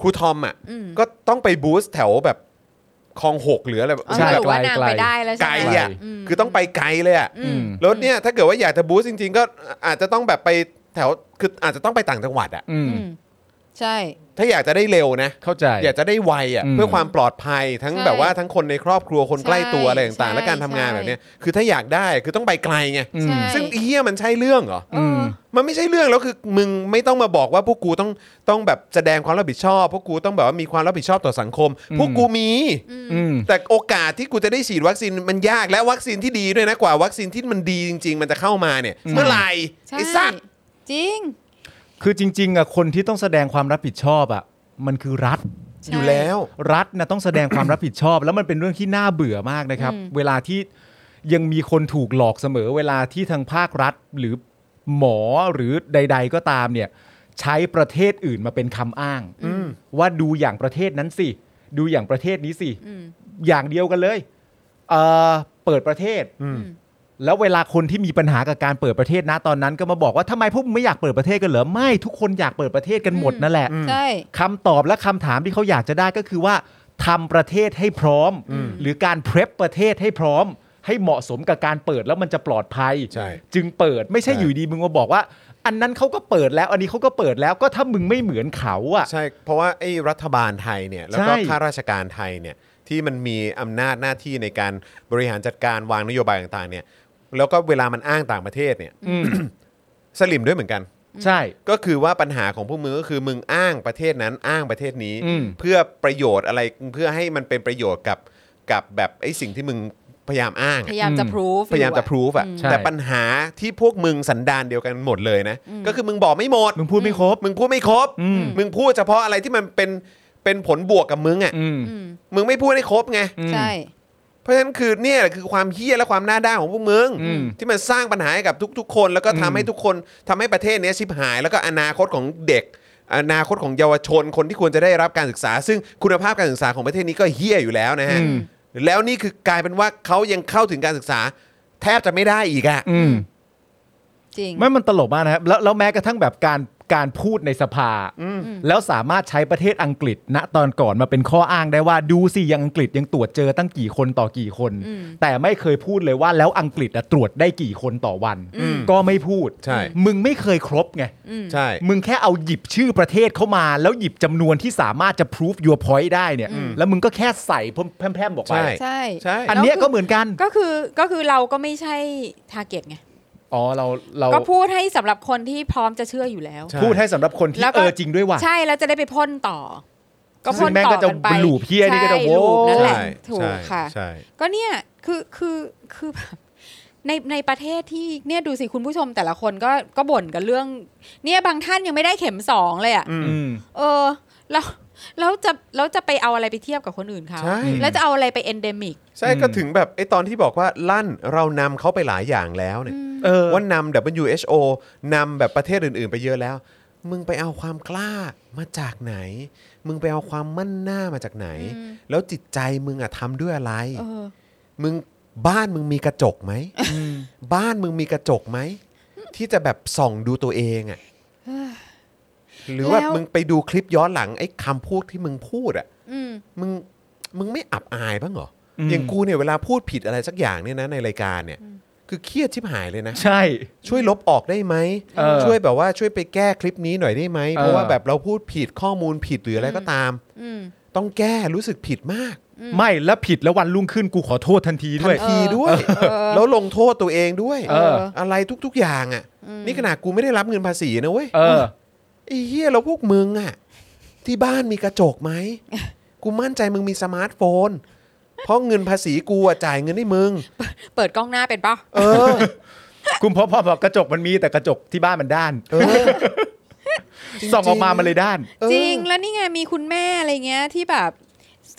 Speaker 1: ครูทอมอ่ะ
Speaker 3: อืม
Speaker 1: ก็ต้องไปบูสต์แถวแบบคลองหกหรืออะไรแบบ
Speaker 3: เออ
Speaker 2: ใช่
Speaker 3: สรุปว่านาง
Speaker 2: ไกลๆ
Speaker 3: ไปได้แล้ว
Speaker 1: ไกล
Speaker 3: ใช่ไหม
Speaker 1: อ่ะ
Speaker 3: อืม
Speaker 1: คือต้องไปไกลเลยอ่ะ
Speaker 3: อืม
Speaker 1: แล้วเนี่ยถ้าเกิดว่าอยากจะบูสต์จริง ๆ ก็อาจจะต้องแบบไปแถวคืออาจจะต้องไปต่างจังหวัดอ่ะ
Speaker 2: อืม
Speaker 3: อืม ใช่
Speaker 1: ถ้าอยากจะได้เร็วนะ
Speaker 2: เข้าใจ
Speaker 1: อยากจะได้ไวอ่ะ
Speaker 2: อืม
Speaker 1: เพื่อความปลอดภัยทั้ง
Speaker 3: ใช่
Speaker 1: แบบว่าทั้งคนในครอบครัวคนใกล้ตัว
Speaker 3: ใช่
Speaker 1: อะไรต่างๆ และการทำงาน
Speaker 3: ใช่
Speaker 1: แบบเนี้ยคือถ้าอยากได้คือต้องไปไกลไง
Speaker 2: อืม
Speaker 3: ใช่
Speaker 1: ซึ่งเฮียมันใช่เรื่องเหรอ
Speaker 3: เออ
Speaker 1: มันไม่ใช่เรื่องแล้วคือมึงไม่ต้องมาบอกว่าพวกกูต้องต้องแบบแสดงความรับผิดชอบพวกกูต้องแบบว่ามีความรับผิดชอบต่อสังคม
Speaker 2: อืม
Speaker 1: พวกกูมี
Speaker 2: อืม
Speaker 1: แต่โอกาสที่กูจะได้ฉีดวัคซีนมันยากและวัคซีนที่ดีด้วยนะกว่าวัคซีนที่มันดีจริง ๆ มันจะเข้ามาเนี่ย
Speaker 2: อืม
Speaker 1: เมื่อไหร่
Speaker 3: ใช่
Speaker 1: ไอ้สัตว์
Speaker 3: จริง
Speaker 2: คือจริงๆอ่ะคนที่ต้องแสดงความรับผิดชอบอ่ะ มันคือรัฐ
Speaker 3: ใช่
Speaker 1: อยู่แล้ว
Speaker 2: รัฐนะต้องแสดงความรับผิดชอบ แล้วมันเป็นเรื่องที่น่าเบื่อมากนะครับ
Speaker 3: อืม
Speaker 2: เวลาที่ยังมีคนถูกหลอกเสมอ เวลาที่ทางภาครัฐหรือหมอหรือใด ๆ ก็ตามเนี่ย ใช้ประเทศอื่นมาเป็นคำอ้าง ว่าดูอย่างประเทศนั้นสิ ดูอย่างประเทศนี้สิ
Speaker 3: อืม
Speaker 2: อย่างเดียวกันเลยเอ่อเปิดประเทศ
Speaker 1: อืม
Speaker 2: แล้วเวลาคนที่มีปัญหากับการเปิดประเทศนะตอนนั้นก็มาบอกว่าทำไมพวกมึงไม่อยากเปิดประเทศกันเหรอไม่ทุกคนอยากเปิดประเทศกันหมดนั่นแหละ
Speaker 3: ใช่
Speaker 2: คำตอบและคำถามที่เขาอยากจะได้ก็คือว่าทำประเทศให้พร้อม หรือการเพรพประเทศให้พร้อม ให้เหมาะสมกับการเปิดแล้วมันจะปลอดภัย
Speaker 1: ใช่
Speaker 2: จึงเปิดไม่ใช่
Speaker 1: ใช่
Speaker 2: อยู่ดีมึงมาบอกว่า อันนั้นเขาก็เปิดแล้ว อันนี้เขาก็เปิดแล้วก็ถ้ามึงไม่เหมือนเขาอะ
Speaker 1: ใช่ เพราะว่าไอ้รัฐบาลไทยเนี่ยแล้วก็
Speaker 2: ใช่
Speaker 1: ข้าราชการไทยเนี่ยที่มันมีอำนาจหน้าที่ในการบริหารจัดการวางนโยบายต่างๆเนี่ยแล้วก็เวลามันอ้างต่างประเทศเนี่ย
Speaker 2: อืม
Speaker 1: สลิมด้วยเหมือนกัน
Speaker 2: ใช่
Speaker 1: ก็คือว่าปัญหาของพวกมึงก็คือมึงอ้างประเทศนั้นอ้างประเทศนี้
Speaker 2: อืม
Speaker 1: เพื่อประโยชน์อะไรเพื่อให้มันเป็นประโยชน์กับกับแบบไอ้สิ่งที่มึงพยายามอ้าง
Speaker 3: พ
Speaker 1: อะ
Speaker 3: ยายามจะ
Speaker 2: อืม
Speaker 3: proof
Speaker 1: พยายามจะ
Speaker 3: อ
Speaker 1: พิสูจอะ
Speaker 3: อืม
Speaker 2: ใช่
Speaker 1: แต่ปัญหาที่พวกมึงสันดานเดียวกันหมดเลยนะ ก็คือมึงบอกไม่หมด
Speaker 2: มึงพูดไม่ครบ
Speaker 1: มึงพูดไม่ครบ
Speaker 2: อืม
Speaker 1: มึงพูดเฉพาะอะไรที่มันเป็นเป็นผลบวกกับมึงอ่ะ
Speaker 2: อืม
Speaker 3: อืม
Speaker 1: มึงไม่พูดให้ครบไง
Speaker 3: ใช่
Speaker 1: เพราะฉะนั้นคือเนี่ยแหละคือความเฮี้ยและความหน้าด้านของพวกมึง
Speaker 2: อืม
Speaker 1: ที่มันสร้างปัญหาให้กับทุก ๆ คนแล้วก็
Speaker 2: อืม
Speaker 1: ทำให้ทุกคนทำให้ประเทศเนี้ยชิบหาย แล้วก็อนาคตของเด็ก อนาคตของเยาวชนคนที่ควรจะได้รับการศึกษา ซึ่งคุณภาพการศึกษาของประเทศนี้ก็เฮี้ยอยู่แล้วนะฮะ
Speaker 2: อืม
Speaker 1: แล้วนี่คือกลายเป็นว่าเขายังเข้าถึงการศึกษา แทบจะไม่ได้อีกอะ
Speaker 2: อืม
Speaker 3: จริง
Speaker 2: ไม่มันตลกมากนะครับแล้วแล้วแม้กระทั่งแบบการการพูดในสภา แล้วสามารถใช้ประเทศอังกฤษณตอนก่อนมาเป็นข้ออ้างได้ว่าดูสิยังอังกฤษยังตรวจเจอตั้งกี่คนต่อกี่คน
Speaker 3: อืม
Speaker 2: แต่ไม่เคยพูดเลยว่าแล้วอังกฤษอะตรวจได้กี่คนต่อวัน ก็ไม่พูด
Speaker 1: ใช่
Speaker 2: มึงไม่เคยครบไง
Speaker 1: ใช่
Speaker 2: มึงแค่เอาหยิบชื่อประเทศเข้ามา แล้วหยิบจำนวนที่สามารถจะ proof your point ได้เนี่ย แล้วมึงก็แค่ใส่แพร่มๆบอกไป
Speaker 1: ใช่
Speaker 3: ใช่
Speaker 1: ใช่
Speaker 2: อันเนี้ยก็เหมือนกัน
Speaker 3: ก็คือก็คือเราก็ไม่ใช่ target ไง
Speaker 2: อ๋อเราเรา
Speaker 3: ก็พูดให้สำหรับคนที่พร้อมจะเชื่ออยู่แล้ว
Speaker 1: ใช่
Speaker 2: พูดให้สำหรับคนที่
Speaker 3: แล้วก็
Speaker 2: เออจริงด้วยว่ะ
Speaker 3: ใช่ แล้วจะได้ไปพ่นต่อ ก็
Speaker 2: ซึ่ง
Speaker 3: พ่น
Speaker 2: แม่ง
Speaker 3: ต่อ
Speaker 2: ก็จะ
Speaker 3: กันไป
Speaker 2: เป็นลูปเหี้ยนี่ก็จะ
Speaker 3: ใช่
Speaker 2: โว้
Speaker 3: ลูปนั่นแหละ
Speaker 1: ใช่
Speaker 3: ถูก
Speaker 1: ใช่
Speaker 3: ค่ะ
Speaker 1: ใช่
Speaker 3: ก็เนี่ยคือคือคือแบบ ในในประเทศที่เนี่ยดูสิคุณผู้ชมแต่ละคนก็ก็บ่นกันเรื่อง เนี่ยบางท่านยังไม่ได้เข็มสองเลยอะ่ะ
Speaker 1: อืม
Speaker 2: อืม
Speaker 3: เออแล้วแล้วจะแล้วจะไปเอาอะไรไปเทียบกับคนอื่นเขา
Speaker 1: ใช่
Speaker 3: แล้วจะเอาอะไรไปเอนเดมิก
Speaker 1: ใช่ก็ถึงแบบไอ้ตอนที่บอกว่าลั่นเรานำเขาไปหลายอย่างแล้วเนี่ย
Speaker 2: เออ
Speaker 1: ว่านำ WHO นำแบบประเทศอื่น ๆ ไปเยอะแล้ว มึงไปเอาความกล้ามาจากไหน มึงไปเอาความมั่นหน้ามาจากไหน แล้วจิตใจมึงอะทำด้วยอะไร
Speaker 3: เออ
Speaker 1: มึงบ้านมึงมีกระจกไหม บ้านมึงมีกระจกไหม ที่จะแบบส่องดูตัวเองอะหรือว่า
Speaker 3: แล้ว
Speaker 1: มึงไปดูคลิปย้อนหลังไอ้คำพูดที่มึงพูดอะ
Speaker 3: อืม
Speaker 1: มึงมึงไม่อับอายบ้างเหรอ
Speaker 2: อืม
Speaker 1: อย่างกูเนี่ยเวลาพูดผิดอะไรสักอย่างเนี่ยนะในรายการเนี่ย คือเครียดชิบหายเลยนะ
Speaker 2: ใช่
Speaker 1: ช่วยลบออกได้ไหม
Speaker 2: เออ
Speaker 1: ช่วยแบบว่าช่วยไปแก้คลิปนี้หน่อยได้ไหม
Speaker 2: เออ
Speaker 1: เพราะว่าแบบเราพูดผิดข้อมูลผิดหรืออะไรก็ตาม
Speaker 3: อืม
Speaker 1: ต้องแก้รู้สึกผิดมาก
Speaker 2: ไม่แล้วผิดแล้ววันรุ่งขึ้นกูขอโทษทันที
Speaker 1: ทั
Speaker 2: ด้วย
Speaker 1: นทีด้วย
Speaker 3: เออ
Speaker 1: แล้วลงโทษตัวเองด้วย
Speaker 2: เออ
Speaker 1: อะไรทุกๆอย่างอ่ะ นี่ขนาดกูไม่ได้รับเงินภาษีนะเว้ย
Speaker 2: เออ
Speaker 1: ไอ้เหี้ยแล้วพวกมึงอะที่บ้านมีกระจกไหม กูมั่นใจมึงมีสมาร์ทโฟน เพราะเงินภาษีกูอะจ่ายเงินให้มึง
Speaker 3: เปิดกล้องหน้าเป็นปะ
Speaker 1: เออ
Speaker 2: คุณพ่อพ่อบอกกระจกมันมีแต่กระจกที่บ้านมันด้าน
Speaker 1: เออ
Speaker 2: ส่องออกมามันเลยด้าน
Speaker 1: เออ
Speaker 3: จริงแล้วนี่ไงมีคุณแม่อะไรเงี้ยที่แบบ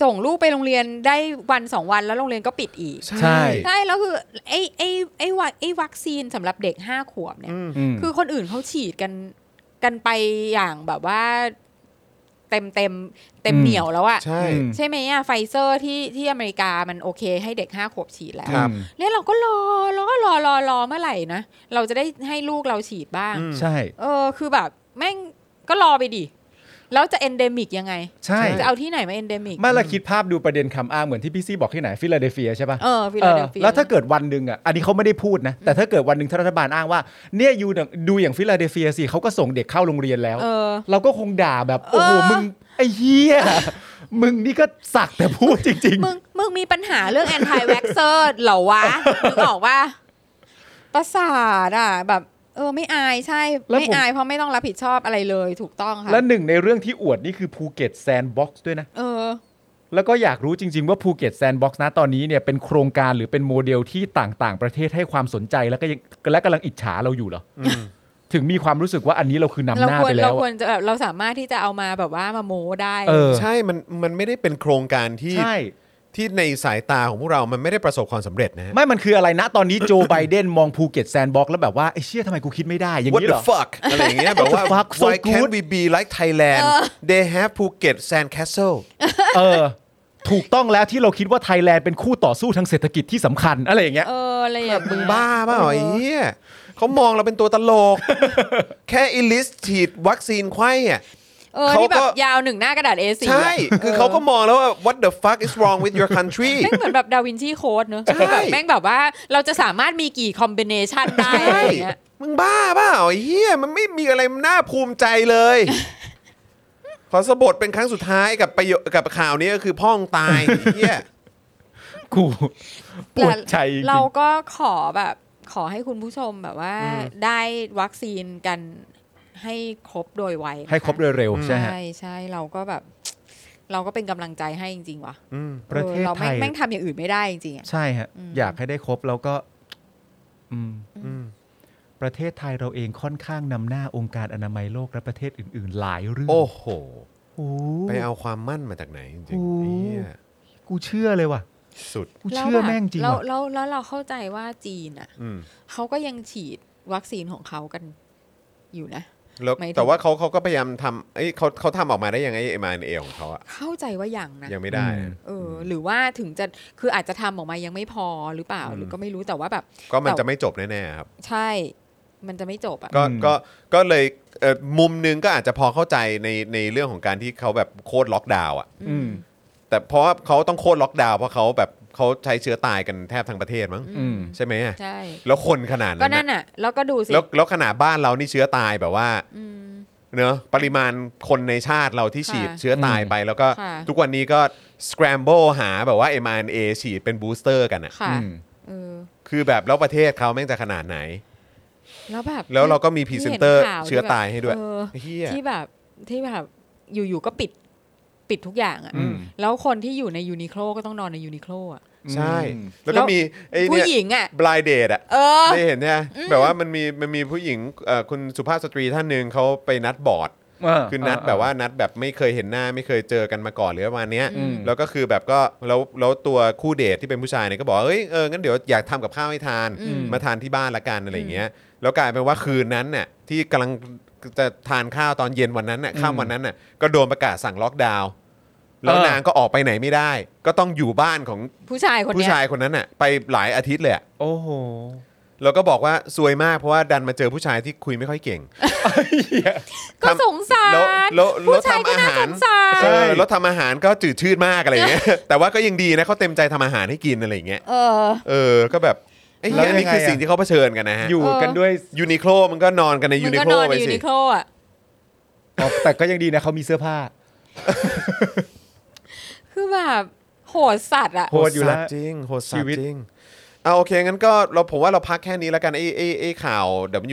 Speaker 3: ส่งลูกไปโรงเรียนได้วันสองวันแล้วโรงเรียนก็ปิดอีก
Speaker 1: ใช่
Speaker 3: ใช่แล้วคือไอ้ไอ้ไอ้วัคไอ้วัคซีนสำหรับเด็กห้าขวบเนี่ย คือคนอื่นเขาฉีดกันกันไปอย่างแบบว่าเต็มเต็มเต็ม
Speaker 2: อืม
Speaker 3: เหนียวแล้วอะ
Speaker 1: ใช่
Speaker 2: อืม
Speaker 3: ใช่ไหมอะไฟเซอร์ที่ที่อเมริกามันโอเค ให้เด็กห้าขวบฉีดแล้ว
Speaker 1: ครับ
Speaker 3: แล้วเราก็รอรอรอรอรอเมื่อไหร่นะ เราจะได้ให้ลูกเราฉีดบ้าง
Speaker 2: ใช่
Speaker 3: เออคือแบบแม่งก็รอไปดิ แล้วจะเอนเดมิกยังไง
Speaker 2: ใช่
Speaker 3: จะเอาที่ไหนมาเอนเดมิก
Speaker 2: ไม่ละคิดภาพดูประเด็นคำอ้างเหมือนที่พี่ซี่บอกที่ไหนฟิลาเดลเฟียใช่ปะ
Speaker 3: เออฟิลาเดลเฟีย
Speaker 2: แล้วถ้าเกิดวันหนึ่งอ่ะ อันนี้เขาไม่ได้พูดนะ แต่ถ้าเกิดวันหนึ่งถ้ารัฐบาลอ้างว่า เนี่ยอยู่อย่างดูอย่างฟิลาเดลเฟียสิเขาก็ส่งเด็กเข้าโรงเรียนแล้ว
Speaker 3: เออ
Speaker 2: เราก็คงด่าแบบ โอ้โห
Speaker 3: เออ
Speaker 2: มึง ไอ้เหี้ย มึงนี่ก็สักแต่พูดจริง
Speaker 3: มึงมึงมีปัญหาเรื่องแอนตี้แว็กเซอร์เหรอวะ มึงออกว่าประสาทอ่ะ แบบ เออ ไม่อายใช่
Speaker 2: แล้วผม
Speaker 3: ไม่อายเพราะไม่ต้องรับผิดชอบอะไรเลยถูกต้อง
Speaker 2: ๆ
Speaker 3: ค่ะ
Speaker 2: และหนึ่งในเรื่องที่อวดนี่คือภูเก็ตแซนด์บ็อกซ์ด้วยนะ
Speaker 3: เออ
Speaker 2: แล้วก็อยากรู้จริง ๆ ว่าภูเก็ตแซนด์บ็อกซ์นะตอนนี้เนี่ยเป็นโครงการหรือเป็นโมเดลที่ต่างๆ ประเทศให้ความสนใจแล้วก็ยังและกำลังอิจฉาเราอยู่เหรออถึงมีความรู้สึกว่าอันนี้เราคือนำ
Speaker 3: เรา
Speaker 2: หน้า
Speaker 3: ควร
Speaker 2: ไปแล้
Speaker 3: เรา
Speaker 2: ว
Speaker 3: คว
Speaker 2: อะ
Speaker 3: รจะแบบเราสามารถที่จะเอามาแบบว่ามาโมได้
Speaker 2: เออ
Speaker 1: ใช่ มันมันไม่ได้เป็นโครงการที่
Speaker 2: ใช่
Speaker 1: ที่ในสายตาของพวกเรา มันไม่ได้ประสบความสำเร็จนะฮะ
Speaker 2: ไม่มันคืออะไรนะ ตอนนี้โจไบเดนมองภูเก็ตแซนด์บ็อกซ์แล้วแบบว่าไอ้เชี่ยทำไมกูคิดไม่ได้ อย่าง
Speaker 1: What
Speaker 2: นี้เหร
Speaker 1: the
Speaker 2: อ
Speaker 1: fuck อะไรอย่างเงี้ยแบบว่า
Speaker 2: What the fuck? So
Speaker 1: Why can't
Speaker 2: good?
Speaker 1: we be like Thailand They have Phuket Sand Castle
Speaker 2: เออ ถูกต้องแล้วที่เราคิดว่าไทยแลนด์เป็นคู่ต่อสู้ทางเศรษฐกิจที่สำคัญ อะไรอย่างเงี้ย
Speaker 3: เออ อะไรอ
Speaker 1: แบ
Speaker 3: ย่าง
Speaker 1: บ
Speaker 3: เงี้ย
Speaker 1: มึงบ้าเปล่าไอ้เหี้ยเขามองเราเป็นตัวตลก แค่อิลิสฉีดวัคซีนไข้อะ
Speaker 3: เออ
Speaker 1: เขา
Speaker 3: ที่แบ
Speaker 1: ก็
Speaker 3: บยาวหนึ่งหน้ากระดาษ A4
Speaker 1: ใช่ คือเขาก็มองแล้วว่า what the fuck is wrong with your country
Speaker 3: แม่งเหมือนแบบดาวินชีโค้ดเนอะ
Speaker 1: ใช่
Speaker 3: แบบแม่งแบบว่าเราจะสามารถมีกี่คอมบิเนชัน ได้อะไรอย่างเงี้ย
Speaker 1: มึงบ้าเปล่าไอ้เหี้ยมันไม่มีอะไรน่าภูมิใจเลย ขอสบทเป็นครั้งสุดท้ายกับประโยคกับข่าวนี้ก็คือพ่อมึงตายไอ้เหี้ย
Speaker 2: กูปวดใจจริง
Speaker 3: เราก็ขอแบบขอให้คุณผู้ชมแบบว่า
Speaker 1: อืม
Speaker 3: ได้วัคซีนกันให้ครบโดยไวนะะ
Speaker 2: ให้ครบโดยเร็วใช่ฮะ
Speaker 3: ใช่ใช่เราก็แบบ เราก็เป็นกำลังใจให้จริง ๆ ว่ะ
Speaker 1: อืม
Speaker 2: ประเท
Speaker 3: อ
Speaker 2: ศ
Speaker 3: อเรา
Speaker 2: ไท
Speaker 3: แม่ง
Speaker 2: ย
Speaker 3: แม่งทำอย่างอื่นไม่ได้จริงๆอะ
Speaker 2: ใช่ฮะ
Speaker 3: อืม
Speaker 2: อยากให้ได้ครบแล้วก็ อืม
Speaker 1: อืม
Speaker 2: ประเทศไทยเราเองค่อนข้างนำหน้าองค์การอนามัยโลกและประเทศอื่น ๆ หลายเรื่อง
Speaker 1: โอ้โห
Speaker 2: โอ้
Speaker 1: ไป
Speaker 2: โห
Speaker 1: เอาความมั่นมาจากไหนจริงๆ
Speaker 2: โอ้
Speaker 1: ไอ้เหี้ย
Speaker 2: กูเชื่อเลยว่ะ
Speaker 1: สุด
Speaker 2: กูเชื่อแม่งจริง
Speaker 3: แล้ว
Speaker 2: ว่ะ
Speaker 3: แล้วแล้วเราเข้าใจว่าจีนอ่ะ
Speaker 1: อืม
Speaker 3: เขาก็ยังฉีดวัคซีนของเขากันอยู่นะ
Speaker 1: แล้ว
Speaker 3: หมายถึง
Speaker 1: แต่ว่าเขาเขาก็พยายามทำเอ้ยเขาเขาทำออกมาได้ยังไงเอ็มเอของเขาอะ
Speaker 3: เข้าใจว่ายังนะ
Speaker 1: ยังไม่ได้นะ
Speaker 3: เออ หรือว่าถึงจะคืออาจจะทำออกมายังไม่พอหรือเปล่าหรือก็ไม่รู้แต่ว่าแบบ
Speaker 1: ก็มัน
Speaker 3: แต่
Speaker 1: จะไม่จบแน่ๆครับ
Speaker 3: ใช่ มันจะไม่จบอ่ะ
Speaker 1: ก็ก็ก็เลยเอ่อมุมหนึงก็อาจจะพอเข้าใจในในเรื่องของการที่เขาแบบโคตรล็อกดาวน์อ่ะ
Speaker 2: อืม
Speaker 1: แต่เพราะว่าเขาต้องโคตรล็อกดาวน์เพราะเขาแบบเขาใช้เชื้อตายกันแทบทั้งประเทศมั้ง
Speaker 2: อืม
Speaker 1: ใช่ไหมอะ
Speaker 3: ใช่
Speaker 1: แล้วคนขนาดนั้
Speaker 3: ก็
Speaker 1: น
Speaker 3: นั่น
Speaker 1: อะ
Speaker 3: น่ะ แล้วก็ดูสิ
Speaker 1: แล้วแล้วขนาดบ้านเรานี่เชื้อตายแบบว่า
Speaker 3: อืม
Speaker 1: เนอะปริมาณคนในชาติเราที่ฉีด
Speaker 3: ค่ะ
Speaker 1: เชื้อตายไป แล้วก็
Speaker 3: ค่ะ
Speaker 1: ทุกวันนี้ก็ scramble หาแบบว่า mRNA ฉีดเป็นบูสเตอร์กันอ่ะ
Speaker 3: ค่ะ
Speaker 2: อืม
Speaker 3: เออ
Speaker 1: คือแบบแล้วประเทศเขาแม่งจะขนาดไหน
Speaker 3: แล้วแบบ
Speaker 1: แล้วเราก็มีพรี
Speaker 3: ที่
Speaker 1: เซนเตอร์
Speaker 3: ห็นข่ว
Speaker 1: เชื้อตายให้ด้วย
Speaker 3: เออ
Speaker 1: เฮีย
Speaker 3: ที่แบบที่แบบอยู่ๆก็ปิดปิดทุกอย่างอ่ะ
Speaker 2: อืม
Speaker 3: แล้วคนที่อยู่ในยูนิโคลก็ต้องนอนในยูนิโคลอ่ะ
Speaker 1: ใช่
Speaker 2: อืม
Speaker 1: แล้วก็มีไอ้
Speaker 3: ผู้
Speaker 1: เนี่ย
Speaker 3: หญิงอ่ะ
Speaker 1: บลายเดทอ่ะ
Speaker 3: เออ
Speaker 1: ได้เห็นเนี่ยแบบว่ามันมีมันมีผู้หญิงเอ่อคุณสุภาพสตรีท่านหนึ่งเขาไปนัดบอร์ด คือนัดแบบว่านัดแบบไม่เคยเห็นหน้าไม่เคยเจอกันมาก่อนหรือประมาณเนี้ย
Speaker 2: อืม
Speaker 1: แล้วก็คือแบบก็แล้วแล้วตัวคู่เดทที่เป็นผู้ชายเนี่ยก็บอกว่าเอ้ยเอองั้นเดี๋ยวอยากทำกับข้าวให้ทาน
Speaker 3: อืม
Speaker 1: มาทานที่บ้านละกันอะไรอย่างเงี้ยแล้วกลายเป็นว่าคืนนั้นน่ะที่กำลังจะทานข้าวตอนเย็นวันนั้นน่ะค่ำวันนั้นน่ะก็โดนประกาศสั่งล็อกดาวน์แล้ว
Speaker 2: เออ
Speaker 1: นางก็ออกไปไหนไม่ได้ ก็ต้องอยู่บ้านของ
Speaker 3: ผู้ชายคน
Speaker 1: ผู้
Speaker 3: เนี้ย
Speaker 1: ชายคนนั้นน่ะไปหลายอาทิตย์เลยอะ
Speaker 2: โอ้โห
Speaker 1: แล้วก็บอกว่าซวยมากเพราะว่าดันมาเจอผู้ชายที่คุยไม่ค่อยเก่ง
Speaker 3: ก็สงสาร
Speaker 1: แล้วแล้วแล้ว
Speaker 3: ผู้ชายก็
Speaker 1: ทำ
Speaker 3: น่า
Speaker 1: อาหาร
Speaker 3: สงสาร
Speaker 1: ใช่แล้วทำอาหารก็จืดชืดมากอะไรอย่างเงี้ย แต่ว่าก็ยังดีนะเขาเต็มใจทำอาหารให้กินอะไรอย่างเงี้ย
Speaker 3: เออ
Speaker 1: เออ ก็แบบไอ้ย
Speaker 2: แล้ว
Speaker 1: อันนี้
Speaker 2: ยังไง
Speaker 1: คือ
Speaker 2: อะ
Speaker 1: สิ่งที่เขาเผชิญกันนะฮะ
Speaker 2: อยู่
Speaker 3: เออ
Speaker 2: กันด้วย
Speaker 1: ยูนิโคลมันก็นอนกันใน
Speaker 3: มึ
Speaker 1: ยู
Speaker 3: ง
Speaker 1: นิ
Speaker 3: ก็
Speaker 1: โคล
Speaker 3: นอน
Speaker 1: ไป
Speaker 3: ในยู
Speaker 1: สิ
Speaker 3: นิโคลอ่ะ
Speaker 2: อ๋อแต่ก็ยังดีนะเขามีเสื้อผ้า
Speaker 3: คือแบบโหดสัตว์อ่ะ
Speaker 2: โหดอยู่แล้ว
Speaker 1: สัตจริงโหดสัต
Speaker 2: ชี
Speaker 1: ว์
Speaker 2: วิต
Speaker 1: จริงเอาโอเค งั้นก็เราผมว่าเราพักแค่นี้แล้วกันไอ้ไอ้ไอ้ข่าว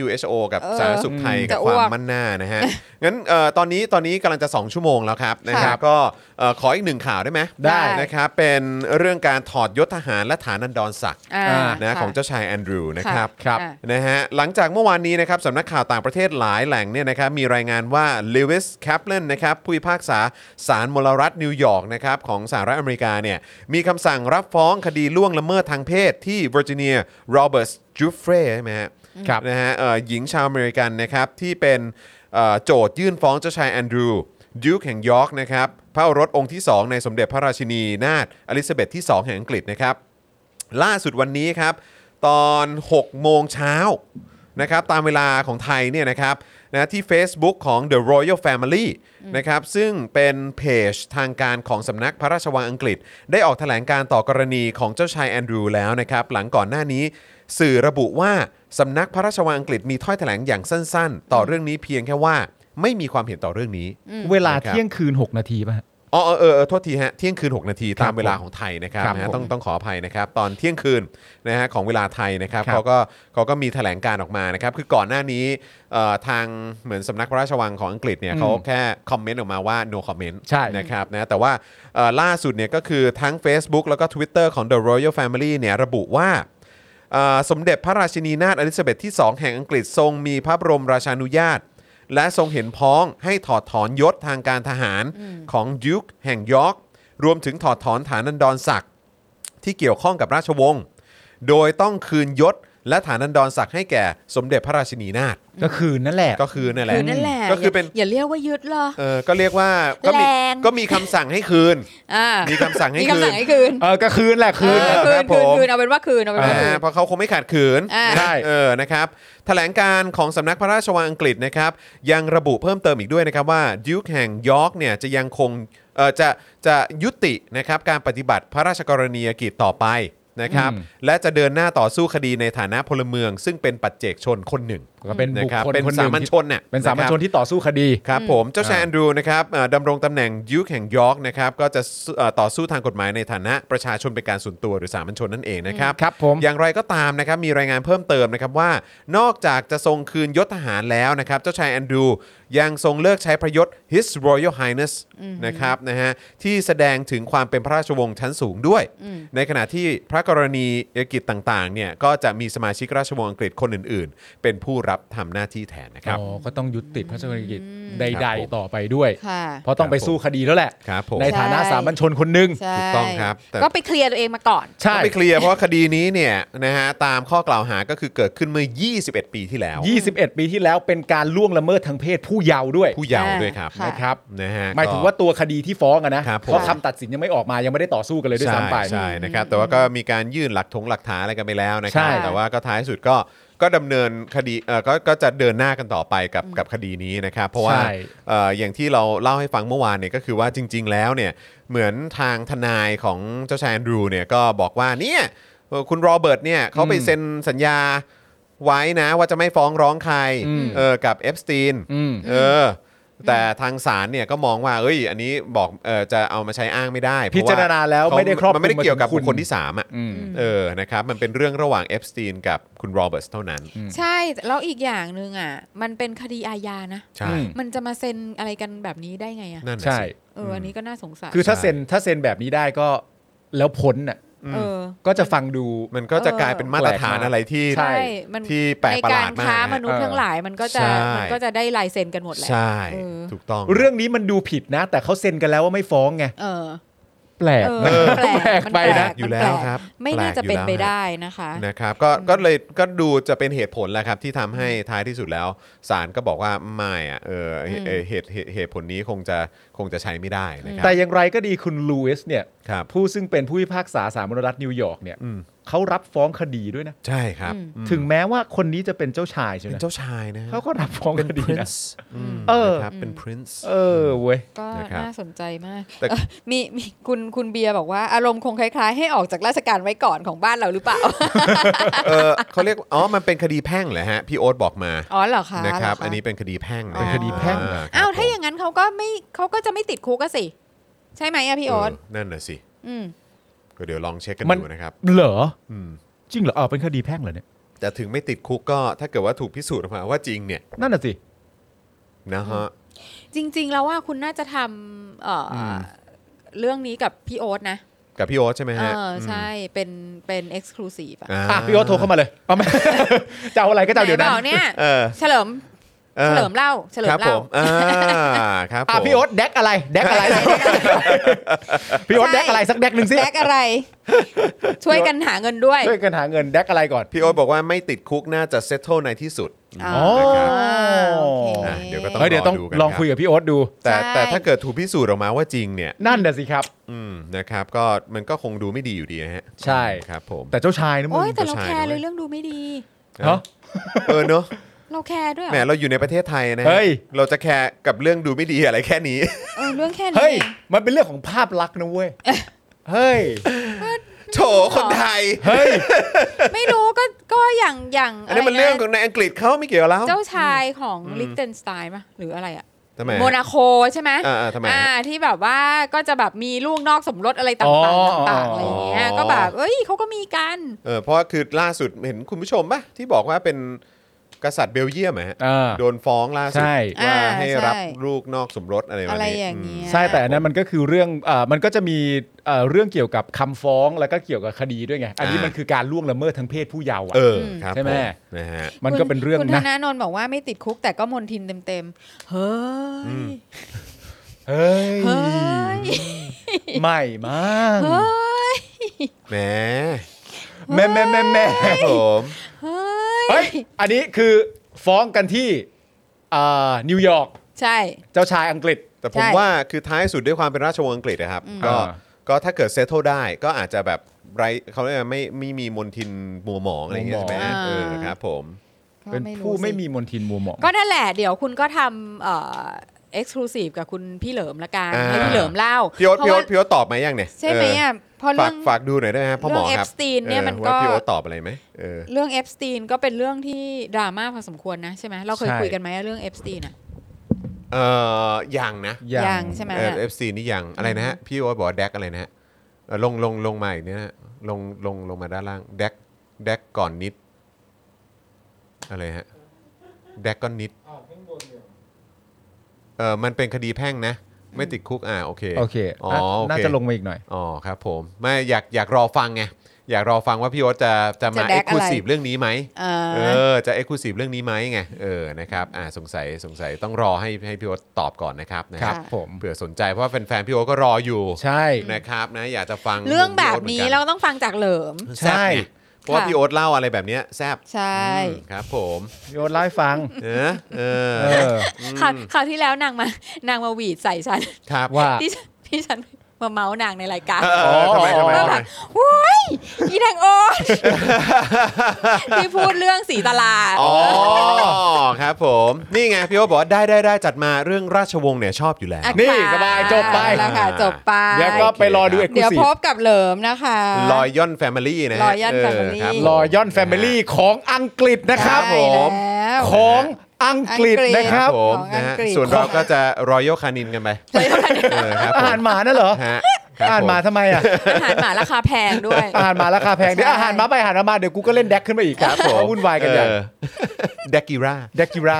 Speaker 1: WHO กับ
Speaker 3: เออ
Speaker 1: สาธารณสุขไทยกับ
Speaker 3: จะ
Speaker 1: ค
Speaker 3: อ้วก
Speaker 1: วามมั่นหน้านะฮะ งั้นเอ่อตอนนี้ตอนนี้กำลังจะ 2 ชั่วโมงแล้วครับนะครับ ก็เอ่อขออีกหนึ่งข่าวได้ไหม
Speaker 3: ได้
Speaker 1: นะครับ เป็นเรื่องการถอดยศทหารและฐานันดรศักดิ์
Speaker 3: อ่า
Speaker 1: นะ
Speaker 3: ค่
Speaker 1: ของเจ้าชายแอนดรูว์นะ
Speaker 3: ค่ะ
Speaker 1: ครับ
Speaker 3: ครับ
Speaker 1: นะฮะหลังจากเมื่อวานนี้นะครับสำนักข่าวต่างประเทศหลายแหล่งเนี่ยนะครับมีรายงานว่าเลวิสแคปเลนนะครับผู้พิพากษาศาลมลรัฐนิวยอร์กนะครับของสหรัฐอเมริกาเนี่ยมีคำสั่งรับฟ้องคดีล่วงละเมิดทางเพศที่เวอร์จิเนียโรเบิร์ตจูเฟรใช่ไหมฮะ
Speaker 2: ครับ
Speaker 1: นะฮะเอ่อหญิงชาวอเมริกันนะครับที่เป็นเอ่อโจทยื่นฟ้องเจ้าชายแอนดรูดิวแห่งยอร์กนะครับพระโอรสองค์ที่ 2 ในสมเด็จพระราชินีนาถอลิซาเบธที่ 2 แห่งอังกฤษนะครับ ล่าสุดวันนี้ครับ ตอน 6 โมงเช้านะครับตามเวลาของไทยเนี่ยนะครับนะที่ Facebook ของ The Royal Family นะครับซึ่งเป็นเพจทางการของสำนักพระราชวังอังกฤษ ได้ออกแถลงการต่อกรณีของเจ้าชายแอนดรูว์แล้วนะครับหลังก่อนหน้านี้ สื่อระบุว่าสำนักพระราชวังอังกฤษมีถ้อยแถลงอย่างสั้นๆ ต่อเรื่องนี้เพียงแค่ว่าไม่มีความเห็นต่อเรื่องนี้
Speaker 2: เวลา
Speaker 1: นะครับ
Speaker 2: เที่ยงคืน 6 นาทีป่ะฮะ
Speaker 1: อ๋อเออเออเออโทษทีฮะเที่ยงคืน 6 นาที
Speaker 2: ครับ
Speaker 1: ตามเวลาของไทยนะครับ
Speaker 2: ครับ
Speaker 1: นะฮะ
Speaker 2: ผม
Speaker 1: ต้องต้องขออภัยนะครับ ตอนเที่ยงคืนนะฮะของเวลาไทยนะครับ
Speaker 2: ครับ
Speaker 1: เขาก็เขาก็มีแถลงการออกมานะครับ คือก่อนหน้านี้เอ่อทางเหมือนสำนักพระราชวังของอังกฤษเนี่ย
Speaker 2: อืม
Speaker 1: เขาแค่คอมเมนต์ออกมาว่า no comment
Speaker 2: ใช่
Speaker 1: นะครับนะแต่ว่าเอ่อล่าสุดเนี่ยก็คือทั้ง Facebook แล้วก็ Twitter ของ The Royal Family เนี่ยระบุว่า เอ่อสมเด็จพระราชินีนาถอลิซาเบธที่ 2 แห่งอังกฤษทรงมีพระบรมราชานุญาต และทรงเห็นพ้องให้ถอดถอนยศทางการทหารของยุคแห่งยอร์กรวมถึงถอดถอนฐานันดรศักดิ์ที่เกี่ยวข้องกับราชวงศ์โดยต้องคืนยศและฐานันดรศักดิ์ให้แก่สมเด็จพระราชินีนาถ
Speaker 2: ก็คืนนั่นแหละ
Speaker 1: ก็คือนั่นแหละ
Speaker 3: คือนั่นแหละ
Speaker 1: ก็คือเป็น
Speaker 3: ย่าเรียกว่ายึดเหรอ
Speaker 1: เออก็เรียกว่าก็มี
Speaker 3: แรง
Speaker 1: ก็มีคำสั่งให้คืน
Speaker 3: อ่า
Speaker 1: มี
Speaker 3: มี
Speaker 1: คำสั่งให้
Speaker 3: มี
Speaker 1: คื
Speaker 3: คำสั่
Speaker 1: น
Speaker 3: งให้คืน
Speaker 2: เออก็คืนแหละคืน
Speaker 3: เออ
Speaker 1: ค
Speaker 3: คื
Speaker 1: รั
Speaker 3: น
Speaker 1: บผ
Speaker 3: คืน
Speaker 1: ม
Speaker 3: คืนเอาเป็นว่าคืนเอาเป็นว่าคื
Speaker 1: อ่าน เพราะเขาคงไม่ขัดขืน
Speaker 3: อ่า
Speaker 1: นะ
Speaker 2: ใช่
Speaker 1: เออนะครับแถลงการของสำนักพระราชวังอังกฤษนะครับ ยังระบุเพิ่มเติมอีกด้วยนะครับว่าดิวแห่งยอร์กเนี่ยจะยังคงเออจะจะยุตินะครับการปฏิบัติพระราชกรณียกิจต่อไปนะครับ
Speaker 2: อืม
Speaker 1: และจะเดินหน้าต่อสู้คดีในฐานะพลเมือง ซึ่งเป็นปัจเจกชนคนหนึ่ง
Speaker 2: ก็เป็น
Speaker 1: นะ
Speaker 2: บุค
Speaker 1: ครับ
Speaker 2: คล
Speaker 1: เป็น
Speaker 2: คนห
Speaker 1: สา
Speaker 2: นึ่ง
Speaker 1: มัญชนน่ะ
Speaker 2: เป็นสา
Speaker 1: ะ
Speaker 2: มัญ
Speaker 1: ครับ
Speaker 2: ชนที่ต่อสู้คดี
Speaker 1: ครับผมเจ้าชายแอนดรูว์นะครับเอ่อดำรงตำแหน่งยุคแห่งยอร์กนะครับก็จะสู้เอ่อต่อสู้ทางกฎหมายในฐานะประชาชนเป็นการส่วนตัวหรือสามัญชนนั่นเองนะครับ
Speaker 2: ครับผม
Speaker 1: อย่างไรก็ตามนะครับมีรายงานเพิ่มเติมนะครับว่า นอกจากจะทรงคืนยศทหารแล้วนะครับเจ้าชายแอนดรูว์ยังทรงเลิกใช้พระยศ His Royal Highness นะครับนะฮะที่แสดงถึงความเป็นพระราชวงศ์ชั้นสูงด้วย ในขณะที่พระกรณียกิจต่างๆเนี่ยก็จะมีสมาชิกราชวงศ์อังกฤษคนอื่น ๆ เป็นผู้รับทำหน้าที่แทนนะครับ
Speaker 2: อ๋อ ก็ต้องยุติพระราชกรณียกิจ
Speaker 1: ค
Speaker 2: ใด
Speaker 1: รับผม
Speaker 2: ๆ ต่อไปด้วย
Speaker 5: ค่ะ
Speaker 2: เพราะต้องไปสู้คดีแล้วแหละ
Speaker 1: ครับผม
Speaker 2: ในฐานะ
Speaker 5: ใช่
Speaker 2: สามัญชนคนหนึ่ง
Speaker 5: ใช่
Speaker 1: ถูกต้องครับแต่
Speaker 5: ก็ไปเคลียร์ตัวเองมาก่อน
Speaker 2: ใช่
Speaker 1: ต้องไปเคลียร์เพราะว่าคดีนี้เนี่ยนะฮะตามข้อกล่าวหาก็คือเกิดขึ้นเมื่อ 21 ปีที่แล้ว
Speaker 2: 21 ปีที่แล้วเป็นการล่วงละเมิดทางเพศผู้เยาว์ด้วย
Speaker 1: ผู้เยาว์ด้วยครับ
Speaker 5: ค่ะ
Speaker 2: นะครับ
Speaker 1: นะฮะ
Speaker 2: หมายถึงว่าตัวคดีที่ฟ้องอะนะครับ
Speaker 1: ผม
Speaker 2: เพราะคำตัดสินยังไม่ออกมายังไม่ได้ต่อสู้กันเลยด้วย
Speaker 1: ใช่
Speaker 2: ซ้ำไป
Speaker 1: ใช่นะครับแต่ว่าก็มีการยื่นหลักถงหลักฐานอะไรกันไปแล้วนะค
Speaker 2: ใช่
Speaker 1: รับแต่ว่าก็ท้ายสุดก็ก็ดำเนินคดีเออก็ก็จะเดินหน้ากันต่อไปกับกับคดีนี้นะครับเพราะว่า
Speaker 2: ใช่
Speaker 1: เอ่ออย่างที่เราเล่าให้ฟังเมื่อวานเนี่ยก็คือว่าจริง ๆ แล้วเนี่ยเหมือนทางทนายของเจ้าชายแอนดรูเนี่ยก็บอกว่าเนี่ยเอ่อคุณโรเบิร์ตเนี่ยเขาไปเซ็นสัญญาไว้นะว่าจะไม่ฟ้องร้องใครเออกับเอฟสตีน
Speaker 2: อืม
Speaker 1: เออ แต่ทางศาลเนี่ยก็มองว่า เอ้ย อันนี้บอกเออจะเอามาใช้อ้างไม่ได้เพะว่
Speaker 2: พิจารณาแล้วไม่ได้ครอบค
Speaker 1: มั
Speaker 2: ลุม
Speaker 1: นไม่ได้เกี่ยวกับ
Speaker 2: มาถึ
Speaker 1: บุค
Speaker 2: งคุณ
Speaker 1: คลที่สามอ่ะ
Speaker 2: อืม
Speaker 1: เออนะครับมันเป็นเรื่องระหว่างเอฟสตีนกับคุณโรเบิร์ตเท่านั้น
Speaker 3: ใช่ แล้วอีกอย่างหนึ่งอ่ะ มันเป็นคดีอาญานะ
Speaker 1: ใช่
Speaker 2: อืม
Speaker 3: มันจะมาเซ็นอะไรกันแบบนี้ได้ไงอ่ะ
Speaker 1: นั่นน่ะ
Speaker 2: ใช่
Speaker 1: สิ
Speaker 3: เอออันนี้ก็น่าสงสัย
Speaker 2: คือถ้าเซ็นถ้าเซ็นแบบนี้ได้ก็แล้วพ้นน่ะ
Speaker 3: เออ
Speaker 2: ก็จะฟังดู
Speaker 1: มันก็จะกลายเป็นมาตรฐาน
Speaker 2: แปลกมาก
Speaker 1: อะไรที่
Speaker 2: ใช่
Speaker 3: ใช่ มัน
Speaker 1: ที่แปลก
Speaker 3: ใน
Speaker 1: ประห
Speaker 3: กา
Speaker 1: ลาร ดมาก
Speaker 3: ค้ามนุษ
Speaker 2: เอ
Speaker 3: ย์
Speaker 2: อ
Speaker 3: ทั้งหลายมันก็จะ
Speaker 1: ใช่
Speaker 3: มันก็จะได้ลายเซ็นกันหมดแหละ
Speaker 1: ใช่
Speaker 3: เออ
Speaker 1: ถูกต้อง
Speaker 2: เรื่องนี้มันดูผิดนะ แต่เขาเซ็นกันแล้วว่าไม่ฟ้องไง
Speaker 5: เออ
Speaker 2: แปลก
Speaker 3: เออ
Speaker 2: นะ
Speaker 3: มัน
Speaker 2: แป
Speaker 3: แปลก
Speaker 2: ลก
Speaker 3: มัน
Speaker 2: ไปนะ
Speaker 3: แปลก
Speaker 1: อยู่แล้วครับ
Speaker 3: ไม่น่าจะ
Speaker 1: แปลกอยู่
Speaker 3: เป็น
Speaker 1: แล้ว
Speaker 3: ไปได้นะคะ
Speaker 1: นะครับก็ก็เลยก็ดูจะเป็นเหตุผลแหละครับที่ทำให้ท้ายที่สุดแล้วศาลก็บอกว่าไม่อะเออเหตุ
Speaker 3: อืม
Speaker 1: เหตุเหตุเหตุผลนี้คงจะคงจะใช้ไม่ได้นะครั
Speaker 2: แต่อย่างไรก็ดีคุณลูอิสเนี่ย
Speaker 1: ครับ
Speaker 2: ผู้ซึ่งเป็นผู้พิพากษาสาลมนรัฐนิวยอร์กเนี่ย
Speaker 1: อืม
Speaker 2: เขารับฟ้องคดีด้วยนะ
Speaker 1: ใช่ครับอืม
Speaker 2: ถึงแม้ว่าคนนี้จะเป็นเจ้าชายใช่ไหม
Speaker 1: เป็นเจ้าชายนะ
Speaker 2: เขาก็รับฟ้อง
Speaker 1: เป็
Speaker 2: คน ดีนะ
Speaker 1: prince อืม
Speaker 2: เออ
Speaker 1: นะครับเป็น prince
Speaker 2: เออเว้ย
Speaker 3: ก็
Speaker 1: นะครับ
Speaker 3: น่าสนใจมาก
Speaker 1: แต่
Speaker 3: เอ่อมีมีคุณคุณเบียร์บอกว่าอารมณ์คงคล้ายๆ ให้ออกจากราชการไว้ก่อนของบ้านเราหรือเปล่า
Speaker 1: เออเขาเรียกอ๋อมันเป็นคดีแพ่งเหรอฮะพี่โอ๊ตบอกมา
Speaker 3: อ๋อเหรอคะ
Speaker 1: นะครับ
Speaker 3: เหะ
Speaker 1: อันนี้เป็นคดีแพ่งะ
Speaker 2: เป็นคดีแพ่ง
Speaker 1: อ่ครับ
Speaker 3: อ้าวถ้า
Speaker 1: ผม
Speaker 3: อย่างนั้นเขาก็ไม่เขาก็จะไม่ติดคุกก็สิ ใช่ไหมอะพี่โอ๊ต
Speaker 1: เออนั่นน่ะสิ
Speaker 3: อืม
Speaker 1: ก็เดี๋ยวลองเช็คกัน
Speaker 2: มัน
Speaker 1: ดูนะครับ
Speaker 2: เหรอ
Speaker 1: อืม
Speaker 2: จริงเหรอเอาวเป็นคดีแพ่งเหรอเนี่ย
Speaker 1: แต่ถึงไม่ติดคุกก็ถ้าเกิดว่าถูกพิสูจน์ออกมาว่าจริงเนี่ย
Speaker 2: นั่นน่ะสิ
Speaker 1: นะฮะ
Speaker 3: จริง ๆ แล้วว่าคุณน่าจะทำเอ่ออ
Speaker 1: ม
Speaker 3: เรื่องนี้กับพี่โอ๊ตนะ
Speaker 1: กับพี่โอ๊ตใช่ไหม
Speaker 3: เอ
Speaker 1: ฮะ
Speaker 3: อ
Speaker 1: ม
Speaker 3: ใช่เป็นเป็นเอ็กซ์คลูซีฟอะ
Speaker 1: อ่า
Speaker 2: อ่ะพี่โอ๊ตโทรเข้ามาเลยเอาไหม จะเอาอะไรก็จะเอาเดี๋ยวนั้น
Speaker 3: ไหบอกเนี่ย
Speaker 1: เออ
Speaker 3: เฉลิม
Speaker 1: ออ
Speaker 3: เฉลิมเล่าเฉลิ
Speaker 1: ค
Speaker 3: ม
Speaker 1: รับผ
Speaker 3: เล่าม
Speaker 1: อ่าครับ
Speaker 2: อ่ะ
Speaker 1: ผม
Speaker 2: พี่โอ๊ตแดกอะไรแดกอะไร พี่โอ๊ตแดกอะไรสักแดกหนึ่งสิ
Speaker 3: แบกอะไร ช่วยกันหาเงินด้วย
Speaker 2: ช่วยกันหาเงินแดกอะไรก่อน
Speaker 1: พี่โอ๊ตบอกว่าไม่ติดคุกน่าจะเซต t ทิในที่สุด
Speaker 3: อ๋อ
Speaker 1: นะครับ
Speaker 3: อ่าโอเค
Speaker 1: อ่ะเดี๋ยวก็
Speaker 2: เฮ้ยเดี๋ยวต้อง
Speaker 1: รอดูกัน
Speaker 2: ลองคุยกับพี่โอ๊ตดู
Speaker 1: แต่
Speaker 3: ใช่
Speaker 1: แต่ถ้าเกิดถูกพิสูจน์ออกมาว่าจริงเนี่ย
Speaker 2: นั่นน่ะสิครับ
Speaker 1: อืมนะครับก็มันก็คงดูไม่ดีอยู่ดีนะฮะ
Speaker 2: ใช่
Speaker 1: ครับผม
Speaker 2: แต่เจ้าชายนะมึ
Speaker 3: โอ๊
Speaker 2: ง
Speaker 3: ยแต่เรา
Speaker 1: ผู้ชาย
Speaker 3: แคร์
Speaker 1: นะเว้ย
Speaker 3: เลยเรื่องดูไม่ดี
Speaker 2: เนาะ
Speaker 1: เออเนอะ
Speaker 3: เราแคร์ด้วยเหร
Speaker 1: แหม
Speaker 3: อ
Speaker 1: เราอยู่ในประเทศไทยนะฮะ
Speaker 2: เฮ้ย
Speaker 1: เราจะแคร์กับเรื่องดูไม่ดีอะไรแค่นี้
Speaker 3: เออเรื่องแค่นี้
Speaker 2: เฮ้ย
Speaker 3: เอง
Speaker 2: มันเป็นเรื่องของภาพลักษณ์นะเว้ย เฮ้ย
Speaker 1: โถคนไทย
Speaker 2: เฮ้ย
Speaker 3: ไม่รู้ก็ก็อย่างอย่าง
Speaker 1: อันนี้มันเรื่องของในอังกฤษเขาไม่เกี่ยวกับเรา
Speaker 3: เจ้าชายของลิกเทนสไตน์ปะหรืออะไรอะ
Speaker 1: ทำไม
Speaker 3: โมนาโคใช่ไหม
Speaker 1: อ่าๆทำไม
Speaker 3: อ่า
Speaker 1: ฮะ
Speaker 3: ที่แบบว่าก็จะแบบมีลูกนอกสมรสอะไรต่าง
Speaker 2: อ๋อ
Speaker 3: ๆต่างๆอะไรอย่างเงี้ย
Speaker 1: อ๋อ
Speaker 3: ก็แบบเอ้ยเขาก็มีกัน
Speaker 1: เออเพราะว่าคือล่าสุดเห็นคุณผู้ชมป่ะที่บอกว่าเป็นกษัตริย์เบลเยียมอะฮะ
Speaker 2: อ่า
Speaker 1: โดนฟ้องล่าสุด
Speaker 2: ใช่
Speaker 1: ว่า
Speaker 3: อ่า
Speaker 1: ให้รับ
Speaker 3: ใช่
Speaker 1: ลูกนอกสมรสอะไรแบบนี้
Speaker 3: อะไรอย่างเงี้ย
Speaker 2: ใช่แต่อันนั้นมันก็คือเรื่องอ่ามันก็จะมีอ่าเรื่องเกี่ยวกับคำฟ้องแล้วก็เกี่ยวกับคดีด้วยไง อันนี้มันคือการล่วงละเมิดทางเพศผู้เยาว์อะ
Speaker 1: เออครับ
Speaker 2: ใช่ไหม
Speaker 1: ผนะฮะ
Speaker 2: มันก็เป็นเรื่อง
Speaker 3: คุณธ
Speaker 2: นะ
Speaker 3: นาโนนบอกว่าไม่ติดคุกแต่ก็มนทินเต็มๆ เฮ้
Speaker 1: อืม
Speaker 3: ย
Speaker 2: เฮ้ย
Speaker 3: เฮ้ย
Speaker 2: ไม่มั้ง
Speaker 3: เฮ้ย
Speaker 1: แหม
Speaker 2: แม่แม่แม่แม่
Speaker 1: ครับผม
Speaker 3: เฮ้ย
Speaker 2: เฮ้ย อันนี้คือฟ้องกันที่อ่านิวยอร์ก
Speaker 3: ใช่
Speaker 2: เจ้าชายอังกฤษ
Speaker 1: แต่ผม
Speaker 3: ใช่
Speaker 1: ว่าคือท้ายสุดด้วยความเป็นราชวงศ์อังกฤษนะครับ
Speaker 3: อืม
Speaker 1: ก็
Speaker 2: อ่า
Speaker 1: ก็ถ้าเกิดเซต t ท e ได้ก็อาจจะแบบไรเขาเรียกว่าไม่ไม่มีมนทินมัวหมองอะไรอย่างเงี้ยใช่ไหมฮะเออครับผม
Speaker 3: ก็
Speaker 2: เป็น
Speaker 3: รู้
Speaker 2: ผู้ไม่
Speaker 3: สิ
Speaker 2: มีมนทินมัวหมอง
Speaker 3: ก็นั่นแหละ เดี๋ยวคุณก็ทำเอ่อ็กซ์คลูซีฟกับคุณพี่เหลิมละกันให้พี่เหลิมเล่า
Speaker 1: พี่โอ๊ต
Speaker 3: เพ
Speaker 1: พี่โอ๊
Speaker 3: ราะว่า
Speaker 1: ตพี่โอ๊ตตอบมายังเนี่ย
Speaker 3: ใช่ไหมอ่ะเพราะ
Speaker 1: เออ
Speaker 3: เรื่
Speaker 1: ฝา
Speaker 3: อก ง
Speaker 1: ฝากดูหน่อยได้ไหมฮะพ่อหมอ
Speaker 3: เรื่อง
Speaker 1: ครับ
Speaker 3: Epstein เนี่ยมัน
Speaker 1: ออว่า
Speaker 3: ก็
Speaker 1: พี่โอ๊ตตอบอะไรไหมเออ
Speaker 3: เรื่องเอฟสตีนก็เป็นเรื่องที่ดราม่าพอสมควรนะใช่ไหมเราเคย
Speaker 2: ใช่
Speaker 3: คุยกันไหมเรื่องเอฟสตีนอ่ะ
Speaker 1: เออยังนะ
Speaker 2: ง
Speaker 3: ยังใช่ไหม
Speaker 1: เออฟซีนี่ยังอะไรนะฮะพี่โอ๊ตบอกว่าแดกอะไรนะฮะเออลงลงลงมาอีกเนี่ยนะฮะลงลงลงมาด้านล่างแดกแดกก่อนนิด อะไรฮะแดกก้อนนิด เออมันเป็นคดีแพ่งนะ ไม่ติดคุกอ่าโอเค
Speaker 2: โอเค
Speaker 1: อ๋อ
Speaker 2: น่า
Speaker 1: โอเค
Speaker 2: น่าจะลงมาอีกหน่อย
Speaker 1: อ๋อครับผม ไม่อยากอยากรอฟังไงอยากรอฟังว่าพี่โอ๊ตจะจะมา
Speaker 3: จะ
Speaker 1: เอ็
Speaker 3: Dag
Speaker 1: กซ์คลูซีฟเรื่องนี้ไหม
Speaker 3: เอ
Speaker 1: เออ
Speaker 3: อ
Speaker 1: จะเอ็กซ์คลูซีฟเรื่องนี้ไหมไงเออนะครับอ่าสงสัยสงสัยต้องรอให้ให้พี่โอ๊ตตอบก่อนนะครับนะ
Speaker 2: ค
Speaker 1: ค
Speaker 2: รั
Speaker 1: รั
Speaker 2: บบ ผม
Speaker 1: เผื่อสนใจเพราะว่าแฟนๆพี่โอ๊ตก็รออยู่
Speaker 2: ใช่
Speaker 1: นะครับนะอยากจะฟัง
Speaker 3: เรื่องแบบนี้
Speaker 1: พี่
Speaker 3: เรา
Speaker 1: โอ๊ต
Speaker 3: ต้องฟังจากเหลิม
Speaker 1: เหมือนกัน
Speaker 2: ใช่
Speaker 1: แซ่บไงเพราะว่า
Speaker 3: ค่ะ
Speaker 1: พี่โอ๊ตเล่าอะไรแบบเนี้ยแซบ
Speaker 3: ใช่
Speaker 1: อืมครับผม
Speaker 2: โยนไล่าให้ฟัง
Speaker 1: เออเออ
Speaker 2: เออ
Speaker 3: คราวคราวที่แล้วนางมานางมาหวีดใส่ฉัน
Speaker 1: ครับ
Speaker 2: ว่า
Speaker 3: ที่ฉันที่ฉันมาเมาส์นางในรายการ
Speaker 1: เออเออทำไมทำไม
Speaker 3: ว่า
Speaker 1: ทำ
Speaker 3: แบ
Speaker 1: ไม
Speaker 3: บโว้ยอีนางโอ๊ ตที่พูดเรื่องสีตลา
Speaker 1: อ๋อครับผมนี่ไงพี่โอ๊ตบอกว่าได้ได้ได้จัดมาเรื่องราชวงศ์เนี่ยชอบอยู่แล้ว
Speaker 3: อ่ะ
Speaker 2: นี่
Speaker 3: ค่ะ
Speaker 2: สบายจบไป
Speaker 3: แล้วค่ะจบไป
Speaker 2: เดี๋ยวก็ไปรอดูเอ็กซ์คลู
Speaker 3: เดี๋ยว
Speaker 2: ซี
Speaker 3: พ
Speaker 2: ฟ
Speaker 3: บกับเหลิมนะคะ
Speaker 1: ลอยย่อนแฟมิลี่นะฮะ
Speaker 3: Royal
Speaker 1: เครั
Speaker 3: Family
Speaker 1: บผม
Speaker 2: รอย่อนแฟมิลี่ของอังกฤษนะครับ
Speaker 3: ได้แล้ว
Speaker 2: ของอังกฤษ
Speaker 3: อังกฤษ
Speaker 2: นะค
Speaker 1: ค
Speaker 2: รั
Speaker 1: รับบ ผม
Speaker 3: ของอั
Speaker 1: นะ
Speaker 3: ง
Speaker 1: ฮะ
Speaker 3: กฤษ
Speaker 1: ส่วนเราก็จะรอย a l คานินกันไป
Speaker 3: เลยค่ะ
Speaker 1: เออครับ
Speaker 2: อา
Speaker 1: ผ
Speaker 2: หาร
Speaker 1: ม
Speaker 2: หมานั่นเหรอ
Speaker 1: ฮะ ครับ
Speaker 2: อ่านมา
Speaker 1: ผ
Speaker 2: ทำไมอ่ะ
Speaker 3: อาหารหมาราคาแพงด้วย
Speaker 2: อาหารหมาราคาแพงเดี๋ยว
Speaker 3: ใช่
Speaker 2: อาหารหมาไปอาหารหมามาเดี๋ยวกูก็เล่นแดกขึ้นมาอีก
Speaker 1: ครับผม
Speaker 2: วุ่นวายกันใหญ่
Speaker 1: เออแดกกิรา
Speaker 2: แดกกิรา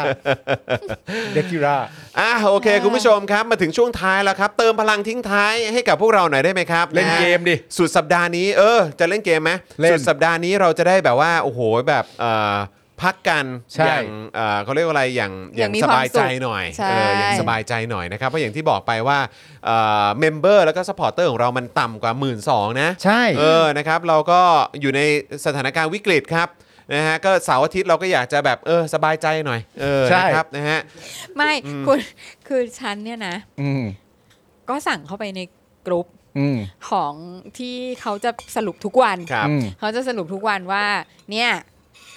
Speaker 2: แดกกิรา
Speaker 1: อ่ะโอเค คุณผู้ชมครับมาถึงช่วงท้ายแล้วครับ เติมพลังทิ้งท้ายให้กับพวกเราหน่อยได้ไหมครับ
Speaker 2: เล่นเกมดิ
Speaker 1: ะฮะสุดสัปดาห์นี้เออ จะเล่นเกมไหม
Speaker 2: เล่น
Speaker 1: สุดสัปดาห์นี้เราจะได้แบบว่าโอ้โหแบบเอ่อพักกัน
Speaker 2: ใช่
Speaker 1: อย่างเอ่อเขาเรียกว่าอะไรอย่าง
Speaker 3: อย่างมี
Speaker 1: ส
Speaker 3: ความ
Speaker 1: บายใจ
Speaker 3: สุข
Speaker 1: หน่อย
Speaker 3: ใช่
Speaker 1: เอออย่างสบายใจหน่อยนะครับเพราะอย่างที่บอกไปว่าเมมเบอร์แล้วก็สปอร์เตอร์ของเรามันต่ำกว่า 1 2ื่นนะ
Speaker 2: ใช่
Speaker 1: เออ นะครับ เราก็อยู่ในสถานการณ์วิกฤตครับ นะฮะ ก็เสาร์อาทิตย์เราก็อยากจะแบบ เออ สบายใจหน่อย เออ
Speaker 2: ใช่
Speaker 1: นะครับ นะฮะ
Speaker 3: ไม่คุณคือฉันเนี่ยนะ
Speaker 2: อืม
Speaker 3: ก็สั่งเข้าไปในกลุ่ม
Speaker 2: อืม
Speaker 3: ของที่เขาจะสรุปทุกวัน
Speaker 1: ครับ
Speaker 2: อืม
Speaker 3: เขาจะสรุปทุกวันว่า เนี่ย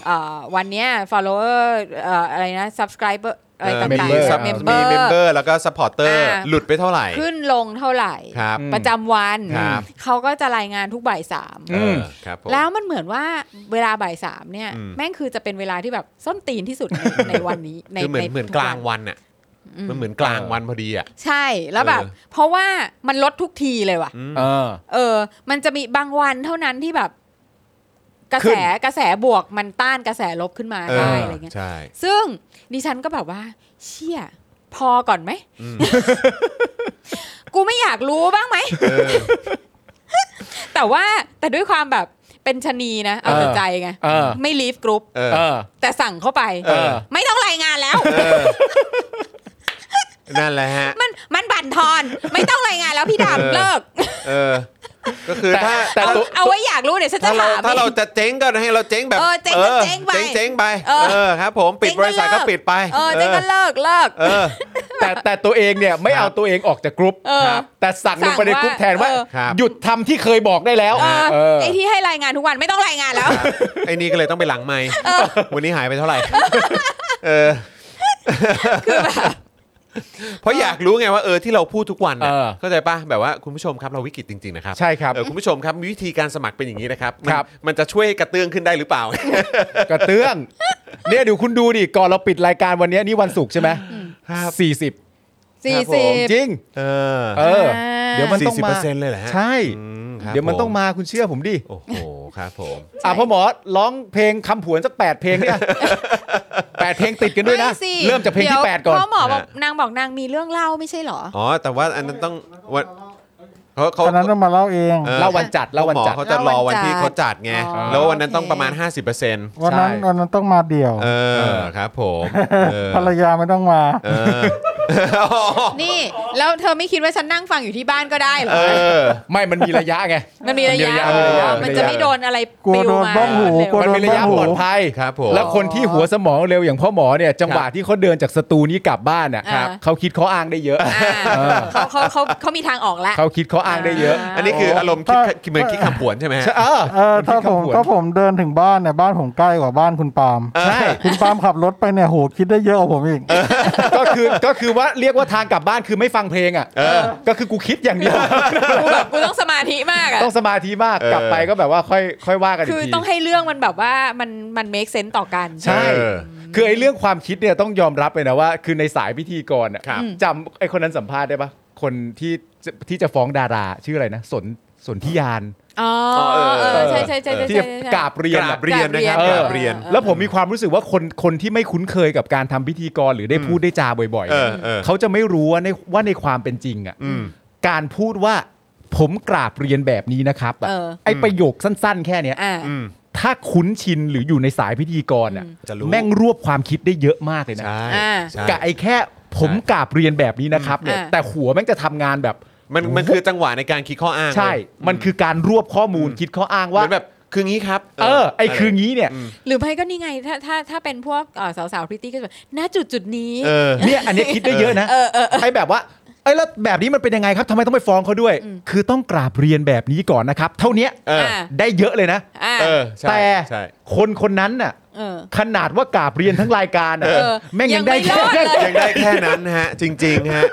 Speaker 3: เอ่อวันเนี้ย follower เอ่ออะไรนะ subscriber อะไรต่าง
Speaker 1: มี
Speaker 3: ๆ
Speaker 2: member
Speaker 1: ซับมี
Speaker 3: member
Speaker 1: เมมเบอร์ แล้วก็ซัพพอร์เตอร์
Speaker 3: อ่า
Speaker 1: หลุดไปเท่าไหร่
Speaker 3: ขึ้นลงเท่าไหร่
Speaker 1: ครับ
Speaker 2: อืม
Speaker 3: ประจำวัน
Speaker 1: ครับ
Speaker 3: เขาก็จะรายงานทุกบ่ายสาม
Speaker 1: เออครับผม
Speaker 3: แล้วมันเหมือนว่าเวลาบ่ายสามเนี่ย
Speaker 1: อืม
Speaker 3: แม่งคือจะเป็นเวลาที่แบบส้นตีนที่สุดใน ในวันนี้ใน
Speaker 1: คือเหมือนเหมือน
Speaker 3: ใทุ
Speaker 1: กลางวันอ่ะ
Speaker 3: อืม
Speaker 1: มันเหมือนกลางวันพอดีอ่ะ
Speaker 3: ใช่แล้วแบบ
Speaker 1: เออ
Speaker 3: เพราะว่ามันลดทุกทีเลยว่ะ
Speaker 2: เออ
Speaker 3: เออ มันจะมีบางวันเท่านั้นที่แบบ กระแส
Speaker 2: ขึ้น
Speaker 3: กระแสบวกมันต้านกระแสลบขึ้นมา
Speaker 1: เอ
Speaker 3: ได้
Speaker 1: อ
Speaker 3: อะไรเงี้ย
Speaker 1: ใช่
Speaker 3: ซึ่งดิฉันก็แบบว่า เชี่ย พอก่อนไหม
Speaker 1: อืม
Speaker 3: กูไม่อยากรู้บ้างไหม
Speaker 1: เออ
Speaker 3: แต่ว่าแต่ด้วยความแบบเป็นชะนีนะ เอาแต่
Speaker 2: เออ
Speaker 3: ใจไง
Speaker 2: เออ
Speaker 3: ไม่ลีฟกรุ๊ป
Speaker 1: เออ
Speaker 2: เออ
Speaker 3: แต่สั่งเข้าไป
Speaker 2: เออ
Speaker 3: ไม่ต้องรายงานแล้ว
Speaker 1: เออ นั่นแหละฮะ
Speaker 3: มันมันบั่นทอน ไม่ต้องรายงานแล้วพี่
Speaker 1: เออ
Speaker 3: ดำเลิก
Speaker 1: เออ ก็คือ
Speaker 2: แต่
Speaker 1: ถ้า
Speaker 2: แต่
Speaker 3: เอา
Speaker 2: ตัว
Speaker 3: เอาไว้อยากรู้เดี๋ยวฉันจะ
Speaker 1: ถ้าเรา
Speaker 3: ถาม
Speaker 1: ถ้าเราจะเจ๊งก็ให้เราเจ๊งแบบ
Speaker 3: เออเจ๊งก็เจ๊งไป
Speaker 1: เจ๊งๆไป
Speaker 3: เออ
Speaker 1: เออครับ ผมปิดบริษัทก็ปิดไป
Speaker 3: เออเจ๊งก็เลิกเลิก
Speaker 1: เออ
Speaker 2: แต่แต่ตัวเองเนี่ยไม่
Speaker 1: ครับ
Speaker 2: เอาตัวเองออกจากกรุ๊ป
Speaker 3: เออ
Speaker 2: ครับแต่สั่งลงไปในกรุ๊ปแทนว่า
Speaker 3: เออ
Speaker 1: ครับ
Speaker 2: หยุดทำที่เคยบอกได้แล้ว
Speaker 3: เออ
Speaker 2: เออ
Speaker 3: ไอที่ให้รายงานทุกวันไม่ต้องรายงานแล้ว
Speaker 1: ไอ้นี่ก็เลยต้องไปหลังไมค์วันนี้หายไปเท่าไหร่เออเพราะอยากรู้ไงว่าเออที่เราพูดทุกวันน่ะเข้าใจป่ะแบบว่าคุณผู้ชมครับเราวิกฤตจริงๆนะครับ
Speaker 2: ใช่ครับ
Speaker 1: เออคุณผู้ชมครับวิธีการสมัครเป็นอย่างนี้นะครับมัน
Speaker 2: ครับ
Speaker 1: มันจะช่วยกระเตื้องขึ้นได้หรือเปล่า
Speaker 2: กระเตื้องเนี่ยเดี๋ยวคุณดูดิก่อนเราปิดรายการวันเนี้ยนี่วันศุกร์ใช่ไหม
Speaker 1: ครับ
Speaker 2: สี่สิบ
Speaker 3: สี่
Speaker 1: ผ
Speaker 3: สิ
Speaker 1: ม
Speaker 3: บ
Speaker 2: จริง
Speaker 1: เออ
Speaker 2: เออ
Speaker 3: อ่า
Speaker 2: เดี๋ยวมันต้องมา
Speaker 1: 40%เลยเหรอฮะ
Speaker 2: ใช่
Speaker 1: อืมครับ
Speaker 2: เดี๋ยวมันต้องมาคุณเชื่อผมดิ
Speaker 1: โอ้โหครับผม
Speaker 2: อ่ะพ่อหมอร้องเพลงคำผวนสัก 8 เพลงเนี่ย 8 เพลงติดกันด้วยนะ
Speaker 3: ไม่สิ
Speaker 2: เริ่มจากเพลงที่
Speaker 3: ดี๋ยว
Speaker 2: 8 ก่อน
Speaker 3: พ่อหมอบอก
Speaker 1: ฮะ
Speaker 3: นางบอกนางมีเรื่องเล่าไม่ใช่เหรอ
Speaker 1: อ๋อ แต่ว่าอันนั้นต้องวันเขาเขา
Speaker 4: ตอนนั้นเรามาเล่าเอง
Speaker 1: เออ
Speaker 2: เล่าวันจัดเล่าวันจัด
Speaker 1: หมอเขาจะรอวันที่เขาจัดไง
Speaker 3: อ๋อ
Speaker 1: แล้ววันนั้น
Speaker 3: โอเค
Speaker 1: ต้องประมาณ 50%เ
Speaker 4: วันนั้น
Speaker 2: ใช่
Speaker 4: วันนั้นต้องมาเดี่ยว
Speaker 1: ออครับผมเออ
Speaker 4: ภรรยาไม่ต้องมา
Speaker 1: เออ
Speaker 3: นี่ แล้วเธอไม่คิดว่าฉันนั่งฟังอยู่ที่บ้านก็ได้เหรอ
Speaker 1: เออ
Speaker 2: ไม่มันมีระยะไง
Speaker 3: มันมีระยะ
Speaker 2: มันมีระยะมี
Speaker 3: เออ
Speaker 2: ระยะ
Speaker 3: มันจะไม่โดนอะไร
Speaker 4: กลัว
Speaker 3: ปิว
Speaker 4: โดน
Speaker 3: มา
Speaker 4: บ้องหู
Speaker 3: เร็ว
Speaker 4: กลัว
Speaker 2: มัน
Speaker 4: โด
Speaker 2: มี
Speaker 4: น
Speaker 2: ระ
Speaker 4: บ้
Speaker 2: ยะ
Speaker 4: องหู
Speaker 2: ปลอดภัย
Speaker 1: ครับผม
Speaker 2: แล้วคนที่หัวสมองเร็วอย่างพ่อหมอเนี่ยจังหวะ
Speaker 1: ครับ
Speaker 2: ที่เขาเดินจากสตูนี้กลับบ้านน่ะ
Speaker 3: ครับ
Speaker 2: เขาคิดข้ออ้างได้เยอะ
Speaker 3: อ่าเขาเขาเขาเขามีทางออกแล้ว
Speaker 2: เขาคิดข้ออ้างได้เยอะ
Speaker 1: อันนี้คืออารมณ์คิดคิดเหมือนคิดคำผวนใช่ไหมฮะ
Speaker 2: ใช่เออ
Speaker 4: เออถ้าผม
Speaker 2: นคิดคำผวน
Speaker 4: ถ้าผมเดินถึงบ้านเนี่ยบ้านผมใกล้กว่าบ้านคุณปาล์ม
Speaker 2: ใช่
Speaker 4: คุณปาล์มขับรถไปเนี่ยโหคิดได้เยอะกว่าผมอีก
Speaker 2: ก็คือก็คือว่าเรียกว่าทางกลับบ้านคือไม่ฟังเพลงอ่ะ
Speaker 1: เออ
Speaker 2: ก็คือกูคิดอย่างเดียว
Speaker 3: กูแบบกูต้องสมาธิมากอะ
Speaker 2: ต้องสมาธิมาก
Speaker 1: เออ
Speaker 2: กลับไปก็แบบว่าค่อยค่อยว่ากันอี
Speaker 3: คื
Speaker 2: ก
Speaker 3: อ
Speaker 2: ที
Speaker 3: ต้องให้เรื่องมันแบบว่ามันมันเมคเซนต์ต่อกัน
Speaker 2: ใช่
Speaker 1: เออ
Speaker 2: คือไอ้เรื่องความคิดเนี่ยต้องยอมรับเลยนะว่า คือในสายพิธีกรอะ
Speaker 1: ครับ
Speaker 2: จำไอ้คนนั้นสัมภาษณ์ได้ปะคนที่จะที่จะฟ้องดาราชื่ออะไรนะสนสนธิยาน
Speaker 3: อ๋อ
Speaker 1: เออ
Speaker 3: เออใช่ใช่ใช่ใช่
Speaker 2: ที่
Speaker 3: ใช่
Speaker 2: จะ
Speaker 3: ใช่
Speaker 2: กราบเรียน
Speaker 1: กรา
Speaker 2: อะ
Speaker 1: บเรียนนะครับ
Speaker 3: เออ
Speaker 1: กราบเรียน
Speaker 2: แล้วผมมีความรู้สึกว่าคนคนที่ไม่คุ้นเคยกับการทำพิธีกรหรือได้พูดได้จาบ่อย
Speaker 1: เอ
Speaker 2: ๆ
Speaker 1: อเออ
Speaker 2: เขาจะไม่รู้ว่าในว่าในความเป็นจริงอ่ะ
Speaker 1: อืม
Speaker 2: การพูดว่าผมกราบเรียนแบบนี้นะครับอะ
Speaker 3: เออ
Speaker 2: ไอประโยคสั้นๆ แค่เนี้ย
Speaker 3: อ่า
Speaker 1: อืม
Speaker 2: ถ้าคุ้นชินหรืออยู่ในสายพิธีกรอ่ะ
Speaker 1: จะรู้
Speaker 2: แม่งรวบความคิดได้เยอะมากเลยนะ
Speaker 1: ใช่
Speaker 3: อ่า
Speaker 1: ใช่
Speaker 2: กับไอแค่ผมกราบเรียนแบบนี้นะครับเนี่ย
Speaker 3: อ่า
Speaker 2: แต่หัวแม่งจะทำงานแบบ
Speaker 1: มันมันคือจังหวะในการคิดข้ออ้าง
Speaker 2: ใช่ มันคือการรวบข้อมูลคิดข้ออ้าง
Speaker 1: ว่า
Speaker 2: ว่า
Speaker 1: แบบคืองี้ครับ
Speaker 2: เออ ไอคืองี้เนี่ย
Speaker 3: หรือไม่ก็นี่ไงถ้าถ้าถ้าเป็นพวกเอ่อสาวๆพริตตี้ก็จะแบบณจุดจุดๆนี้
Speaker 1: เออ
Speaker 2: เนี่ยอันเนี้ยคิดได้เยอะนะไอ้แบบว่าไอ้แล้วแบบนี้มันเป็นยังไงครับทำไมต้องไปฟ้องเขาด้วย คือต้องกราบเรียนแบบนี้ก่อนนะครับ เท่าเนี้ย
Speaker 1: เออ
Speaker 2: ได้เยอะเลยนะ
Speaker 3: อ่า
Speaker 1: เออใช่
Speaker 2: แต่
Speaker 1: ใช่
Speaker 2: คนคนนั้นน่ะ
Speaker 3: เออ
Speaker 2: ขนาดว่ากราบเรียนทั้งรายการน่ะ
Speaker 3: เออ
Speaker 2: แม่งยังได้
Speaker 3: ยังไม่รอดเลย
Speaker 1: ยังได้แค่นั้นนะฮะ จริง ๆ ฮะ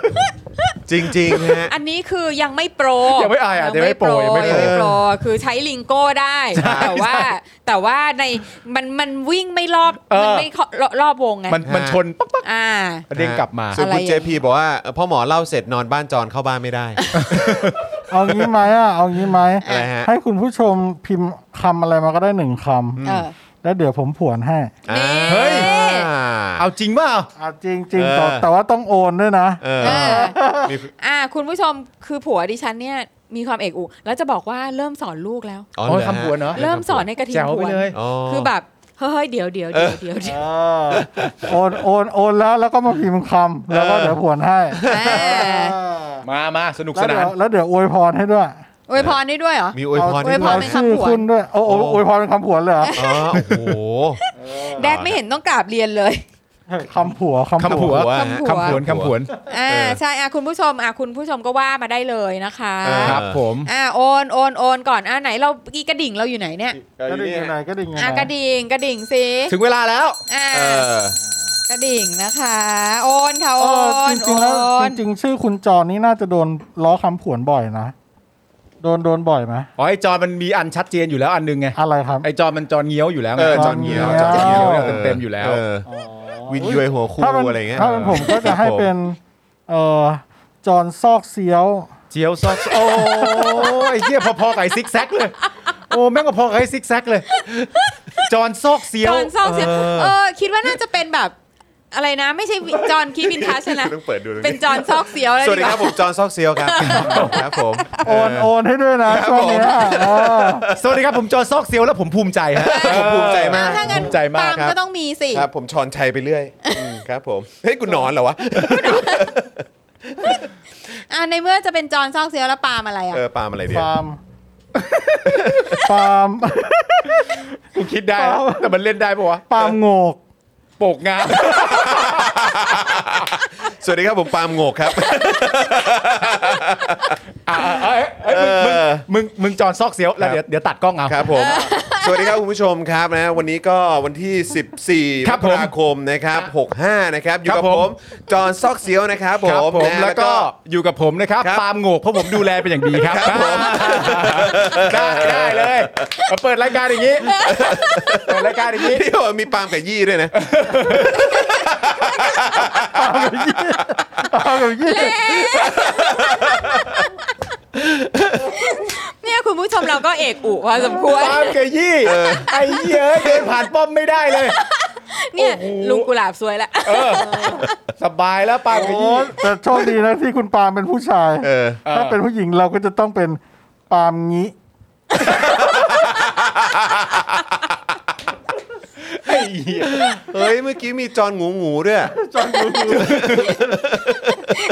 Speaker 1: จริง ๆ ฮะ
Speaker 3: อันนี้คือยังไม่โปร
Speaker 2: ยังไม่อายอ่ะยังไม่โปร
Speaker 3: ยั
Speaker 2: ยัง ง
Speaker 3: ไม่
Speaker 2: ไม่โปร
Speaker 3: โปร คือใช้ลิงโก้ได้
Speaker 2: ใช่
Speaker 3: แต่ว่า
Speaker 2: ใช่
Speaker 3: แต่ว่าในมันมันวิ่งไม่รอบ
Speaker 2: เออ
Speaker 3: มันไม่เคาะรอบรอบวงไง
Speaker 2: มันมันชนปักปัก
Speaker 3: อ่า
Speaker 2: กระเด้งกลับมา
Speaker 1: ส่วนคุณ
Speaker 3: อะไร
Speaker 1: เจ
Speaker 3: อย่างเงี้
Speaker 1: พี
Speaker 3: ย
Speaker 1: บอกว่าเอ่อพ่อหมอเล่าเสร็จนอนบ้านจอนเข้าบ้านไม่ได้
Speaker 4: เอางี้ไหมอ่ะเอางี้ไหม
Speaker 1: อะไรฮะ
Speaker 4: ให้คุณผู้ชมพิมพ์คำอะไรมาก็ได้หนึ่งคำ
Speaker 5: เออ
Speaker 4: แล้วเดี๋ยวผมผวนให้
Speaker 1: อ่า
Speaker 2: เฮ้ย เอาจริงเปล่า
Speaker 4: อ่ะจริงจริงๆแต่แต่ว่าต้องโอนด้วยนะ
Speaker 1: เออ
Speaker 3: เออ
Speaker 1: มี
Speaker 3: อ่า คุณผู้ชมคือผัวดิฉันเนี่ยมีความเอกอุแล้วจะบอกว่าเริ่มสอนลูกแล้ว
Speaker 1: อ๋อเหรอ
Speaker 2: โอ้ยคำผวนเหรอ
Speaker 1: ฮะ
Speaker 3: เริ่มสอนในกระทิง
Speaker 2: แจ๋ว
Speaker 3: ผั
Speaker 2: ไป
Speaker 3: ว
Speaker 2: เลย
Speaker 1: อ๋อ
Speaker 3: คือแบบเฮ้ยเดี๋ยวเดี๋ยวเดี๋ยวเดี๋ยวเดี๋ยว
Speaker 4: เออโอนโอนโอนแล้วแล้วก็มาพิมพ์คำแล้วก็เดี๋ยวผวนให้
Speaker 3: แม่
Speaker 4: เออ
Speaker 2: มามาสนุก
Speaker 4: แล้
Speaker 2: ส
Speaker 4: ว
Speaker 2: นา
Speaker 4: เดี๋ย
Speaker 2: น
Speaker 4: วแล้วเดี๋ยวอวยพรให้ด้วย
Speaker 5: อวยพรได้ด้วยเหรอ
Speaker 1: มีอวยพร
Speaker 4: เา
Speaker 1: ด้วย
Speaker 5: พร
Speaker 1: นะ
Speaker 5: เป็น
Speaker 4: ชื่อ
Speaker 5: คำผวน
Speaker 4: ขึ้นด้วยโอ้โอ้อวยพรเป็นคำผวนเลยเหรอ
Speaker 1: อ๋อโอ้โห
Speaker 3: แดกไม่เห็นต้องกราบเรียนเลย
Speaker 4: คำผัวคำ
Speaker 2: คำผั
Speaker 4: ผั
Speaker 2: ว
Speaker 4: ว
Speaker 1: ผัว
Speaker 2: คำผวนคำผวน
Speaker 3: อ่า
Speaker 1: เออ
Speaker 3: ใช่อ่ะคุณผู้ชมอ่ะคุณผู้ชมก็ว่ามาได้เลยนะคะ
Speaker 1: เออ
Speaker 2: ครับผม
Speaker 3: อ่าโอนโอนโอนก่อนอ่ะไหนเราอีกระดิ่งเราอยู่ไหนเนี่ย
Speaker 4: ก็ดิ่งอยู่ไหนก็ดิ่งอยู่ไห
Speaker 3: อ่ะ
Speaker 4: น
Speaker 3: กระดิ่งกระดิ่งสิ
Speaker 2: ถึงเวลาแล้ว
Speaker 3: อ่า
Speaker 1: เออ
Speaker 3: กระดิ่งนะคะ โอนค่ะ
Speaker 4: เอ
Speaker 3: โอ
Speaker 4: อน จริงๆแล้ว
Speaker 3: โอน
Speaker 4: จริงๆ ชื่อคุณจอนนี่น่าจะโดนล้อคำผวนบ่อยนะ โดนโดนบ่อยไหม
Speaker 2: อ๋อไอจอนมันมีอันชัดเจนอยู่แล้วอันหนึงไง
Speaker 4: อะไรครับ
Speaker 2: ไอจอนมันจอนเงี้ยวอยู่แล้วไง
Speaker 1: เออ
Speaker 4: จ
Speaker 1: จ
Speaker 4: อ
Speaker 1: อน น
Speaker 4: เงี้
Speaker 1: เงี้ย
Speaker 4: ย
Speaker 1: ว ว
Speaker 2: จอนเงี้ยวเนี่ย
Speaker 1: อ
Speaker 2: เต็มๆอยู่แล้ว
Speaker 1: เวินยวยหัวคู่
Speaker 4: ถ้าเป็น
Speaker 1: อะไรเงี้ย
Speaker 4: ถ้าเป็นผมก็จะให้เป็นเออจอนซอกเซียว
Speaker 2: เจียวซอกโอ้ยเจียพอๆกับไอซิกแซกเลย โอ้แม่งก็พอกับไอซิกแซกเลย จอนซอกเสีย
Speaker 3: จ
Speaker 2: ว
Speaker 3: อนซอกเสียงเออคิดว่าน่าจะเป็นแบบอะไรนะ ไม่ใช่วิจอนคีวินทัชนะ
Speaker 1: ต้องเปิดดูตรง
Speaker 3: เป็นจอนซอกเสียวแล้ว
Speaker 1: สวัสดี
Speaker 3: กา
Speaker 1: ครับผมจอนซอกเซียวครับ ครับผม
Speaker 4: โอน
Speaker 1: เ
Speaker 4: โอนให้ด้วยนะช่วงเนี้ยเออ
Speaker 2: สวัสดีครับผมจอนซอกเสียว แล้วผมภูมิใจฮะ
Speaker 1: ผมภูมิใจมาก
Speaker 3: ถ้างั้น
Speaker 2: ภูมิใจมา
Speaker 3: ปาก ล์ม
Speaker 2: ครับ
Speaker 3: ก็ต้องมีสิ
Speaker 1: ครับผมชอนชัยไปเรื่อยอืมครับผมเฮ้ยกูนอนเหรอวะ
Speaker 5: อ่ะในเมื่อจะเป็นจอนซอกเซียวแล้วปาล์มอะไรอ่ะ
Speaker 1: เออปาล์มอะไรเดีย
Speaker 4: ฟาว ร์ม ฟาร์ม
Speaker 2: กูคิดได้นะแต่มันเล่นได้ปะวะ
Speaker 4: ฟาร์มโงก
Speaker 2: โปกงาม
Speaker 1: สวัสดีครับผมปาล์มโงกครับ
Speaker 2: อ่ะอ่ะเอ้ยเอ้ยมึง
Speaker 1: เออ
Speaker 2: มึงมึงจอนซอกเสียวแล้วเดี๋ยวเดี๋ยวตัดกล้องเอา
Speaker 1: ครับผมสวัสดีครับคุณผู้ชมครับนะวันนี้ก็วันที่ 14
Speaker 2: ครับ
Speaker 1: ม
Speaker 2: ผม
Speaker 1: กราคมนะครับ65นะครับอยู่กับ
Speaker 2: ครับ
Speaker 1: ผ
Speaker 2: ผม
Speaker 1: มจอนซอกเซียวนะครับผ
Speaker 2: ครับ
Speaker 1: ม
Speaker 2: ผม
Speaker 1: นะ
Speaker 2: แล้วก็อยู่กับผมนะครับ
Speaker 1: ครับ
Speaker 2: ปาล์มโงกเพราะผมดูแลเป็นอย่างดีครับ
Speaker 1: ครับผม
Speaker 2: ได้ได้เลยมาเปิดรายการอย่างนี้เปิดรายการอย่าง นี้
Speaker 1: ที่บอกว่ามีปาล์มกับยี่ด้วยนะ
Speaker 3: เนี่ยคุณผู้ชมเราก็เอกอุพอสมควร
Speaker 2: ปาล์มกับยี่ไอ้เหี้ยเดินผ่านป้อมไม่ได้เลย
Speaker 3: เนี่ย
Speaker 2: โอ้โห
Speaker 3: ลุงกุหลาบสวยละ
Speaker 2: เออสบายแล้วปาล์มกับ
Speaker 4: โอ้
Speaker 2: ยี่
Speaker 4: แต่โชคดีนะที่คุณปาล์มเป็นผู้ชาย
Speaker 1: เออ
Speaker 4: ถ้าเป็นผู้หญิงเราก็จะต้องเป็นปาล์มงี้
Speaker 2: ไอ้เหี้ย
Speaker 1: เฮ้ยเมื่อกี้มีจอนงูงูๆด้วย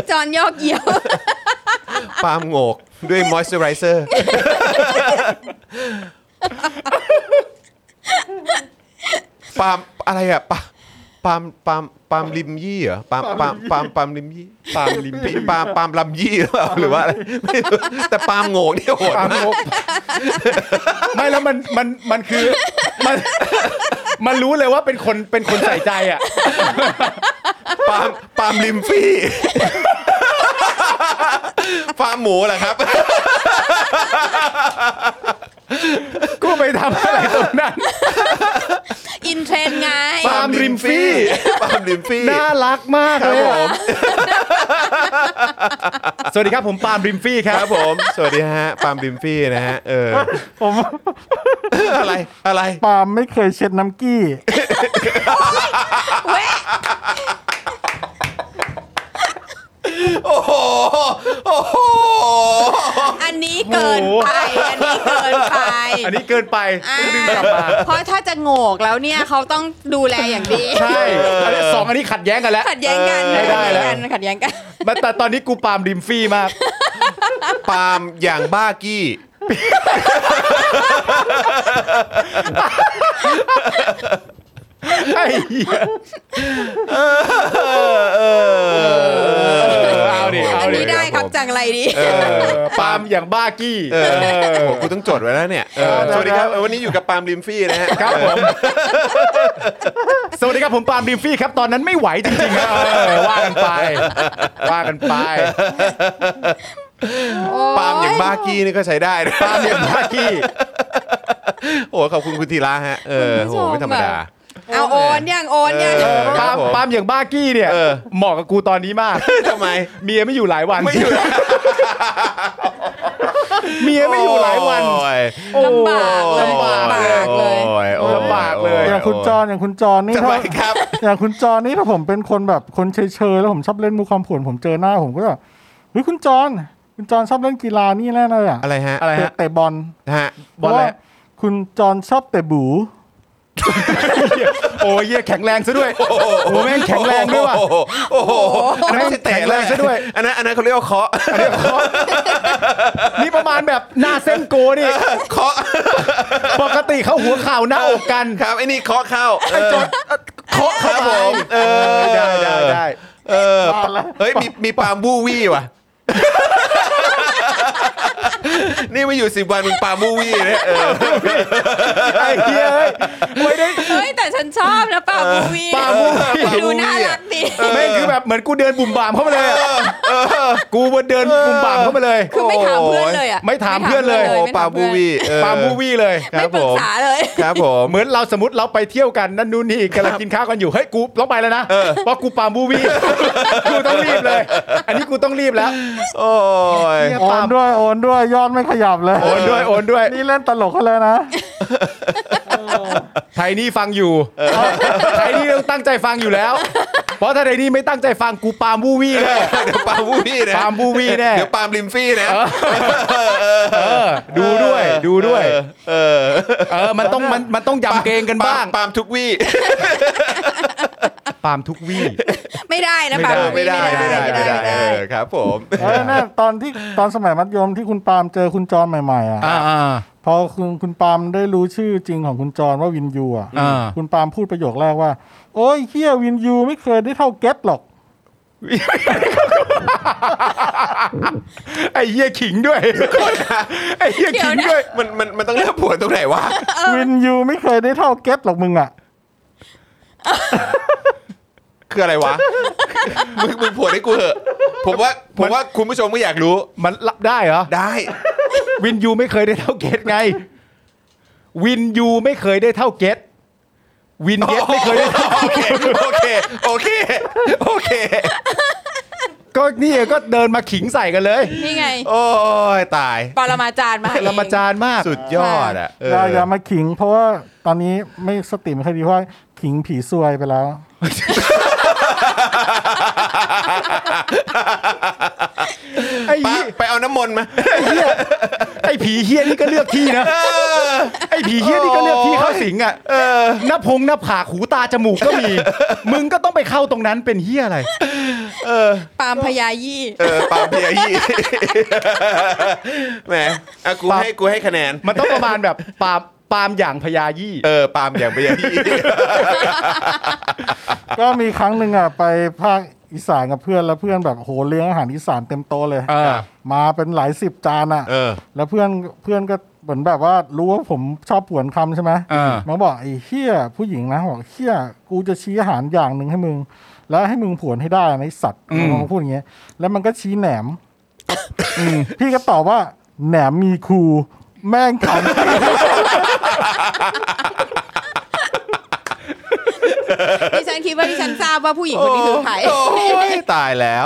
Speaker 3: จอนยอกเยี่ยว
Speaker 1: ปาล์มโงกด้วยมอยส์เจอไรเซอร์ ปาล์มอะไรอ่ะปาปาล์มปาล์มปาล์มลิมยี่เหรอปาล์มปาล์มปาล์มปาล์มลิมยี่
Speaker 2: ปาล์มลิม
Speaker 1: ปี
Speaker 2: ปิ
Speaker 1: ปาล์มปาล์มลำยี่หรือเปล่าหรือว่าอะไร ไม่รู้แต่ปาล์มโงกเนี่ยโหด
Speaker 2: ปาล์ม
Speaker 1: มาก
Speaker 2: โงกไม่แล้วมันมันมันคือมันมันรู้เลยว่าเป็นคนเป็นคนใส่ใจอ่ะ
Speaker 1: ปาล์มปาล์มลิมฟี่ ฟาร์มหมูเหรอครับ
Speaker 2: กูไปทำอะไรตรงนั้น
Speaker 3: อินเทรนด์ไง
Speaker 2: ปาล์มริมฟี่
Speaker 1: ปาล์มริมฟี่
Speaker 2: น่ารักมาก
Speaker 1: ค
Speaker 2: เล
Speaker 1: รับ
Speaker 2: ย
Speaker 1: ผ
Speaker 2: อะ
Speaker 1: ม
Speaker 2: สวัสดีครับผมปาล์มริมฟี่ค
Speaker 1: ครับ รับผม สวัสดีฮะ ปาล์มริมฟี่นะฮะ เออ
Speaker 4: ผม
Speaker 1: อะไร อะไร
Speaker 4: ปาล์มไม่เคยเช็ดน้ำกี้
Speaker 1: โอ้โห โอ้โห
Speaker 3: อันนี้เกินไป อันนี้เกินไป
Speaker 2: อันนี้เกินไป
Speaker 3: อ่า
Speaker 2: ต้องดึงกลับมา
Speaker 3: เพราะถ้าจะโงกแล้วเนี่ยเขาต้องดูแลอย่างดี
Speaker 2: ใช่อันนี้สองอันนี้ขัดแย้งกันแล้ว
Speaker 3: ขัดแย้งกัน
Speaker 2: ไม่ได้แล้ว
Speaker 3: ขัดแย้งกันขัดแย้งกัน
Speaker 2: มาแต่ตอนนี้กูปาล์มริมฟี่มาก
Speaker 1: ปาล์มอย่างบ้ากี้
Speaker 2: ไอ้เหี้ย
Speaker 1: เออ เออ
Speaker 2: เอาดิเอา
Speaker 3: อันนี้ได้ครับ
Speaker 1: จ้ะ
Speaker 3: จังไรดี
Speaker 1: เออ
Speaker 2: ปาล์มอย่างบ้ากี้
Speaker 1: เออ ผมกูต้องจดไว้แล้วเนี่ยเออสวัสดีครับเออวันนี้อยู่กับปาล์มริมฟี่นะฮะ
Speaker 2: ครับผม สวัสดีครับผมปาล์มริมฟี่ครับ ตอนนั้นไม่ไหวจริงๆครับเออว่ากันไป ว่ากันไป
Speaker 1: ปาล์มอย่างบ้ากี้นี่ก็ใช้ได้นะ
Speaker 2: ปาล์มอย่างบ้ากี้
Speaker 1: โอ้ขอบคุณคุณธีระฮะ เออโหไม่ธรรมดา
Speaker 3: เอาโอนยังโอนยัง
Speaker 1: เออ
Speaker 2: ปาล์มปาล์มอย่างบ้ากี้เนี่ย
Speaker 1: เออ
Speaker 2: เหมาะกับกูตอนนี้มาก
Speaker 1: ทำไม
Speaker 2: เมียไม่อยู่หลายวัน
Speaker 1: ไม่อยู่
Speaker 2: มียไม่อยู่หลายวัน
Speaker 1: โอ้ย
Speaker 3: ลำบากเลย
Speaker 2: ลำบากเลย
Speaker 3: ลำบากเลย
Speaker 1: โอ้โอ้
Speaker 2: ลำบากเลย
Speaker 4: อย่างคุณจอนอย่างคุณจอนนี่
Speaker 1: ทำไม
Speaker 4: ถ้า
Speaker 1: ครับ
Speaker 4: อย่างคุณจอนนี่ถ้าผมเป็นคนแบบคนเชยๆแล้วผมชอบเล่นมูความผวนผมเจอหน้าผมก็แบบเฮ้ยคุณจอนคุณจอนชอบเล่นกีฬานี่แน่เลยอ่ะ
Speaker 1: อะไรฮะ
Speaker 2: อะไร
Speaker 4: เตะ
Speaker 2: ฮะ
Speaker 4: เตะบอล
Speaker 1: ฮะ
Speaker 2: บอลอะไร
Speaker 4: เพาะว่าคุณจอนชอบเตะบู
Speaker 2: โอ้ยเหี้ยแข็งแรงซะด้วย โอ้แม่งแข็งแรงด้วยว่ะ
Speaker 1: โอ้โหอันนั้นไม่ใช่เตะ
Speaker 2: แข็งแรงซะด้วย
Speaker 1: อันนั้นอันนั้นเขาเรียกว่าเคาะ
Speaker 2: นี่ประมาณแบบหน้าเส้นโกนี่
Speaker 1: เคาะ
Speaker 2: ปกติเขาหัวเข่าหน้าอกกัน
Speaker 1: ครับไอ้นี่เคาะเข้าเออ
Speaker 2: เคาะ
Speaker 1: ค
Speaker 2: เข้า
Speaker 1: รับ
Speaker 2: ไป
Speaker 1: ผมเออ
Speaker 2: ได้ได้ได้
Speaker 1: เออเฮ้ยมีมีปาล์มบูวี่ ว่ะ นี่มาอยู่สิบวันมึงปาล์มบูวี่เนี่ยเออ
Speaker 2: ไอ้เหี้ยเอ้ยไม่ได้
Speaker 3: เฮ้ยแต่ฉันชอบนะป่าบูวี
Speaker 2: ป่าบูวี่
Speaker 3: ดูน่ารักดี
Speaker 2: แม่งคือแบบเหมือนกูเดินบุ่มบามเข้ามาเลยอะกูมาเดินบุ่มบามเข้ามาเลย
Speaker 3: คือไม่ถามเพื่อนเลยอ่ะ
Speaker 2: ไม่ถามเพื่อนเลย
Speaker 1: โอ้
Speaker 3: ไม่ถ
Speaker 1: ปาล์ม
Speaker 3: ม
Speaker 1: บู
Speaker 3: เพื่อน
Speaker 1: วี่เออ
Speaker 2: ปาบูวี่เลย
Speaker 1: ค
Speaker 3: ไม่
Speaker 1: รับ
Speaker 3: ป
Speaker 1: ผ
Speaker 3: รึก
Speaker 1: ม
Speaker 3: ษาเลย
Speaker 1: ครับผม
Speaker 2: เหมือนเราสมมติเราไปเที่ยวกันนั่นนู่นนี่กำลังกินข้าวกันอยู่เฮ้ยกูต้องไปแล้วนะเพราะกูปาบูวี่ กูต้องรีบเลย อันนี้กูต้องรีบแล้ว
Speaker 1: โอ้ย
Speaker 2: เนี่ย
Speaker 4: โอนด้วยโอนด้วยยอดไม่ขยับเลย
Speaker 2: โอนด้วยโอนด้วย
Speaker 4: นี่เล่นตลกเขาเลยนะ
Speaker 2: ไทนี่ฟังอยู่ไทนี่ต้องตั้งใจฟังอยู่แล้ว เพราะถ้าไทนี่ไม่ตั้งใจฟังกูปาบูวี่เลย
Speaker 1: เดี๋ยวปาล์มบูวี่นะ
Speaker 2: ปาล์มบูวี่แน่
Speaker 1: เดี๋ยวปาล์มลิมฟี่นะ
Speaker 2: ดูด้วยดูด้วย
Speaker 1: เออ
Speaker 2: เออมันต้องมันมันต้องยำเกรงกันบ้าง
Speaker 1: ปาล์มทุกวี่
Speaker 2: ปามทุกวี่
Speaker 3: ไม่ได้นะ
Speaker 2: ไม่
Speaker 3: ป่า
Speaker 2: ได้
Speaker 3: บู
Speaker 1: ไม่
Speaker 3: วี่
Speaker 1: ได้ไม่ได้ไม่ได้เออครับผม
Speaker 4: เออเนี่ยตอนที่ตอนสมัยมัธยมที่คุณปาล์มเจอคุณจอนใหม่ๆอ่ะ
Speaker 2: อ่าอ่า
Speaker 4: พอคุณคุณปาล์มได้รู้ชื่อจริงของคุณจอนว่าวินยูอ่ะ
Speaker 2: อ่า
Speaker 4: คุณปาล์มพูดประโยคแรกว่า โอ้ยเฮียวินยูไม่เคยได้เท่าเก็ตหรอก
Speaker 2: ไอ้เหี้ยขิงด้วย ไอ้เหี้ยขิงด้วย
Speaker 1: มันมันมันต้องเลือกผัวตรงไหนวะ
Speaker 4: วินยูไม่เคยได้เท่าเก็ตหรอกมึงอ่ะ
Speaker 1: คืออะไรวะมึงมึงผัวให้กูเหอะ ผมว่าผมว่าคุณผู้ชมก็อยากรู้
Speaker 2: มันรับได้เหรอ
Speaker 1: ได้
Speaker 2: วินยูไม่เคยได้เท่าเกตไง วินยูไม่เคยได้เท่าเกตวินเกตไม่เคยได้เท่า
Speaker 1: โอเคโอเคโอเคโอเค
Speaker 2: ก็นี่ก็เดินมาขิงใส่กันเลย
Speaker 3: นี่ไง
Speaker 1: โอ้ยตาย
Speaker 3: ปรมาจารย์มา
Speaker 2: ปรมาจารย์มาก
Speaker 1: สุดยอดอ่ะเออ
Speaker 4: อย่าอย่ามาขิง เพราะว่าตอนนี้ไม่สติไม่ค่อยดีเพราะว่าขิงผีซวยไปแล้ว
Speaker 2: ไอ้
Speaker 1: ปะ
Speaker 2: เหี้ย
Speaker 1: ไปเอาน้ำมนต์มา
Speaker 2: ไอ้ผีเฮี้ยนี่ก็เลือกที่นะ ไอ้ผีเฮี้ยนี่ก็เลือกที่เข้าสิงอ่ะหน้าพงหน้าผากหูตาจมูกก็มี มึงก็ต้องไปเข้าตรงนั้นเป็นเฮี้ยอะไร
Speaker 3: ปามพยายี่
Speaker 1: เออปาล์มเบียร์ยี่ แหมอ่ะกูให้กูให้คะแนน
Speaker 2: มันต้องประมาณแบบปาล์มปาล์มอย่างพญายี่
Speaker 1: เออปาล์มอย่างไปอย่างที่
Speaker 4: ก็มีครั้งหนึ่งอ่ะไปภาคอีสานกับเพื่อนแล้วเพื่อนแบบโหเลี้ยงอาหารอีสานเต็มโตะเลย
Speaker 2: เออ
Speaker 4: มาเป็นหลายสิบจานอ่ะ
Speaker 1: เออ
Speaker 4: แล้วเพื่อนเพื่อนก็เหมือนแบบว่ารู้ว่าผมชอบผวนคำใช่ไหม
Speaker 2: เออ
Speaker 4: มันบอกไอ้เฮียผู้หญิงนะบอกเฮียกูจะชี้อาหารอย่างหนึ่งให้มึง แล้วให้มึงผวนให้ได้นะไอ้สัตว์
Speaker 2: อืม
Speaker 4: มันพูดอย่างเงี้ยแล้วมันก็ชี้แหนมพี่ก็ตอบว่าแหนมมีครูแม่งขำ
Speaker 3: ดิฉันคิดว่าดิฉันทราบว่าผู้หญิงคนนี้คือใคร
Speaker 1: โอ้ยตายแล้ว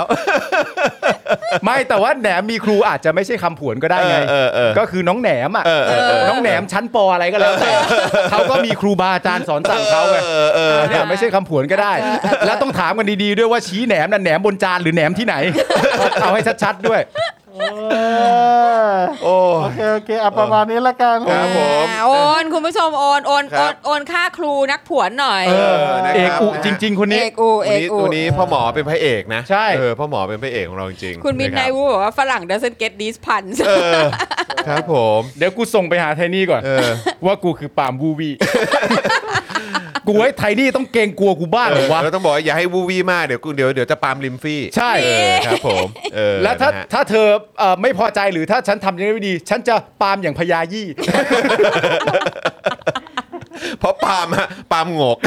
Speaker 2: ไม่แต่ว่าแหนมมีครูอาจจะไม่ใช่คำผวนก็ได้ไง
Speaker 1: เออเออเออ
Speaker 2: ก็คือน้องแหนมอ่ะ
Speaker 1: เออเออเออ
Speaker 2: น้องแหนมชั้นปออะไรก็แล้วแต่เขาก็มีครูบาอาจารย์สอนสั่งเขาไง
Speaker 1: เออเออ
Speaker 2: เนี่ยไม่ใช่คำผวนก็ได้ แล้วต้องถามกันดีๆด้วยว่าชี้แหนมน่ะแหนมบนจานหรือแหนมที่ไหน เอาให้ชัดๆด้วย
Speaker 1: โอ้
Speaker 4: โอเค โอเคอ่ะประมาณนี้ละกัน
Speaker 1: ครับ ผม
Speaker 3: อ่าโอน คุณผู้ชมโอนโอน
Speaker 1: ค
Speaker 3: โอ
Speaker 1: รับ
Speaker 3: นโอนค่าครูนักผวนหน่อย
Speaker 2: เออ
Speaker 1: นะครับ
Speaker 2: เอกอุจริง ๆ คน
Speaker 3: เอ
Speaker 2: นี้
Speaker 3: กอูเอ
Speaker 1: วัน
Speaker 3: ก
Speaker 1: นี้
Speaker 3: อู
Speaker 1: วันนี้พ่อหมอเป็นพระเอกนะ
Speaker 2: ใช่
Speaker 1: เออพ่อหมอเป็นพระเอกของเราจริงๆ
Speaker 3: คุณมินไน
Speaker 1: ะ
Speaker 3: วูบอกว่าฝรั่ง doesn't get these puns
Speaker 1: ครับเออครับผม
Speaker 2: เดี๋ยวกูส่งไปหาไทนี่ก่อน
Speaker 1: เออ
Speaker 2: ว่า กูคือปาล์มบูวี กูไอ้ไทนี่ต้องเกรงกลัวกูบ้างเหรอวะ
Speaker 1: เราต้องบอกว่าอย่าให้วูวี่มากเดี๋ยวกูเดี๋ยวเดี๋ยวจะปาล์มลิมฟี่
Speaker 2: ใช่
Speaker 1: เออครับผมเออ
Speaker 2: แล้วถ้า
Speaker 1: นะฮะ
Speaker 2: ถ้าเธอเอ่อไม่พอใจหรือถ้าฉันทำยังไงไม่ดี ฉันจะปาล์มอย่างพญายี่
Speaker 1: เพราะปาล์มอะปาล์มโงก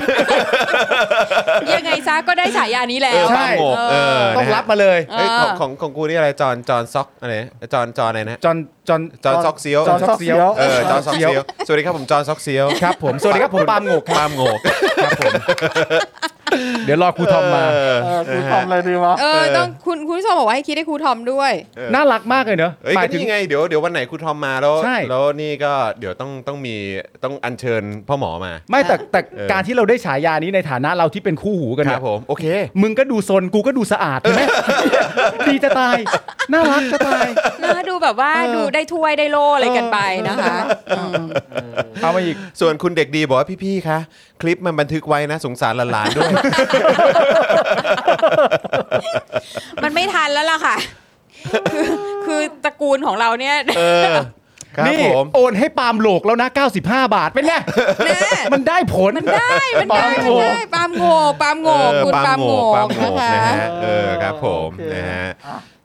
Speaker 3: ยังไงซะก็ได้ฉายานี้แล้
Speaker 1: เออ
Speaker 3: ว
Speaker 2: ใช่
Speaker 1: ปาล์มโงกเออ
Speaker 2: ต้อง
Speaker 1: นะฮะ
Speaker 2: รับมาเลย
Speaker 1: เอ้ย
Speaker 3: เออ
Speaker 1: ของของของกูนี่อะไรจอนจอนซอกอะไรนะจอนจอนอะไรนะ
Speaker 2: จอนจอน
Speaker 1: จอนซอกเซียว
Speaker 4: จอนซอกเซียว
Speaker 1: เออจอนซอกเซียวสวัสดีครับผมจอนซอกเซียว
Speaker 2: ครับผม สวัสดีครับผมปาล์มโงกค
Speaker 1: ปา
Speaker 2: รับ
Speaker 1: ล์มโงก
Speaker 2: ครับผม เดี๋ยวรอครูทอมมา
Speaker 1: เออ
Speaker 4: เออ
Speaker 1: นะ
Speaker 4: คุณทำ
Speaker 1: ฮะ
Speaker 4: อะไรดีวะ
Speaker 3: เออต้องคุณคุณผู้ชมบอกว่าให้คิดให้ครูทอมด้วย
Speaker 1: เออ
Speaker 2: น่ารักมากเลยเนอะ
Speaker 1: เอ้ย
Speaker 2: หมา
Speaker 1: ก็
Speaker 2: ยถึง
Speaker 1: นี่ไงเดี๋ยวเดี๋ยววันไหนครูทอมมาแล้ว
Speaker 2: ใช่
Speaker 1: แล้วนี่ก็เดี๋ยวต้องต้องมีต้องอัญเชิญพ่อหมอมา
Speaker 2: ไม่แต่แต่
Speaker 1: เออ
Speaker 2: การที่เราได้ฉายานี้ในฐานะเราที่เป็นคู่หูกัน
Speaker 1: ค
Speaker 2: เนี่
Speaker 1: รั
Speaker 2: ย
Speaker 1: บผมโอเค
Speaker 2: มึงก็ดูซนกูก็ดูสะอาดใช่ไหม ดีจะตาย น่ารักจะตาย
Speaker 3: นะดูแบบว่า
Speaker 2: เออ
Speaker 3: ดูได้ถ้วยได้โล่อะไรกันไปนะคะม
Speaker 2: เอามาอีก
Speaker 1: ส่วนคุณเด็กดีบอกว่าพี่ๆ คะ คลิปมันบันทึกไว้นะ สงสารหลานๆ ด้วย
Speaker 3: มันไม่ทันแล้วล่ะค่ะ คือคือตระกูลของเราเนี่ย
Speaker 1: เออ ครับ
Speaker 2: นี่
Speaker 1: ผม
Speaker 2: โอนให้ปาล์มโหลกแล้วนะ 95 บาทเป็นไง
Speaker 3: นะ
Speaker 2: มันได้ผล
Speaker 3: มันได้มันได้
Speaker 2: ปาล์ม
Speaker 3: มัน
Speaker 2: โง่
Speaker 3: ได้ปาล์มโงกปาล์มโงก
Speaker 1: เออ
Speaker 3: คุณปาล์มโง
Speaker 1: ปาล์
Speaker 3: ก
Speaker 1: มโง
Speaker 3: นะ
Speaker 1: กนะ
Speaker 3: คะ
Speaker 1: ฮะเออครับผม
Speaker 4: โอเค
Speaker 1: นะฮะ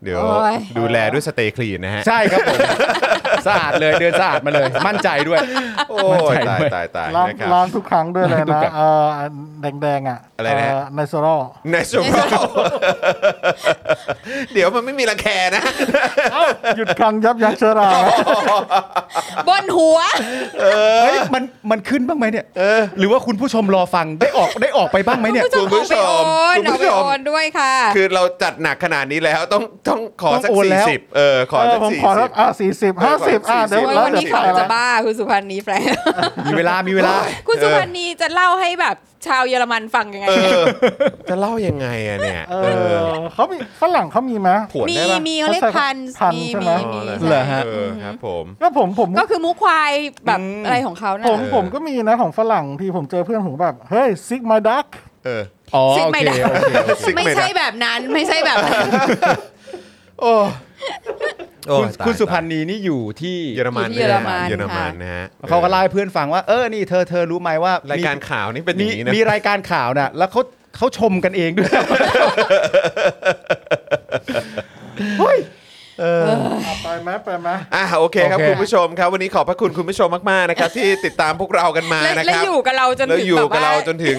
Speaker 1: เดี๋ยว
Speaker 3: โอ้ย
Speaker 1: ดูแลด้วยสเตย์คลีนนะฮะ
Speaker 2: ใช่ครับผม สะอาดเลยเดินสะอาดมาเลย มั่นใจด้วย
Speaker 1: โอ้ยตายตายตาย
Speaker 4: ล้าง
Speaker 1: นะครับ
Speaker 4: ล้างทุกครั้งด้วยเลย
Speaker 2: ล้างทุกค
Speaker 4: นะ
Speaker 2: รั้ง
Speaker 4: เอออันแดงๆอ่ะ
Speaker 1: อะไรนะฮะ
Speaker 4: ในโซโล่
Speaker 1: natural เดี๋ยวมันไม่มีรังแคนะ
Speaker 4: หยุดคันยับยั้งเชื้อรา
Speaker 3: บนหัว
Speaker 2: เฮ้ยมันมันขึ้นบ้างไหมเนี่ย
Speaker 1: เออ
Speaker 2: หรือว่าคุณผู้ชมรอฟังได้ออกได้ออกไปบ้างไหมเนี่ย
Speaker 1: คุณผู้ชม
Speaker 3: คุณ
Speaker 1: คุณ
Speaker 3: ผู้ชมเอา
Speaker 1: ผู้ชม
Speaker 3: ไปโอนเอาไปโอนด้วยค่ะ
Speaker 1: คือเราจัดหนักขนาดนี้แล้วต้องต้องขอสัก
Speaker 2: ต้องโอน
Speaker 1: สี่
Speaker 2: แล้ว
Speaker 1: สิบเออขอสัก
Speaker 4: เผม
Speaker 1: สี่
Speaker 4: ขอ
Speaker 1: สิ
Speaker 4: สั
Speaker 1: บ
Speaker 4: กอ่ะสี่สิบห้าสิบอ่ะเดี๋ยว
Speaker 1: โอ้
Speaker 3: โอ้ย
Speaker 4: แล้ว
Speaker 3: วัน
Speaker 4: เดี๋ยว
Speaker 3: นี้
Speaker 4: ใส่
Speaker 3: เขา
Speaker 4: อะไร
Speaker 3: จะบ้าคุณสุพันธ์นีแฟร์
Speaker 2: มีเวลามีเวลา
Speaker 3: คุณสุพันธ์นีจะเล่าให้แบบชาวเยอรมันฟังยังไง
Speaker 1: เออ จะเล่ายังไงอะเนี่ย
Speaker 4: เออเขามีฝรั่งเขามีไหม
Speaker 1: ผวน
Speaker 5: มี
Speaker 1: ได้ปะ
Speaker 5: มีเขาเรียก
Speaker 4: เขาใส่
Speaker 5: พัน
Speaker 4: พัน
Speaker 5: มี
Speaker 4: ใช่ไหม
Speaker 5: มี
Speaker 1: อ๋อ
Speaker 5: มี
Speaker 1: เหรอ
Speaker 2: เหรอฮะ
Speaker 1: เออครับผม
Speaker 4: ก็ผมผม
Speaker 3: ก็คือมุกควายแบบ
Speaker 2: อืม
Speaker 3: อะไรของเขานะ
Speaker 4: ผม
Speaker 1: เออ
Speaker 4: ผมก็มีนะของฝรั่งที่ผมเจอเพื่อนผมแบบ เฮ้ยซิกมาดัก
Speaker 1: เออ
Speaker 2: อ๋อ
Speaker 3: ซิก
Speaker 2: โอ
Speaker 3: ไม่
Speaker 2: เค
Speaker 3: ได้
Speaker 2: โอเคโอเค
Speaker 1: ซิก
Speaker 3: ไม่
Speaker 1: ไม่ได้
Speaker 3: ใช่แบบนั้นไม่ใช่แบบนั้น
Speaker 1: โอ้โอ้
Speaker 2: คุ
Speaker 1: ย
Speaker 2: ณ
Speaker 1: ตาย
Speaker 2: คุณสุพันธ์นีนี่อยู่ที่
Speaker 1: เยอรมัน
Speaker 3: อยู่ที่เยอรมัน
Speaker 1: เยอรมัน
Speaker 3: ค่ะ
Speaker 1: นะฮะ
Speaker 2: เขาก็เล่าให้เพื่อนฟังว่าเออนี่เธอเธอรู้ไหมว่า
Speaker 1: รา
Speaker 2: มี
Speaker 1: ยการข่าวนี่เป็นอ
Speaker 2: มี
Speaker 1: ย่างนี้นะ
Speaker 2: มีรายการข่าวน่ะ แล้วเขาเขาชมกันเองด้วย เฮ้ย
Speaker 4: อ่ะไปไหมไปไหม
Speaker 1: อ่ะโอเคครับ
Speaker 2: โอเค
Speaker 1: คุณผู้ชมครับ วันนี้ขอบพระคุณคุณผู้ชมมาก ๆ นะครับ ที่ติดตามพวกเรากันมา
Speaker 3: และ
Speaker 1: นะ
Speaker 3: และ
Speaker 1: ครับ
Speaker 3: อยู่กับเราจน
Speaker 1: แล้ว
Speaker 3: ถึง
Speaker 1: อยู่
Speaker 3: แบบ
Speaker 1: กับ
Speaker 3: ว่า
Speaker 1: เราจนถึง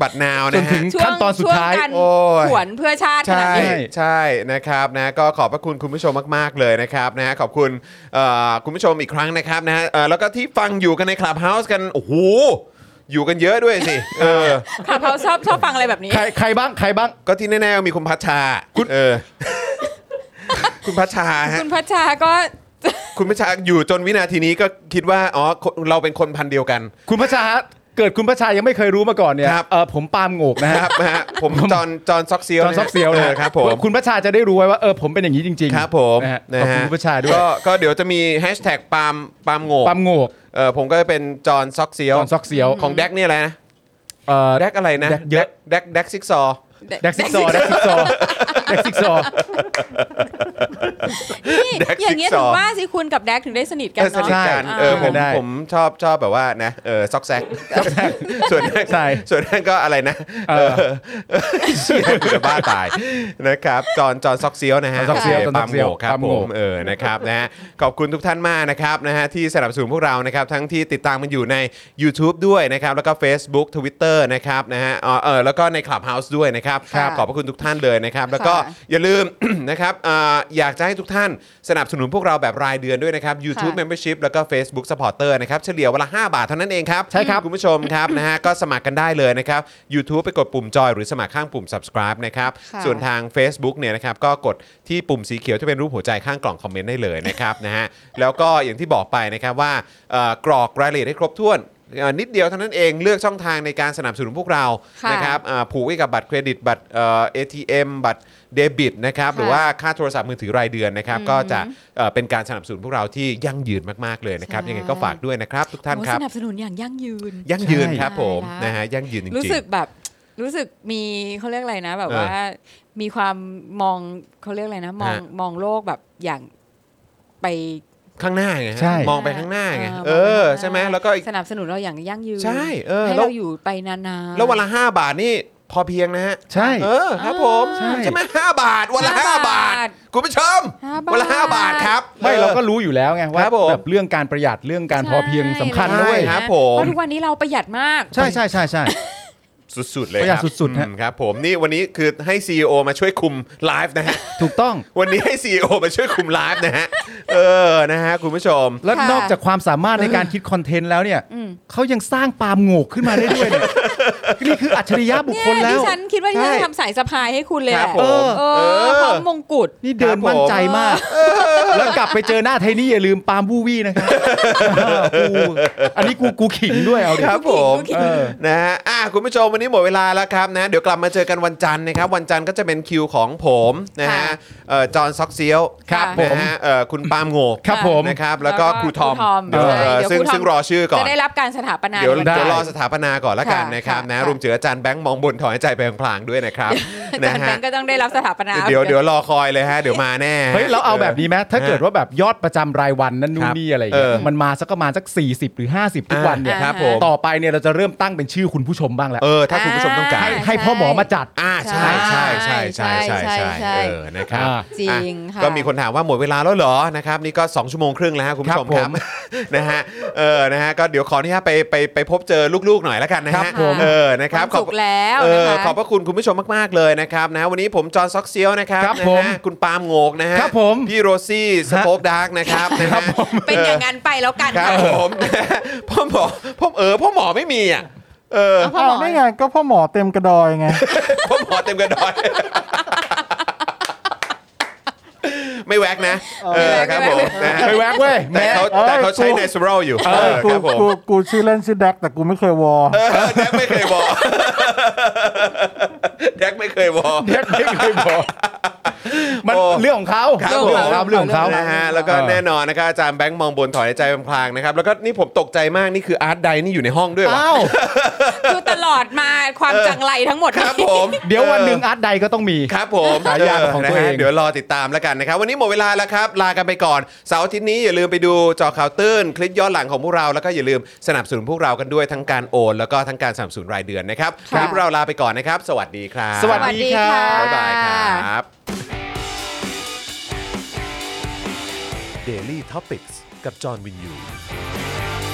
Speaker 1: บัตรนาว
Speaker 2: จ
Speaker 1: นะ
Speaker 2: น
Speaker 1: ฮะ
Speaker 2: ถึง
Speaker 3: ช่ว
Speaker 2: ขั้
Speaker 3: ง
Speaker 2: นตอนสุด
Speaker 3: ช่วง
Speaker 2: ท้าย
Speaker 3: การ
Speaker 1: โอ้ย
Speaker 3: ขวนเพื่อชาติขนาด
Speaker 1: ใช่
Speaker 3: นี้
Speaker 1: ใช่นะครับนะก็ขอบพระคุณคุณผู้ชมมาก ๆ เลยนะครับนะขอบคุณเอ่อคุณผู้ชมอีกครั้งนะครับนะเอ่อแล้วก็ที่ฟังอยู่กันในคลับเฮาส์กันโอ้โหอยู่กันเยอะด้วย สิเออ
Speaker 3: ค่ะเขาชอบชอบฟังอะไรแบบนี้
Speaker 2: ใครใครบ้างใครบ้าง
Speaker 1: ก็ที่แน่ๆมีคุณพัชชาคุณเออ คุณพัชชาฮะ
Speaker 3: คุณพัชชาก็
Speaker 1: คุณประชาอยู่จนวินาทีนี้ก็คิดว่าอ๋อคนเราเป็นคนพันธุ์เดียวกัน
Speaker 2: คุณพระชาฮะเกิดคุณพระชายังไม่เคยรู้มาก่อนเนี่ย
Speaker 1: ครับ
Speaker 2: เออผมปาล์มโงกนะ
Speaker 1: นะ
Speaker 2: ฮะ
Speaker 1: ครับนะฮะ ผมจอนจอนซอกเซียว
Speaker 2: จอห์นซอกเซียวนะ
Speaker 1: อ
Speaker 2: ฮะ
Speaker 1: อครับผม
Speaker 2: คุณพระชาจะได้รู้ไว้ว่าเออผมเป็นอย่างนี้จริงๆ
Speaker 1: ครับผม
Speaker 2: นะฮะ
Speaker 1: นะ
Speaker 2: ขอบ
Speaker 1: ฮะ
Speaker 2: คุณคุณพระชาด้วย
Speaker 1: ก็ก็เดี๋ยวจะมีแฮชแท็กปาล์มปาล์มโง่
Speaker 2: ปาล์มโงก
Speaker 1: เออผมก็จะเป็นจอนซอกเซียว
Speaker 2: จอห์นซอกเซียว
Speaker 1: ของแดกนี่ยแหละไรนะ
Speaker 2: เออ
Speaker 1: แดกอะไรนะ
Speaker 2: แดกเยอะ
Speaker 1: แดกแดกซิกซอว์
Speaker 2: แดกซิกซอว์แดกซิกซอว์แดกซิกซอว์
Speaker 3: นี่อย่างเงี้ยถึงว่าสิคุณกับแดกถึงได้สนิทกัน
Speaker 1: เออสนิท
Speaker 3: เนาะ
Speaker 1: กัน
Speaker 3: ใช่
Speaker 1: เออผม
Speaker 2: ได้
Speaker 1: ผมชอบชอบแบบว่านะเออซอก แซกส่วนแดก
Speaker 2: ใช่
Speaker 1: ส่วนนั่นก็อะไรนะ
Speaker 2: เออ
Speaker 1: เออเชี่ยกูจะบ้าตายนะครับจอนจอนซอกเซียวนะฮะ
Speaker 2: จอนซอกเซียวจอนซ
Speaker 1: ปา
Speaker 2: อ
Speaker 1: ล์ม
Speaker 2: กเซี
Speaker 1: โง
Speaker 2: ยว
Speaker 1: ครับ
Speaker 2: ปาล์ม
Speaker 1: ผ
Speaker 2: โง่
Speaker 1: ม เออ นะครับ นะฮะ ขอบคุณทุกท่านมากนะครับ นะฮะ ที่สนับสนุนพวกเรา นะครับ ทั้งที่ติดตามมันอยู่ใน YouTube ด้วยนะครับ แล้วก็ Facebook Twitter นะครับ นะฮะเอ่อเออแล้วก็ใน Clubhouse ด้วยนะครับ
Speaker 5: ครับ
Speaker 1: ขอบพระคุณทุกท่านเลยนะครับ แล้วก็
Speaker 5: ค่ะ
Speaker 1: อย่าลืม นะครับอ่าอยากจะให้ทุกท่านสนับสนุนพวกเราแบบรายเดือนด้วยนะครับ YouTube
Speaker 5: ค่ะ
Speaker 1: Membership แล้วก็ Facebook Supporter นะครับ เฉลี่ยวันละ 5 บาทเท่านั้นเองครับ
Speaker 2: ใช่ครับ
Speaker 1: คุณผู้ชมครับ นะฮะ ก็สมัครกันได้เลยนะครับ YouTube ไปกดปุ่มจอยหรือสมัครข้างปุ่ม subscribe นะครับ
Speaker 5: ค่ะ
Speaker 1: ส่วน ทาง Facebook เนี่ยนะครับก็กดที่ปุ่มสีเขียวที่เป็นรูปหัวใจข้างกล่องคอมเมนต์ได้เลยนะครับ นะฮะแล้วก็อย่างที่บอกไปนะครับว่าเอ่อกรอกรายละเอียดให้ครบถ้วนเอ่อนิดเดียวเท่านั้นเองเลือกช่องทางในการสนับสนุนพวกเรา
Speaker 5: ค่ะ
Speaker 1: นะครับอ่าผูกไว้กับบัตรเครดิตบัตรเอ่อ ATM บัตรเดบิตนะครับ
Speaker 5: ค่ะ
Speaker 1: หรือว่าค่าโทรศัพท์มือถือรายเดือนนะครับก็จะเอ่อเป็นการสนับสนุนพวกเราที่ยั่งยืนมากๆเลยนะครับ
Speaker 5: ใช่
Speaker 1: ยังไงก็ฝากด้วยนะครับ ทุกท่าน
Speaker 3: โอ้
Speaker 1: ครั
Speaker 3: ส
Speaker 1: บ
Speaker 3: นับสนุนอย่างยั่งยืน
Speaker 1: ยั่งยืนครับผม
Speaker 3: ใช่
Speaker 1: นะฮะยั่งยืนจริงๆ
Speaker 3: รู้สึกแบบรู้สึกมีเขาเรียกอะไรนะ แบบ
Speaker 1: เออ
Speaker 3: ว่ามีความมองเขาเรียกอะไรนะ มอง
Speaker 1: ฮะ
Speaker 3: มองโลกแบบอย่างไป
Speaker 1: ข้างหน้าไงฮะ
Speaker 2: ใช่
Speaker 1: มองไปข้างหน้าไง
Speaker 3: าม
Speaker 1: เออ
Speaker 3: ปข้างน้า
Speaker 1: ใช่ไหมแล้วก็อีก
Speaker 3: สนับสนุนเราอย่างยั่งยืน
Speaker 1: ใช่เออ
Speaker 3: ให้
Speaker 1: แล้ว
Speaker 3: เราอยู่ไปนานๆ
Speaker 1: แล้ววันละ 5 บาทนี่พอเพียงนะฮะ
Speaker 2: ใช่
Speaker 1: เออครับผม
Speaker 2: ใช่
Speaker 1: ไหมห้าบาท วันละ
Speaker 3: ห้า
Speaker 1: ห้าบา
Speaker 3: บา
Speaker 1: ท
Speaker 3: ท
Speaker 1: คุณผู้ชม
Speaker 3: ห้าบาท
Speaker 1: วันละห้าบาทครับ
Speaker 2: ไม่เราก็รู้อยู่แล้วไงว่า
Speaker 1: ครับผม
Speaker 2: แบบเรื่องการประหยัดเรื่องการพอเพียงสำคัญ
Speaker 1: ใช่
Speaker 2: นะเว้ย
Speaker 1: ค
Speaker 3: นะ
Speaker 1: รับผม
Speaker 3: เพราะทุกวันนี้เราประหยัดมาก
Speaker 2: ใช่ใช่ใช่ใช่
Speaker 1: สุดๆเลย
Speaker 2: ประหยั
Speaker 1: ค
Speaker 2: ด
Speaker 1: รับ
Speaker 2: สุดๆฮะ
Speaker 1: อืมครับผมนี่วันนี้คือให้ CEO มาช่วยคุมไลฟ์นะฮะ
Speaker 2: ถูกต้อง
Speaker 1: วันนี้ให้ CEO มาช่วยคุมไลฟ์นะฮะ เออนะฮะคุณผู้ชม
Speaker 2: แล้ว
Speaker 3: ค่ะ
Speaker 2: นอกจากความสามารถในการคิดคอนเทนต์แล้วเนี่ย
Speaker 3: อืม
Speaker 2: เขายังสร้างปาล์มโงกขึ้นมาได้ด้วยเนี่ย นี่คืออัจฉริยะบุคคล
Speaker 3: เนี่ย
Speaker 2: แล้
Speaker 3: ดิ
Speaker 2: ว
Speaker 3: ฉันคิดว่าดิฉัน
Speaker 2: ใช่
Speaker 3: จะทำสายสะพายให้คุณเลย
Speaker 1: ค
Speaker 3: แห
Speaker 1: รับ
Speaker 3: ละ
Speaker 1: ผม
Speaker 2: เออ
Speaker 3: เออพร้อมมงกุฎ
Speaker 2: นี่เดิ
Speaker 1: ค
Speaker 2: น
Speaker 1: รับผม
Speaker 2: มั่นใจมาก แล้วกลับไปเจอหน้าไทนี่อย่าลืมปาล์มบูวี่นะครับกูอันนี้กูกูขิงด้วยเอาดิ
Speaker 1: ครับผม
Speaker 3: กูคิด
Speaker 2: เออ
Speaker 1: นะฮะอ่ะคุณผู้ชมวันนี้หมดเวลาแล้วครับนะเดี๋ยวกลับมาเจอกันวันจันทร์นะครับ วันจันทร์ก็จะเป็นคิวของผมนะฮะ
Speaker 3: ค่ะ
Speaker 1: เอ่อจอห์นซอกเซียว
Speaker 2: ครับผม
Speaker 1: นะฮะเอ่อคุณปาล์มโงก
Speaker 2: ครับผม
Speaker 1: นะครับแล้วก็ครูทอม
Speaker 3: แล้วก็ครูทอม
Speaker 1: เอ่อ
Speaker 3: ใช่
Speaker 1: ซึ่ง
Speaker 3: เดี๋ยวครูทอม
Speaker 1: ซึ่งรอชื่อก่อ
Speaker 3: จะ
Speaker 1: น
Speaker 3: ได้รับการสถาปนา
Speaker 1: เดี๋ยว
Speaker 3: ในน
Speaker 1: เดี๋ยวรอ
Speaker 3: จันท
Speaker 1: สถาปนาก่อนละกัน
Speaker 3: ค่ะ
Speaker 1: นะครับ
Speaker 3: ค่ะ
Speaker 1: นะ
Speaker 3: ค่ะ
Speaker 1: รวมถึงอาจารย์แบงค์มองบนถอนหายใจไปพลางๆด้วยนะครับ
Speaker 3: อา
Speaker 1: นะ
Speaker 3: จารย์แบ
Speaker 1: ฮะ
Speaker 3: งก์ก็ต้องได้รับสถาปนา
Speaker 1: เดี๋ยวเดี๋ยวรอคอยเลยฮะเดี๋ยวมาแน่
Speaker 2: เฮ้ยเราเอาแบบนี้ไหมถ้าเกิดว่าแบบยอดประจำรายวันนั่นนู่
Speaker 1: คน รับ
Speaker 2: นี่อะไรอย่างเงี้
Speaker 1: เอย อ
Speaker 2: มันมาสักประมาณสัก 40 หรือ 50 ทุกวันเนี่ย
Speaker 1: อ่าครับผม
Speaker 2: ต่อไปเนี่ยเราจะเริ่มตั้งเป็นชื่อคุณผู้ชมบ้างแล้ว
Speaker 1: เออ ถ้าคุณผู้ชมต้องการ
Speaker 2: ให้
Speaker 3: อ่า
Speaker 2: ให้พ่อหมอมาจัด
Speaker 1: อ่าใช่ใช่ใช่ใช่ใช่ใช่
Speaker 3: ใช่
Speaker 1: ใช่เออนะครับ
Speaker 2: อ่า
Speaker 3: จริง
Speaker 1: อ่
Speaker 3: ค่ะ
Speaker 1: ก็มีคนถามว่าหมดเวลาแล้วเหรอนะครับนี่ก็ 2 ชั่วโมงครึ่งแล้วฮะคุณผู้ชมค
Speaker 2: ครั
Speaker 1: รับบ
Speaker 2: ผม
Speaker 1: นะฮะเออนะฮะก็เดี๋ยวขออนุญาตไปไปไปพบเจอลูกๆหน่อยแล้วกันนะ
Speaker 2: ครั
Speaker 1: ฮะ
Speaker 2: บผม
Speaker 1: เออนะครับ
Speaker 3: วันศุกร์แล้ว
Speaker 1: เออ
Speaker 3: นะคะ
Speaker 1: ขอบพระคุณคุณผู้ชมมากๆเลยนะครับนะวันนี้ผมจอห์นซอกเซียวนะครับ
Speaker 2: ครับ
Speaker 1: นะ
Speaker 2: ผม
Speaker 1: ฮะคุณปาล์มโงกนะฮะ
Speaker 2: ครับผม
Speaker 1: พี่โรซี่สป็อกดาร์กนะครับนะฮะ
Speaker 3: เป็นอย่างนั้นไปแล้วกัน
Speaker 1: ครับ
Speaker 3: ค่ะ
Speaker 1: ผมพ่อหมอพ่อเออพ่อหมอไม่มีอ่ะเออ
Speaker 5: เอาพ่อหมอ
Speaker 4: าวนี่ไงก็พ่อหมอเต็มกระดอยไง
Speaker 1: พ่อหมอเต็มกระดอยไม่แวกนะเออครับผมนะฮะ
Speaker 2: ไปแวกเว้ย
Speaker 1: แต่
Speaker 2: แม่
Speaker 1: เขา
Speaker 4: เอ้ย
Speaker 1: แต่เขาใช้ natural อยู่เออ
Speaker 4: กู
Speaker 1: ครับผม
Speaker 4: กูกูชื่อเล่นชื่อแดกแต่กูไม่เคยวอ
Speaker 1: เออแดกไม่เคยบอกแดกไม่เคยบอก
Speaker 2: เด็กไม่เคยบอกมัน
Speaker 1: โอ้
Speaker 2: เรื่องของเขา
Speaker 1: ครับ
Speaker 2: เรื่องของเขาเรื่องของเขา
Speaker 1: นะฮะแล้วก็แน่นอนนะครับอาจารย์แบงค์มองบนถอยใจพลางๆนะครับ แล้วก็นี่ผมตกใจมากนี่คืออาร์ตไดนี่อยู่ในห้องด้วยวะ
Speaker 2: อ้าว
Speaker 3: คือตลอดมาความจังไรทั้งหมด
Speaker 1: ค
Speaker 3: นี้
Speaker 1: รับผม
Speaker 2: เดี๋ยววันหนึ่งอาร์ตใดก็ต้องมี
Speaker 1: ครับผม
Speaker 2: ฉายาของ
Speaker 1: นะ
Speaker 2: ตัว
Speaker 1: ฮะ
Speaker 2: เอง
Speaker 1: เดี๋ยวรอติดตามแล้วกันนะครับ วันนี้หมดเวลาแล้วครับ ลากันไปก่อน เสาร์อาทิตย์นี้อย่าลืมไปดูเจอข่าวตื้น คลิปย้อนหลังของพวกเรา แล้วก็อย่าลืมสนับสนุนพวกเรากันด้วยทั้งการโอน แล้วก็ทั้งการสนับสนุนรายเดือนนะครับวันนี้พวกเราลาไปก่อนนะครับ สวัสดีครับ
Speaker 2: สวัส
Speaker 3: สวัส
Speaker 2: ดี
Speaker 3: ดีค่ะ
Speaker 1: บ๊ายบายครับ Daily Topics กับจอห์นวินยู